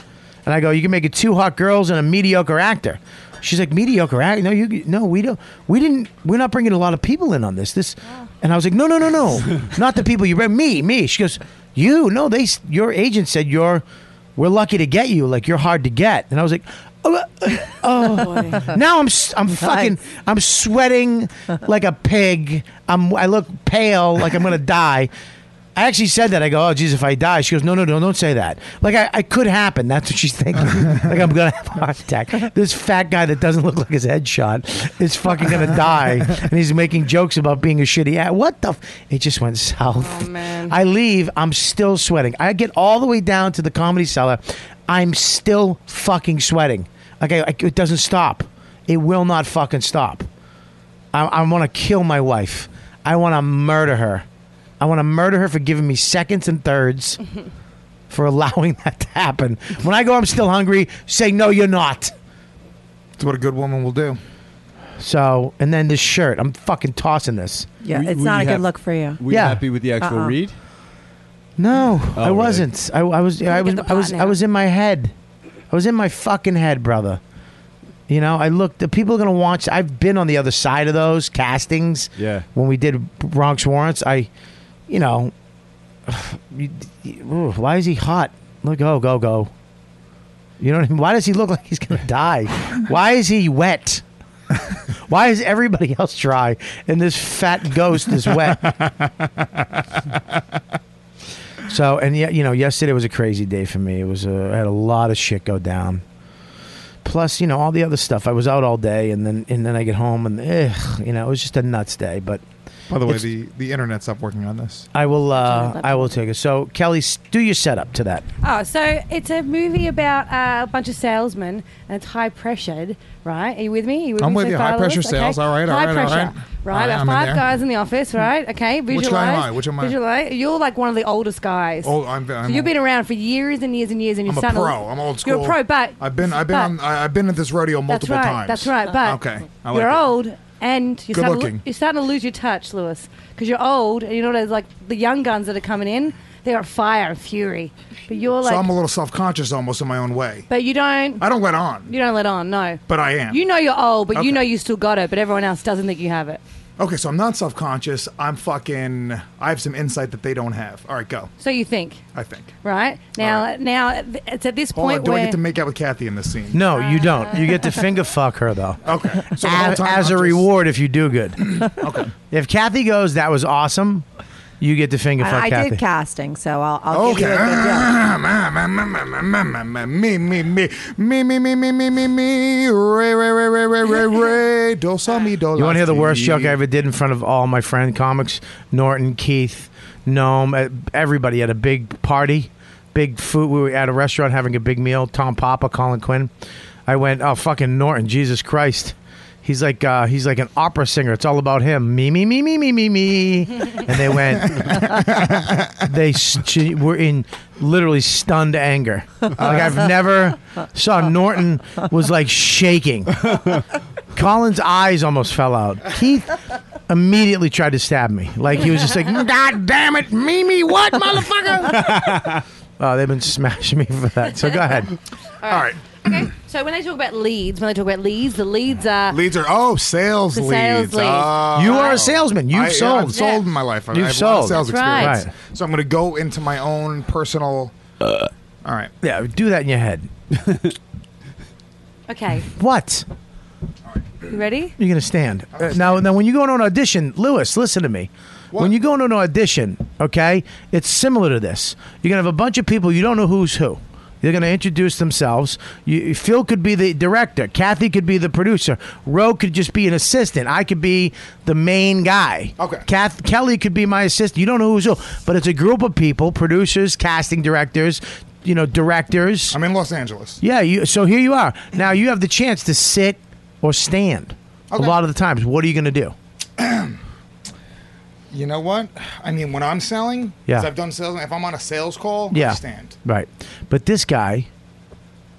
[SPEAKER 13] And I go, you can make it two hot girls and a mediocre actor. She's like, mediocre actor? No, you. No, we don't. We didn't. We're not bringing a lot of people in on this. This. And I was like, no, no, no, no, not the people you bring. Me, me. She goes, you. No, they. s- Your agent said you're. We're lucky to get you. Like you're hard to get. And I was like. Oh, uh, oh. now I'm s- I'm fucking I'm sweating like a pig. I'm I look pale like I'm gonna die. I actually said that. I go, oh, geez, if I die, she goes, no, no, no, don't say that. Like, I, I could happen. That's what she's thinking. like, I'm going to have a heart attack. This fat guy that doesn't look like his headshot is fucking going to die. And he's making jokes about being a shitty ass. What the? F-? It just went south. I leave. I'm still sweating. I get all the way down to the comedy cellar. I'm still fucking sweating. Okay, I, it doesn't stop. It will not fucking stop. I, I want to kill my wife. I want to murder her. I want to murder her for giving me seconds and thirds for allowing <laughs> that to happen. When I go, I'm still hungry. Say, no, you're not.
[SPEAKER 7] That's what a good woman will do.
[SPEAKER 13] So, and then this shirt. I'm fucking tossing this.
[SPEAKER 2] Yeah, it's not a good look for you.
[SPEAKER 9] Were you happy with the actual
[SPEAKER 2] Uh-uh.
[SPEAKER 9] read?
[SPEAKER 13] No, I
[SPEAKER 9] really?
[SPEAKER 13] wasn't. I, I was. I was. I was. I was in my head. I was in my fucking head, brother. You know, I looked. The people are gonna watch. I've been on the other side of those castings.
[SPEAKER 9] Yeah.
[SPEAKER 13] When we did Bronx Warrants, I, you know, <sighs> you- you- ooh, why is he hot? Look, go, go, go. You know what I mean? Why does he look like he's gonna die? Why is he wet? Why is everybody <laughs> else dry and this fat ghost is wet? <laughs> So and yeah, you know, yesterday was a crazy day for me. It was uh, I had a lot of shit go down. Plus, you know, all the other stuff. I was out all day, and then and then I get home, and ugh, you know, it was just a nuts day. But
[SPEAKER 7] By the way,
[SPEAKER 13] it's-
[SPEAKER 7] the, the internet stopped working on this.
[SPEAKER 13] I will uh,
[SPEAKER 12] That's
[SPEAKER 13] I will take it. So Kelly, s- do your setup to that.
[SPEAKER 12] Oh, so it's a movie about uh, a bunch of salesmen and it's high pressured, right? Are you with me? Are you with
[SPEAKER 7] I'm
[SPEAKER 12] me
[SPEAKER 7] with
[SPEAKER 12] so
[SPEAKER 7] you.
[SPEAKER 12] far
[SPEAKER 7] High
[SPEAKER 12] on the
[SPEAKER 7] pressure
[SPEAKER 12] list?
[SPEAKER 7] sales. All right, all
[SPEAKER 12] high
[SPEAKER 7] right, all
[SPEAKER 12] pressure.
[SPEAKER 7] right.
[SPEAKER 12] Right,
[SPEAKER 7] All right,
[SPEAKER 12] about
[SPEAKER 7] I'm in
[SPEAKER 12] five
[SPEAKER 7] there.
[SPEAKER 12] guys in the office, right? Okay,
[SPEAKER 7] Which guy am
[SPEAKER 12] visualize.
[SPEAKER 7] I? Which am I?
[SPEAKER 12] Visualize. You're like one of the oldest guys.
[SPEAKER 7] Oh, I'm- I'm
[SPEAKER 12] so you've been around for years and years and years, and you're
[SPEAKER 7] I'm a
[SPEAKER 12] starting to-
[SPEAKER 7] pro. I'm old school.
[SPEAKER 12] You're a pro, but
[SPEAKER 7] I've been I've been on,
[SPEAKER 12] but-
[SPEAKER 7] I- I've been at this rodeo multiple
[SPEAKER 12] that's right,
[SPEAKER 7] times.
[SPEAKER 12] That's right. But
[SPEAKER 7] okay,
[SPEAKER 12] you're
[SPEAKER 7] it.
[SPEAKER 12] old and you're
[SPEAKER 7] Good
[SPEAKER 12] starting, to, lo-
[SPEAKER 7] looking.
[SPEAKER 12] you're starting to lose your touch, Lewis, because you're old. And you know, there's like the young guns that are coming in. They're at fire and fury, but you're like,
[SPEAKER 7] so I'm a little self conscious almost in my own way.
[SPEAKER 12] but you don't.
[SPEAKER 7] I don't let on,
[SPEAKER 12] You don't let on. No.
[SPEAKER 7] but I am.
[SPEAKER 12] You know you're old, but
[SPEAKER 7] Okay.
[SPEAKER 12] you know you still got it, but everyone else doesn't think you have it.
[SPEAKER 7] Okay, so I'm not self conscious. I'm fucking. I have some insight that they don't have. All right, go.
[SPEAKER 12] So you think,
[SPEAKER 7] I think.
[SPEAKER 12] right? Now, now it's at this
[SPEAKER 7] Hold on,
[SPEAKER 12] point
[SPEAKER 7] do
[SPEAKER 12] where
[SPEAKER 7] I get to make out with Kathy in this scene?
[SPEAKER 13] No, you don't. You get to finger fuck her though.
[SPEAKER 12] <laughs>
[SPEAKER 7] Okay. So the whole
[SPEAKER 13] as,
[SPEAKER 7] time
[SPEAKER 13] as a
[SPEAKER 7] I'm just-
[SPEAKER 13] reward if you do good. okay. If Kathy goes, that was awesome. You get to finger
[SPEAKER 2] And
[SPEAKER 13] fuck
[SPEAKER 2] I
[SPEAKER 13] Kathy.
[SPEAKER 2] did casting, so I'll, I'll give you a good
[SPEAKER 7] Ah, ma, ma, ma, ma, ma, ma, ma, ma, Me, me, me, me, me, me, me, me, me, me. Ray, ray, ray, ray, ray,
[SPEAKER 12] <laughs>
[SPEAKER 7] ray, ray. Do, sol, mi, do.
[SPEAKER 13] You want to hear the worst
[SPEAKER 7] la,
[SPEAKER 13] joke
[SPEAKER 7] si.
[SPEAKER 13] I ever did in front of all my friend comics? Norton, Keith, Gnome, eh, everybody at a big party, big food. We were at a restaurant having a big meal. Tom Papa, Colin Quinn. I went, oh fucking Norton, Jesus Christ. He's like uh, he's like an opera singer. It's all about him. Me me me me me me me. And they went. they st- were in literally stunned anger. Like I've never saw Norton was like shaking. Colin's eyes almost fell out. Keith
[SPEAKER 2] immediately tried to stab me. Like he was just like, God damn it, Mimi, what, motherfucker? oh, they've been <laughs> smashing me for that. So go ahead.
[SPEAKER 15] All right. Okay. So when they talk about leads, when they talk about leads, the leads are
[SPEAKER 7] Leads are oh sales
[SPEAKER 15] The
[SPEAKER 7] leads.
[SPEAKER 15] sales leads.
[SPEAKER 7] Oh.
[SPEAKER 2] You are a salesman. You've
[SPEAKER 7] I,
[SPEAKER 2] sold.
[SPEAKER 7] I've sold in
[SPEAKER 2] Yeah.
[SPEAKER 7] my life. I-
[SPEAKER 2] You've
[SPEAKER 7] I have a lot
[SPEAKER 2] sold.
[SPEAKER 7] of sales
[SPEAKER 2] That's right. Uh,
[SPEAKER 7] experience. So I'm going to go into my own personal. All right.
[SPEAKER 2] Yeah, do that in your head.
[SPEAKER 15] okay.
[SPEAKER 2] What?
[SPEAKER 15] You ready?
[SPEAKER 2] You're gonna stand. Uh, now, now, when you go into an audition, Lewis, listen to me. When you go into an audition, okay, it's similar to this. You're gonna have a bunch of people you don't know who's who. They're gonna introduce themselves. You, Phil could be the director. Kathy could be the producer. Ro could just be an assistant. I could be the main guy. Okay. Kath, Kelly could be my assistant. You don't know who's who, but it's a group of people: producers, casting directors. You know, directors.
[SPEAKER 7] I'm in Los Angeles.
[SPEAKER 2] Yeah, you, so here you are. Now you have the chance to sit or stand. A lot of the times, what are you going to do?
[SPEAKER 7] You know what? I mean, when I'm selling, 'cause
[SPEAKER 2] Yeah.
[SPEAKER 7] I've done sales. If I'm on a sales call,
[SPEAKER 2] yeah,
[SPEAKER 7] I stand.
[SPEAKER 2] right. But this guy,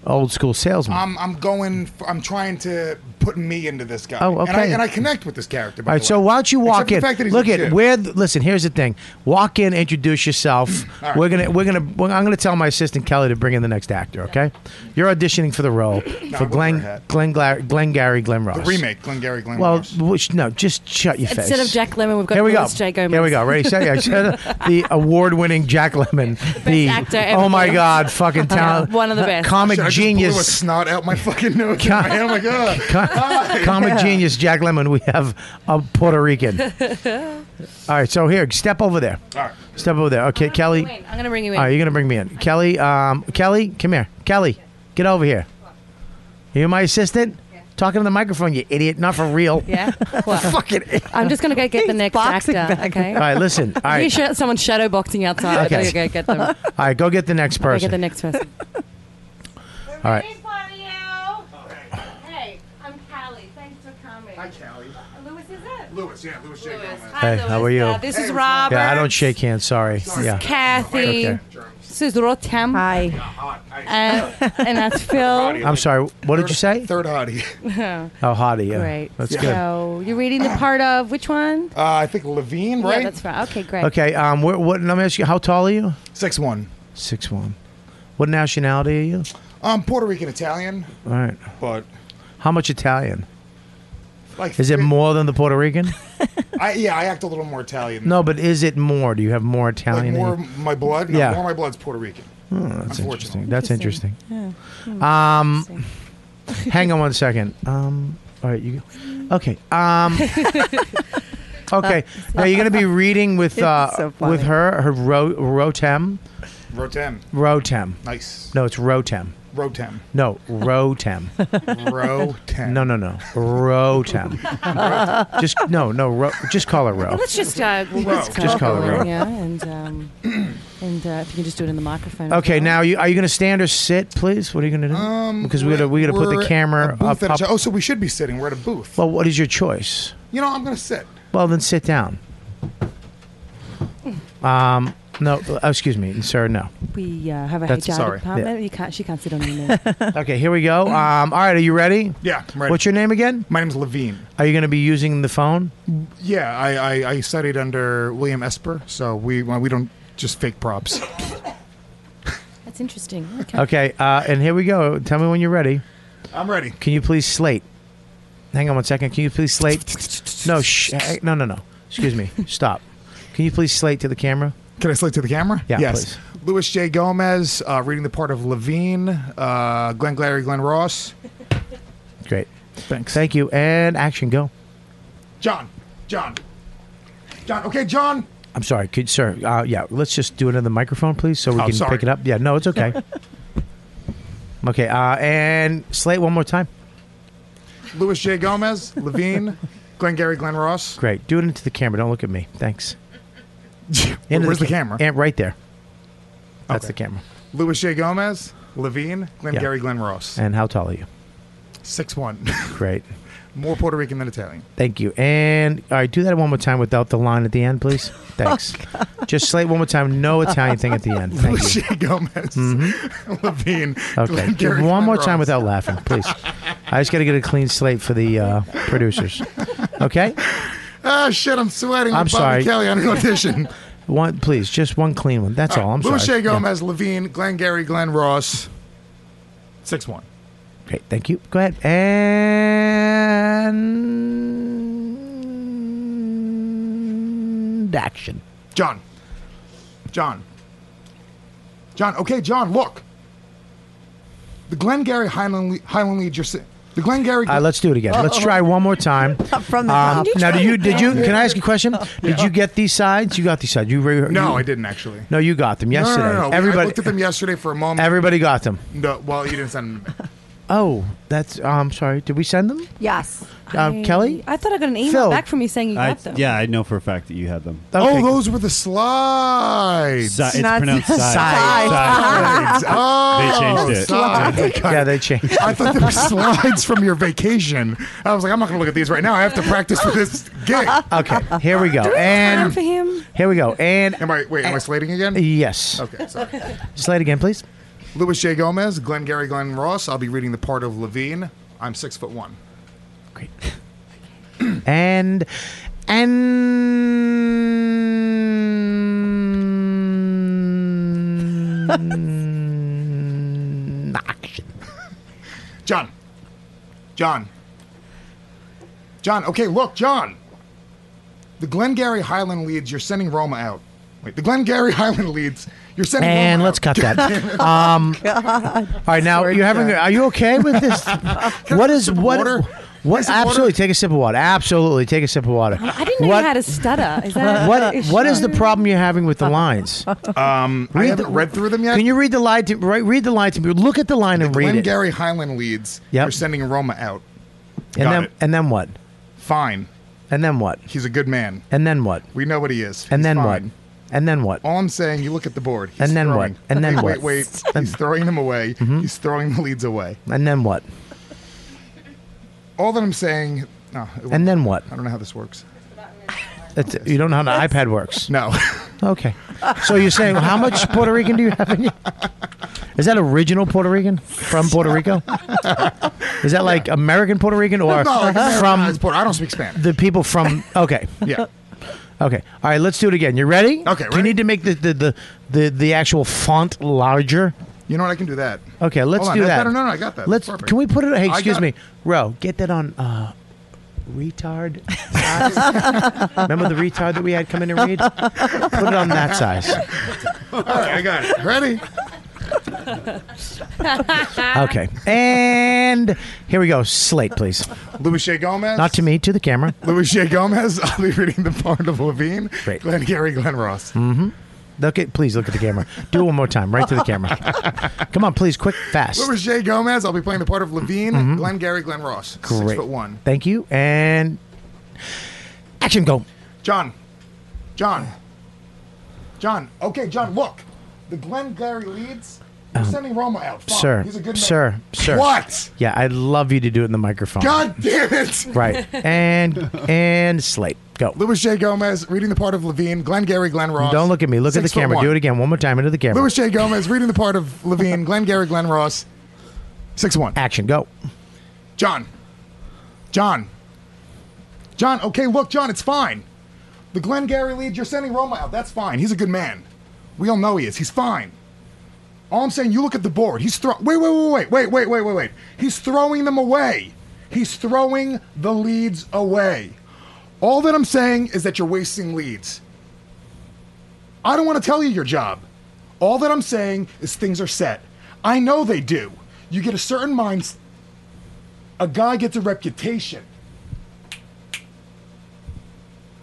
[SPEAKER 2] old school salesman.
[SPEAKER 7] I'm I'm going. f I'm trying to put me into this guy.
[SPEAKER 2] Oh,
[SPEAKER 7] And I,
[SPEAKER 2] okay.
[SPEAKER 7] and I connect with this character.
[SPEAKER 2] All
[SPEAKER 7] By
[SPEAKER 2] right,
[SPEAKER 7] the
[SPEAKER 2] so
[SPEAKER 7] way.
[SPEAKER 2] why don't you walk
[SPEAKER 7] Except
[SPEAKER 2] in?
[SPEAKER 7] The fact that he's
[SPEAKER 2] Look
[SPEAKER 7] a
[SPEAKER 2] at
[SPEAKER 7] kid.
[SPEAKER 2] where. th- Listen, here's the thing: walk in, introduce yourself.
[SPEAKER 7] <clears throat> All right.
[SPEAKER 2] We're gonna we're gonna we're, I'm gonna tell my assistant Kelly to bring in the next actor. Okay, you're auditioning for the
[SPEAKER 7] <clears throat>
[SPEAKER 2] role for Glenn Glenn Gla- Glenn Gary Glenn Ross.
[SPEAKER 7] the remake, Glengarry Glenn.
[SPEAKER 2] Well, which, no, just shut your face.
[SPEAKER 15] Instead of Jack Lemon, we've got
[SPEAKER 2] Here we go.
[SPEAKER 15] Louis J. Gomez.
[SPEAKER 2] Here we go. Ready, set,
[SPEAKER 15] <laughs>
[SPEAKER 2] yeah, set. the award-winning Jack Lemmon, the
[SPEAKER 15] actor ever.
[SPEAKER 2] oh my god, fucking
[SPEAKER 15] <laughs>
[SPEAKER 2] talent,
[SPEAKER 15] One of the best.
[SPEAKER 2] comic
[SPEAKER 7] Shit, I just blew a
[SPEAKER 2] genius,
[SPEAKER 7] snot out my <laughs> fucking nose.
[SPEAKER 2] Com-
[SPEAKER 7] oh
[SPEAKER 2] <laughs>
[SPEAKER 7] my god.
[SPEAKER 2] co- comic genius Jack Lemmon. We have a
[SPEAKER 15] <laughs>
[SPEAKER 2] Puerto Rican. All right, so here, step over there.
[SPEAKER 15] All right.
[SPEAKER 2] Step over there.
[SPEAKER 15] Oh,
[SPEAKER 2] Okay, Kelly.
[SPEAKER 15] in. I'm gonna bring you in.
[SPEAKER 2] All right, you're gonna bring me in, Kelly. Um, Kelly, come here. Kelly, get over here. You're my assistant. Talking to the microphone, you idiot. Not for real.
[SPEAKER 15] <laughs> Yeah. What?
[SPEAKER 2] <laughs> Fucking.
[SPEAKER 15] I'm just gonna go get the next actor. Okay.
[SPEAKER 2] All right, listen.
[SPEAKER 15] <laughs>
[SPEAKER 2] All right.
[SPEAKER 15] You hear sh- someone shadowboxing outside.
[SPEAKER 2] Okay.
[SPEAKER 15] Okay. Go get them.
[SPEAKER 2] <laughs> All right, go get the next
[SPEAKER 15] Go get
[SPEAKER 2] person.
[SPEAKER 15] the next person.
[SPEAKER 2] All right.
[SPEAKER 31] Hey, I'm Callie. Thanks for coming. Hi, Callie. Lewis, is it?
[SPEAKER 7] Lewis, yeah, Lewis J.
[SPEAKER 2] Hey, how are you?
[SPEAKER 15] this is Rob.
[SPEAKER 2] Yeah, I don't shake hands. Sorry. yeah.
[SPEAKER 15] Kathy.
[SPEAKER 2] Okay.
[SPEAKER 15] This is Rotem. Hi. And, and that's
[SPEAKER 2] <laughs>
[SPEAKER 15] Phil.
[SPEAKER 2] I'm sorry. What did you say?
[SPEAKER 7] Third hottie.
[SPEAKER 15] Oh,
[SPEAKER 2] Oh, hottie. Yeah.
[SPEAKER 15] Great.
[SPEAKER 2] That's
[SPEAKER 15] So you're reading the part of which one?
[SPEAKER 7] Uh, I think Levine,
[SPEAKER 15] Yeah,
[SPEAKER 7] right?
[SPEAKER 15] that's right. Okay, great.
[SPEAKER 2] good. Okay. Um. What? What? Let me ask you. How tall are you?
[SPEAKER 7] Six one.
[SPEAKER 2] Six one. What nationality are you?
[SPEAKER 7] Um, Puerto Rican Italian,
[SPEAKER 2] All right.
[SPEAKER 7] but
[SPEAKER 2] How much Italian?
[SPEAKER 7] like
[SPEAKER 2] Is it more than the Puerto
[SPEAKER 7] <laughs>
[SPEAKER 2] Rican?
[SPEAKER 7] I, yeah, I act a little more Italian.
[SPEAKER 2] no, but is it more? Do you have more
[SPEAKER 7] like
[SPEAKER 2] Italian? than
[SPEAKER 7] more
[SPEAKER 2] you-
[SPEAKER 7] of my blood. No,
[SPEAKER 2] Yeah.
[SPEAKER 7] more of my blood's Puerto Rican.
[SPEAKER 2] Oh, that's
[SPEAKER 7] Unfortunately.
[SPEAKER 2] interesting. That's interesting.
[SPEAKER 7] Interesting. Hmm.
[SPEAKER 2] Um, <laughs> hang on one second. Um, all right, you. Okay.
[SPEAKER 7] <laughs>
[SPEAKER 2] Um, okay. Now you're gonna be reading with
[SPEAKER 7] <laughs> This is
[SPEAKER 2] uh,
[SPEAKER 7] Uh, so funny.
[SPEAKER 2] with her her ro- rotem
[SPEAKER 7] Rotem,
[SPEAKER 2] rotem.
[SPEAKER 7] Nice.
[SPEAKER 2] No, it's rotem. <laughs>
[SPEAKER 7] Rotem,
[SPEAKER 2] No, rotem.
[SPEAKER 7] Rotem.
[SPEAKER 2] No, no, no,
[SPEAKER 7] <laughs>
[SPEAKER 2] rotem. just no, no. Ro- just call her ro.
[SPEAKER 15] Let's just uh, we'll
[SPEAKER 2] Wow. Just call it
[SPEAKER 15] Googling,
[SPEAKER 2] Rob.
[SPEAKER 15] Yeah, and um, <clears throat> and uh, if you can just do it in the microphone. as
[SPEAKER 2] Okay,
[SPEAKER 15] well.
[SPEAKER 2] now you are you gonna stand or sit, please? What are you gonna do? because we gotta we gotta put
[SPEAKER 7] Um, We're
[SPEAKER 2] the
[SPEAKER 7] at
[SPEAKER 2] camera
[SPEAKER 7] a
[SPEAKER 2] up.
[SPEAKER 7] booth at a
[SPEAKER 2] up-
[SPEAKER 7] jo- oh, so we should be sitting. We're at a booth.
[SPEAKER 2] well, what is your choice?
[SPEAKER 7] You know, I'm gonna sit.
[SPEAKER 2] Well, then sit down. Um, no, uh, excuse me, sir, no.
[SPEAKER 15] we uh, have a
[SPEAKER 2] That's-
[SPEAKER 15] HR
[SPEAKER 2] sorry.
[SPEAKER 15] department. You can't. She can't sit on <laughs> you now.
[SPEAKER 2] Okay, here we go. Um, all right, are you ready?
[SPEAKER 7] Yeah, I'm ready.
[SPEAKER 2] What's your name again?
[SPEAKER 7] My name's Levine.
[SPEAKER 2] Are you going to be using the phone?
[SPEAKER 7] Yeah, I, I, I studied under William Esper, so we well, we don't just
[SPEAKER 2] <laughs>
[SPEAKER 7] fake props.
[SPEAKER 15] That's interesting. Okay.
[SPEAKER 2] Okay, uh, and here we go. Tell me when you're ready.
[SPEAKER 7] I'm ready.
[SPEAKER 2] Can you please slate? Hang on one second. Can you please slate? No, shh. eh, No, no, no. Excuse me. Stop. Can you please slate to the camera?
[SPEAKER 7] Can I slate to the camera?
[SPEAKER 2] Yeah,
[SPEAKER 7] yes. Louis J. Gomez uh, reading the part of Levine, uh, Glenn Glary, Glenn Ross,
[SPEAKER 2] please? Great.
[SPEAKER 7] Thanks.
[SPEAKER 2] Thank you. And action, go.
[SPEAKER 7] John, John, John. Okay, John.
[SPEAKER 2] I'm sorry, could sir? Uh, yeah, let's just do it in the microphone, please, so we
[SPEAKER 7] Oh,
[SPEAKER 2] can
[SPEAKER 7] sorry.
[SPEAKER 2] pick it up. Yeah, no, it's
[SPEAKER 7] <laughs>
[SPEAKER 2] okay. okay, uh, and slate one more time.
[SPEAKER 7] Louis J.
[SPEAKER 2] <laughs>
[SPEAKER 7] Gomez, Levine, Glenn Gary, Glenn Ross.
[SPEAKER 2] Great, do it into the camera. Don't look at me. Thanks.
[SPEAKER 7] <laughs>
[SPEAKER 2] Into
[SPEAKER 7] Where's the
[SPEAKER 2] ca-
[SPEAKER 7] camera?
[SPEAKER 2] And right there. That's
[SPEAKER 7] Okay.
[SPEAKER 2] the camera.
[SPEAKER 7] Louis J. Gomez, Levine, Glenn
[SPEAKER 2] Yeah.
[SPEAKER 7] Gary, Glenn Ross.
[SPEAKER 2] And how tall are you?
[SPEAKER 7] Six one. <laughs>
[SPEAKER 2] Great.
[SPEAKER 7] More Puerto Rican than Italian.
[SPEAKER 2] Thank you. And all right, do that one more time without the line at the end,
[SPEAKER 7] <laughs>
[SPEAKER 2] please.
[SPEAKER 7] Oh,
[SPEAKER 2] Thanks. just slate one more time. No Italian thing at the end. Thank
[SPEAKER 7] <laughs> Louis
[SPEAKER 2] you. Mm-hmm.
[SPEAKER 7] J. Gomez, <laughs> Levine,
[SPEAKER 2] Okay,
[SPEAKER 7] Glenn
[SPEAKER 2] do
[SPEAKER 7] Gary,
[SPEAKER 2] one
[SPEAKER 7] Glenn
[SPEAKER 2] more time
[SPEAKER 7] Ross.
[SPEAKER 2] without
[SPEAKER 7] <laughs>
[SPEAKER 2] laughing, please. I just got to get a clean slate for the uh, producers. Okay.
[SPEAKER 7] Oh shit, I'm sweating.
[SPEAKER 2] I'm
[SPEAKER 7] with
[SPEAKER 2] sorry.
[SPEAKER 7] Bobby Kelly on
[SPEAKER 2] <laughs>
[SPEAKER 7] an audition.
[SPEAKER 2] one, please, just one clean one. That's all. Oh, I'm
[SPEAKER 7] Lou
[SPEAKER 2] sorry.
[SPEAKER 7] Shea
[SPEAKER 2] Yeah.
[SPEAKER 7] Gomez, Levine, Glenn Gary, Glenn Ross. Six one.
[SPEAKER 2] Great, thank you. Go ahead and action.
[SPEAKER 7] John. John. John. Okay, John. Look. The Glenn Gary Highland Le- Highland League. You're si- the Glenn Gary.
[SPEAKER 2] All right, let's do it again. Let's try one more
[SPEAKER 7] <laughs>
[SPEAKER 2] time. Um,
[SPEAKER 7] From the top.
[SPEAKER 2] now, do you did you? Can I ask you a
[SPEAKER 7] <laughs>
[SPEAKER 2] question? Did
[SPEAKER 7] Yeah.
[SPEAKER 2] you get these sides? You got these sides. You re-
[SPEAKER 7] No,
[SPEAKER 2] you-
[SPEAKER 7] I didn't actually.
[SPEAKER 2] No, you got them
[SPEAKER 7] No, no,
[SPEAKER 2] yesterday.
[SPEAKER 7] No, no, no. I
[SPEAKER 2] Everybody,
[SPEAKER 7] looked at them yesterday for a moment.
[SPEAKER 2] everybody got them.
[SPEAKER 7] No, well, you didn't send them. to me.
[SPEAKER 2] Oh, that's. Uh, I'm sorry. Did we send them?
[SPEAKER 12] Yes.
[SPEAKER 2] Uh, Kelly?
[SPEAKER 15] I thought I got an email
[SPEAKER 2] Phil.
[SPEAKER 15] back from you saying you
[SPEAKER 9] I,
[SPEAKER 15] got them.
[SPEAKER 9] yeah, I know for a fact that you had them.
[SPEAKER 7] Oh, <laughs> those were the slides.
[SPEAKER 9] Si- it's Not- pronounced sides.
[SPEAKER 7] Sides.
[SPEAKER 9] <laughs> Sides.
[SPEAKER 7] Oh,
[SPEAKER 9] They changed it.
[SPEAKER 7] sides.
[SPEAKER 2] yeah, they changed.
[SPEAKER 7] I thought they were slides from your vacation. I was like, I'm not going to look at these right now. I have to practice for this gig.
[SPEAKER 2] Okay, here
[SPEAKER 7] <laughs>
[SPEAKER 2] we go.
[SPEAKER 7] Do we have
[SPEAKER 2] and
[SPEAKER 7] time for
[SPEAKER 15] him?
[SPEAKER 2] Here we go. And
[SPEAKER 7] am I wait? Am I slating again?
[SPEAKER 2] Yes.
[SPEAKER 7] Okay. Sorry.
[SPEAKER 2] Slide again, please.
[SPEAKER 7] Louis J. Gomez, Glenn Gary, Glenn Ross. I'll be reading the part of Levine. I'm six foot one.
[SPEAKER 2] And and action.
[SPEAKER 7] John. John. John. Okay, look, John. The Glengarry Highland leads. You're sending Roma out. Wait, the Glengarry Highland leads. You're sending.
[SPEAKER 2] And
[SPEAKER 7] Roma
[SPEAKER 2] let's cut
[SPEAKER 7] out. <laughs>
[SPEAKER 2] that. Um,
[SPEAKER 7] Oh God.
[SPEAKER 2] All right, now you're having. Are you okay with this?
[SPEAKER 7] <laughs>
[SPEAKER 2] <laughs> what is what? What? Absolutely, take a sip of water. Absolutely, take a sip of water.
[SPEAKER 15] I didn't know
[SPEAKER 2] What-
[SPEAKER 15] you had a stutter. Is that
[SPEAKER 2] <laughs> What? What is the problem you're having with the
[SPEAKER 7] <laughs>
[SPEAKER 2] lines?
[SPEAKER 7] Um, I haven't read through them yet.
[SPEAKER 2] Can you read the line to right, read the line to me? Look at the line and read it.
[SPEAKER 7] Glengarry Highland leads. You're sending Roma out.
[SPEAKER 2] And
[SPEAKER 7] Got
[SPEAKER 2] then
[SPEAKER 7] it.
[SPEAKER 2] and then what?
[SPEAKER 7] Fine.
[SPEAKER 2] And then what?
[SPEAKER 7] He's a good man.
[SPEAKER 2] And then what?
[SPEAKER 7] We know what he is.
[SPEAKER 2] And
[SPEAKER 7] He's
[SPEAKER 2] then what?
[SPEAKER 7] fine.
[SPEAKER 2] And then what?
[SPEAKER 7] All I'm saying, you look at the board. He's
[SPEAKER 2] And then what?
[SPEAKER 7] throwing.
[SPEAKER 2] <laughs> And Mm-hmm. then
[SPEAKER 7] wait,
[SPEAKER 2] what?
[SPEAKER 7] Wait, wait. He's throwing them away. He's throwing the leads away.
[SPEAKER 2] And then what?
[SPEAKER 7] All that I'm saying. No, it
[SPEAKER 2] And then what?
[SPEAKER 7] I don't know how this works.
[SPEAKER 2] That's, you don't know how an iPad works.
[SPEAKER 7] No. <laughs>
[SPEAKER 2] Okay. So you're saying how much Puerto Rican do you have in you? Is that original Puerto Rican from Puerto Rico? Is that like American Puerto Rican or
[SPEAKER 7] No, like
[SPEAKER 2] from
[SPEAKER 7] Americanized Puerto- I don't speak Spanish.
[SPEAKER 2] the people from? Okay.
[SPEAKER 7] Yeah.
[SPEAKER 2] Okay. All right. Let's do it again. You ready? Okay. Do you need to make the the the, the, the actual font larger?
[SPEAKER 7] You know what? I can do that.
[SPEAKER 2] Okay. Let's
[SPEAKER 7] Hold on,
[SPEAKER 2] do
[SPEAKER 7] that's
[SPEAKER 2] that.
[SPEAKER 7] better. No, no, I got that.
[SPEAKER 2] Let's.
[SPEAKER 7] That's perfect. <laughs>
[SPEAKER 2] Can we put it?
[SPEAKER 7] I
[SPEAKER 2] Hey,
[SPEAKER 7] got
[SPEAKER 2] excuse me,
[SPEAKER 7] it.
[SPEAKER 2] Ro. Get that on. uh Retard. size.
[SPEAKER 7] <laughs>
[SPEAKER 2] Remember the retard that we had come in and read? Put it on that size.
[SPEAKER 7] All right, I got it. Ready?
[SPEAKER 2] Okay. And here we go. Slate, please.
[SPEAKER 7] Louis J. Gomez.
[SPEAKER 2] Not to me, to the camera.
[SPEAKER 7] Louis J. Gomez. <laughs> I'll be reading the part of Levine.
[SPEAKER 2] Great.
[SPEAKER 7] Glenn Gary, Glenn Ross.
[SPEAKER 2] Mm-hmm. Look at, please look at the camera. Do it one more time, right to the
[SPEAKER 7] <laughs>
[SPEAKER 2] camera. Come on, please, quick, fast.
[SPEAKER 7] Louis J. Gomez. I'll be playing the part of Levine.
[SPEAKER 2] Mhm.
[SPEAKER 7] Glenn Gary, Glenn Ross. Six
[SPEAKER 2] Great.
[SPEAKER 7] foot one.
[SPEAKER 2] Thank you. And action, go.
[SPEAKER 7] John. John. John. Okay, John. Look, the Glenn Gary leads. You're
[SPEAKER 2] Um,
[SPEAKER 7] sending Roma out. Fuck.
[SPEAKER 2] Sir,
[SPEAKER 7] He's a good man.
[SPEAKER 2] sir, sir.
[SPEAKER 7] What?
[SPEAKER 2] Yeah, I'd love you to do it in the microphone.
[SPEAKER 7] God damn it!
[SPEAKER 2] <laughs> Right. And and slate. Go.
[SPEAKER 7] Louis J. Gomez reading the part of Levine. Glenn Gary, Glenn Ross.
[SPEAKER 2] Don't look at me. Look at the
[SPEAKER 7] Six foot
[SPEAKER 2] camera.
[SPEAKER 7] one.
[SPEAKER 2] Do it again one more time into the camera.
[SPEAKER 7] Louis J. Gomez reading the part of Levine, Glenn Gary, Glenn Ross. Six one.
[SPEAKER 2] Action. Go.
[SPEAKER 7] John. John. John. Okay, look, John, it's fine. The Glenn Gary lead, you're sending Roma out. That's fine. He's a good man. We all know he is. He's fine. All I'm saying, you look at the board. He's throwing. Wait, wait, wait, wait, wait, wait, wait, wait, wait. He's throwing them away. He's throwing the leads away. All that I'm saying is that you're wasting leads. I don't want to tell you your job. All that I'm saying is things are set. I know they do. You get a certain mind. A guy gets a reputation.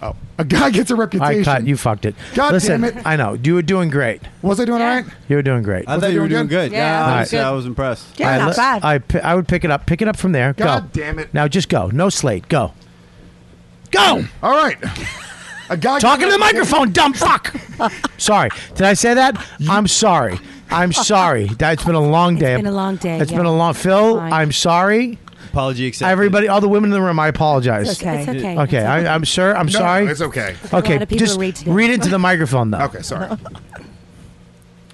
[SPEAKER 7] Oh, a guy gets a reputation.
[SPEAKER 2] I cut. You fucked it.
[SPEAKER 7] God
[SPEAKER 2] Listen,
[SPEAKER 7] damn it.
[SPEAKER 2] I know. You were doing great.
[SPEAKER 7] Was I doing all right?
[SPEAKER 2] You were doing great.
[SPEAKER 9] I thought you were doing good. Yeah,
[SPEAKER 2] All
[SPEAKER 9] honestly,
[SPEAKER 2] right.
[SPEAKER 9] I was impressed.
[SPEAKER 2] I li- I, pi- I would pick it up. Pick it up from there.
[SPEAKER 7] God
[SPEAKER 2] go.
[SPEAKER 7] damn it.
[SPEAKER 2] Now just go. No slate. Go. Go.
[SPEAKER 7] All right. A guy
[SPEAKER 2] Talking to the microphone, dumb fuck. <laughs> sorry. Did I say that? I'm sorry. I'm sorry. That- It's been a long day. It's
[SPEAKER 15] been a long day,
[SPEAKER 2] It's
[SPEAKER 15] yeah.
[SPEAKER 2] been a long. Phil,
[SPEAKER 15] Fine.
[SPEAKER 2] I'm sorry.
[SPEAKER 9] Apology accepted.
[SPEAKER 2] Everybody, all the women in the room, I apologize.
[SPEAKER 15] It's okay. It's okay.
[SPEAKER 2] Okay. I, I'm sure. I'm
[SPEAKER 7] No,
[SPEAKER 2] sorry.
[SPEAKER 7] it's okay.
[SPEAKER 15] A lot
[SPEAKER 2] Okay.
[SPEAKER 15] of people
[SPEAKER 2] Just
[SPEAKER 15] read
[SPEAKER 2] read,
[SPEAKER 15] today.
[SPEAKER 2] into the microphone, though.
[SPEAKER 7] Okay, sorry.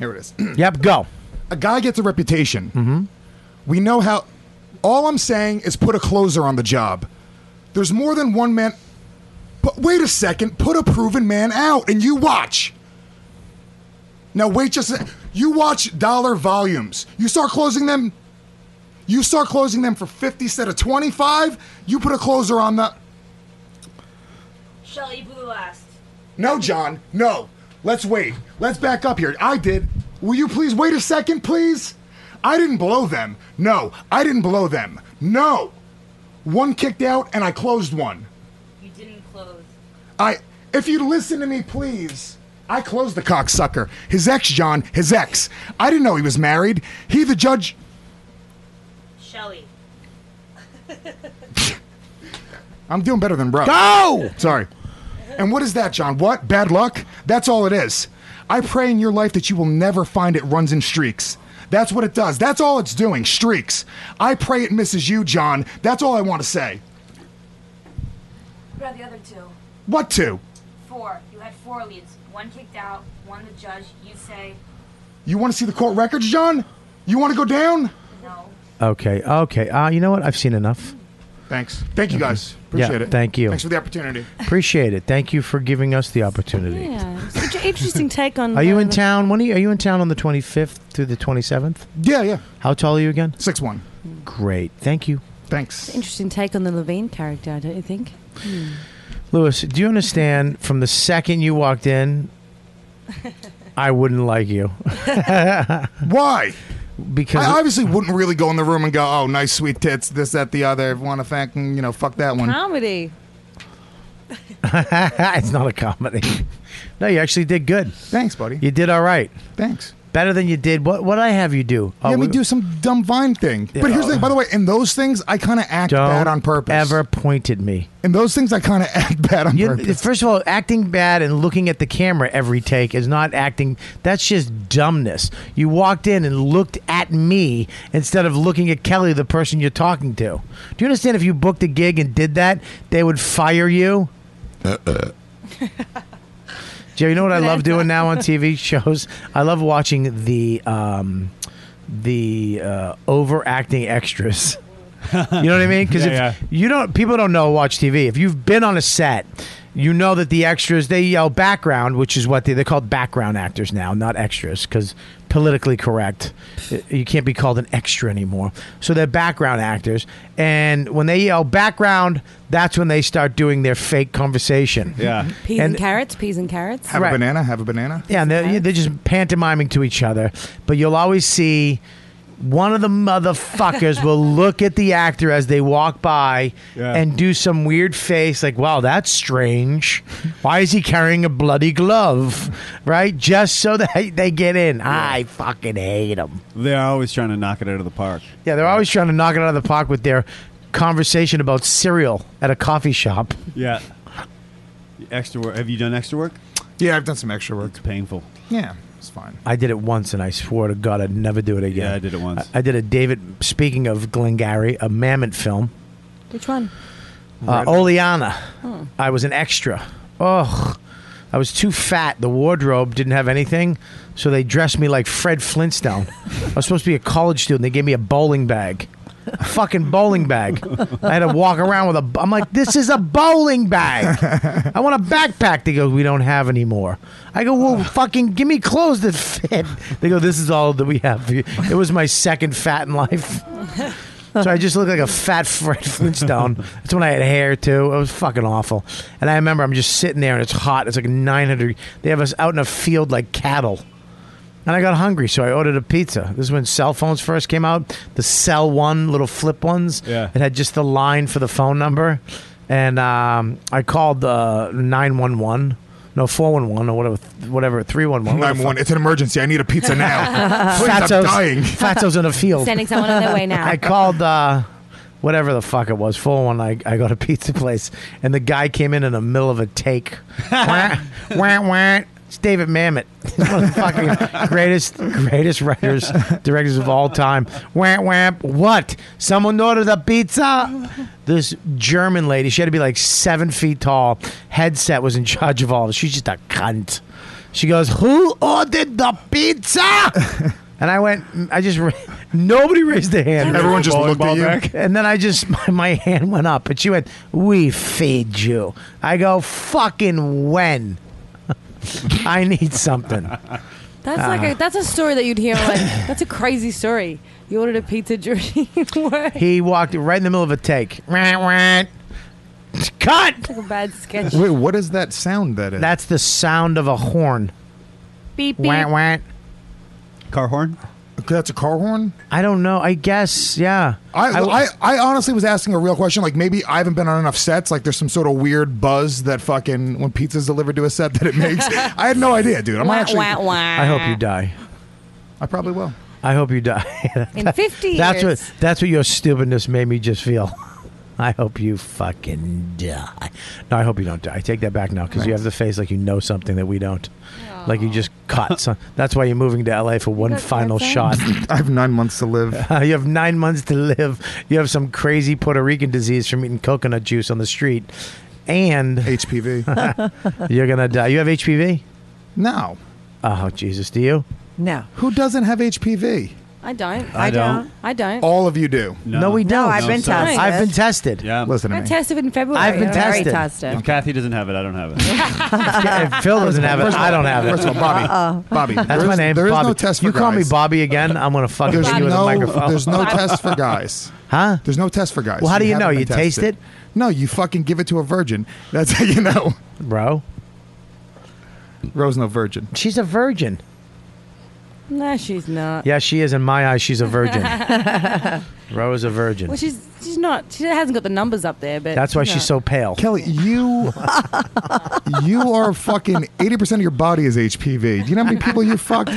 [SPEAKER 7] Here it is. <clears throat>
[SPEAKER 2] yep, go.
[SPEAKER 7] A guy gets a reputation. Mm-hmm. We know how. All I'm saying is put a closer on the job. There's more than one man. But wait a second, put a proven man out and you watch. Now wait just a, you watch dollar volumes. You start closing them. You start closing them for 50 instead of 25, you put a closer on the
[SPEAKER 27] Shelly blew last.
[SPEAKER 7] No, John. No. Let's wait. Let's back up here. I did. Will you please wait a second, please? I didn't blow them. No, I didn't blow them. No. One kicked out and I closed one.
[SPEAKER 27] You didn't close.
[SPEAKER 7] I if you'd listen to me, please. I closed the cocksucker. His ex, John, his ex. I didn't know he was married. He the judge
[SPEAKER 27] Shelly.
[SPEAKER 7] <laughs> I'm doing better than bro.
[SPEAKER 2] Go!
[SPEAKER 7] Sorry. And what is that, John? What? Bad luck? That's all it is. I pray in your life that you will never find it runs in streaks. That's what it does. That's all it's doing, streaks. I pray it misses you, John. That's all I want to say.
[SPEAKER 27] Grab the other two.
[SPEAKER 7] What to?
[SPEAKER 27] Four. You had four leads. One kicked out, one the judge. You say,
[SPEAKER 7] You want to see the court records, John? You want to go down?
[SPEAKER 2] Okay. Okay. Uh, you know what? I've seen enough.
[SPEAKER 7] Thanks. Thank you guys.
[SPEAKER 2] Yeah,
[SPEAKER 7] Appreciate it.
[SPEAKER 2] thank you.
[SPEAKER 7] Thanks for the opportunity.
[SPEAKER 2] Appreciate it. Thank you for giving us the opportunity.
[SPEAKER 15] Yeah. Such an interesting take on.
[SPEAKER 2] Are you
[SPEAKER 15] the-
[SPEAKER 2] in town? When are you, are you in town on the 25th through the 27th?
[SPEAKER 7] Yeah, yeah.
[SPEAKER 2] How tall are you again?
[SPEAKER 7] Six one.
[SPEAKER 2] Great. Thank you.
[SPEAKER 7] Thanks.
[SPEAKER 15] Interesting take on the Levine character, don't you think? Hmm.
[SPEAKER 2] Lewis, do you understand from the second you walked in, I wouldn't like you? <laughs>
[SPEAKER 7] Why?
[SPEAKER 2] Because
[SPEAKER 7] I obviously wouldn't really go in the room and go, "Oh, nice sweet tits, this, that, the other." Want to thank you know, fuck that one.
[SPEAKER 15] Comedy.
[SPEAKER 2] <laughs> it's not a comedy. No, you actually did good.
[SPEAKER 7] Thanks, buddy.
[SPEAKER 2] You did all right.
[SPEAKER 7] Thanks.
[SPEAKER 2] Better than you did. What What I have you do? Oh,
[SPEAKER 7] Yeah, we
[SPEAKER 2] we-
[SPEAKER 7] do some dumb vine thing.
[SPEAKER 2] Yeah.
[SPEAKER 7] But here's the thing, by the way, in those things, I kind of act
[SPEAKER 2] Don't
[SPEAKER 7] bad on purpose.
[SPEAKER 2] Ever point at me?
[SPEAKER 7] In those things, I kind of act bad on
[SPEAKER 2] You-
[SPEAKER 7] purpose.
[SPEAKER 2] First of all, acting bad and looking at the camera every take is not acting. That's just dumbness. You walked in and looked at me instead of looking at Kelly, the person you're talking to. Do you understand? If you booked a gig and did that, they would fire you. Joe, you know what I love doing now on TV shows? I love watching the um, the uh, overacting extras. You know what
[SPEAKER 3] <laughs>
[SPEAKER 2] I mean? Because
[SPEAKER 3] Yeah, yeah.
[SPEAKER 2] you don't, people don't know watch TV. If you've been on a set, you know that the extras they yell background, which is what they they're called background actors now, not extras, because politically correct, uh, you can't be called an extra anymore. So they're background actors, and when they yell background, that's when they start doing their fake conversation. Yeah,
[SPEAKER 15] Peas and, carrots. Peas and carrots.
[SPEAKER 2] Have a Right.
[SPEAKER 7] banana. Have a banana.
[SPEAKER 2] yeah, and they're, they're just pantomiming to each other. But you'll always see one of the motherfuckers will <laughs> look at the actor as they walk by
[SPEAKER 3] Yeah.
[SPEAKER 2] and do some weird face, like, wow, that's strange. Why is he carrying a bloody glove? Right? Just so <laughs> that they get in. I fucking hate them.
[SPEAKER 9] They're always trying to knock it out of the park.
[SPEAKER 2] Yeah, they're always trying to knock it out of the park with their conversation about cereal at a coffee shop.
[SPEAKER 9] Yeah. Extra work. Have you done extra work?
[SPEAKER 7] Yeah, I've done some extra work. It's
[SPEAKER 9] painful.
[SPEAKER 7] Yeah, it's fine.
[SPEAKER 2] I did it once, and I swore to God I'd never do it again. Yeah, I did it once. I, did a David. Speaking of Glengarry, a Mammoth film,
[SPEAKER 15] Which one?
[SPEAKER 2] uh,
[SPEAKER 15] Right.
[SPEAKER 2] Oleana.
[SPEAKER 15] Hmm.
[SPEAKER 2] I was an extra. Ugh, I was too fat. The wardrobe didn't have anything, so they dressed me like Fred Flintstone. I was supposed to be a college student. They gave me a bowling bag. A Fucking bowling bag. I had to walk around with a. b- I'm like, this is a bowling bag. I want a backpack. They go, we don't have anymore. I go, well, fucking give me clothes that fit. They go, this is all that we have. It was my second fat in life. So I just looked like a fat <laughs> Fred Flintstone. That's when I had hair too. It was fucking awful. And I remember I'm just sitting there and it's hot. It's like 900. They have us out in a field like cattle. And I got hungry, so I ordered a pizza. This is when cell phones first came out. The cell one, little flip ones.
[SPEAKER 3] Yeah.
[SPEAKER 2] It had just the line for the phone number. And um, I called uh, the 911. No, 411 or whatever, whatever, 311. whatever the
[SPEAKER 7] 911.
[SPEAKER 2] fuck-
[SPEAKER 7] It's an emergency. I need a
[SPEAKER 2] <laughs>
[SPEAKER 7] pizza now. Please, I'm
[SPEAKER 2] Fatso's,
[SPEAKER 7] dying.
[SPEAKER 2] Fatso's in a
[SPEAKER 1] <laughs>
[SPEAKER 13] Oh.
[SPEAKER 2] field.
[SPEAKER 15] Sending someone on their way
[SPEAKER 13] <laughs>
[SPEAKER 15] now.
[SPEAKER 2] I called uh, whatever the fuck it was. Full one. I, I got a <laughs> pizza place, and the guy came in in the middle of a take. wah, wah, wah. It's David Mamet, one of the fucking greatest, greatest writers, directors of all time. Wamp, wamp. What? Someone ordered a pizza? This German lady, she had to be like seven feet tall. Headset was in charge of all of it. She's just a cunt. She goes, Who ordered the pizza? And I went, I just, ra- nobody raised their hand.
[SPEAKER 7] Everyone just Bowling looked at ball you?
[SPEAKER 2] <laughs>
[SPEAKER 7] back?
[SPEAKER 2] And then I just, my, my hand went up. And she went, We feed you. I go, Fucking when? <laughs> I need something.
[SPEAKER 15] That's like
[SPEAKER 2] Ah.
[SPEAKER 15] a, that's a story that you'd hear. Like that's a crazy story. You ordered a pizza during <laughs> work.
[SPEAKER 2] He walked right in the middle of a take. Cut! It's
[SPEAKER 15] like a bad sketch.
[SPEAKER 7] Wait, what is that sound that is?
[SPEAKER 2] That's the sound of a horn.
[SPEAKER 15] Beep beep.
[SPEAKER 2] Wah, wah.
[SPEAKER 7] Car horn? That's a car horn?
[SPEAKER 2] I don't know. I guess, yeah.
[SPEAKER 7] I, I, I honestly was asking a real question. Like, maybe I haven't been on enough sets. Like, there's some sort of weird buzz that fucking when pizza's delivered to a set that it makes. I had no idea, dude. I'm
[SPEAKER 15] Wah,
[SPEAKER 7] actually.
[SPEAKER 15] wah, wah.
[SPEAKER 2] I hope you die.
[SPEAKER 7] I probably will. <clears throat>
[SPEAKER 2] I hope you die.
[SPEAKER 15] In 50
[SPEAKER 2] That's
[SPEAKER 15] years.
[SPEAKER 2] what that's what your stupidness made me just feel. <laughs> I hope you fucking die. No, I hope you don't die. I take that back now because you have the face like you know something that we don't. Like you just caught some. That's why you're moving to LA for one final
[SPEAKER 15] eh?
[SPEAKER 2] shot.
[SPEAKER 7] I have nine months to live.
[SPEAKER 2] <laughs> you have nine months to live. You have some crazy Puerto Rican disease from eating coconut juice on the street, and
[SPEAKER 7] <laughs>
[SPEAKER 2] HPV. you're gonna die. You have HPV?
[SPEAKER 7] No.
[SPEAKER 2] Oh Jesus, do you?
[SPEAKER 12] No.
[SPEAKER 2] Oh,
[SPEAKER 7] Who doesn't have HPV?
[SPEAKER 15] I don't.
[SPEAKER 2] I don't.
[SPEAKER 15] I don't.
[SPEAKER 7] All of you do.
[SPEAKER 2] No, we don't.
[SPEAKER 12] Oh,
[SPEAKER 15] I've been
[SPEAKER 2] sorry.
[SPEAKER 15] tested.
[SPEAKER 2] I've been tested.
[SPEAKER 9] Yeah.
[SPEAKER 7] Listen
[SPEAKER 15] I tested in February.
[SPEAKER 2] I've been
[SPEAKER 15] Very
[SPEAKER 2] tested.
[SPEAKER 9] If Kathy doesn't have it, I don't have it.
[SPEAKER 2] if Phil doesn't have it,
[SPEAKER 9] First of all-
[SPEAKER 2] I don't have it.
[SPEAKER 9] first of all, Bobby. Uh-oh. Bobby,
[SPEAKER 2] That's
[SPEAKER 9] there
[SPEAKER 2] my
[SPEAKER 9] is-
[SPEAKER 2] name.
[SPEAKER 9] there is no
[SPEAKER 2] Bobby.
[SPEAKER 9] test for
[SPEAKER 2] You call me
[SPEAKER 9] guys.
[SPEAKER 2] Bobby again, I'm gonna fucking
[SPEAKER 7] <laughs> There's
[SPEAKER 2] hit you with
[SPEAKER 7] no,
[SPEAKER 2] a microphone.
[SPEAKER 7] there's no test for guys.
[SPEAKER 2] <laughs> Huh?
[SPEAKER 7] There's no test for guys.
[SPEAKER 2] Well, how do you
[SPEAKER 7] haven't
[SPEAKER 2] know?
[SPEAKER 7] been
[SPEAKER 2] You taste
[SPEAKER 7] tested.
[SPEAKER 2] it?
[SPEAKER 7] No, you fucking give it to a virgin. That's how you know.
[SPEAKER 2] Bro.
[SPEAKER 7] Rose no virgin.
[SPEAKER 2] She's a virgin.
[SPEAKER 15] No, she's not.
[SPEAKER 2] Yeah, she is. In my eyes, she's a
[SPEAKER 7] <laughs>
[SPEAKER 2] virgin. Rose a virgin.
[SPEAKER 15] well, she's she's not. She hasn't got the numbers up there, but
[SPEAKER 2] That's why
[SPEAKER 15] you know.
[SPEAKER 2] she's so pale.
[SPEAKER 7] Kelly,
[SPEAKER 2] <laughs>
[SPEAKER 7] you you are fucking eighty percent of your body is HPV. Do you know how many people
[SPEAKER 2] <laughs>
[SPEAKER 7] you fucked?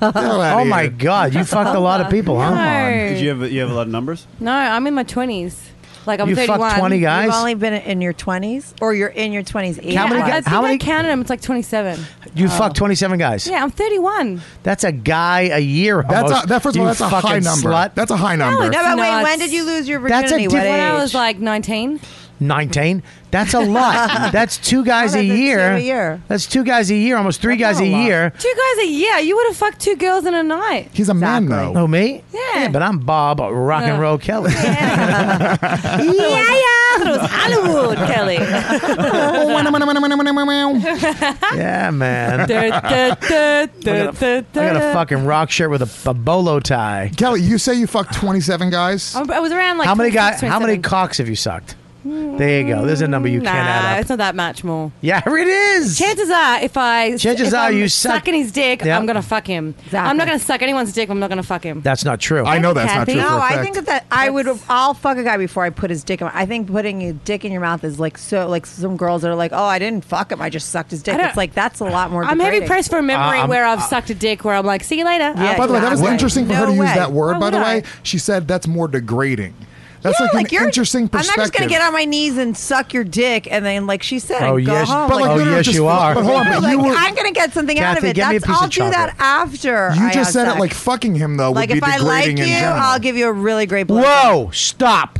[SPEAKER 2] Oh my God,
[SPEAKER 7] <laughs>
[SPEAKER 2] you fucked a lot of people, huh?
[SPEAKER 15] No.
[SPEAKER 9] Did you have you have a lot of numbers?
[SPEAKER 15] No, I'm in my twenties. Like I'm
[SPEAKER 9] You fucked
[SPEAKER 15] 31.
[SPEAKER 9] 20 guys?
[SPEAKER 12] You've only been in your 20s or you're in your 20s.
[SPEAKER 15] Yeah,
[SPEAKER 12] age-wise.
[SPEAKER 15] I, I think I counted them. It's like 27.
[SPEAKER 2] You
[SPEAKER 15] Oh.
[SPEAKER 2] fucked 27 guys.
[SPEAKER 15] Yeah, I'm 31.
[SPEAKER 2] That's a guy a year.
[SPEAKER 7] That's
[SPEAKER 2] almost,
[SPEAKER 7] a, that first of
[SPEAKER 2] you
[SPEAKER 7] all, that's a high
[SPEAKER 2] fucking
[SPEAKER 7] number.
[SPEAKER 2] Slut.
[SPEAKER 7] That's a high number.
[SPEAKER 12] No, but wait,
[SPEAKER 15] not.
[SPEAKER 12] when did you lose your
[SPEAKER 2] That's a
[SPEAKER 12] virginity?
[SPEAKER 2] different-
[SPEAKER 15] When I
[SPEAKER 2] age?
[SPEAKER 15] was like 19.
[SPEAKER 2] 19. That's a
[SPEAKER 12] <laughs>
[SPEAKER 2] lot. that's two guys a, year.
[SPEAKER 15] a year.
[SPEAKER 2] That's two guys a year, almost three guys a, year.
[SPEAKER 15] Two guys a year. You would have fucked two girls in a
[SPEAKER 12] <laughs>
[SPEAKER 15] night.
[SPEAKER 7] He's a man,
[SPEAKER 2] Oh, me?
[SPEAKER 15] Yeah.
[SPEAKER 2] But I'm Bob Rock and
[SPEAKER 15] Yeah.
[SPEAKER 2] Roll Kelly.
[SPEAKER 15] yeah, yeah. I thought it was Hollywood,
[SPEAKER 12] <laughs>
[SPEAKER 15] Kelly.
[SPEAKER 2] <laughs> Yeah, man.
[SPEAKER 15] Da, da, da, da, da,
[SPEAKER 2] I got
[SPEAKER 15] da.
[SPEAKER 2] a fucking rock shirt with a, a bolo tie.
[SPEAKER 7] <laughs> Kelly, you say you fucked twenty-seven guys.
[SPEAKER 15] I'm- I was around like
[SPEAKER 2] how many
[SPEAKER 15] 26,
[SPEAKER 2] guys? How many
[SPEAKER 15] 27.
[SPEAKER 2] cocks have you sucked? There you go. There's a number you
[SPEAKER 15] nah,
[SPEAKER 2] can't
[SPEAKER 12] Mm,
[SPEAKER 2] add up.
[SPEAKER 15] it's not that much more.
[SPEAKER 2] Yeah, it is.
[SPEAKER 15] Chances are, if I
[SPEAKER 2] Chances
[SPEAKER 15] if
[SPEAKER 2] are
[SPEAKER 15] I'm
[SPEAKER 2] you suck-
[SPEAKER 15] sucking his dick,
[SPEAKER 2] Yeah.
[SPEAKER 15] I'm gonna fuck him. I'm not gonna suck anyone's dick. I'm not gonna fuck him.
[SPEAKER 2] That's not true.
[SPEAKER 7] I know that's not
[SPEAKER 15] Kathy?
[SPEAKER 7] true. for
[SPEAKER 12] No,
[SPEAKER 7] a
[SPEAKER 12] I
[SPEAKER 7] fact.
[SPEAKER 12] think that, that I would. I'll fuck a guy before I put his dick. in my, I think putting a dick in your mouth is like so. Like some girls are like, oh, I didn't fuck him. I just sucked his dick.
[SPEAKER 15] I don't-
[SPEAKER 12] It's like that's a lot more.
[SPEAKER 15] I'm heavy
[SPEAKER 12] degrading.
[SPEAKER 15] pressed for a memory
[SPEAKER 7] Uh, I'm-
[SPEAKER 15] where I've sucked a dick where I'm like, see you later.
[SPEAKER 12] Yeah,
[SPEAKER 7] By the way, that was
[SPEAKER 12] Exactly.
[SPEAKER 7] interesting for her to
[SPEAKER 12] No
[SPEAKER 7] use
[SPEAKER 12] way.
[SPEAKER 7] that word.
[SPEAKER 12] Why
[SPEAKER 7] by the
[SPEAKER 12] would
[SPEAKER 7] way,
[SPEAKER 12] I?
[SPEAKER 7] she said that's more degrading. That's
[SPEAKER 12] Yeah,
[SPEAKER 7] like,
[SPEAKER 12] like
[SPEAKER 7] an
[SPEAKER 12] you're-
[SPEAKER 7] interesting
[SPEAKER 12] I'm not
[SPEAKER 7] perspective.
[SPEAKER 12] just gonna get on my knees and suck your dick, and then like she said,
[SPEAKER 7] Oh,
[SPEAKER 12] and go
[SPEAKER 7] yes-
[SPEAKER 12] home.
[SPEAKER 7] but, like,
[SPEAKER 12] like,
[SPEAKER 7] no, no, just- but hold on, but
[SPEAKER 12] Like,
[SPEAKER 7] you were-
[SPEAKER 12] I'm gonna get something out of
[SPEAKER 2] Kathy,
[SPEAKER 12] it.
[SPEAKER 2] get me a
[SPEAKER 12] That's
[SPEAKER 2] piece of
[SPEAKER 12] I'll do that after.
[SPEAKER 7] You
[SPEAKER 12] I have
[SPEAKER 7] just said
[SPEAKER 12] sex.
[SPEAKER 7] it like fucking him though
[SPEAKER 12] Like
[SPEAKER 7] would be
[SPEAKER 12] if I
[SPEAKER 7] degrading
[SPEAKER 12] like you,
[SPEAKER 7] in general.
[SPEAKER 12] I'll give you a really great. blow job.
[SPEAKER 2] Whoa! Stop.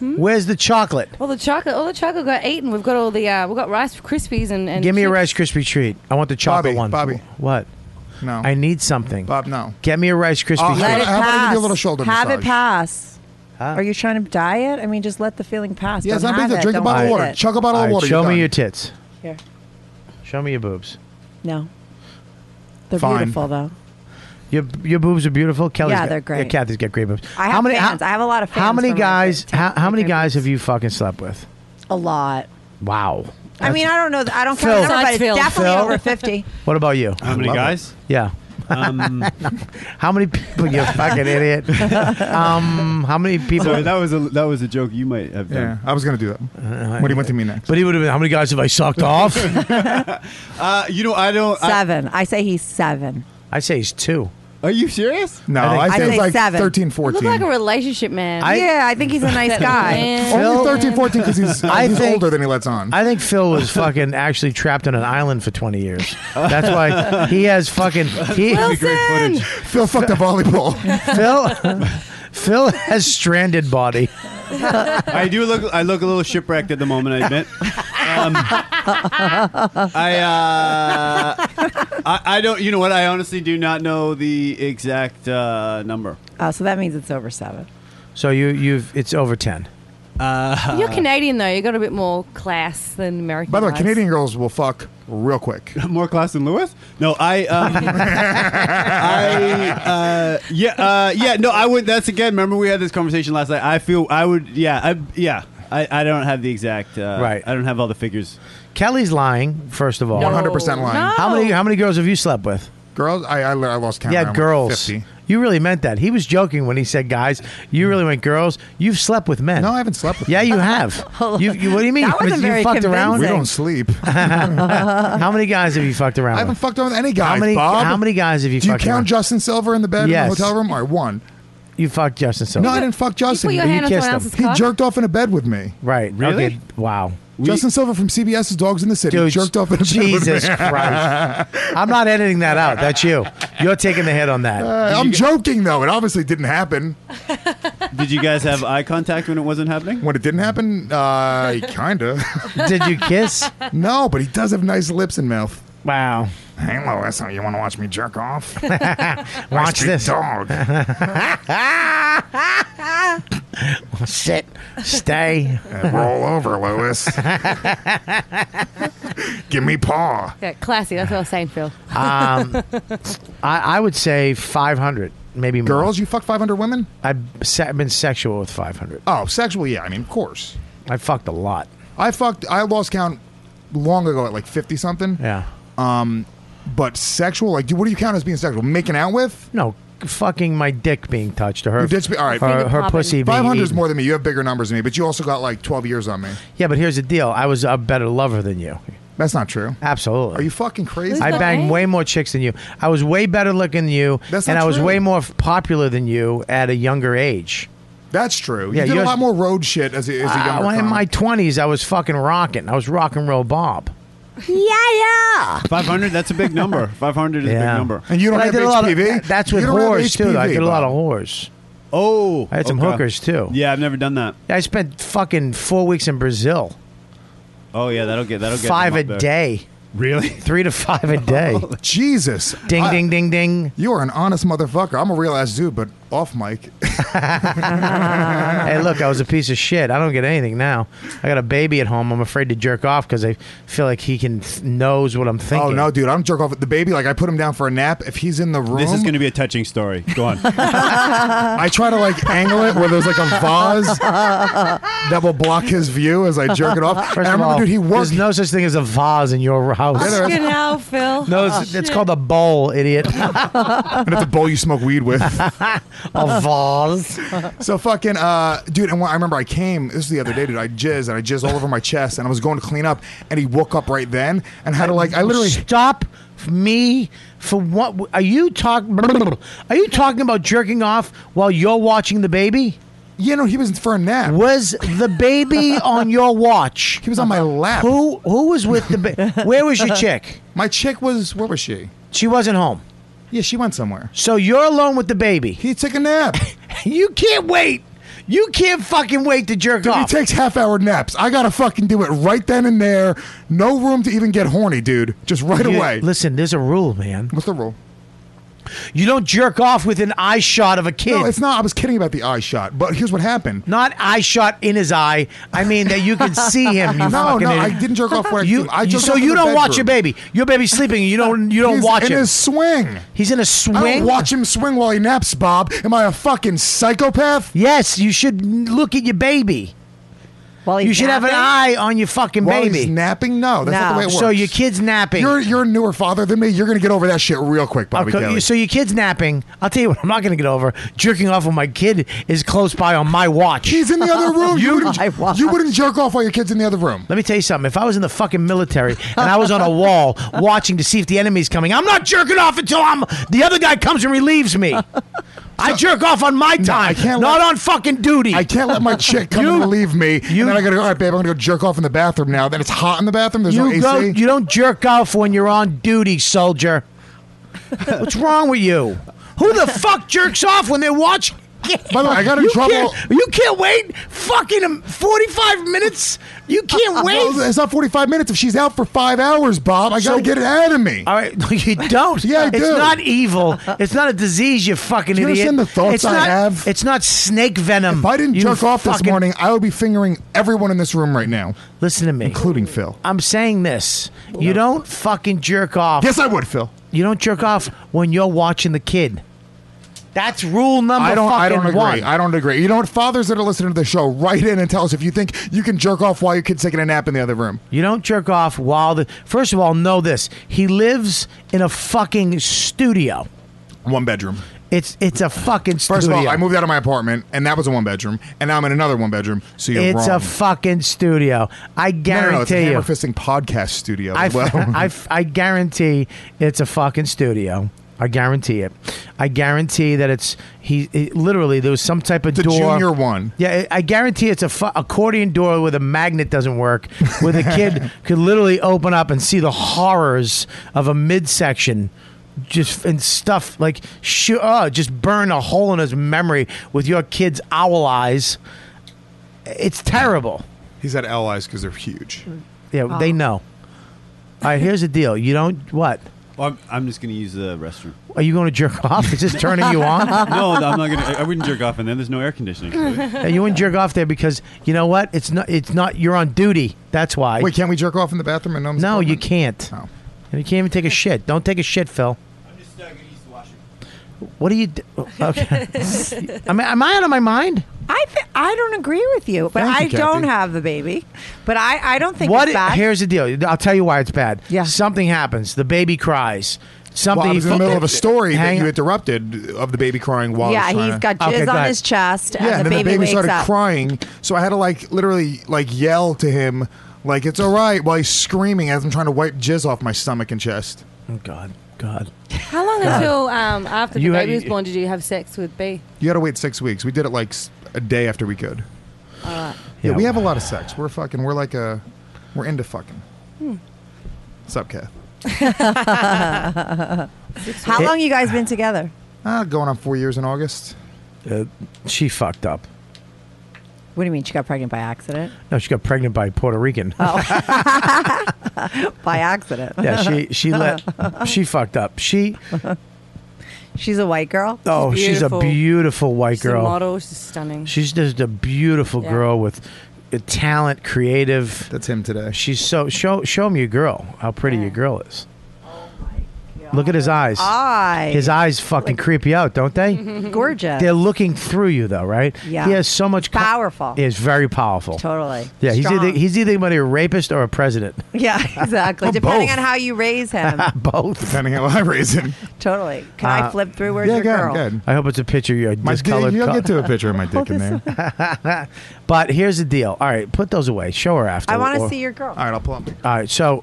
[SPEAKER 2] Where's the chocolate?
[SPEAKER 15] Hmm? Well, the chocolate, all the chocolate got eaten. We've got all the, uh, we've got Rice Krispies and, and
[SPEAKER 2] Give me a
[SPEAKER 15] chips.
[SPEAKER 2] Rice Krispie treat. I want the chocolate
[SPEAKER 7] Bobby,
[SPEAKER 2] one.
[SPEAKER 7] Bobby.
[SPEAKER 2] What?
[SPEAKER 7] No.
[SPEAKER 2] I need something.
[SPEAKER 7] Bob, no.
[SPEAKER 2] Get me a Rice Krispie
[SPEAKER 7] I'll
[SPEAKER 2] treat.
[SPEAKER 7] have-
[SPEAKER 12] Let it
[SPEAKER 7] How about I
[SPEAKER 12] pass.
[SPEAKER 7] give you a little shoulder
[SPEAKER 12] have
[SPEAKER 7] massage?
[SPEAKER 12] it pass. Are you trying to diet? I mean, just let the feeling pass.
[SPEAKER 7] Yeah, it's
[SPEAKER 12] Don't
[SPEAKER 7] not
[SPEAKER 12] have
[SPEAKER 7] pizza.
[SPEAKER 12] it.
[SPEAKER 7] Drink a
[SPEAKER 12] Don't
[SPEAKER 7] bottle of
[SPEAKER 12] eat
[SPEAKER 7] water.
[SPEAKER 12] it.
[SPEAKER 7] Chuck a bottle
[SPEAKER 2] All
[SPEAKER 7] of
[SPEAKER 2] right,
[SPEAKER 7] water.
[SPEAKER 2] Show
[SPEAKER 7] you're
[SPEAKER 2] me
[SPEAKER 7] done.
[SPEAKER 2] your tits.
[SPEAKER 12] Here.
[SPEAKER 2] Show me your boobs.
[SPEAKER 12] No. They're
[SPEAKER 2] Fine.
[SPEAKER 12] beautiful though.
[SPEAKER 2] Your your boobs are beautiful. Kelly's
[SPEAKER 12] Yeah,
[SPEAKER 2] got,
[SPEAKER 12] they're great.
[SPEAKER 2] Yeah, Kathy's got great boobs.
[SPEAKER 12] I have fans. I have a lot of
[SPEAKER 2] How
[SPEAKER 12] fans
[SPEAKER 2] many
[SPEAKER 12] for my
[SPEAKER 2] guys? How, how many guys have you fucking slept with?
[SPEAKER 12] A lot.
[SPEAKER 2] Wow.
[SPEAKER 12] I mean, I don't know. th- I don't count
[SPEAKER 2] Phil.
[SPEAKER 12] the number, but it's
[SPEAKER 2] Phil.
[SPEAKER 12] definitely
[SPEAKER 2] Phil. <laughs>
[SPEAKER 12] over fifty.
[SPEAKER 2] What about you? How
[SPEAKER 9] many guys?
[SPEAKER 2] Yeah.
[SPEAKER 9] Um,
[SPEAKER 2] <laughs> how many people?
[SPEAKER 9] <laughs>
[SPEAKER 2] You fucking idiot. Um, how many people?
[SPEAKER 9] Sorry, that was a that was a joke you might have done.
[SPEAKER 7] I was gonna do that. What do you want to me next?
[SPEAKER 2] But he would have been. How many guys have I sucked
[SPEAKER 9] <laughs>
[SPEAKER 2] off?
[SPEAKER 9] Uh, you know, I don't. I,
[SPEAKER 12] Seven. I say he's seven.
[SPEAKER 2] I say he's two.
[SPEAKER 9] are you serious?
[SPEAKER 7] No,
[SPEAKER 2] I
[SPEAKER 7] I,
[SPEAKER 2] think-
[SPEAKER 7] say
[SPEAKER 2] I
[SPEAKER 7] it's
[SPEAKER 12] say
[SPEAKER 7] like
[SPEAKER 12] seven.
[SPEAKER 7] thirteen,
[SPEAKER 15] You
[SPEAKER 7] fourteen.
[SPEAKER 15] Look like a relationship man.
[SPEAKER 2] I-
[SPEAKER 12] yeah, I think he's a
[SPEAKER 17] <laughs>
[SPEAKER 12] nice guy.
[SPEAKER 7] Only 13, 14 because he's,
[SPEAKER 2] I
[SPEAKER 7] he's
[SPEAKER 2] think-
[SPEAKER 7] older than he lets on.
[SPEAKER 2] I think Phil was fucking actually trapped on an island for 20 years. That's why he has fucking. He,
[SPEAKER 7] Phil fucked a volleyball.
[SPEAKER 2] Phil, <laughs> Phil has stranded body.
[SPEAKER 9] I do look. I look a little shipwrecked at the moment. I admit. Um, I uh, I, I don't. You know what? I honestly do not know the exact uh, number.
[SPEAKER 12] Oh, so that means it's over seven.
[SPEAKER 2] So you you've it's over ten.
[SPEAKER 9] Uh,
[SPEAKER 17] You're Canadian though. You got a bit more class than American.
[SPEAKER 7] By the way,
[SPEAKER 17] guys.
[SPEAKER 7] Canadian girls will fuck real quick.
[SPEAKER 9] <laughs> More class than Lewis? No, I. Um, I uh, yeah uh, yeah no. I would. That's again. Remember we had this conversation last night. I feel I would. Yeah I yeah. I, I don't have the exact. Uh,
[SPEAKER 2] Right.
[SPEAKER 9] I don't have all the figures.
[SPEAKER 2] Kelly's lying. First of all,
[SPEAKER 9] No. 100% lying. No.
[SPEAKER 2] How many how many girls have you slept with?
[SPEAKER 7] Girls, I I, I lost count.
[SPEAKER 2] yeah,
[SPEAKER 7] I'm like
[SPEAKER 2] girls.
[SPEAKER 7] 50.
[SPEAKER 2] You really meant that. He was joking when he said guys. You really went girls. You've slept with men. No, I haven't slept with. Yeah, you
[SPEAKER 7] <laughs>
[SPEAKER 2] have. you, you- what do you mean?
[SPEAKER 7] That wasn't
[SPEAKER 2] you
[SPEAKER 7] very
[SPEAKER 2] fucked around.
[SPEAKER 7] We
[SPEAKER 2] <laughs>
[SPEAKER 7] don't sleep.
[SPEAKER 2] how many guys have you fucked around?
[SPEAKER 7] I haven't
[SPEAKER 2] with?
[SPEAKER 7] fucked on with any guy.
[SPEAKER 2] How many?
[SPEAKER 7] Bob.
[SPEAKER 2] How many guys have you?
[SPEAKER 7] Do you
[SPEAKER 2] fucked
[SPEAKER 7] count
[SPEAKER 2] around?
[SPEAKER 7] Justin Silver in the bed
[SPEAKER 2] Yes.
[SPEAKER 7] in the hotel room? All right, one.
[SPEAKER 2] You fucked Justin Silver.
[SPEAKER 7] No, I didn't fuck Justin.
[SPEAKER 2] your hand on someone else's
[SPEAKER 7] He
[SPEAKER 2] cock?
[SPEAKER 7] jerked off in a bed with me.
[SPEAKER 2] Right.
[SPEAKER 7] Really?
[SPEAKER 2] Okay. Wow.
[SPEAKER 7] Justin Silver from CBS's Dogs in the City
[SPEAKER 2] Dude,
[SPEAKER 7] jerked off in a bed
[SPEAKER 2] Jesus
[SPEAKER 7] with me.
[SPEAKER 2] Christ. I'm not editing that out. That's you. You're taking the hit on that.
[SPEAKER 7] Uh, I'm joking though. It obviously didn't happen.
[SPEAKER 9] Did you guys have eye contact when it wasn't happening?
[SPEAKER 7] When it didn't
[SPEAKER 9] <laughs>
[SPEAKER 7] happen, uh, kinda. <laughs>
[SPEAKER 2] Did you kiss?
[SPEAKER 7] No, but he does have nice lips and mouth.
[SPEAKER 2] Wow.
[SPEAKER 7] Hey, Lois, you want to watch me jerk
[SPEAKER 2] <laughs>
[SPEAKER 7] off?
[SPEAKER 2] Watch
[SPEAKER 7] Nasty
[SPEAKER 2] this. <laughs>
[SPEAKER 7] dog.
[SPEAKER 2] Sit.
[SPEAKER 15] <laughs>
[SPEAKER 2] Stay.
[SPEAKER 7] Uh, roll over, <laughs> Lois. Give me paw.
[SPEAKER 17] Yeah, classy. That's what I was saying, Phil.
[SPEAKER 2] Um, I, I would say 500, maybe more.
[SPEAKER 7] Girls, you fuck 500 women?
[SPEAKER 2] I've se- been sexual with 500.
[SPEAKER 7] Oh, sexual, yeah. I mean, of course.
[SPEAKER 2] I fucked a lot.
[SPEAKER 7] I fucked. I lost count long ago at like fifty something.
[SPEAKER 2] Yeah.
[SPEAKER 7] Um, but sexual, like, dude, what do you count as being sexual? Making out with?
[SPEAKER 2] No, fucking my dick being touched or her.
[SPEAKER 7] Your dick's be- all right.
[SPEAKER 2] Her, her pussy. being
[SPEAKER 7] Five hundred is
[SPEAKER 2] eaten.
[SPEAKER 7] more than me. You have bigger numbers than me, but you also got like twelve years on me.
[SPEAKER 2] Yeah, but here's the deal. I was a better lover than you.
[SPEAKER 7] That's not true.
[SPEAKER 2] Absolutely.
[SPEAKER 7] Are you fucking crazy?
[SPEAKER 2] I banged way more chicks than you. I was way better looking than you,
[SPEAKER 7] That's
[SPEAKER 2] and
[SPEAKER 7] not
[SPEAKER 2] I was
[SPEAKER 7] true.
[SPEAKER 2] way more f- popular than you at a younger age.
[SPEAKER 7] That's true. You
[SPEAKER 2] Yeah,
[SPEAKER 7] did a
[SPEAKER 2] yours-
[SPEAKER 7] lot more road shit as a, as a
[SPEAKER 2] I-
[SPEAKER 7] younger.
[SPEAKER 2] when in
[SPEAKER 7] comic.
[SPEAKER 2] my twenties, I was fucking rocking. I was rock and roll Bob.
[SPEAKER 12] Yeah, yeah.
[SPEAKER 9] 500. That's a big number. 500 is a big number.
[SPEAKER 7] And you don't
[SPEAKER 2] But I
[SPEAKER 7] have
[SPEAKER 2] did a lot of-
[SPEAKER 7] HPV?
[SPEAKER 2] that- that's
[SPEAKER 7] You
[SPEAKER 2] with
[SPEAKER 7] don't have
[SPEAKER 2] whores too. I
[SPEAKER 7] HPV,
[SPEAKER 2] did a lot
[SPEAKER 7] Bob.
[SPEAKER 2] of whores.
[SPEAKER 9] Oh,
[SPEAKER 2] I had some
[SPEAKER 9] okay.
[SPEAKER 2] hookers too.
[SPEAKER 9] Yeah, I've never done that.
[SPEAKER 2] I spent fucking four weeks in Brazil,
[SPEAKER 9] Oh yeah, that'll get that'll get
[SPEAKER 2] five
[SPEAKER 9] them
[SPEAKER 2] a
[SPEAKER 9] up there.
[SPEAKER 2] day.
[SPEAKER 9] Really?
[SPEAKER 2] Three to five a day.
[SPEAKER 7] Jesus.
[SPEAKER 2] Ding, ding, ding, <laughs> ding.
[SPEAKER 7] You are an honest motherfucker. I'm a real ass dude, but off mic. <laughs>
[SPEAKER 2] hey, look, I was a piece of shit. I don't get anything now. I got a baby at home. I'm afraid to jerk off because I feel like he can knows what I'm thinking.
[SPEAKER 7] Oh no, dude! I'm jerk off with the baby. Like I put him down for a nap. If he's in the room,
[SPEAKER 9] This is going to be a touching story. Go on.
[SPEAKER 7] I try to like angle it where there's like a
[SPEAKER 2] <laughs>
[SPEAKER 7] vase that will block his view as I jerk it off.
[SPEAKER 2] First
[SPEAKER 7] and I
[SPEAKER 2] of
[SPEAKER 7] remember,
[SPEAKER 2] all,
[SPEAKER 7] dude, he worked.
[SPEAKER 2] There's no such thing as a vase in your house.
[SPEAKER 12] <laughs>
[SPEAKER 15] Fucking hell, Phil.
[SPEAKER 2] No, it's, it's called a bowl,
[SPEAKER 7] <laughs>
[SPEAKER 2] idiot.
[SPEAKER 7] and it's a bowl you smoke
[SPEAKER 2] <laughs>
[SPEAKER 7] weed with.
[SPEAKER 2] a vase.
[SPEAKER 7] so fucking, uh, dude. And when, I remember I came. This is the other day, dude. I jizz and I jizz all over my chest, and I was going to clean up, and he woke up right then and had to like. I literally.
[SPEAKER 2] Stop me for what? Are you talking? Are you talking about jerking off while you're watching the baby?
[SPEAKER 7] Yeah, no, he was for a nap.
[SPEAKER 2] Was the <laughs> baby on your watch?
[SPEAKER 7] He was on my lap.
[SPEAKER 2] Who who was with the? Ba- Where was your chick?
[SPEAKER 7] My chick was. Where was she?
[SPEAKER 2] She wasn't home.
[SPEAKER 7] Yeah, she went somewhere.
[SPEAKER 2] So you're alone with the baby. <laughs>
[SPEAKER 7] He took a nap.
[SPEAKER 2] you can't wait. You can't fucking wait to jerk
[SPEAKER 7] Dude, he
[SPEAKER 2] off.
[SPEAKER 7] takes half hour naps. I gotta fucking do it right then and there. No room to even get horny, dude. Just right
[SPEAKER 2] You-
[SPEAKER 7] away.
[SPEAKER 2] Listen, there's a rule, man.
[SPEAKER 7] What's the rule?
[SPEAKER 2] You don't jerk off with an eye shot of a kid.
[SPEAKER 7] No, it's not. I was kidding about the eye shot, but here's what happened.
[SPEAKER 2] Not eye shot in his eye. I mean that you can see him. You
[SPEAKER 7] <laughs> No,
[SPEAKER 2] fucking
[SPEAKER 7] no,
[SPEAKER 2] idiot.
[SPEAKER 7] I
[SPEAKER 2] <laughs>
[SPEAKER 7] didn't jerk off where I
[SPEAKER 2] you,
[SPEAKER 7] came. I
[SPEAKER 2] you-
[SPEAKER 7] jerked
[SPEAKER 2] so
[SPEAKER 7] off in
[SPEAKER 2] you
[SPEAKER 7] the
[SPEAKER 2] don't watch
[SPEAKER 7] bedroom.
[SPEAKER 2] your baby. Your baby's sleeping. and You don't. You don't
[SPEAKER 7] He's
[SPEAKER 2] watch
[SPEAKER 7] in
[SPEAKER 2] him.
[SPEAKER 7] his swing.
[SPEAKER 2] He's in a swing.
[SPEAKER 7] I don't watch him swing while he naps, Bob. Am I a fucking psychopath?
[SPEAKER 2] Yes, you should look at your baby.
[SPEAKER 12] While he's
[SPEAKER 2] You should have an eye
[SPEAKER 12] napping?
[SPEAKER 2] on your fucking
[SPEAKER 7] While
[SPEAKER 2] baby.
[SPEAKER 7] he's napping? No, that's not the way it works.
[SPEAKER 2] So your kid's napping.
[SPEAKER 7] You're you're a newer father than me. You're gonna get over that shit real quick, Bobby
[SPEAKER 2] Okay,
[SPEAKER 7] Kelly.
[SPEAKER 2] so your kid's napping. I'll tell you what, I'm not going to get over jerking off when my kid is close by on my watch. <laughs>
[SPEAKER 7] He's in the other room. You
[SPEAKER 2] I
[SPEAKER 7] wouldn't, you wouldn't jerk off while your kid's in the other room.
[SPEAKER 2] Let me tell you something. If I was in the fucking military and I was
[SPEAKER 7] <laughs>
[SPEAKER 2] on a wall watching to see if the enemy's coming, I'm not jerking off until I'm the other guy comes and relieves
[SPEAKER 7] <laughs>
[SPEAKER 2] me. I jerk off on my time,
[SPEAKER 7] I can't
[SPEAKER 2] not
[SPEAKER 7] let-
[SPEAKER 2] on fucking duty.
[SPEAKER 7] I can't let my chick come and relieve me. and then I gotta go. All right, babe, I'm gonna go jerk off in the bathroom now. Then it's hot in the bathroom. There's
[SPEAKER 2] you
[SPEAKER 7] no AC.
[SPEAKER 2] go. You don't jerk off when you're on duty, soldier. What's wrong with you? Who the fuck jerks off when they're watching?
[SPEAKER 7] By the way, I got in
[SPEAKER 2] you
[SPEAKER 7] trouble-
[SPEAKER 2] Can't, you can't wait fucking um, 45 minutes? You <laughs> can't wait.
[SPEAKER 7] Well, "Oh, it's not 45 minutes. If she's out for five hours, Bob, I got to
[SPEAKER 2] So-
[SPEAKER 7] get it out of me.
[SPEAKER 2] All right, no, you don't.
[SPEAKER 7] Yeah, I
[SPEAKER 2] it's
[SPEAKER 7] do.
[SPEAKER 2] not evil. It's not a disease. You fucking
[SPEAKER 7] Do you
[SPEAKER 2] idiot.
[SPEAKER 7] understand the thoughts
[SPEAKER 2] it's
[SPEAKER 7] I
[SPEAKER 2] not,
[SPEAKER 7] have?
[SPEAKER 2] It's not snake venom.
[SPEAKER 7] If I didn't
[SPEAKER 2] you
[SPEAKER 7] jerk off this
[SPEAKER 2] fucking-
[SPEAKER 7] morning, I would be fingering everyone in this room right now.
[SPEAKER 2] Listen to me,
[SPEAKER 7] including Phil.
[SPEAKER 2] I'm saying this. You don't fucking jerk off.
[SPEAKER 7] Yes, I would, Phil.
[SPEAKER 2] You don't jerk off when you're watching the kid. That's rule number
[SPEAKER 7] I don't.
[SPEAKER 2] fucking
[SPEAKER 7] I don't agree.
[SPEAKER 2] one.
[SPEAKER 7] I don't agree. You know what? Fathers that are listening to the show, write in and tell us if you think you can jerk off while your kid's taking a nap in the other room.
[SPEAKER 2] You don't jerk off while the. First of all, know this. He lives in a fucking studio.
[SPEAKER 7] One bedroom.
[SPEAKER 2] It's it's a fucking studio.
[SPEAKER 7] First of all, I moved out of my apartment, and that was a one bedroom, and now I'm in another one bedroom. So you're
[SPEAKER 2] it's
[SPEAKER 7] wrong.
[SPEAKER 2] a fucking studio. I
[SPEAKER 7] no, no,
[SPEAKER 2] guarantee
[SPEAKER 7] no, it's a
[SPEAKER 2] you.
[SPEAKER 7] hammer fisting podcast studio.
[SPEAKER 2] I,
[SPEAKER 7] as well,
[SPEAKER 2] <laughs>
[SPEAKER 7] <laughs>
[SPEAKER 2] I, I guarantee it's a fucking studio. I guarantee it. I guarantee that it's he. It, literally, there was some type of
[SPEAKER 7] The
[SPEAKER 2] door.
[SPEAKER 7] junior one.
[SPEAKER 2] Yeah, I I guarantee it's a fu- accordion door where the magnet doesn't work, where the kid
[SPEAKER 7] <laughs>
[SPEAKER 2] could literally open up and see the horrors of a midsection. Just and stuff like sh- uh, just burn a hole in his memory with your kid's owl eyes. It's terrible.
[SPEAKER 7] He's had L eyes because they're huge.
[SPEAKER 2] Yeah,
[SPEAKER 7] Oh.
[SPEAKER 2] they know. All right, here's the deal. You don't what?
[SPEAKER 9] Well, I'm, I'm just gonna use the restroom.
[SPEAKER 2] Are you going to jerk off? Is this turning you on?
[SPEAKER 9] no, I'm not gonna. I, I wouldn't jerk off, and then there's no air conditioning.
[SPEAKER 13] uh,
[SPEAKER 2] Yeah, you wouldn't jerk off there because you know what? It's not. It's not. You're on duty. That's why.
[SPEAKER 7] Wait, can't we jerk off in the bathroom? And
[SPEAKER 2] no, you can't.
[SPEAKER 7] Oh.
[SPEAKER 2] And you can't even take a shit. Don't take a shit, Phil. What do you? Do? <laughs> Okay. am, I- am I out of my mind?
[SPEAKER 12] I th- I don't agree with you, but
[SPEAKER 2] Thank
[SPEAKER 12] I
[SPEAKER 2] you, Kathy.
[SPEAKER 12] don't have the baby. But I, I don't think
[SPEAKER 2] what?
[SPEAKER 12] it's bad.
[SPEAKER 2] Here's the deal. I'll tell you why it's bad. Yeah. Something happens. The baby cries. Something.
[SPEAKER 7] Well, I was in the
[SPEAKER 2] fu-
[SPEAKER 7] middle of a story that
[SPEAKER 2] Hang
[SPEAKER 7] you
[SPEAKER 2] on.
[SPEAKER 7] interrupted of the baby crying while.
[SPEAKER 12] yeah,
[SPEAKER 7] I was trying
[SPEAKER 12] he's
[SPEAKER 7] to-
[SPEAKER 12] got jizz on his chest,
[SPEAKER 7] yeah,
[SPEAKER 12] and,
[SPEAKER 7] and
[SPEAKER 12] the
[SPEAKER 7] then
[SPEAKER 12] baby,
[SPEAKER 7] the baby
[SPEAKER 12] wakes
[SPEAKER 7] started
[SPEAKER 12] up.
[SPEAKER 7] crying, so I had to like literally like yell to him like it's all right while he's screaming as I'm trying to wipe jizz off my stomach and chest.
[SPEAKER 2] Oh God, God.
[SPEAKER 17] How long
[SPEAKER 7] God.
[SPEAKER 17] until um, after
[SPEAKER 7] You
[SPEAKER 17] the
[SPEAKER 7] had-
[SPEAKER 17] baby was born did you have sex with B?
[SPEAKER 7] You got to wait six weeks. We did it like s- a day after we could.
[SPEAKER 17] All right.
[SPEAKER 7] Yeah, we have a lot of sex. We're fucking. We're like a. We're into fucking.
[SPEAKER 17] Hmm.
[SPEAKER 7] What's up, Kath?
[SPEAKER 12] How long you guys been together?
[SPEAKER 7] Uh, going on four years in August.
[SPEAKER 2] Uh, she fucked up.
[SPEAKER 12] What do you mean she got pregnant by accident?
[SPEAKER 2] No, she got pregnant by Puerto Rican. <laughs>
[SPEAKER 12] By accident?
[SPEAKER 2] yeah, she she let she fucked up. She
[SPEAKER 12] She's a white girl.
[SPEAKER 2] Oh, she's, a beautiful white
[SPEAKER 12] She's a
[SPEAKER 2] girl.
[SPEAKER 12] model.
[SPEAKER 17] She's stunning.
[SPEAKER 2] She's just a beautiful
[SPEAKER 17] Yeah.
[SPEAKER 2] girl with uh, talent, creative.
[SPEAKER 7] That's
[SPEAKER 2] <laughs>
[SPEAKER 7] him today.
[SPEAKER 2] She's so show show him your girl. How pretty your girl is. Look at his eyes.
[SPEAKER 12] Eye.
[SPEAKER 2] His eyes fucking creep you out, don't they?
[SPEAKER 17] Mm-hmm.
[SPEAKER 2] <laughs>
[SPEAKER 12] Gorgeous.
[SPEAKER 2] They're looking through you though, right?
[SPEAKER 12] Yeah.
[SPEAKER 2] He has so much co-
[SPEAKER 12] Powerful.
[SPEAKER 2] He is very powerful.
[SPEAKER 12] Totally.
[SPEAKER 2] Yeah, he's
[SPEAKER 12] Strong.
[SPEAKER 2] either, he's either going to be a rapist or a president. <laughs>
[SPEAKER 12] Yeah, exactly.
[SPEAKER 2] Or
[SPEAKER 12] Depending
[SPEAKER 2] both.
[SPEAKER 12] on how you raise him.
[SPEAKER 2] Both.
[SPEAKER 7] Depending on how I raise him.
[SPEAKER 12] totally. Can I
[SPEAKER 2] Uh,
[SPEAKER 12] flip through? Where's your girl?
[SPEAKER 2] I hope it's a picture. Your
[SPEAKER 7] My dick-
[SPEAKER 2] discolored.
[SPEAKER 7] you'll
[SPEAKER 2] co-
[SPEAKER 7] get to a picture
[SPEAKER 2] <laughs>
[SPEAKER 7] of my dick in there.
[SPEAKER 2] but here's the deal. All right, put those away. Show her after.
[SPEAKER 12] I want to
[SPEAKER 2] or-
[SPEAKER 12] see your girl.
[SPEAKER 7] All right, I'll pull up.
[SPEAKER 2] All right, so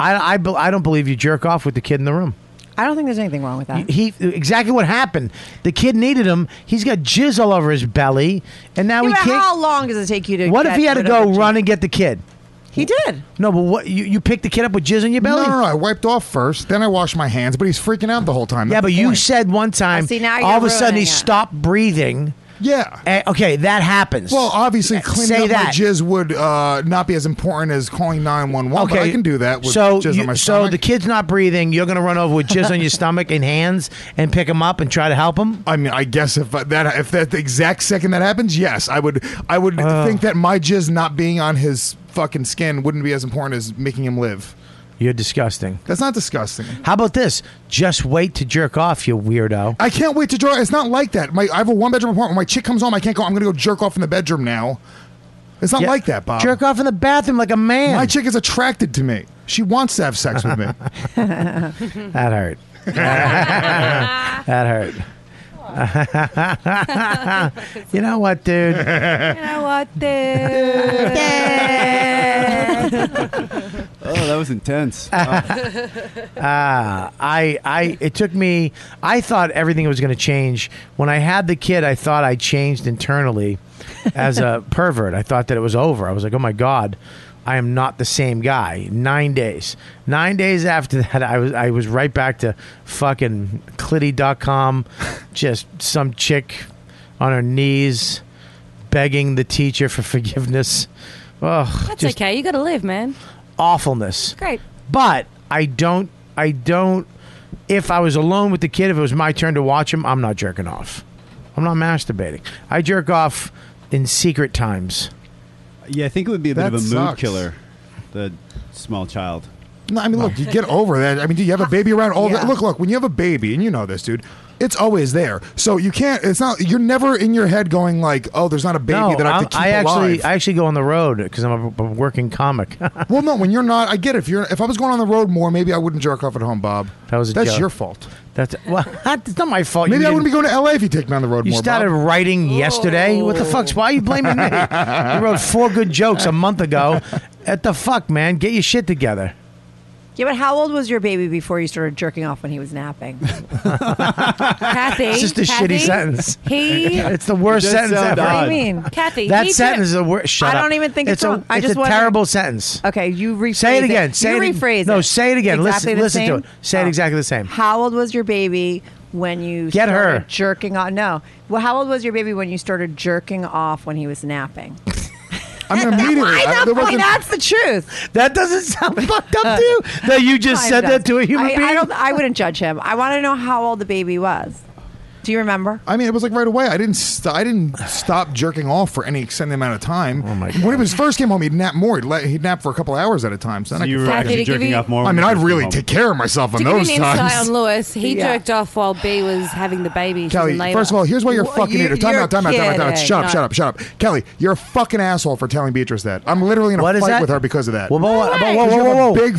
[SPEAKER 2] I, I, be- I don't believe you jerk off with the kid in the room.
[SPEAKER 12] I don't think there's anything wrong with that.
[SPEAKER 2] He exactly what happened. The kid needed him. He's got jizz all over his belly, and now
[SPEAKER 12] Yeah,
[SPEAKER 2] he
[SPEAKER 12] but
[SPEAKER 2] can't.
[SPEAKER 12] how long does it take you to?
[SPEAKER 2] what if
[SPEAKER 12] get
[SPEAKER 2] he had to
[SPEAKER 12] rid of
[SPEAKER 2] go
[SPEAKER 12] the-
[SPEAKER 2] run and get the kid?
[SPEAKER 12] He did.
[SPEAKER 2] No, but what you, you picked the kid up with jizz in your
[SPEAKER 7] No,
[SPEAKER 2] belly?
[SPEAKER 7] no, no, I wiped off first, then I washed my hands, but he's freaking out the whole time.
[SPEAKER 2] Yeah,
[SPEAKER 7] That's
[SPEAKER 2] but
[SPEAKER 7] the
[SPEAKER 2] you
[SPEAKER 7] point.
[SPEAKER 2] said one time.
[SPEAKER 12] Oh, see, now
[SPEAKER 2] all
[SPEAKER 12] you're
[SPEAKER 2] of a sudden he
[SPEAKER 12] ruining it.
[SPEAKER 2] stopped breathing.
[SPEAKER 7] Yeah.
[SPEAKER 2] Eh, okay, that happens.
[SPEAKER 7] Well, obviously, cleaning
[SPEAKER 2] Say
[SPEAKER 7] up my
[SPEAKER 2] that.
[SPEAKER 7] jizz would uh, not be as important as calling 911, but I can do that with
[SPEAKER 2] so
[SPEAKER 7] jizz
[SPEAKER 2] you-
[SPEAKER 7] on my
[SPEAKER 2] so the kid's not breathing. You're going to run over with jizz on your stomach and hands and pick him up and try to help him.
[SPEAKER 7] I mean, I guess if that if that the exact second that happens, yes, I would I would
[SPEAKER 2] Uh.
[SPEAKER 7] think that my jizz not being on his fucking skin wouldn't be as important as making him live.
[SPEAKER 2] You're disgusting.
[SPEAKER 7] That's not disgusting.
[SPEAKER 2] How about this? Just wait to jerk off, you weirdo.
[SPEAKER 7] I can't wait to draw. It's not like that. My I have a one bedroom apartment. My chick comes home. I can't go. I'm gonna go jerk off in the bedroom now. It's not
[SPEAKER 2] Yeah.
[SPEAKER 7] like that, Bob.
[SPEAKER 2] Jerk off in the bathroom like a man.
[SPEAKER 7] My chick is attracted to me. She wants to have
[SPEAKER 2] <laughs>
[SPEAKER 7] sex with me.
[SPEAKER 2] that
[SPEAKER 7] <laughs>
[SPEAKER 2] hurt. that hurt. <laughs> you know what, dude?
[SPEAKER 17] what, dude?
[SPEAKER 9] Oh, that was intense. Uh,
[SPEAKER 2] Ah, I, I, it took me. I thought everything was going to change when I had the kid. I thought I changed internally as a pervert. I thought that it was over. I was like, oh my god, I am not the same guy. Nine days, nine days after that, I was, I was right back to fucking clitty.com, just some chick on her knees, begging the teacher for forgiveness. Ugh,
[SPEAKER 17] That's
[SPEAKER 2] just
[SPEAKER 17] okay. You got to live, man.
[SPEAKER 2] awfulness.
[SPEAKER 17] Great.
[SPEAKER 2] But I don't. I don't. If I was alone with the kid, if it was my turn to watch him, I'm not jerking off. I'm not masturbating. I jerk off in secret times.
[SPEAKER 9] Yeah, I think it would be a bit
[SPEAKER 2] That
[SPEAKER 9] of a mood
[SPEAKER 2] sucks.
[SPEAKER 9] killer. The small child.
[SPEAKER 7] No, I mean, look, you get over that. I mean, do you have a baby around all
[SPEAKER 9] Yeah.
[SPEAKER 7] that? Look, look, when you have a baby, and you know this, dude, it's always there. So you can't, it's not, you're never in your head going like, oh, there's not a baby
[SPEAKER 2] no,
[SPEAKER 7] that I have
[SPEAKER 2] I'm-
[SPEAKER 7] to keep
[SPEAKER 2] actually,
[SPEAKER 7] alive.
[SPEAKER 2] I actually go on the road because I'm a, a working comic. <laughs>
[SPEAKER 7] well, no, when you're not, I get it. If you're, if I was going on the road more, maybe I wouldn't jerk off at home, Bob.
[SPEAKER 2] That was a
[SPEAKER 7] That's
[SPEAKER 2] joke.
[SPEAKER 7] your fault.
[SPEAKER 2] That's well, <laughs> it's not my fault. You
[SPEAKER 7] Maybe I wouldn't be
[SPEAKER 2] didn't-
[SPEAKER 7] going to LA if you take me on the road
[SPEAKER 2] You
[SPEAKER 7] more.
[SPEAKER 2] started
[SPEAKER 7] Bob.
[SPEAKER 2] writing yesterday. What the fuck's? Why are you blaming me? you wrote four good jokes a month ago. At the fuck, man, get your shit together.
[SPEAKER 12] Yeah, but how old was your baby before you started jerking off when he was
[SPEAKER 2] <laughs>
[SPEAKER 12] napping?
[SPEAKER 17] Kathy.
[SPEAKER 2] It's just a
[SPEAKER 17] Kathy,
[SPEAKER 2] shitty
[SPEAKER 12] <laughs>
[SPEAKER 2] sentence.
[SPEAKER 17] He.
[SPEAKER 2] it's the worst
[SPEAKER 17] It does
[SPEAKER 2] sentence
[SPEAKER 17] sound
[SPEAKER 2] ever.
[SPEAKER 17] odd. What do you mean? Kathy,
[SPEAKER 2] that
[SPEAKER 17] he
[SPEAKER 2] sentence
[SPEAKER 17] did-
[SPEAKER 2] is the worst. Shut
[SPEAKER 12] I
[SPEAKER 2] up.
[SPEAKER 12] don't even think it's
[SPEAKER 2] a,
[SPEAKER 12] wrong. I just Uh,
[SPEAKER 2] it's a
[SPEAKER 12] wonder-
[SPEAKER 2] terrible sentence.
[SPEAKER 12] Okay, you rephrase
[SPEAKER 2] Say it again.
[SPEAKER 12] It.
[SPEAKER 2] Say
[SPEAKER 12] you
[SPEAKER 2] it.
[SPEAKER 12] rephrase
[SPEAKER 2] no,
[SPEAKER 12] it.
[SPEAKER 2] say it again.
[SPEAKER 12] Exactly
[SPEAKER 2] listen,
[SPEAKER 12] the
[SPEAKER 2] listen to
[SPEAKER 12] same?
[SPEAKER 2] it. Say it
[SPEAKER 12] Oh.
[SPEAKER 2] exactly the same.
[SPEAKER 12] How old was your baby when you
[SPEAKER 2] Get
[SPEAKER 12] started
[SPEAKER 2] her.
[SPEAKER 12] jerking off? No. Well, how old was your baby when you started jerking off when he was napping?
[SPEAKER 2] <laughs>
[SPEAKER 7] I mean, immediately.
[SPEAKER 12] I
[SPEAKER 7] I,
[SPEAKER 12] know,
[SPEAKER 7] there
[SPEAKER 12] boy,
[SPEAKER 7] wasn't,
[SPEAKER 12] that's the truth.
[SPEAKER 2] That doesn't sound fucked up to you.
[SPEAKER 12] <laughs>
[SPEAKER 2] That you just
[SPEAKER 12] Mine
[SPEAKER 2] said that
[SPEAKER 12] does.
[SPEAKER 2] to a human
[SPEAKER 12] I,
[SPEAKER 2] being.
[SPEAKER 12] I, don't, I wouldn't judge him. I want to know how old the baby was. Do you remember?
[SPEAKER 7] I mean, it was like right away. I didn't. St- I didn't stop jerking off for any extended amount of time. Oh my god! When he was first came home, he'd nap more. He'd, let, he'd nap for a couple hours at a time. So, then
[SPEAKER 9] So
[SPEAKER 7] I
[SPEAKER 9] you
[SPEAKER 7] could
[SPEAKER 9] were
[SPEAKER 7] fucking-
[SPEAKER 9] actually Kathy, to give jerking you- off more
[SPEAKER 7] I
[SPEAKER 9] when
[SPEAKER 7] mean,
[SPEAKER 9] you
[SPEAKER 7] I'd
[SPEAKER 9] first
[SPEAKER 7] really
[SPEAKER 9] came
[SPEAKER 7] take care of myself in
[SPEAKER 17] To give you an
[SPEAKER 7] those
[SPEAKER 17] insight
[SPEAKER 7] <laughs> times.
[SPEAKER 17] on Lewis, he
[SPEAKER 7] Yeah.
[SPEAKER 17] jerked off while B was having the baby. She was
[SPEAKER 7] Kelly,
[SPEAKER 17] in labor.
[SPEAKER 7] first of all, here's why you're
[SPEAKER 17] Well,
[SPEAKER 7] fucking
[SPEAKER 17] you-
[SPEAKER 7] idiot. Time
[SPEAKER 17] you're
[SPEAKER 7] out, time out, time out, time out.
[SPEAKER 17] kidding.
[SPEAKER 7] Shut up,
[SPEAKER 17] No.
[SPEAKER 7] shut up, shut up. Kelly, you're a fucking asshole for telling Beatrice that. I'm literally in a
[SPEAKER 2] What is
[SPEAKER 7] fight
[SPEAKER 2] that?
[SPEAKER 7] with her because of that.
[SPEAKER 2] Whoa, whoa, whoa, whoa,
[SPEAKER 7] Because you
[SPEAKER 2] whoa,
[SPEAKER 7] have a
[SPEAKER 2] whoa, whoa.
[SPEAKER 7] big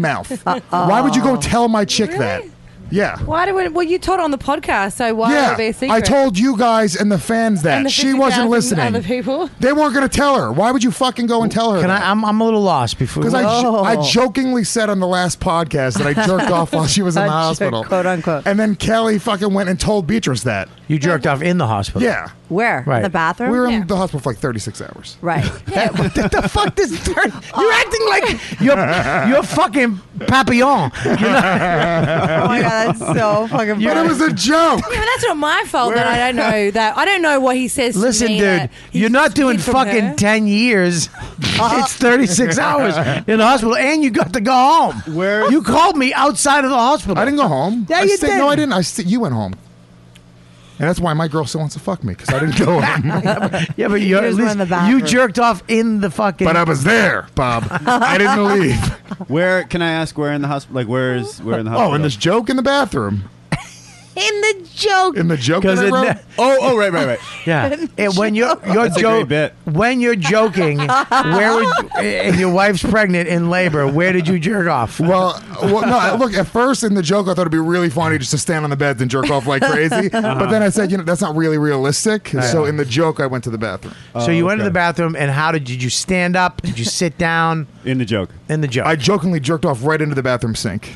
[SPEAKER 17] <laughs>
[SPEAKER 7] mouth. Why would you go tell my chick that? Yeah.
[SPEAKER 17] Uh-uh. Why do we, well, you told on the podcast, so why
[SPEAKER 7] yeah,
[SPEAKER 17] would it be a secret?
[SPEAKER 7] I told you guys and the fans that
[SPEAKER 17] And the
[SPEAKER 7] she wasn't
[SPEAKER 17] 50,000
[SPEAKER 7] listening.
[SPEAKER 17] Other people.
[SPEAKER 7] They weren't going to tell her. Why would you fucking go and tell her?
[SPEAKER 2] Can I? I'm, I'm a little lost before
[SPEAKER 7] Because I,
[SPEAKER 2] Oh.
[SPEAKER 7] I jokingly said on the last podcast that I jerked off while she
[SPEAKER 2] <laughs>
[SPEAKER 7] was in the
[SPEAKER 2] I jerked,
[SPEAKER 7] hospital, quote unquote. And then Kelly fucking went and told Beatrice that.
[SPEAKER 2] You jerked off in the hospital.
[SPEAKER 7] Yeah.
[SPEAKER 12] Where? In
[SPEAKER 7] Right.
[SPEAKER 12] the bathroom?
[SPEAKER 7] We were in the hospital for like 36 hours.
[SPEAKER 2] <laughs>
[SPEAKER 12] Right.
[SPEAKER 2] what the fuck does turn? <laughs> You're acting like you're you're fucking Papillon. You're not-
[SPEAKER 12] Oh my god, that's so fucking.
[SPEAKER 2] But it was
[SPEAKER 7] a joke.
[SPEAKER 17] Yeah, but that's not my fault that
[SPEAKER 2] Where-
[SPEAKER 17] I don't know that. I don't know what he says.
[SPEAKER 2] Listen,
[SPEAKER 17] to me
[SPEAKER 2] dude,
[SPEAKER 17] that-
[SPEAKER 2] you're not doing
[SPEAKER 17] from
[SPEAKER 2] fucking
[SPEAKER 17] her.
[SPEAKER 2] ten
[SPEAKER 12] <laughs>
[SPEAKER 2] years. it's thirty six hours in the hospital, and you got to go home. Where you called me outside of the hospital?
[SPEAKER 7] I didn't go home.
[SPEAKER 2] <laughs> Yeah,
[SPEAKER 7] I
[SPEAKER 2] you
[SPEAKER 7] stayed-
[SPEAKER 2] did.
[SPEAKER 7] No, I didn't. I st- you went home. And that's why my girl still wants to fuck me because I didn't
[SPEAKER 2] <laughs>
[SPEAKER 7] go home.
[SPEAKER 2] Yeah, but you're, at
[SPEAKER 7] Here's one
[SPEAKER 2] least
[SPEAKER 7] in the
[SPEAKER 2] you
[SPEAKER 7] bathroom.
[SPEAKER 2] jerked off in the fucking.
[SPEAKER 7] but I was there, Bob. I didn't leave.
[SPEAKER 9] Where can I ask? Where in the hospital? Like where is where in the hospital?
[SPEAKER 7] Oh, and this joke in the bathroom.
[SPEAKER 12] In the joke.
[SPEAKER 7] In the joke
[SPEAKER 2] <laughs> <laughs>
[SPEAKER 7] that
[SPEAKER 2] 'Cause
[SPEAKER 7] I
[SPEAKER 2] it
[SPEAKER 7] wrote.
[SPEAKER 2] ne-
[SPEAKER 9] Oh, oh, right, right, right.
[SPEAKER 12] <laughs>
[SPEAKER 2] Yeah, and when you're you're
[SPEAKER 9] That's a great
[SPEAKER 2] joking,
[SPEAKER 9] bit.
[SPEAKER 2] when you're joking, where
[SPEAKER 12] <laughs>
[SPEAKER 2] would and your wife's pregnant in labor? Where did you jerk off?
[SPEAKER 7] Well, well, no. I- Look, at first in the joke, I thought it'd be really funny just to stand on the bed and jerk off like crazy.
[SPEAKER 2] <laughs> Uh-huh.
[SPEAKER 7] But then I said, you know, that's not really realistic.
[SPEAKER 2] Right.
[SPEAKER 7] So in the joke, I went to the bathroom.
[SPEAKER 2] So you went to the bathroom, and how did, did you stand up? Did you sit down?
[SPEAKER 9] In the joke.
[SPEAKER 2] In the joke.
[SPEAKER 7] I jokingly jerked off right into the bathroom sink.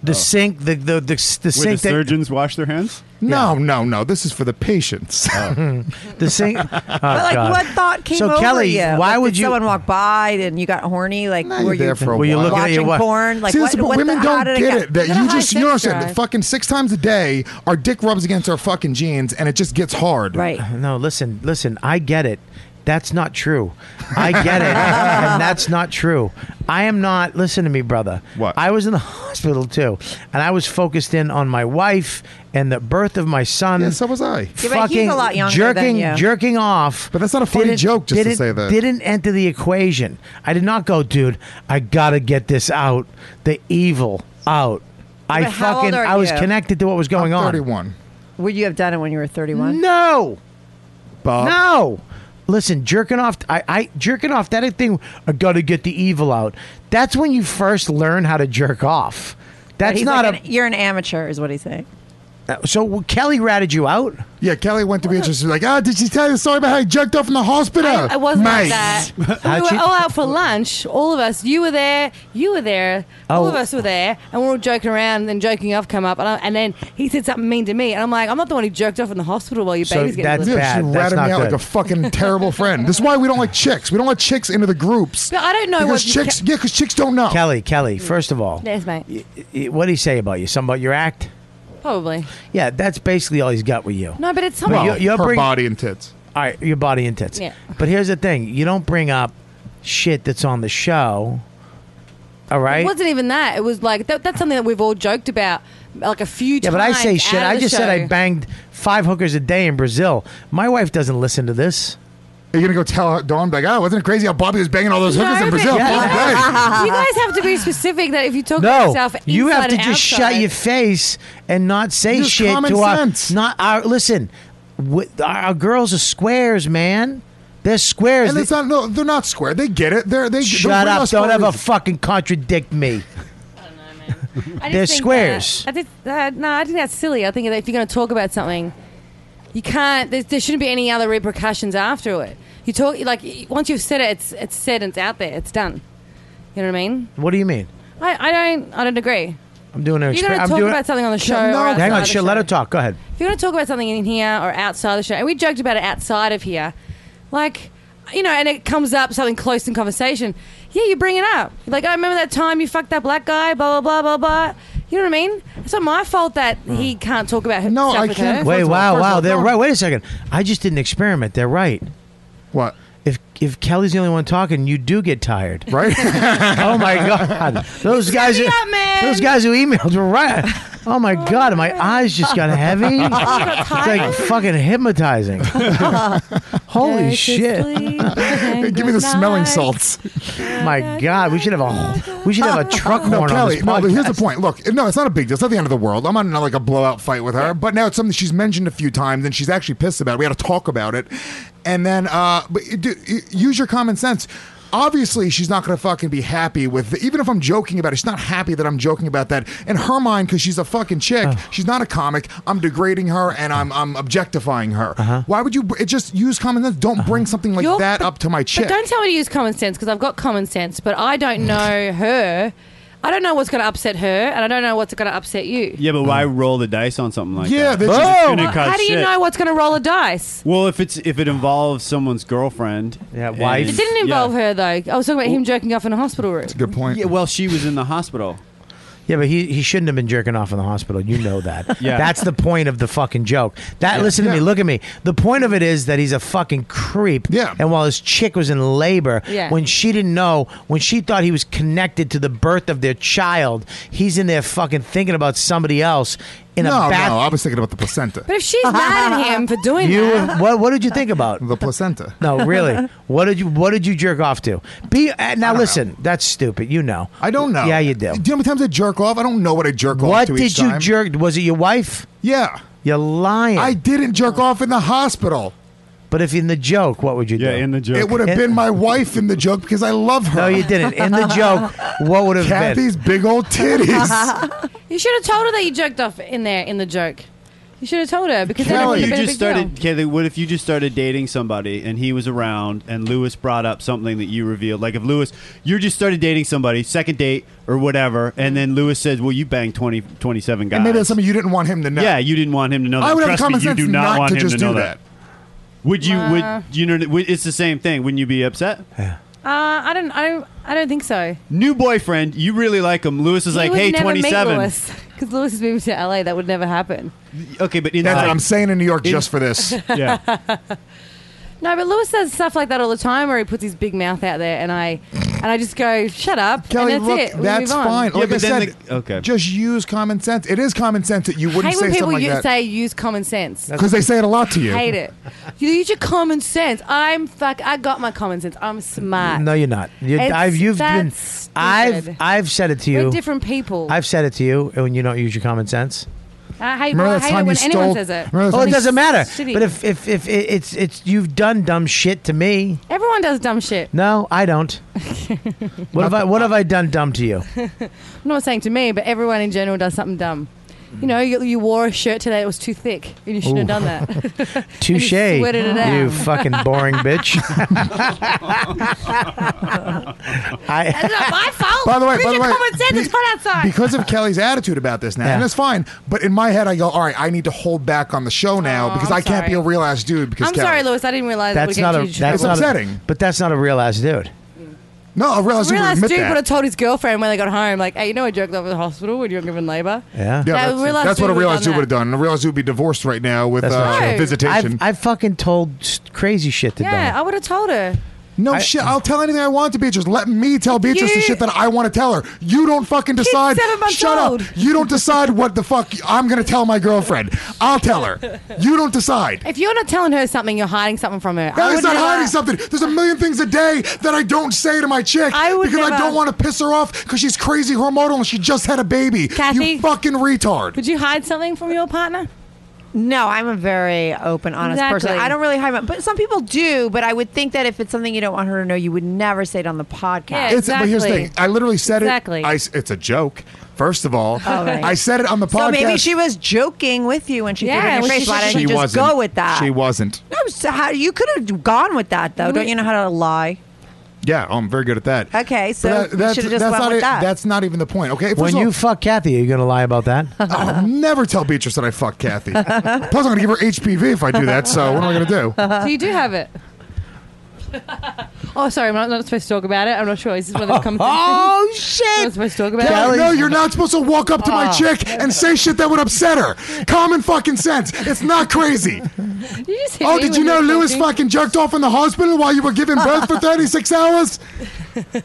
[SPEAKER 2] The sink, the the the, the
[SPEAKER 9] Where the
[SPEAKER 2] sink that
[SPEAKER 9] surgeons wash their hands?
[SPEAKER 7] No, no, no. This is for the patients. <laughs>
[SPEAKER 2] the sink. Oh,
[SPEAKER 12] But like,
[SPEAKER 2] God.
[SPEAKER 12] what thought came
[SPEAKER 2] So
[SPEAKER 12] over
[SPEAKER 2] Kelly,
[SPEAKER 12] you?
[SPEAKER 2] why
[SPEAKER 12] Like,
[SPEAKER 2] would
[SPEAKER 12] did
[SPEAKER 2] you-
[SPEAKER 12] Someone walk by and you got horny. Like,
[SPEAKER 7] You're
[SPEAKER 12] were you
[SPEAKER 7] there for a
[SPEAKER 2] Were you
[SPEAKER 7] while.
[SPEAKER 2] looking at your
[SPEAKER 12] watching
[SPEAKER 2] wife?
[SPEAKER 12] porn? Like,
[SPEAKER 7] See,
[SPEAKER 12] what,
[SPEAKER 7] this is what
[SPEAKER 12] what
[SPEAKER 7] women
[SPEAKER 12] the, how
[SPEAKER 7] don't
[SPEAKER 12] did
[SPEAKER 7] get
[SPEAKER 12] it
[SPEAKER 7] it.
[SPEAKER 12] get
[SPEAKER 7] That
[SPEAKER 12] What a
[SPEAKER 7] you just
[SPEAKER 12] high
[SPEAKER 7] you
[SPEAKER 12] sex
[SPEAKER 7] know what I'm saying.
[SPEAKER 12] drive.
[SPEAKER 7] Fucking six times a day, our dick rubs against our fucking jeans, and it just gets hard.
[SPEAKER 12] Right.
[SPEAKER 2] No, listen, listen. I get it. That's not true. I get it,
[SPEAKER 7] <laughs>
[SPEAKER 2] and that's not true. I am not. Listen to me, brother. What? I was in the <laughs> hospital too, and I was focused in on my wife and the birth of my son.
[SPEAKER 7] Yeah, so was I. Yeah, but
[SPEAKER 2] <laughs>
[SPEAKER 12] he's a
[SPEAKER 2] Fucking
[SPEAKER 12] lot younger than
[SPEAKER 2] jerking,
[SPEAKER 12] you.
[SPEAKER 2] jerking off.
[SPEAKER 7] But that's not a funny
[SPEAKER 2] didn't-
[SPEAKER 7] joke just to
[SPEAKER 2] didn't-
[SPEAKER 7] say that.
[SPEAKER 2] Didn't enter the equation. I did not go, dude. I gotta get this out. The evil out. I
[SPEAKER 12] but how old
[SPEAKER 2] fucking.
[SPEAKER 12] are
[SPEAKER 2] I was
[SPEAKER 12] you?
[SPEAKER 2] connected to what was going
[SPEAKER 7] I'm
[SPEAKER 2] on.
[SPEAKER 7] 31.
[SPEAKER 12] Would you have done it when you were 31?
[SPEAKER 2] No.
[SPEAKER 7] Bob.
[SPEAKER 2] No. Listen, jerking off, I, I jerking off that thing. I gotta get the evil out. That's when you first learn how to jerk off. That's
[SPEAKER 12] He's
[SPEAKER 2] not
[SPEAKER 12] like an- you're an amateur, is what he's saying.
[SPEAKER 2] a. So well, Kelly ratted you out.
[SPEAKER 7] Yeah, Kelly went to be interested. Like, ah, did she tell you the story about how I jerked off in the hospital?
[SPEAKER 17] I, I wasn't like
[SPEAKER 7] Mate.
[SPEAKER 17] that.
[SPEAKER 2] How'd
[SPEAKER 17] we were
[SPEAKER 2] you-
[SPEAKER 12] oh.
[SPEAKER 17] all
[SPEAKER 2] <laughs>
[SPEAKER 17] out for lunch. All of us. You were there. You were there. All
[SPEAKER 2] Oh.
[SPEAKER 17] of us were there, and we are all joking around. And then joking off come up, and, I, and then he said something mean to me, and I'm like, I'm not the one who jerked off in the hospital while your
[SPEAKER 2] So
[SPEAKER 17] baby's getting
[SPEAKER 2] that's
[SPEAKER 17] delivered.
[SPEAKER 2] bad.
[SPEAKER 7] She
[SPEAKER 2] That's
[SPEAKER 7] ratted
[SPEAKER 2] not
[SPEAKER 7] me out like
[SPEAKER 2] good.
[SPEAKER 7] a fucking terrible friend. This is why we don't like chicks. We don't let chicks into the groups.
[SPEAKER 17] But I don't know
[SPEAKER 7] because
[SPEAKER 17] what you ca-
[SPEAKER 7] chicks. yeah, because chicks don't know.
[SPEAKER 2] Kelly, Kelly. First of all,
[SPEAKER 17] Yes, mate.
[SPEAKER 2] what did he say about you? Something about your act?
[SPEAKER 12] Probably.
[SPEAKER 2] Yeah, that's basically all he's got with you.
[SPEAKER 12] No, but it's
[SPEAKER 2] But
[SPEAKER 12] something.
[SPEAKER 2] and tits. All right, your body and tits.
[SPEAKER 12] Yeah.
[SPEAKER 2] But here's the thing: you don't bring up shit that's on the show. All right.
[SPEAKER 12] It wasn't even that. It was like that, that's something that we've all joked about, like a few
[SPEAKER 2] yeah,
[SPEAKER 12] times.
[SPEAKER 2] but I say
[SPEAKER 12] out
[SPEAKER 2] shit.
[SPEAKER 12] of
[SPEAKER 2] I
[SPEAKER 12] the
[SPEAKER 2] just said I
[SPEAKER 12] show.
[SPEAKER 2] banged five hookers a day in Brazil. My wife doesn't listen to this.
[SPEAKER 7] Are you gonna go tell Dawn like, oh, wasn't it crazy how Bobby was banging all those hookers
[SPEAKER 12] No,
[SPEAKER 7] in
[SPEAKER 12] but-
[SPEAKER 17] <laughs>
[SPEAKER 7] Brazil?
[SPEAKER 2] Yeah.
[SPEAKER 12] you guys have to be specific that if you talk about
[SPEAKER 2] No,
[SPEAKER 12] yourself, inside
[SPEAKER 2] you have to
[SPEAKER 12] and
[SPEAKER 2] just
[SPEAKER 12] outside-
[SPEAKER 2] shut your face and not say
[SPEAKER 12] Just
[SPEAKER 2] shit
[SPEAKER 12] common
[SPEAKER 2] to us. Not our listen. With, our, our girls are squares, man. They're squares.
[SPEAKER 7] And it's not no, they're not square. They get it. They're they
[SPEAKER 2] shut
[SPEAKER 7] they're
[SPEAKER 2] up!
[SPEAKER 7] us
[SPEAKER 2] Don't
[SPEAKER 7] squares.
[SPEAKER 2] ever fucking contradict me.
[SPEAKER 12] I just
[SPEAKER 2] They're
[SPEAKER 12] think
[SPEAKER 2] squares.
[SPEAKER 12] that- I think that, no, I think that's silly. I think that if you're going to talk about something, you can't. There, there shouldn't be any other repercussions after it. You talk like once you've said it, it's it's said and it's out there. It's done. You know what I mean?
[SPEAKER 2] What do you mean?
[SPEAKER 12] I, I don't I don't agree.
[SPEAKER 2] I'm doing an
[SPEAKER 12] You're
[SPEAKER 2] experiment.
[SPEAKER 12] gonna
[SPEAKER 2] I'm
[SPEAKER 12] talk
[SPEAKER 2] doing
[SPEAKER 12] about something on the show or outside
[SPEAKER 2] hang on,
[SPEAKER 12] the
[SPEAKER 2] shit. Let her talk. Go ahead.
[SPEAKER 12] If you're going to talk about something in here or outside the show, and we joked about it outside of here, like, you know, and it comes up something close in conversation, yeah, you bring it up. Like, I remember that time you fucked that black guy, blah, blah, blah, blah, blah. You know what I mean? It's not my fault that
[SPEAKER 7] Mm.
[SPEAKER 12] he can't talk about himself. No, with Her.
[SPEAKER 2] Wait, wow, wow. They're right. Wait a second. I just did an experiment. They're right.
[SPEAKER 7] What?
[SPEAKER 2] If if Kelly's the only one talking, you do get tired,
[SPEAKER 7] right?
[SPEAKER 2] oh my god, those guys,
[SPEAKER 12] me
[SPEAKER 2] who-
[SPEAKER 12] up, man.
[SPEAKER 2] those guys who emailed were right. Oh my god, my eyes just got heavy.
[SPEAKER 12] You got
[SPEAKER 2] it's like fucking hypnotizing. Holy shit!
[SPEAKER 7] <laughs> Give me the smelling salts.
[SPEAKER 2] My God, we should have a we should have a truck
[SPEAKER 7] no,
[SPEAKER 2] horn on
[SPEAKER 7] Kelly,
[SPEAKER 2] this
[SPEAKER 7] no, but
[SPEAKER 2] podcast.
[SPEAKER 7] here's the point. Look, no, it's not a big deal. It's not the end of the world. I'm not in like a blowout fight with her, but now it's something she's mentioned a few times, and she's actually pissed about. it. We had to talk about it, and then, uh, but you do, you- use your common sense. Obviously, she's not going to fucking be happy with. Even if I'm joking about it, she's not happy that I'm joking about that. In her mind, because she's a fucking chick, she's not a comic. I'm degrading her and I'm I'm objectifying her. Why would you? br- Just use common sense. Don't bring something like
[SPEAKER 12] You're-
[SPEAKER 7] that up to my chick.
[SPEAKER 12] But don't tell me to use common sense because I've got common sense, but I don't know her. I don't know what's going to upset her, and I don't know what's going to upset you.
[SPEAKER 9] Yeah, but why roll the dice on something like
[SPEAKER 7] Uh. Yeah,
[SPEAKER 9] that?
[SPEAKER 7] that's just-
[SPEAKER 9] It's gonna cause
[SPEAKER 12] How do you
[SPEAKER 9] shit.
[SPEAKER 12] know what's going to roll a dice?
[SPEAKER 9] Well, if it's if it involves someone's girlfriend, yeah,
[SPEAKER 12] It didn't involve her though. I was talking about him jerking off in a hospital room.
[SPEAKER 7] good point.
[SPEAKER 9] Yeah, well, she was in the hospital.
[SPEAKER 2] Yeah, but he, he shouldn't have been jerking off in the hospital. You know that.
[SPEAKER 9] Yeah.
[SPEAKER 2] That's the point of the fucking joke. That
[SPEAKER 9] Yeah.
[SPEAKER 2] listen to me,
[SPEAKER 9] Yeah.
[SPEAKER 2] look at me. The point of it is that he's a fucking creep. Yeah. And while his chick was in labor,
[SPEAKER 13] Yeah.
[SPEAKER 2] when she didn't know, when she thought he was connected to the birth of their child, he's in there fucking thinking about somebody else in
[SPEAKER 7] no,
[SPEAKER 2] a bath.
[SPEAKER 7] no, I was thinking about the placenta.
[SPEAKER 12] But
[SPEAKER 7] <laughs>
[SPEAKER 12] if she's mad at him for doing
[SPEAKER 2] You
[SPEAKER 12] that,
[SPEAKER 2] what? What did you think about
[SPEAKER 7] the placenta?
[SPEAKER 2] <laughs> No,
[SPEAKER 7] <laughs>
[SPEAKER 2] really. What did you What did you jerk off to? Be uh, now. Listen, that's stupid. You know.
[SPEAKER 7] I don't know.
[SPEAKER 2] Yeah, you do.
[SPEAKER 7] Do you know how many times I jerk off? I don't know what I jerk off
[SPEAKER 2] What
[SPEAKER 7] to
[SPEAKER 2] did
[SPEAKER 7] each
[SPEAKER 2] you
[SPEAKER 7] time.
[SPEAKER 2] jerk? Was it your wife?
[SPEAKER 7] Yeah.
[SPEAKER 2] You're lying.
[SPEAKER 7] I didn't jerk off in the hospital.
[SPEAKER 2] But if in the joke, what would you do? Yeah, in
[SPEAKER 9] the joke.
[SPEAKER 7] It would have been my wife in the joke because I love
[SPEAKER 2] <laughs>
[SPEAKER 7] her.
[SPEAKER 2] No, you didn't. In the joke, what would have been?
[SPEAKER 7] Kathy's big old
[SPEAKER 9] <laughs>
[SPEAKER 7] titties.
[SPEAKER 12] you should have told her that you jerked off in there in the joke. You should have told her because then it
[SPEAKER 9] Kelly,
[SPEAKER 12] would have
[SPEAKER 9] you
[SPEAKER 12] been a
[SPEAKER 9] just
[SPEAKER 12] big deal.
[SPEAKER 9] started. Kelly, what if you just started dating somebody and he was around and Lewis brought up something that you revealed? Like if Lewis, you just started dating somebody, second date or whatever, and then Lewis says, "Well, you banged 20, 27 guys."
[SPEAKER 7] and maybe that's something you didn't want him to know.
[SPEAKER 9] Yeah, you didn't want him to know. That.
[SPEAKER 7] I would have
[SPEAKER 9] Trust
[SPEAKER 7] common
[SPEAKER 9] me, you
[SPEAKER 7] sense
[SPEAKER 9] do not,
[SPEAKER 7] not
[SPEAKER 9] want
[SPEAKER 7] to
[SPEAKER 9] him
[SPEAKER 7] just
[SPEAKER 9] to know
[SPEAKER 7] do
[SPEAKER 9] that. Would you?
[SPEAKER 12] Uh.
[SPEAKER 9] would you know? would- It's the same thing. Wouldn't you be upset?
[SPEAKER 12] Uh, I don't. I don't. I don't think so.
[SPEAKER 9] New boyfriend, you really like him. Lewis is like, "Hey, twenty-seven.
[SPEAKER 12] Because Lewis is moving to LA, that would never happen.
[SPEAKER 9] Okay, but inside,
[SPEAKER 7] That's what I'm saying in New York just
[SPEAKER 9] <laughs>
[SPEAKER 7] for this.
[SPEAKER 9] Yeah.
[SPEAKER 17] <laughs>
[SPEAKER 12] No, but Lewis does stuff like that all the time, where he puts his big mouth out there, and I, and I just go, "Shut up."
[SPEAKER 7] Kelly,
[SPEAKER 12] and that's
[SPEAKER 7] look,
[SPEAKER 12] it. We
[SPEAKER 7] that's
[SPEAKER 12] move on.
[SPEAKER 7] fine. like I
[SPEAKER 9] then
[SPEAKER 7] said,
[SPEAKER 9] the- okay.
[SPEAKER 7] just use common sense. It is common sense that you wouldn't
[SPEAKER 12] hate
[SPEAKER 7] say
[SPEAKER 12] when people
[SPEAKER 7] something
[SPEAKER 12] you
[SPEAKER 7] like that
[SPEAKER 12] say use common sense.
[SPEAKER 7] because they say it a lot to you.
[SPEAKER 12] Hate it. You use your common sense. I'm fuck. I got my common sense. I'm smart.
[SPEAKER 2] No, you're not. You,
[SPEAKER 12] It's-
[SPEAKER 2] I've you've been.
[SPEAKER 12] that's
[SPEAKER 2] I've
[SPEAKER 12] stupid.
[SPEAKER 2] I've said it to you.
[SPEAKER 12] We're different people.
[SPEAKER 2] I've said it to you, and you don't use your common sense.
[SPEAKER 12] I hate, well, I hate it when anyone says it.
[SPEAKER 9] Oh,
[SPEAKER 2] Well, it doesn't matter.
[SPEAKER 12] Shitty.
[SPEAKER 2] But if if if it, it's it's you've done dumb shit to me.
[SPEAKER 12] everyone does dumb shit.
[SPEAKER 2] No, I don't. <laughs> what have I What have I done dumb to <laughs> you?
[SPEAKER 12] I'm not saying to me, but everyone in general does something dumb. You know, you, you wore a shirt today that was too thick, and you shouldn't have
[SPEAKER 2] Ooh.
[SPEAKER 12] done
[SPEAKER 17] <laughs>
[SPEAKER 12] that.
[SPEAKER 2] Touche.
[SPEAKER 12] And you sweated it out.
[SPEAKER 2] You fucking boring <laughs> bitch. I,
[SPEAKER 12] That's not my fault.
[SPEAKER 7] By the way,
[SPEAKER 12] Where's
[SPEAKER 7] by the
[SPEAKER 12] your
[SPEAKER 7] way,
[SPEAKER 12] common sense? it's hot outside.
[SPEAKER 7] because of Kelly's attitude about this now, and it's fine. But in my head, I go, all right, I need to hold back on the show now
[SPEAKER 12] Oh,
[SPEAKER 7] because
[SPEAKER 12] I'm
[SPEAKER 7] I can't be a
[SPEAKER 12] sorry.
[SPEAKER 7] real ass dude. Because
[SPEAKER 12] I'm
[SPEAKER 7] Kelly.
[SPEAKER 12] sorry, Lewis. I didn't realize
[SPEAKER 2] that's
[SPEAKER 12] that
[SPEAKER 2] not a.
[SPEAKER 12] would get you
[SPEAKER 2] That's
[SPEAKER 12] trouble.
[SPEAKER 2] not A, but that's not a real ass dude.
[SPEAKER 7] No, I realized you would
[SPEAKER 17] Real ass
[SPEAKER 7] admit
[SPEAKER 17] dude
[SPEAKER 7] that.
[SPEAKER 17] would have told his girlfriend when they got home, like, "Hey, you know I jerked off at the hospital when you were giving labor."
[SPEAKER 7] Yeah,
[SPEAKER 17] That
[SPEAKER 7] that's,
[SPEAKER 17] real ass
[SPEAKER 7] that's what I
[SPEAKER 17] dude would've
[SPEAKER 7] realized you
[SPEAKER 17] done
[SPEAKER 7] would have done. I realized you would be divorced right now with
[SPEAKER 2] That's not
[SPEAKER 7] uh,
[SPEAKER 2] true.
[SPEAKER 7] visitation.
[SPEAKER 2] I've, I've fucking told s- crazy shit to
[SPEAKER 17] Yeah, I would have told her.
[SPEAKER 7] no shit. I'll tell anything I want to Beatrice. Let me tell Beatrice the
[SPEAKER 17] You-
[SPEAKER 7] shit that I want to tell her. You don't fucking decide.
[SPEAKER 17] seven months
[SPEAKER 7] Shut
[SPEAKER 17] old.
[SPEAKER 7] up. You don't decide what the fuck I'm gonna tell my girlfriend. I'll
[SPEAKER 17] <laughs>
[SPEAKER 7] tell her. You don't decide.
[SPEAKER 17] If you're not telling her something, you're hiding something from her.
[SPEAKER 7] That
[SPEAKER 17] I
[SPEAKER 7] is
[SPEAKER 17] would
[SPEAKER 7] not
[SPEAKER 17] never-
[SPEAKER 7] hiding something. There's a million things a day that I don't say to my chick because I
[SPEAKER 17] never-
[SPEAKER 7] don't want to piss her off because she's crazy hormonal and she just had a baby.
[SPEAKER 17] Kathy?
[SPEAKER 7] you fucking retard.
[SPEAKER 17] Would you hide something from your partner?
[SPEAKER 12] No, I'm a very open, honest person.
[SPEAKER 17] Exactly.
[SPEAKER 12] I don't really hide my, but some people do. But I would think that if it's something you don't want her to know, you would never say it on the podcast.
[SPEAKER 7] It's- But here's the thing. I literally said
[SPEAKER 12] Exactly.
[SPEAKER 7] it. I s it's a joke. First of all,
[SPEAKER 12] All right.
[SPEAKER 7] I said it on the podcast.
[SPEAKER 12] So maybe she was joking with you when she
[SPEAKER 17] Yeah,
[SPEAKER 12] threw it in
[SPEAKER 17] well,
[SPEAKER 12] your face.
[SPEAKER 17] she-
[SPEAKER 12] Why didn't
[SPEAKER 7] She
[SPEAKER 12] you just
[SPEAKER 7] wasn't.
[SPEAKER 12] go with that?
[SPEAKER 7] She wasn't.
[SPEAKER 12] no, so how you could have gone with that though. Don't you know how to lie?
[SPEAKER 7] Yeah, I'm very good at that.
[SPEAKER 12] Okay, so
[SPEAKER 7] But
[SPEAKER 12] you
[SPEAKER 7] that's-
[SPEAKER 12] should have just
[SPEAKER 7] that's
[SPEAKER 12] went
[SPEAKER 7] not
[SPEAKER 12] with
[SPEAKER 7] it.
[SPEAKER 12] that.
[SPEAKER 7] That's not even the point. Okay,
[SPEAKER 2] When you fuck Kathy, are you going to lie about <laughs> that?
[SPEAKER 7] I'll never tell Beatrice that I
[SPEAKER 2] <laughs>
[SPEAKER 7] fucked Kathy. Plus, I'm going to give her HPV if I do that. So what am I going to do?
[SPEAKER 17] so you do have
[SPEAKER 12] <laughs>
[SPEAKER 17] it. oh, sorry, I'm not, not supposed to talk about it. I'm not sure. Is this one of those conversations?
[SPEAKER 7] Oh,
[SPEAKER 17] shit! <laughs> I'm not supposed to talk about
[SPEAKER 7] No,
[SPEAKER 17] it.
[SPEAKER 7] no, you're not supposed to walk up to my
[SPEAKER 2] Oh.
[SPEAKER 17] Ah.
[SPEAKER 7] chick and say shit that would upset her. Common fucking sense. It's not crazy.
[SPEAKER 17] You just hit
[SPEAKER 7] Oh,
[SPEAKER 17] me
[SPEAKER 7] did
[SPEAKER 17] when
[SPEAKER 7] you know
[SPEAKER 17] were
[SPEAKER 7] Lewis
[SPEAKER 17] talking.
[SPEAKER 7] fucking jerked off in the hospital while you were giving
[SPEAKER 2] <laughs>
[SPEAKER 7] birth for 36 hours?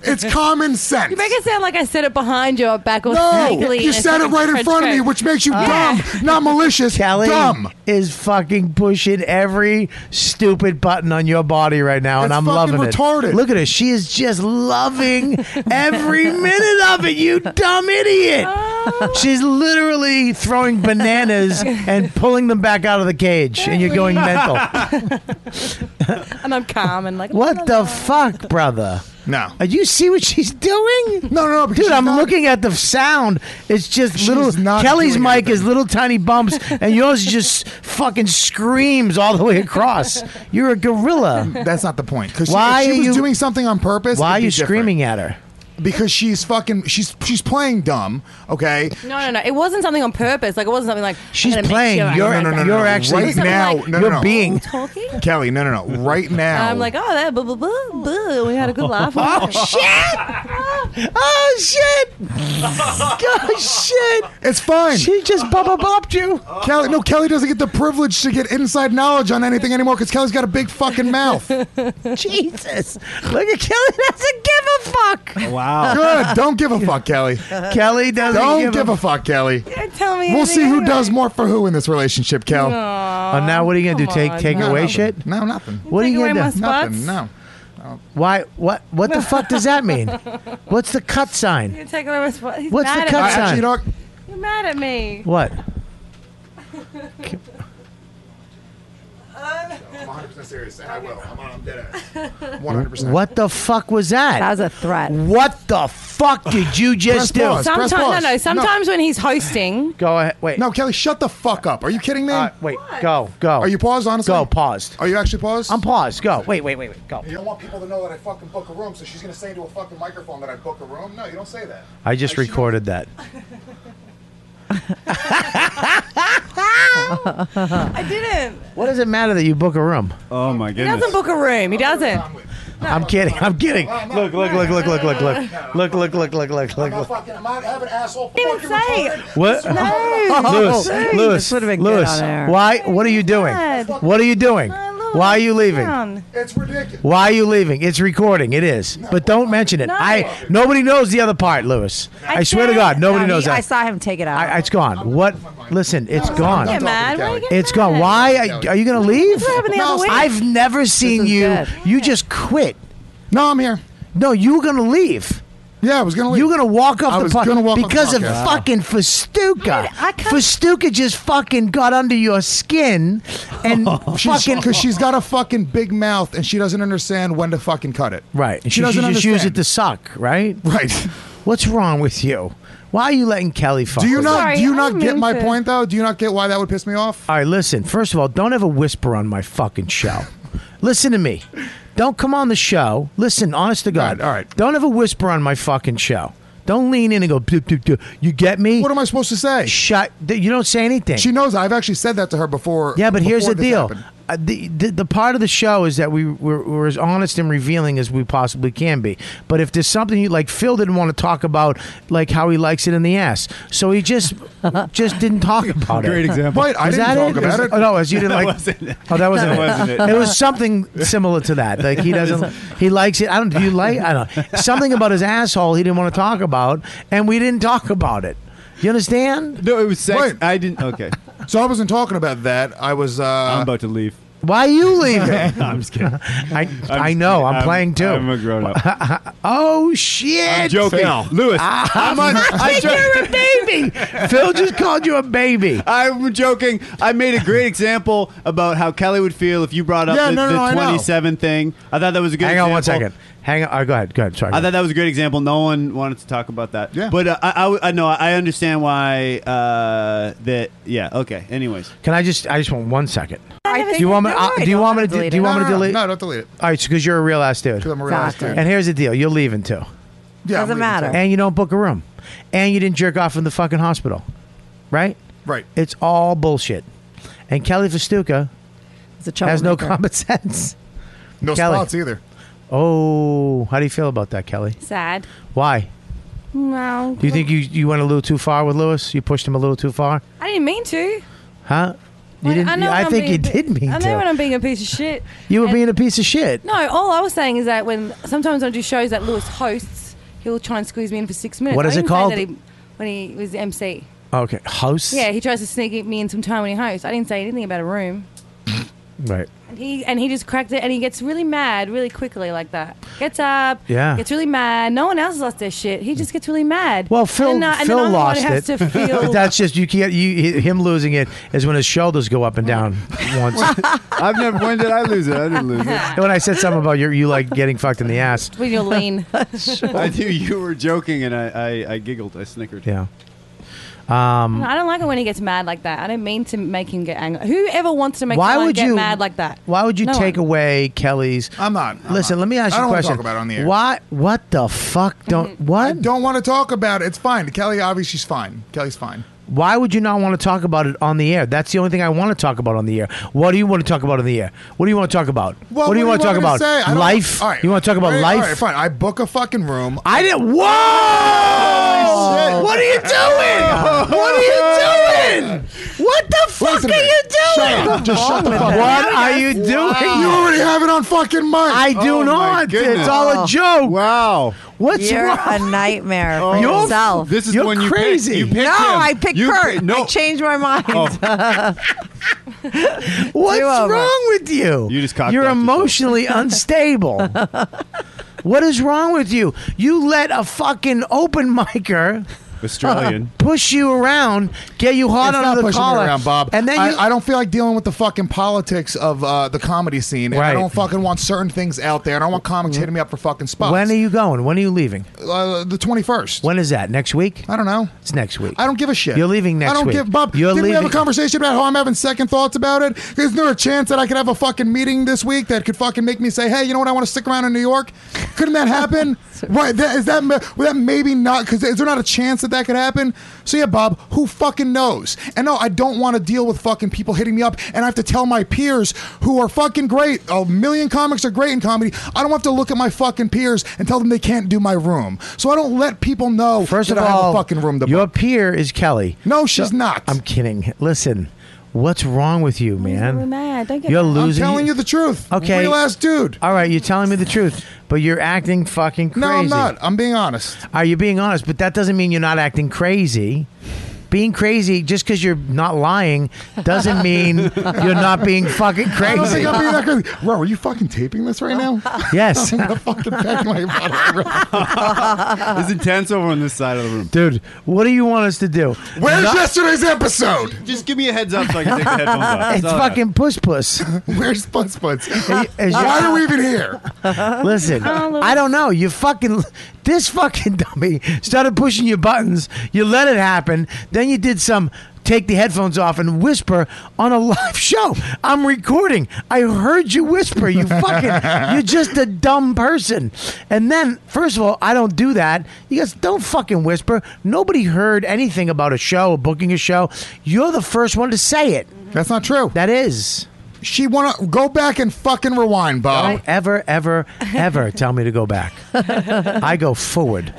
[SPEAKER 7] It's common sense.
[SPEAKER 17] You make it sound like I said it behind your back or
[SPEAKER 7] No,
[SPEAKER 17] sneakily
[SPEAKER 7] you
[SPEAKER 17] in a
[SPEAKER 7] said it
[SPEAKER 17] fucking
[SPEAKER 7] right in
[SPEAKER 17] trench
[SPEAKER 7] front of me,
[SPEAKER 17] coat.
[SPEAKER 7] which makes you
[SPEAKER 17] Yeah.
[SPEAKER 7] dumb, not malicious.
[SPEAKER 2] Kelly
[SPEAKER 7] dumb.
[SPEAKER 2] is fucking pushing every stupid button on your body right now, and
[SPEAKER 7] It's
[SPEAKER 2] I'm
[SPEAKER 7] fucking
[SPEAKER 2] loving
[SPEAKER 7] retarded.
[SPEAKER 2] it. Look at her; she is just loving
[SPEAKER 7] <laughs>
[SPEAKER 2] every minute of it. You dumb idiot!
[SPEAKER 7] Ah.
[SPEAKER 2] She's literally throwing bananas and pulling them back out of the cage, and you're going
[SPEAKER 7] <laughs>
[SPEAKER 2] mental.
[SPEAKER 17] and I'm calm and like
[SPEAKER 2] What the fuck, brother?
[SPEAKER 7] No.
[SPEAKER 2] Uh, you see what she's doing?
[SPEAKER 7] No, no, no.
[SPEAKER 2] Dude, I'm looking at the sound. It's just little.
[SPEAKER 7] not
[SPEAKER 2] Kelly's
[SPEAKER 7] doing
[SPEAKER 2] mic is little tiny bumps, and yours just fucking screams all the way across. You're a gorilla.
[SPEAKER 7] That's not the point. Because
[SPEAKER 2] Why
[SPEAKER 7] she,
[SPEAKER 2] are
[SPEAKER 7] was
[SPEAKER 2] you-
[SPEAKER 7] doing something on purpose.
[SPEAKER 2] Why are
[SPEAKER 7] it'd be
[SPEAKER 2] you
[SPEAKER 7] different.
[SPEAKER 2] screaming at her?
[SPEAKER 7] Because she's fucking. She's she's playing dumb. Okay.
[SPEAKER 17] No, no, no. It wasn't something on purpose. Like it wasn't something like
[SPEAKER 2] She's
[SPEAKER 17] I'm gonna make
[SPEAKER 2] playing.
[SPEAKER 17] sure I
[SPEAKER 2] You're,
[SPEAKER 17] write that
[SPEAKER 2] you're
[SPEAKER 17] down.
[SPEAKER 2] actually <laughs>
[SPEAKER 7] Right now, no, no,
[SPEAKER 2] you're
[SPEAKER 7] no.
[SPEAKER 2] being.
[SPEAKER 17] talking.
[SPEAKER 7] Kelly, no, no, no.
[SPEAKER 2] <laughs>
[SPEAKER 7] Right now.
[SPEAKER 17] I'm like, oh, that blah blah blah blah. We had a good
[SPEAKER 7] <laughs>
[SPEAKER 17] laugh.
[SPEAKER 2] Oh shit! Oh shit!
[SPEAKER 7] <laughs>
[SPEAKER 2] Oh shit!
[SPEAKER 7] It's fine.
[SPEAKER 2] She just bub bopped you.
[SPEAKER 7] Kelly, no, Kelly doesn't get the privilege to get inside knowledge on anything anymore because Kelly's got a big
[SPEAKER 2] <laughs>
[SPEAKER 7] fucking mouth.
[SPEAKER 2] Jesus! Look at Kelly doesn't give a fuck.
[SPEAKER 7] Wow. Good. Don't give a fuck, Kelly.
[SPEAKER 2] Kelly doesn't
[SPEAKER 7] Don't
[SPEAKER 2] give
[SPEAKER 7] give,
[SPEAKER 2] a-
[SPEAKER 7] a, fuck, Kelly.
[SPEAKER 17] Don't tell me.
[SPEAKER 7] We'll see who
[SPEAKER 17] anything
[SPEAKER 7] does more for who in this relationship, Kel.
[SPEAKER 2] Oh, now what are you gonna do?
[SPEAKER 17] Come
[SPEAKER 2] Take
[SPEAKER 17] on,
[SPEAKER 2] take
[SPEAKER 17] no.
[SPEAKER 2] away
[SPEAKER 7] Nothing.
[SPEAKER 2] shit?
[SPEAKER 7] No, nothing.
[SPEAKER 2] What are
[SPEAKER 17] Take
[SPEAKER 2] you
[SPEAKER 17] away
[SPEAKER 2] gonna do?
[SPEAKER 17] my spots?
[SPEAKER 7] Nothing. No.
[SPEAKER 2] Why? What? What the fuck does that mean? What's the cut sign?
[SPEAKER 17] You take away my spot. He's
[SPEAKER 2] What's the
[SPEAKER 17] mad at
[SPEAKER 2] cut
[SPEAKER 17] me.
[SPEAKER 7] I actually
[SPEAKER 2] sign?
[SPEAKER 7] don't.
[SPEAKER 17] You're mad at me.
[SPEAKER 2] What?
[SPEAKER 7] I'm 100% serious, and I will. I'm, on, I'm dead ass.
[SPEAKER 2] <laughs>
[SPEAKER 7] 100%.
[SPEAKER 2] What the fuck was that?
[SPEAKER 12] That was a threat.
[SPEAKER 2] What the fuck did you just do?
[SPEAKER 7] pause. Press
[SPEAKER 17] Sometimes, no,
[SPEAKER 7] pause.
[SPEAKER 17] no. Sometimes when he's hosting,
[SPEAKER 2] Go ahead. Wait.
[SPEAKER 7] No, Kelly, shut the fuck up. Are you kidding me?
[SPEAKER 2] Uh, wait. Go. Go.
[SPEAKER 7] Are you paused, honestly?
[SPEAKER 2] Go. Paused.
[SPEAKER 7] Are you actually paused?
[SPEAKER 2] I'm paused. Go. Wait. Wait. Wait. Wait. Go.
[SPEAKER 7] You don't want people to know that I fucking book a room, so she's gonna say into a fucking microphone that I book a room. No, you don't say that.
[SPEAKER 2] I just recorded that.
[SPEAKER 17] I didn't.
[SPEAKER 2] What does it matter that you book a room?
[SPEAKER 9] Oh my
[SPEAKER 17] He doesn't
[SPEAKER 9] goodness.
[SPEAKER 17] book a room. He
[SPEAKER 7] <laughs>
[SPEAKER 17] doesn't.
[SPEAKER 2] I'm kidding. I'm kidding. Look. Look. Look. Look. Look. Look. Look. Look. Look. Look. Look. Look. Look. Look.
[SPEAKER 7] fucking. I'm not having asshole.
[SPEAKER 17] Didn't
[SPEAKER 7] fucking
[SPEAKER 17] say.
[SPEAKER 7] retarded.
[SPEAKER 2] What?
[SPEAKER 7] Oh,
[SPEAKER 2] Lewis,
[SPEAKER 12] Dang,
[SPEAKER 2] Lewis,
[SPEAKER 12] this would've been good
[SPEAKER 2] Lewis,
[SPEAKER 12] on air.
[SPEAKER 2] why? What are you doing?
[SPEAKER 17] Sad.
[SPEAKER 2] What are you doing? Why are you leaving?
[SPEAKER 17] Down.
[SPEAKER 7] It's ridiculous.
[SPEAKER 2] Why are you leaving? It's recording. It is, but don't mention it.
[SPEAKER 17] No.
[SPEAKER 2] I nobody knows the other part, Lewis. I, swear to
[SPEAKER 17] can't-
[SPEAKER 2] God, nobody
[SPEAKER 12] No,
[SPEAKER 2] knows
[SPEAKER 12] he- I
[SPEAKER 2] that.
[SPEAKER 12] saw him take it out.
[SPEAKER 2] I, it's gone. What? Listen, it's gone.
[SPEAKER 17] Get mad. Why
[SPEAKER 7] Kelly.
[SPEAKER 17] you get
[SPEAKER 2] It's
[SPEAKER 17] mad?
[SPEAKER 2] gone. Why are, are you gonna leave?
[SPEAKER 17] what happened the other week.
[SPEAKER 2] I've never seen
[SPEAKER 12] is
[SPEAKER 2] you.
[SPEAKER 12] good.
[SPEAKER 2] You just quit.
[SPEAKER 7] No, I'm here.
[SPEAKER 2] No, you were gonna leave.
[SPEAKER 7] Yeah, I was gonna. Leave.
[SPEAKER 2] You're gonna walk off
[SPEAKER 7] I
[SPEAKER 2] the
[SPEAKER 7] was
[SPEAKER 2] pod
[SPEAKER 7] gonna walk off the
[SPEAKER 2] because of
[SPEAKER 7] podcast.
[SPEAKER 2] fucking Festuca.
[SPEAKER 17] I can't-
[SPEAKER 2] Festuca just fucking got under your skin <laughs> and fucking
[SPEAKER 7] because she's got a fucking big mouth and she doesn't understand when to fucking cut it.
[SPEAKER 2] right. And
[SPEAKER 7] She
[SPEAKER 2] she,
[SPEAKER 7] doesn't
[SPEAKER 2] should just use it
[SPEAKER 7] understand.
[SPEAKER 2] to suck, right? <laughs>
[SPEAKER 7] Right.
[SPEAKER 2] What's wrong with you? Why are you letting Kelly fuck?
[SPEAKER 7] Do you
[SPEAKER 2] with
[SPEAKER 7] not?
[SPEAKER 17] sorry,
[SPEAKER 7] do you
[SPEAKER 17] I
[SPEAKER 7] not
[SPEAKER 17] didn't
[SPEAKER 7] get
[SPEAKER 17] mean
[SPEAKER 7] my
[SPEAKER 17] to.
[SPEAKER 7] point though? Do you not get why that would piss me off?
[SPEAKER 2] All right, listen. First of all, don't ever whisper on my fucking show. listen to me. Don't come on the show. Listen, honest to God.
[SPEAKER 7] All right, all right.
[SPEAKER 2] Don't ever whisper on my fucking show. Don't lean in and go. Doop, doop, doop. You get me?
[SPEAKER 7] What am I supposed to say?
[SPEAKER 2] Shut. You don't say anything.
[SPEAKER 7] She knows I've actually said that to her before.
[SPEAKER 2] Yeah, but here's the
[SPEAKER 7] before this
[SPEAKER 2] deal.
[SPEAKER 7] happened.
[SPEAKER 2] Uh, uh, the, the the part of the show is that we we're, we're as honest and revealing as we possibly can be. But if there's something you like, Phil didn't want to talk about like how he likes it in the ass, so he just just didn't talk about it.
[SPEAKER 9] Great example. Wait, I
[SPEAKER 2] Was that
[SPEAKER 9] didn't talk
[SPEAKER 2] it?
[SPEAKER 9] about
[SPEAKER 2] Is-
[SPEAKER 9] it.
[SPEAKER 2] Oh, no, as you didn't
[SPEAKER 9] <laughs>
[SPEAKER 2] like.
[SPEAKER 9] That
[SPEAKER 2] <laughs>
[SPEAKER 9] wasn't it.
[SPEAKER 2] Oh, that wasn't,
[SPEAKER 9] That wasn't
[SPEAKER 2] it.
[SPEAKER 9] it. <laughs>
[SPEAKER 2] was something similar to that. Like he doesn't. He likes it. I don't. Do you like? I don't. know. Something about his asshole he didn't want to talk about, and we didn't talk about it. You understand?
[SPEAKER 9] No, it was sex.
[SPEAKER 2] Right.
[SPEAKER 9] I didn't.
[SPEAKER 2] Uh,
[SPEAKER 9] Okay.
[SPEAKER 7] So I wasn't talking about that. I was. Uh, I'm
[SPEAKER 9] about to leave.
[SPEAKER 2] Why are you leaving?
[SPEAKER 9] <laughs> I'm just kidding.
[SPEAKER 2] <laughs> I I know. I'm, playing too.
[SPEAKER 9] I'm a
[SPEAKER 2] <laughs>
[SPEAKER 9] grown up.
[SPEAKER 2] oh shit!
[SPEAKER 9] I'm joking. Phil. Lewis,
[SPEAKER 2] Ah.
[SPEAKER 9] <laughs> I'm on- I
[SPEAKER 2] think
[SPEAKER 9] jo-
[SPEAKER 2] you're a baby. Phil just called you a baby.
[SPEAKER 9] I'm joking. I made a great example about how Kelly would feel if you brought up
[SPEAKER 2] Yeah,
[SPEAKER 9] the,
[SPEAKER 2] no,
[SPEAKER 9] the
[SPEAKER 2] no, I know.
[SPEAKER 9] 27 thing. I thought that was a good
[SPEAKER 2] Hang
[SPEAKER 9] example.
[SPEAKER 2] on one second. Hang on. oh, go ahead. Go ahead. Sorry.
[SPEAKER 9] I thought that was a great example. No one wanted to talk about that.
[SPEAKER 2] Yeah.
[SPEAKER 9] But uh, I, I, I know I understand why uh, that. Yeah. Okay. Anyways.
[SPEAKER 2] Can I just? I just want one second.
[SPEAKER 9] I
[SPEAKER 2] do you want me?
[SPEAKER 9] think- no,
[SPEAKER 2] uh,
[SPEAKER 9] I
[SPEAKER 2] do you
[SPEAKER 9] don't
[SPEAKER 2] want me
[SPEAKER 9] wanna
[SPEAKER 2] to? Do,
[SPEAKER 9] delete
[SPEAKER 2] do you
[SPEAKER 9] it.
[SPEAKER 2] want
[SPEAKER 9] No,
[SPEAKER 2] me to
[SPEAKER 9] no, no,
[SPEAKER 2] delete?
[SPEAKER 9] no, don't delete it.
[SPEAKER 2] All right, because you're a real ass dude.
[SPEAKER 9] I'm a real ass Exactly. dude.
[SPEAKER 2] And here's the deal: you're leaving too.
[SPEAKER 7] Yeah, Doesn't I'm leaving, matter. too.
[SPEAKER 2] And you don't book a room, and you didn't jerk off in the fucking hospital, right?
[SPEAKER 7] Right.
[SPEAKER 2] It's all bullshit. And Kelly Festuca has no
[SPEAKER 12] troublemaker.
[SPEAKER 2] common <laughs> sense.
[SPEAKER 7] No
[SPEAKER 2] Kelly.
[SPEAKER 7] spots either.
[SPEAKER 2] Oh, how do you feel about that, Kelly?
[SPEAKER 15] Sad.
[SPEAKER 2] Why?
[SPEAKER 15] No.
[SPEAKER 2] Do you think you you went a little too far with Lewis? You pushed him a little too far,
[SPEAKER 15] I didn't mean to.
[SPEAKER 2] huh? You
[SPEAKER 15] When-
[SPEAKER 2] didn't.
[SPEAKER 15] I, know when I'm
[SPEAKER 2] think you
[SPEAKER 15] being a bi-
[SPEAKER 2] did mean
[SPEAKER 15] I know
[SPEAKER 2] to.
[SPEAKER 15] when I'm being a piece of shit.
[SPEAKER 2] you were being a piece of shit.
[SPEAKER 15] No, all I was saying is that when sometimes I do shows that Lewis hosts, he'll try and squeeze me in for six minutes.
[SPEAKER 2] What
[SPEAKER 15] I
[SPEAKER 2] is it
[SPEAKER 15] didn't say
[SPEAKER 2] called?
[SPEAKER 15] That he, when he was the MC.
[SPEAKER 2] Okay, house.
[SPEAKER 15] Yeah, he tries to sneak me in some time when he hosts. I didn't say anything about a room.
[SPEAKER 2] Right.
[SPEAKER 15] And he and he just cracked it, and he gets really mad really quickly like that. Gets up,
[SPEAKER 2] Yeah.
[SPEAKER 15] gets really mad. No one else has lost their shit. He just gets really mad.
[SPEAKER 2] Well, Phil,
[SPEAKER 15] and then, uh, and
[SPEAKER 2] Phil
[SPEAKER 15] then I'm the one
[SPEAKER 2] lost
[SPEAKER 15] who has
[SPEAKER 2] it. <laughs>
[SPEAKER 15] To feel,
[SPEAKER 2] But that's just you can't. You him losing it is when his shoulders go up and
[SPEAKER 15] <laughs>
[SPEAKER 2] down once.
[SPEAKER 9] I've never. When did I lose it? I didn't lose it.
[SPEAKER 2] when I said something about you, you like getting fucked in the ass.
[SPEAKER 15] when you're lean.
[SPEAKER 9] <laughs> I knew you were joking, and I, I, I giggled. I snickered.
[SPEAKER 2] Yeah. Um,
[SPEAKER 15] I don't like it when he gets mad like that. I don't mean to make him get angry. Whoever wants to make
[SPEAKER 2] Why
[SPEAKER 15] someone
[SPEAKER 2] would
[SPEAKER 15] get
[SPEAKER 2] you-
[SPEAKER 15] mad like that?
[SPEAKER 2] why would you
[SPEAKER 15] No
[SPEAKER 2] take away Kelly's?
[SPEAKER 7] I'm not. I'm
[SPEAKER 2] Listen,
[SPEAKER 7] not.
[SPEAKER 2] let me ask
[SPEAKER 7] I
[SPEAKER 2] you
[SPEAKER 7] don't
[SPEAKER 2] a
[SPEAKER 7] wanna
[SPEAKER 2] question.
[SPEAKER 7] talk about it on the air.
[SPEAKER 2] Why? What the fuck? Don't
[SPEAKER 15] Mm-hmm.
[SPEAKER 2] what?
[SPEAKER 7] I don't want to talk about it. It's fine. Kelly, obviously, she's fine. Kelly's fine.
[SPEAKER 2] Why would you not want to talk about it on the air? That's the only thing I want to talk about on the air. What do you want to talk about on the air? What do you want to talk about?
[SPEAKER 7] Well,
[SPEAKER 2] what do you want to talk
[SPEAKER 7] me
[SPEAKER 2] about?
[SPEAKER 7] say? I don't-
[SPEAKER 2] Life.
[SPEAKER 7] All right.
[SPEAKER 2] You want to talk about
[SPEAKER 7] All right, all
[SPEAKER 2] life?
[SPEAKER 7] right, fine. I book a fucking room.
[SPEAKER 2] I didn't. Whoa!
[SPEAKER 7] Oh, shit.
[SPEAKER 2] What are you doing? What are you
[SPEAKER 7] <laughs>
[SPEAKER 2] doing? What the fuck are you doing?
[SPEAKER 9] <laughs>
[SPEAKER 7] Shut up. Just shut the fuck up.
[SPEAKER 2] <laughs> What are you doing? Oh
[SPEAKER 7] You already have it on fucking mic.
[SPEAKER 2] I do
[SPEAKER 7] Oh, my
[SPEAKER 2] not. It's
[SPEAKER 7] goodness.
[SPEAKER 2] all a joke.
[SPEAKER 9] Oh. Wow. Oh.
[SPEAKER 2] What's
[SPEAKER 12] You're
[SPEAKER 2] wrong?
[SPEAKER 12] a nightmare for
[SPEAKER 2] You're-
[SPEAKER 12] yourself.
[SPEAKER 9] This is
[SPEAKER 2] You're
[SPEAKER 9] the one you picked.
[SPEAKER 2] crazy.
[SPEAKER 9] You picked
[SPEAKER 12] no,
[SPEAKER 9] him.
[SPEAKER 12] I picked
[SPEAKER 9] You
[SPEAKER 12] Kurt.
[SPEAKER 9] pick- no. Oh.
[SPEAKER 12] I changed my mind.
[SPEAKER 2] What's
[SPEAKER 12] Do over.
[SPEAKER 2] wrong with you?
[SPEAKER 9] You just cocked
[SPEAKER 2] You're <laughs>
[SPEAKER 9] blocked yourself.
[SPEAKER 2] emotionally unstable. what is wrong with you? You let a fucking open micer.
[SPEAKER 9] Australian.
[SPEAKER 2] push you around, get you hot
[SPEAKER 7] It's
[SPEAKER 2] under
[SPEAKER 7] not
[SPEAKER 2] the
[SPEAKER 7] pushing me
[SPEAKER 2] collar,
[SPEAKER 7] around, Bob.
[SPEAKER 2] and then
[SPEAKER 7] I,
[SPEAKER 2] you,
[SPEAKER 7] I don't feel like dealing with the fucking politics of uh, the comedy scene. And
[SPEAKER 2] Right. Mm-hmm.
[SPEAKER 7] I don't fucking want certain things out there. And I don't want comics hitting me up for fucking spots.
[SPEAKER 2] When are you going? When are you leaving?
[SPEAKER 7] Uh, the 21st.
[SPEAKER 2] When is that? Next week?
[SPEAKER 7] I don't know.
[SPEAKER 2] It's next week.
[SPEAKER 7] I don't give a shit.
[SPEAKER 2] You're leaving next
[SPEAKER 7] I don't
[SPEAKER 2] week.
[SPEAKER 7] give Bob.
[SPEAKER 2] You're
[SPEAKER 7] did we have a
[SPEAKER 2] leaving-
[SPEAKER 7] conversation about how I'm having second thoughts about it? Is there a chance that I could have a fucking meeting this week that could fucking make me say, hey, you know what? I want to stick around in New York. Couldn't
[SPEAKER 2] <laughs>
[SPEAKER 7] that happen? Right? That, is that ma- well, that maybe not? Because is there not a chance that that could happen? So yeah, Bob. Who fucking knows? And no, I don't want to deal with fucking people hitting me up, and I have to tell my peers who are fucking great. A million comics are great in comedy. I don't have to look at my fucking peers and tell them they can't do my room. So I don't let people know.
[SPEAKER 2] First
[SPEAKER 7] that
[SPEAKER 2] of
[SPEAKER 7] I have a
[SPEAKER 2] all,
[SPEAKER 7] fucking room to
[SPEAKER 2] your peer is Kelly.
[SPEAKER 7] No, she's not.
[SPEAKER 2] I'm kidding. Listen, what's wrong with you,
[SPEAKER 15] Really
[SPEAKER 2] man?
[SPEAKER 15] mad. Don't get
[SPEAKER 2] You're
[SPEAKER 15] mad.
[SPEAKER 2] losing.
[SPEAKER 7] the truth.
[SPEAKER 2] Okay.
[SPEAKER 7] Real ass dude.
[SPEAKER 2] All right, you're telling me the truth, but you're acting fucking crazy.
[SPEAKER 7] No, I'm not. I'm being honest.
[SPEAKER 2] Are you being honest? But that doesn't mean you're not acting crazy. Being crazy just because you're not lying doesn't
[SPEAKER 15] <laughs>
[SPEAKER 2] mean you're not being fucking crazy.
[SPEAKER 7] I don't think I'm being that <laughs> crazy. Bro, are you fucking taping this right
[SPEAKER 12] <laughs>
[SPEAKER 7] now? <laughs>
[SPEAKER 2] Yes.
[SPEAKER 7] I'm gonna fucking pack my bottle.
[SPEAKER 9] It's intense over on this side of the room.
[SPEAKER 2] Dude, what do you want us to do?
[SPEAKER 7] Where's
[SPEAKER 2] Not-
[SPEAKER 7] yesterday's episode?
[SPEAKER 9] Just give me a heads up so I can take the headphones off. That's
[SPEAKER 2] <laughs> It's
[SPEAKER 9] all I-
[SPEAKER 2] fucking puss puss.
[SPEAKER 7] <laughs> Where's Butts Butts?
[SPEAKER 2] is
[SPEAKER 7] <laughs> Why
[SPEAKER 2] your-
[SPEAKER 7] are we even here?
[SPEAKER 2] <laughs> Listen, I don't know. You fucking this fucking <laughs> dummy started pushing your buttons. You let it happen. Then you did some take the headphones off and whisper on a live <laughs> show. I'm recording. I heard you whisper. You fucking you're just a dumb person. And then first of all, I don't do that. You guys don't fucking whisper. Nobody heard anything about a show, booking a show. You're the first one to say it.
[SPEAKER 7] That's not true.
[SPEAKER 2] That is.
[SPEAKER 7] She want to go back and fucking rewind, Bob.
[SPEAKER 2] Don't ever, ever, ever tell me to go back. I go forward.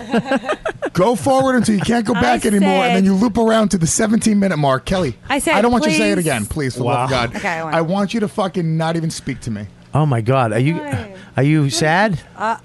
[SPEAKER 7] Go forward until you can't go
[SPEAKER 12] I
[SPEAKER 7] back anymore, and then
[SPEAKER 12] said-
[SPEAKER 7] you loop around to the 17 minute mark. Kelly,
[SPEAKER 12] I said,
[SPEAKER 7] I don't want you to say it
[SPEAKER 12] please.
[SPEAKER 7] again, please, for the love of
[SPEAKER 2] Wow.
[SPEAKER 7] God.
[SPEAKER 12] Okay, I won't.
[SPEAKER 7] I want you to fucking not even speak to me.
[SPEAKER 2] Oh my God, are you <laughs> are you sad?
[SPEAKER 12] Uh,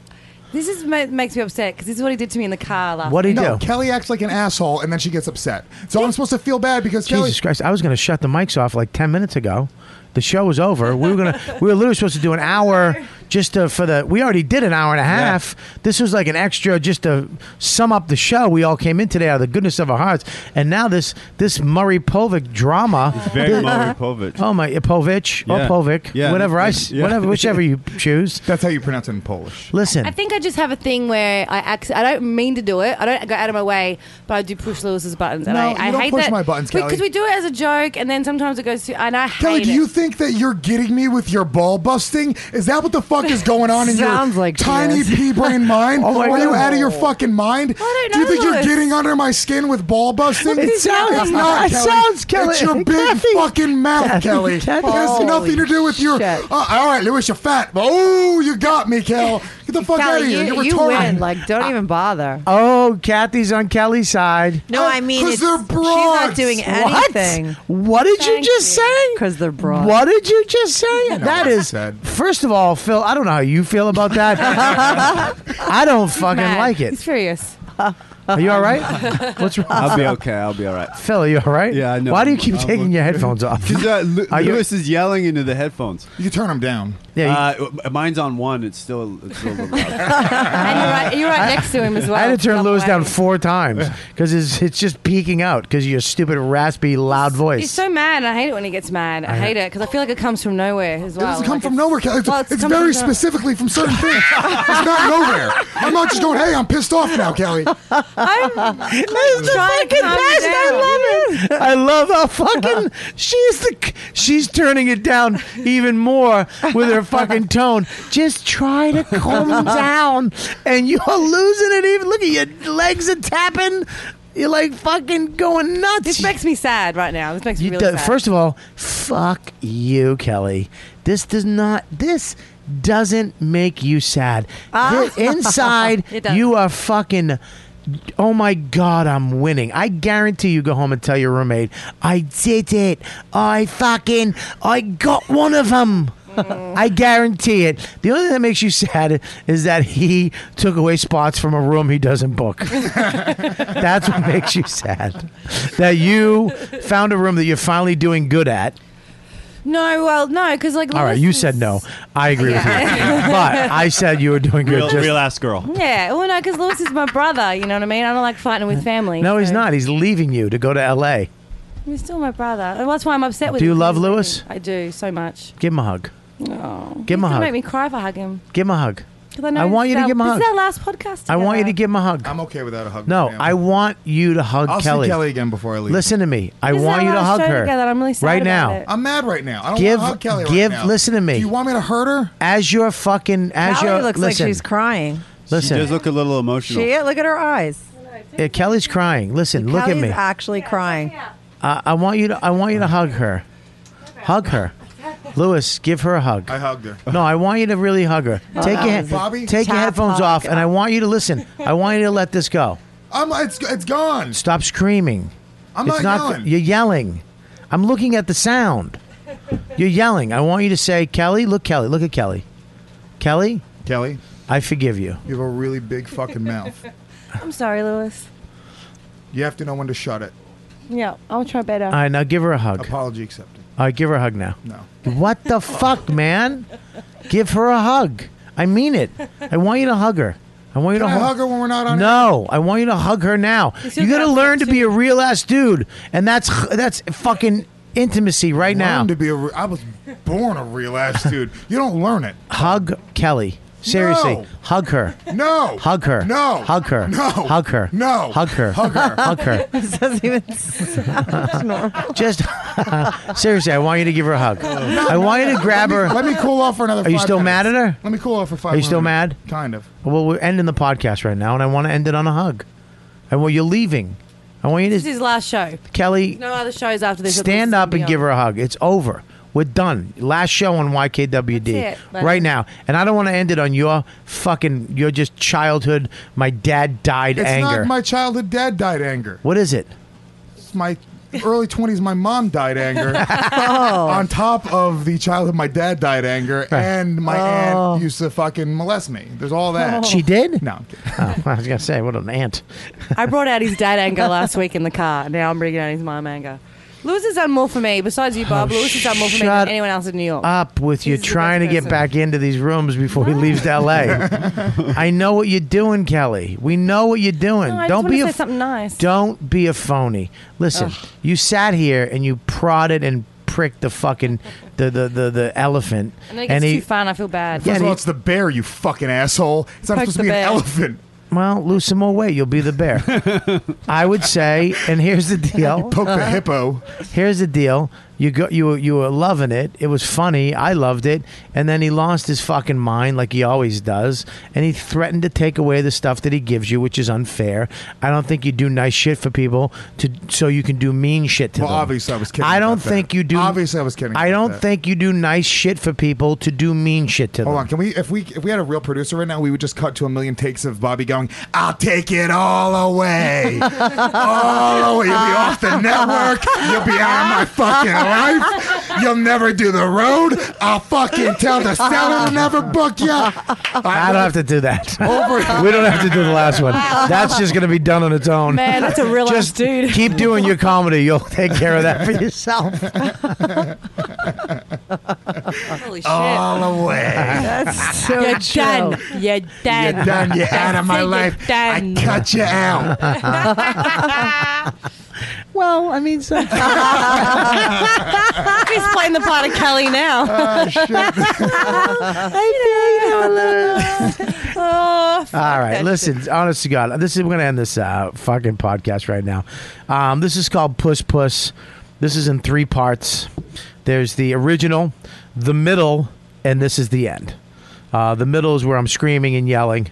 [SPEAKER 12] this is ma- makes me upset because this is what he did to me in the car last.
[SPEAKER 7] no, Kelly acts like an asshole, and then she gets upset. So I'm supposed to feel bad because Kelly.
[SPEAKER 2] Jesus Christ! I was going to shut the mics off like ten minutes ago. The show was over. We were gonna. we were literally supposed to do an hour just to, for the. We already did an hour and a half. This was like an extra just to sum up the show. We all came in today out of the goodness of our hearts, and now this this Murray Povich drama.
[SPEAKER 9] very Murray Povich.
[SPEAKER 2] Oh my Povich
[SPEAKER 9] Yeah.
[SPEAKER 2] or Povich,
[SPEAKER 9] Yeah.
[SPEAKER 2] whatever I s-
[SPEAKER 9] Yeah.
[SPEAKER 2] whatever whichever
[SPEAKER 9] <laughs>
[SPEAKER 2] you choose.
[SPEAKER 7] That's how you pronounce it in Polish.
[SPEAKER 2] Listen,
[SPEAKER 12] I think I just have a thing where I acc- I don't mean to do it. I don't go out of my way, but I do push Lewis's buttons. and
[SPEAKER 7] No,
[SPEAKER 12] I,
[SPEAKER 7] you
[SPEAKER 12] I
[SPEAKER 7] don't
[SPEAKER 12] hate
[SPEAKER 7] push
[SPEAKER 12] that
[SPEAKER 7] my buttons,
[SPEAKER 12] because
[SPEAKER 7] Kelly.
[SPEAKER 12] we do it as a joke, and then sometimes it goes to. And I hate
[SPEAKER 7] Kelly, do
[SPEAKER 12] it.
[SPEAKER 7] you think that you're getting me with your ball busting? Is that what the fuck is going on in
[SPEAKER 12] Sounds
[SPEAKER 7] your
[SPEAKER 12] like she
[SPEAKER 7] tiny
[SPEAKER 12] is.
[SPEAKER 7] pea brain mind?
[SPEAKER 12] Oh my
[SPEAKER 7] Are you
[SPEAKER 12] God.
[SPEAKER 7] out of your fucking mind?
[SPEAKER 12] I don't
[SPEAKER 7] do you
[SPEAKER 12] know
[SPEAKER 7] think you're
[SPEAKER 12] this.
[SPEAKER 7] getting under my skin with ball busting?
[SPEAKER 2] It
[SPEAKER 7] It's
[SPEAKER 2] sounds-
[SPEAKER 7] it's not.
[SPEAKER 2] it
[SPEAKER 7] Kelly.
[SPEAKER 2] sounds, Kelly.
[SPEAKER 7] It's your big
[SPEAKER 2] Kathy.
[SPEAKER 7] fucking mouth,
[SPEAKER 2] Kathy,
[SPEAKER 7] Kelly. It
[SPEAKER 2] Kathy.
[SPEAKER 7] has nothing to do with your. Uh, all right, Lewis, you're fat. Oh, you got me, Kel. Get the fuck out of
[SPEAKER 32] Kelly,
[SPEAKER 7] here.
[SPEAKER 32] you,
[SPEAKER 7] are
[SPEAKER 32] you
[SPEAKER 7] retarded.
[SPEAKER 32] win. Like, don't even bother.
[SPEAKER 2] Oh, Kathy's on Kelly's side.
[SPEAKER 32] No, I mean,
[SPEAKER 7] 'cause
[SPEAKER 32] it's,
[SPEAKER 7] they're
[SPEAKER 32] she's not
[SPEAKER 2] Oh, broads.
[SPEAKER 32] doing
[SPEAKER 2] What?
[SPEAKER 32] anything.
[SPEAKER 2] What did you just say?
[SPEAKER 32] Because they're broad.
[SPEAKER 2] What did you just say? that
[SPEAKER 32] what I
[SPEAKER 2] is, first of all, Phil. I don't know how you feel about
[SPEAKER 12] <laughs>
[SPEAKER 2] that. I don't fucking
[SPEAKER 12] mad.
[SPEAKER 2] like it. <laughs>
[SPEAKER 12] He's furious.
[SPEAKER 2] Are you all right? What's wrong?
[SPEAKER 9] I'll be okay. I'll be all right.
[SPEAKER 2] Phil, are you all right?
[SPEAKER 9] Yeah, I know.
[SPEAKER 2] Why do you keep
[SPEAKER 9] I'm
[SPEAKER 2] taking
[SPEAKER 9] okay.
[SPEAKER 2] your headphones off?
[SPEAKER 9] Because uh, Lu-
[SPEAKER 2] Are you-
[SPEAKER 9] Lewis is yelling into the headphones.
[SPEAKER 7] You can turn them down.
[SPEAKER 9] Yeah. uh, mine's on one. It's still. It's still
[SPEAKER 13] <laughs>
[SPEAKER 9] a little loud.
[SPEAKER 12] and you're right, you're right next to him as well.
[SPEAKER 2] I had to turn Lewis down four times because it's, it's just peeking out because your stupid raspy loud
[SPEAKER 12] He's
[SPEAKER 2] voice.
[SPEAKER 12] so mad. and I hate it when he gets mad. I,
[SPEAKER 2] I-
[SPEAKER 12] hate it because I feel like it comes from nowhere as well.
[SPEAKER 7] It doesn't
[SPEAKER 12] Like,
[SPEAKER 7] come from nowhere, Kelly. It's,
[SPEAKER 12] Well,
[SPEAKER 7] it's,
[SPEAKER 12] come
[SPEAKER 7] very
[SPEAKER 12] from-
[SPEAKER 7] specifically from
[SPEAKER 12] <laughs>
[SPEAKER 7] certain things. it's not nowhere. I'm not just going, hey, I'm pissed off now, Kelly.
[SPEAKER 12] I'm
[SPEAKER 2] <laughs> That's the
[SPEAKER 12] trying to
[SPEAKER 2] fucking best.
[SPEAKER 12] calm you down.
[SPEAKER 2] I love it. I love how
[SPEAKER 12] <laughs>
[SPEAKER 2] fucking she's the she's turning it down even more with her fucking tone. Just try to
[SPEAKER 12] <laughs>
[SPEAKER 2] calm down, and you're losing it. Even look at your legs are tapping. You're like fucking going nuts.
[SPEAKER 12] This makes me sad right now. This makes me
[SPEAKER 2] You
[SPEAKER 12] really
[SPEAKER 2] do-
[SPEAKER 12] sad.
[SPEAKER 2] first of all, fuck you, Kelly. This does not. This doesn't make you sad.
[SPEAKER 12] Ah. <laughs>
[SPEAKER 2] Th- inside,
[SPEAKER 12] It does.
[SPEAKER 2] you are fucking. Oh my God, I'm winning. I guarantee you go home and tell your roommate, I did it. I fucking, I got one of them.
[SPEAKER 12] Mm.
[SPEAKER 2] I guarantee it. The only thing that makes you sad is that he took away spots from a room he doesn't
[SPEAKER 12] <laughs>
[SPEAKER 2] book. That's what makes you sad. That you found a room that you're finally doing good at.
[SPEAKER 12] no, well, no, because like
[SPEAKER 2] All right, you said no. I agree with you. <laughs> But I said you were doing good.
[SPEAKER 9] Real-
[SPEAKER 2] just-
[SPEAKER 9] real ass girl.
[SPEAKER 12] Yeah, well, no, because Lewis is my brother. You know what I mean? I don't like fighting with family.
[SPEAKER 2] No, he's not. He's leaving you to go to L.A.
[SPEAKER 12] He's still my brother. And That's why I'm upset with
[SPEAKER 2] Do
[SPEAKER 12] him.
[SPEAKER 2] you love Lewis?
[SPEAKER 12] I do so much.
[SPEAKER 2] Give him a hug.
[SPEAKER 12] No.
[SPEAKER 2] Give him a
[SPEAKER 12] He's gonna
[SPEAKER 2] hug.
[SPEAKER 12] make me cry if I hug him.
[SPEAKER 2] Give him a hug.
[SPEAKER 12] 'Cause know
[SPEAKER 2] I
[SPEAKER 12] this
[SPEAKER 2] want
[SPEAKER 12] is
[SPEAKER 2] you to
[SPEAKER 12] our-
[SPEAKER 2] give him a hug.
[SPEAKER 12] This is our last podcast.
[SPEAKER 2] I want you to
[SPEAKER 12] together.
[SPEAKER 2] give him a hug.
[SPEAKER 7] I'm okay without a hug.
[SPEAKER 2] No,
[SPEAKER 7] man.
[SPEAKER 2] I want you to hug
[SPEAKER 7] I'll see
[SPEAKER 2] Kelly.
[SPEAKER 7] Kelly again before I leave.
[SPEAKER 2] Listen to me. I
[SPEAKER 7] This is
[SPEAKER 2] want
[SPEAKER 7] our
[SPEAKER 2] you to
[SPEAKER 7] last
[SPEAKER 2] hug
[SPEAKER 7] show
[SPEAKER 2] her
[SPEAKER 7] together. I'm really sad
[SPEAKER 2] right
[SPEAKER 7] about
[SPEAKER 2] now.
[SPEAKER 7] it. I'm mad right now. I don't wanna
[SPEAKER 2] give,
[SPEAKER 7] hug Kelly right
[SPEAKER 2] give.
[SPEAKER 7] now.
[SPEAKER 2] Listen to me.
[SPEAKER 7] Do you want me to hurt her?
[SPEAKER 2] As your fucking as
[SPEAKER 32] Kelly
[SPEAKER 2] your
[SPEAKER 32] looks
[SPEAKER 2] listen,
[SPEAKER 32] like she's crying.
[SPEAKER 2] Listen,
[SPEAKER 9] She does look a little emotional.
[SPEAKER 32] She, look at her eyes.
[SPEAKER 2] Yeah, Kelly's crying. Listen, look at
[SPEAKER 32] Kelly's
[SPEAKER 2] me.
[SPEAKER 32] actually crying.
[SPEAKER 2] I, I want you to. I want you to hug her. Hug her. Lewis, give her a hug.
[SPEAKER 7] I hugged her.
[SPEAKER 2] No, I want you to really hug her.
[SPEAKER 7] Oh,
[SPEAKER 2] take
[SPEAKER 7] that
[SPEAKER 2] your
[SPEAKER 7] was a Bobby?
[SPEAKER 2] take your
[SPEAKER 7] tap
[SPEAKER 2] headphones
[SPEAKER 7] hug.
[SPEAKER 2] off, and I want you to listen. I want you to let this go.
[SPEAKER 7] I'm, it's, it's gone.
[SPEAKER 2] Stop screaming.
[SPEAKER 7] I'm
[SPEAKER 2] it's
[SPEAKER 7] not
[SPEAKER 2] not
[SPEAKER 7] yelling.
[SPEAKER 2] you're yelling. I'm looking at the sound. You're yelling. I want you to say, Kelly, look, Kelly, look at Kelly. Kelly,
[SPEAKER 7] Kelly,
[SPEAKER 2] I forgive you.
[SPEAKER 7] You have a really big fucking <laughs> mouth.
[SPEAKER 12] I'm sorry, Lewis.
[SPEAKER 7] You have to know when to shut it.
[SPEAKER 12] Yeah, I'll try better.
[SPEAKER 2] All right, now give her a hug.
[SPEAKER 7] Apology accepted.
[SPEAKER 2] All right, give her a hug now.
[SPEAKER 7] No.
[SPEAKER 2] What the fuck, man? Give her a hug. I mean it. I want you to hug her. I want you
[SPEAKER 7] Can
[SPEAKER 2] to
[SPEAKER 7] I hug her when we're not on?
[SPEAKER 2] No, I want you to hug her now.
[SPEAKER 7] still
[SPEAKER 2] You got to
[SPEAKER 7] got
[SPEAKER 2] learn to be a real ass dude, and that's that's fucking intimacy right now.
[SPEAKER 7] Learn to be a re- I was born a real ass dude. You don't learn it.
[SPEAKER 2] Hug Kelly. Seriously,
[SPEAKER 7] No.
[SPEAKER 2] hug her.
[SPEAKER 7] No.
[SPEAKER 2] Hug her.
[SPEAKER 7] No.
[SPEAKER 2] Hug her.
[SPEAKER 7] No.
[SPEAKER 2] Hug her.
[SPEAKER 7] No.
[SPEAKER 2] Hug her.
[SPEAKER 7] Hug her.
[SPEAKER 2] Hug her.
[SPEAKER 32] <laughs> This doesn't even sound normal.
[SPEAKER 2] Just <laughs> seriously, I want you to give her a hug. I want you to grab
[SPEAKER 7] Let
[SPEAKER 2] her.
[SPEAKER 7] me- Let me cool off for another.
[SPEAKER 2] Are you
[SPEAKER 7] five
[SPEAKER 2] still mad
[SPEAKER 7] minutes.
[SPEAKER 2] at her?
[SPEAKER 7] Let me cool off for five.
[SPEAKER 2] Are you still
[SPEAKER 7] minutes.
[SPEAKER 2] mad?
[SPEAKER 7] Kind of.
[SPEAKER 2] Well, we're ending the podcast right now, and I want to end it on a hug. And well, you're leaving. I want you
[SPEAKER 12] This is
[SPEAKER 2] to,
[SPEAKER 12] his last show.
[SPEAKER 2] Kelly,
[SPEAKER 12] No other shows after this.
[SPEAKER 2] stand up and give her a hug. It's over. We're done. Last show on YKWd
[SPEAKER 33] That's it, buddy.
[SPEAKER 2] right now, and I don't want to end it on your fucking your just childhood. My dad died
[SPEAKER 7] It's
[SPEAKER 2] anger.
[SPEAKER 7] not my childhood dad died anger.
[SPEAKER 2] what is it?
[SPEAKER 7] It's my early 20s, my mom died anger.
[SPEAKER 2] <laughs> Oh.
[SPEAKER 7] On top of the childhood, my dad died anger,
[SPEAKER 2] Right.
[SPEAKER 7] and my
[SPEAKER 2] Oh.
[SPEAKER 7] aunt used to fucking molest me. There's all that.
[SPEAKER 2] She did? <laughs>
[SPEAKER 7] <laughs> No.
[SPEAKER 2] Oh, I was gonna say, what an ant.
[SPEAKER 17] I brought out his dad anger
[SPEAKER 2] <laughs>
[SPEAKER 17] last week in the car. Now I'm bringing out his mom anger. Lewis has done more for me, besides you, Bob.
[SPEAKER 2] Oh,
[SPEAKER 17] Lewis has done more for me
[SPEAKER 2] shut
[SPEAKER 17] than anyone else in New York.
[SPEAKER 2] Up with you
[SPEAKER 17] He's the
[SPEAKER 2] trying to
[SPEAKER 17] best
[SPEAKER 2] get
[SPEAKER 17] person.
[SPEAKER 2] back into these rooms before he leaves LA.
[SPEAKER 17] <laughs>
[SPEAKER 2] I know what you're doing, Kelly. We know what you're doing.
[SPEAKER 17] No, I just
[SPEAKER 2] don't
[SPEAKER 17] wanna
[SPEAKER 2] be
[SPEAKER 17] say
[SPEAKER 2] a
[SPEAKER 17] something nice.
[SPEAKER 2] Don't be a phony. Listen,
[SPEAKER 17] Ugh.
[SPEAKER 2] you sat here and you prodded and pricked the fucking the the the, the elephant.
[SPEAKER 17] And then it gets too far and I feel bad.
[SPEAKER 2] First of Yeah, and all, he- it's
[SPEAKER 7] the bear, you fucking asshole. It's not
[SPEAKER 17] Poke supposed to the be an bear. elephant.
[SPEAKER 2] Well, lose some more weight. You'll be the
[SPEAKER 17] <laughs>
[SPEAKER 2] bear. I would say, and here's the deal.
[SPEAKER 7] poke the hippo.
[SPEAKER 2] Here's the deal. You go. You were- you were loving it. It was funny. I loved it. And then he lost his fucking mind, like he always does. And he threatened to take away the stuff that he gives you, which is unfair. I don't think you do nice shit for people to so you can do mean shit to
[SPEAKER 7] Well,
[SPEAKER 2] them.
[SPEAKER 7] obviously I was kidding
[SPEAKER 2] I
[SPEAKER 7] about
[SPEAKER 2] don't
[SPEAKER 7] that.
[SPEAKER 2] think you do.
[SPEAKER 7] Obviously I was kidding
[SPEAKER 2] I
[SPEAKER 7] about
[SPEAKER 2] don't
[SPEAKER 7] that.
[SPEAKER 2] think you do nice shit for people to do mean shit to them.
[SPEAKER 7] Hold on, can we? If we if we had a real producer right now, we would just cut to a million takes of Bobby going, "I'll take it all away, all away. You'll be off the network. You'll be out of my fucking life. You'll never do the road. I'll fucking tell the seller to never book you."
[SPEAKER 2] I don't have to do
[SPEAKER 7] <laughs>
[SPEAKER 2] that. <laughs>
[SPEAKER 7] Over-
[SPEAKER 2] we don't have to do the
[SPEAKER 17] <laughs>
[SPEAKER 2] last one. That's just going to be done on its own.
[SPEAKER 17] Man, that's a real ass
[SPEAKER 2] just
[SPEAKER 17] dude.
[SPEAKER 2] Keep doing your comedy. You'll take care
[SPEAKER 17] <laughs>
[SPEAKER 2] of that for yourself.
[SPEAKER 17] Holy shit.
[SPEAKER 7] All away.
[SPEAKER 17] That's
[SPEAKER 2] <laughs>
[SPEAKER 7] so
[SPEAKER 17] You're
[SPEAKER 7] true.
[SPEAKER 17] done. You're done.
[SPEAKER 7] You're done. You're out of my
[SPEAKER 17] You're
[SPEAKER 7] life.
[SPEAKER 17] done.
[SPEAKER 7] I cut you out.
[SPEAKER 2] well, I mean,
[SPEAKER 7] <laughs>
[SPEAKER 2] sometimes.
[SPEAKER 17] He's playing the part of Kelly now.
[SPEAKER 7] Oh, shit.
[SPEAKER 2] <laughs>
[SPEAKER 7] <laughs>
[SPEAKER 17] oh, fuck
[SPEAKER 2] All right,
[SPEAKER 17] that
[SPEAKER 2] listen. Honest to God, this is we're gonna end this uh, fucking podcast right now. Um, this is called Puss Puss. This is in three parts. There's the original, the middle, and this is the end. Uh, the middle is where I'm screaming and yelling,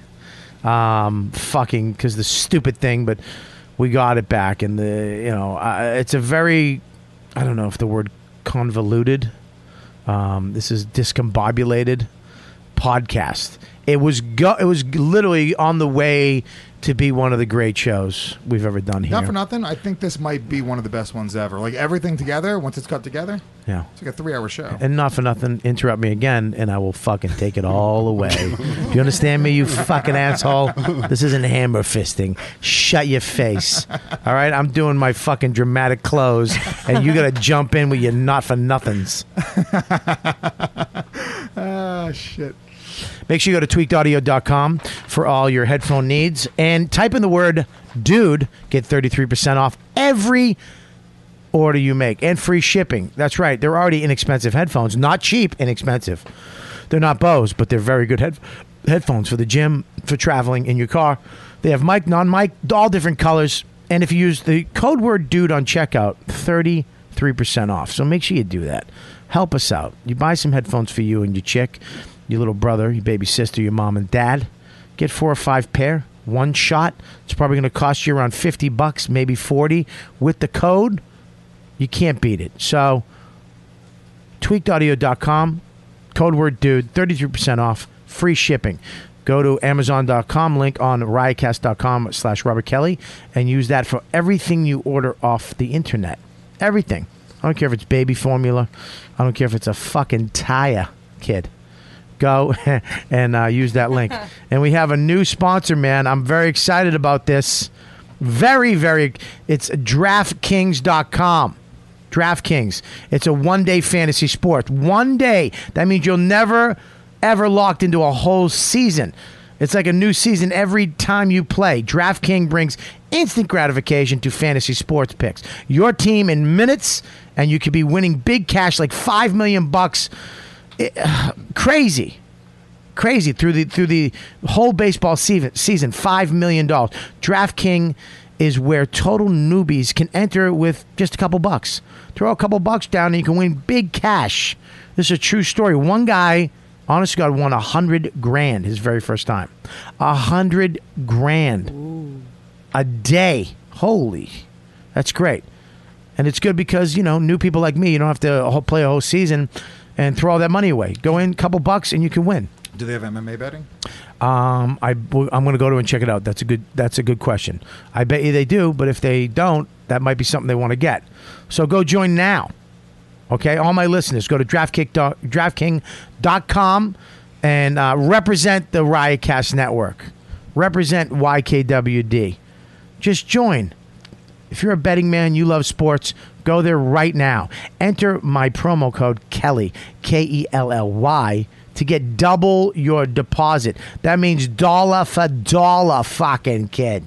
[SPEAKER 2] um, fucking because the stupid thing. But we got it back, and the you know uh, it's a very I don't know if the word convoluted. Um, this is discombobulated podcast. It was go- it was literally on the way to be one of the great shows we've ever done here.
[SPEAKER 7] Not for nothing. I think this might be one of the best ones ever. Like everything together, once it's cut together,
[SPEAKER 2] Yeah.
[SPEAKER 7] it's like a three-hour show.
[SPEAKER 2] And not for nothing, interrupt me again, and I will fucking take it all away. Do you understand me, you fucking asshole? This isn't hammer fisting. Shut your face. All right, I'm doing my fucking dramatic close, and you gotta jump in with your not for nothings.
[SPEAKER 7] Ah, shit.
[SPEAKER 2] Make sure you go to tweakedaudio.com for all your headphone needs and type in the word dude, get 33% off every order you make and free shipping. That's right. They're already inexpensive headphones, not cheap, inexpensive. They're not Bose, but they're very good head- headphones for the gym, for traveling in your car. They have mic, non mic, all different colors. And if you use the code word dude on checkout, 33% off. So make sure you do that. Help us out. You buy some headphones for you and your chick, your little brother, your baby sister, your mom and dad. Get four or five pair, one shot. It's probably going to cost you around 50 bucks, maybe 40 with the code. You can't beat it. So, tweakedaudio.com, code word dude, 33% off, free shipping. Go to amazon.com, link on riotcast.com slash Robert Kelly, and use that for everything you order off the internet. Everything. <laughs> I don't care if it's baby formula. I don't care if it's a fucking tire, kid. Go <laughs> and uh, use that
[SPEAKER 12] <laughs>
[SPEAKER 2] link. and we have a new sponsor, man. I'm very excited about this. Very, very. It's draftkings.com. DraftKings. It's a one day fantasy sport. One day. That means you'll never, ever locked into a whole season. It's like a new season every time you play. DraftKings brings instant gratification to fantasy sports picks. Your team in minutes, and you could be winning big cash like five million bucks. It- <sighs> crazy crazy through the through the whole baseball season. Season five million dollars. DraftKings is where total newbies can enter with just a couple bucks. Throw a couple bucks down, and you can win big cash. This is a true story. One guy, honest to God, won a hundred grand his very first time. A hundred grand a day. Holy, that's great.
[SPEAKER 13] And it's good because, you know, new people like me, you don't have to ho- play a whole season and throw all that money away. Go in, couple bucks, and you can win.
[SPEAKER 7] Do they have MMA betting?
[SPEAKER 13] Um, I am going to go to and check it out. That's a good that's a good question. I bet you they do, but if they don't, that might be something they want to get. So go join now. Okay, all my listeners, go to DraftKick, dot- DraftKing.com and uh, represent the Riotcast Network. Represent YKWD. Just join. If you're a betting man, you love sports, go there right now. Enter my promo code Kelly, K E L L Y, to get double your deposit. That means dollar for dollar, fucking kid.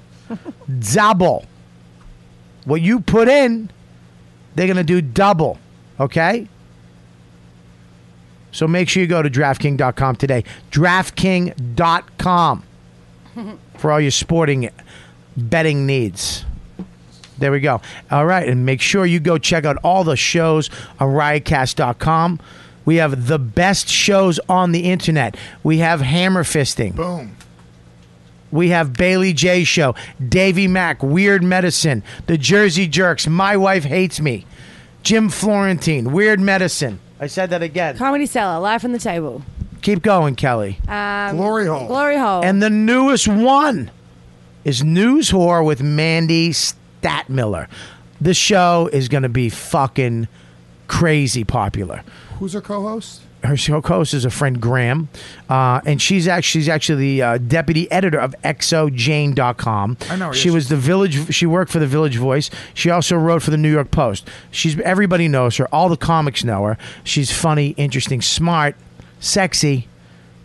[SPEAKER 13] double. What you put in, they're going to do double, okay? So make sure you go to DraftKings.com today. DraftKings.com for all your sporting betting needs. There we go. All right, and make sure you go check out all the shows on riotcast.com. We have the best shows on the internet. We have hammer fisting.
[SPEAKER 7] Boom.
[SPEAKER 13] We have Bailey J Show, Davey Mack, Weird Medicine, The Jersey Jerks, My Wife Hates Me, Jim Florentine, Weird Medicine. I said that again.
[SPEAKER 2] Comedy Cellar, live from the table.
[SPEAKER 13] Keep going, Kelly.
[SPEAKER 2] Um,
[SPEAKER 13] Glory Hole.
[SPEAKER 2] Glory Hole.
[SPEAKER 13] And the newest one is News Whore with Mandy Statmiller. This show is going to be fucking crazy popular.
[SPEAKER 7] Who's our co-host?
[SPEAKER 13] Her show host is a friend Graham, uh, and she's actually she's actually the uh, deputy editor of ExoJane.com.
[SPEAKER 7] I know her,
[SPEAKER 13] She
[SPEAKER 7] yes.
[SPEAKER 13] was the village. She worked for the Village Voice. She also wrote for the New York Post. She's everybody knows her. All the comics know her. She's funny, interesting, smart, sexy,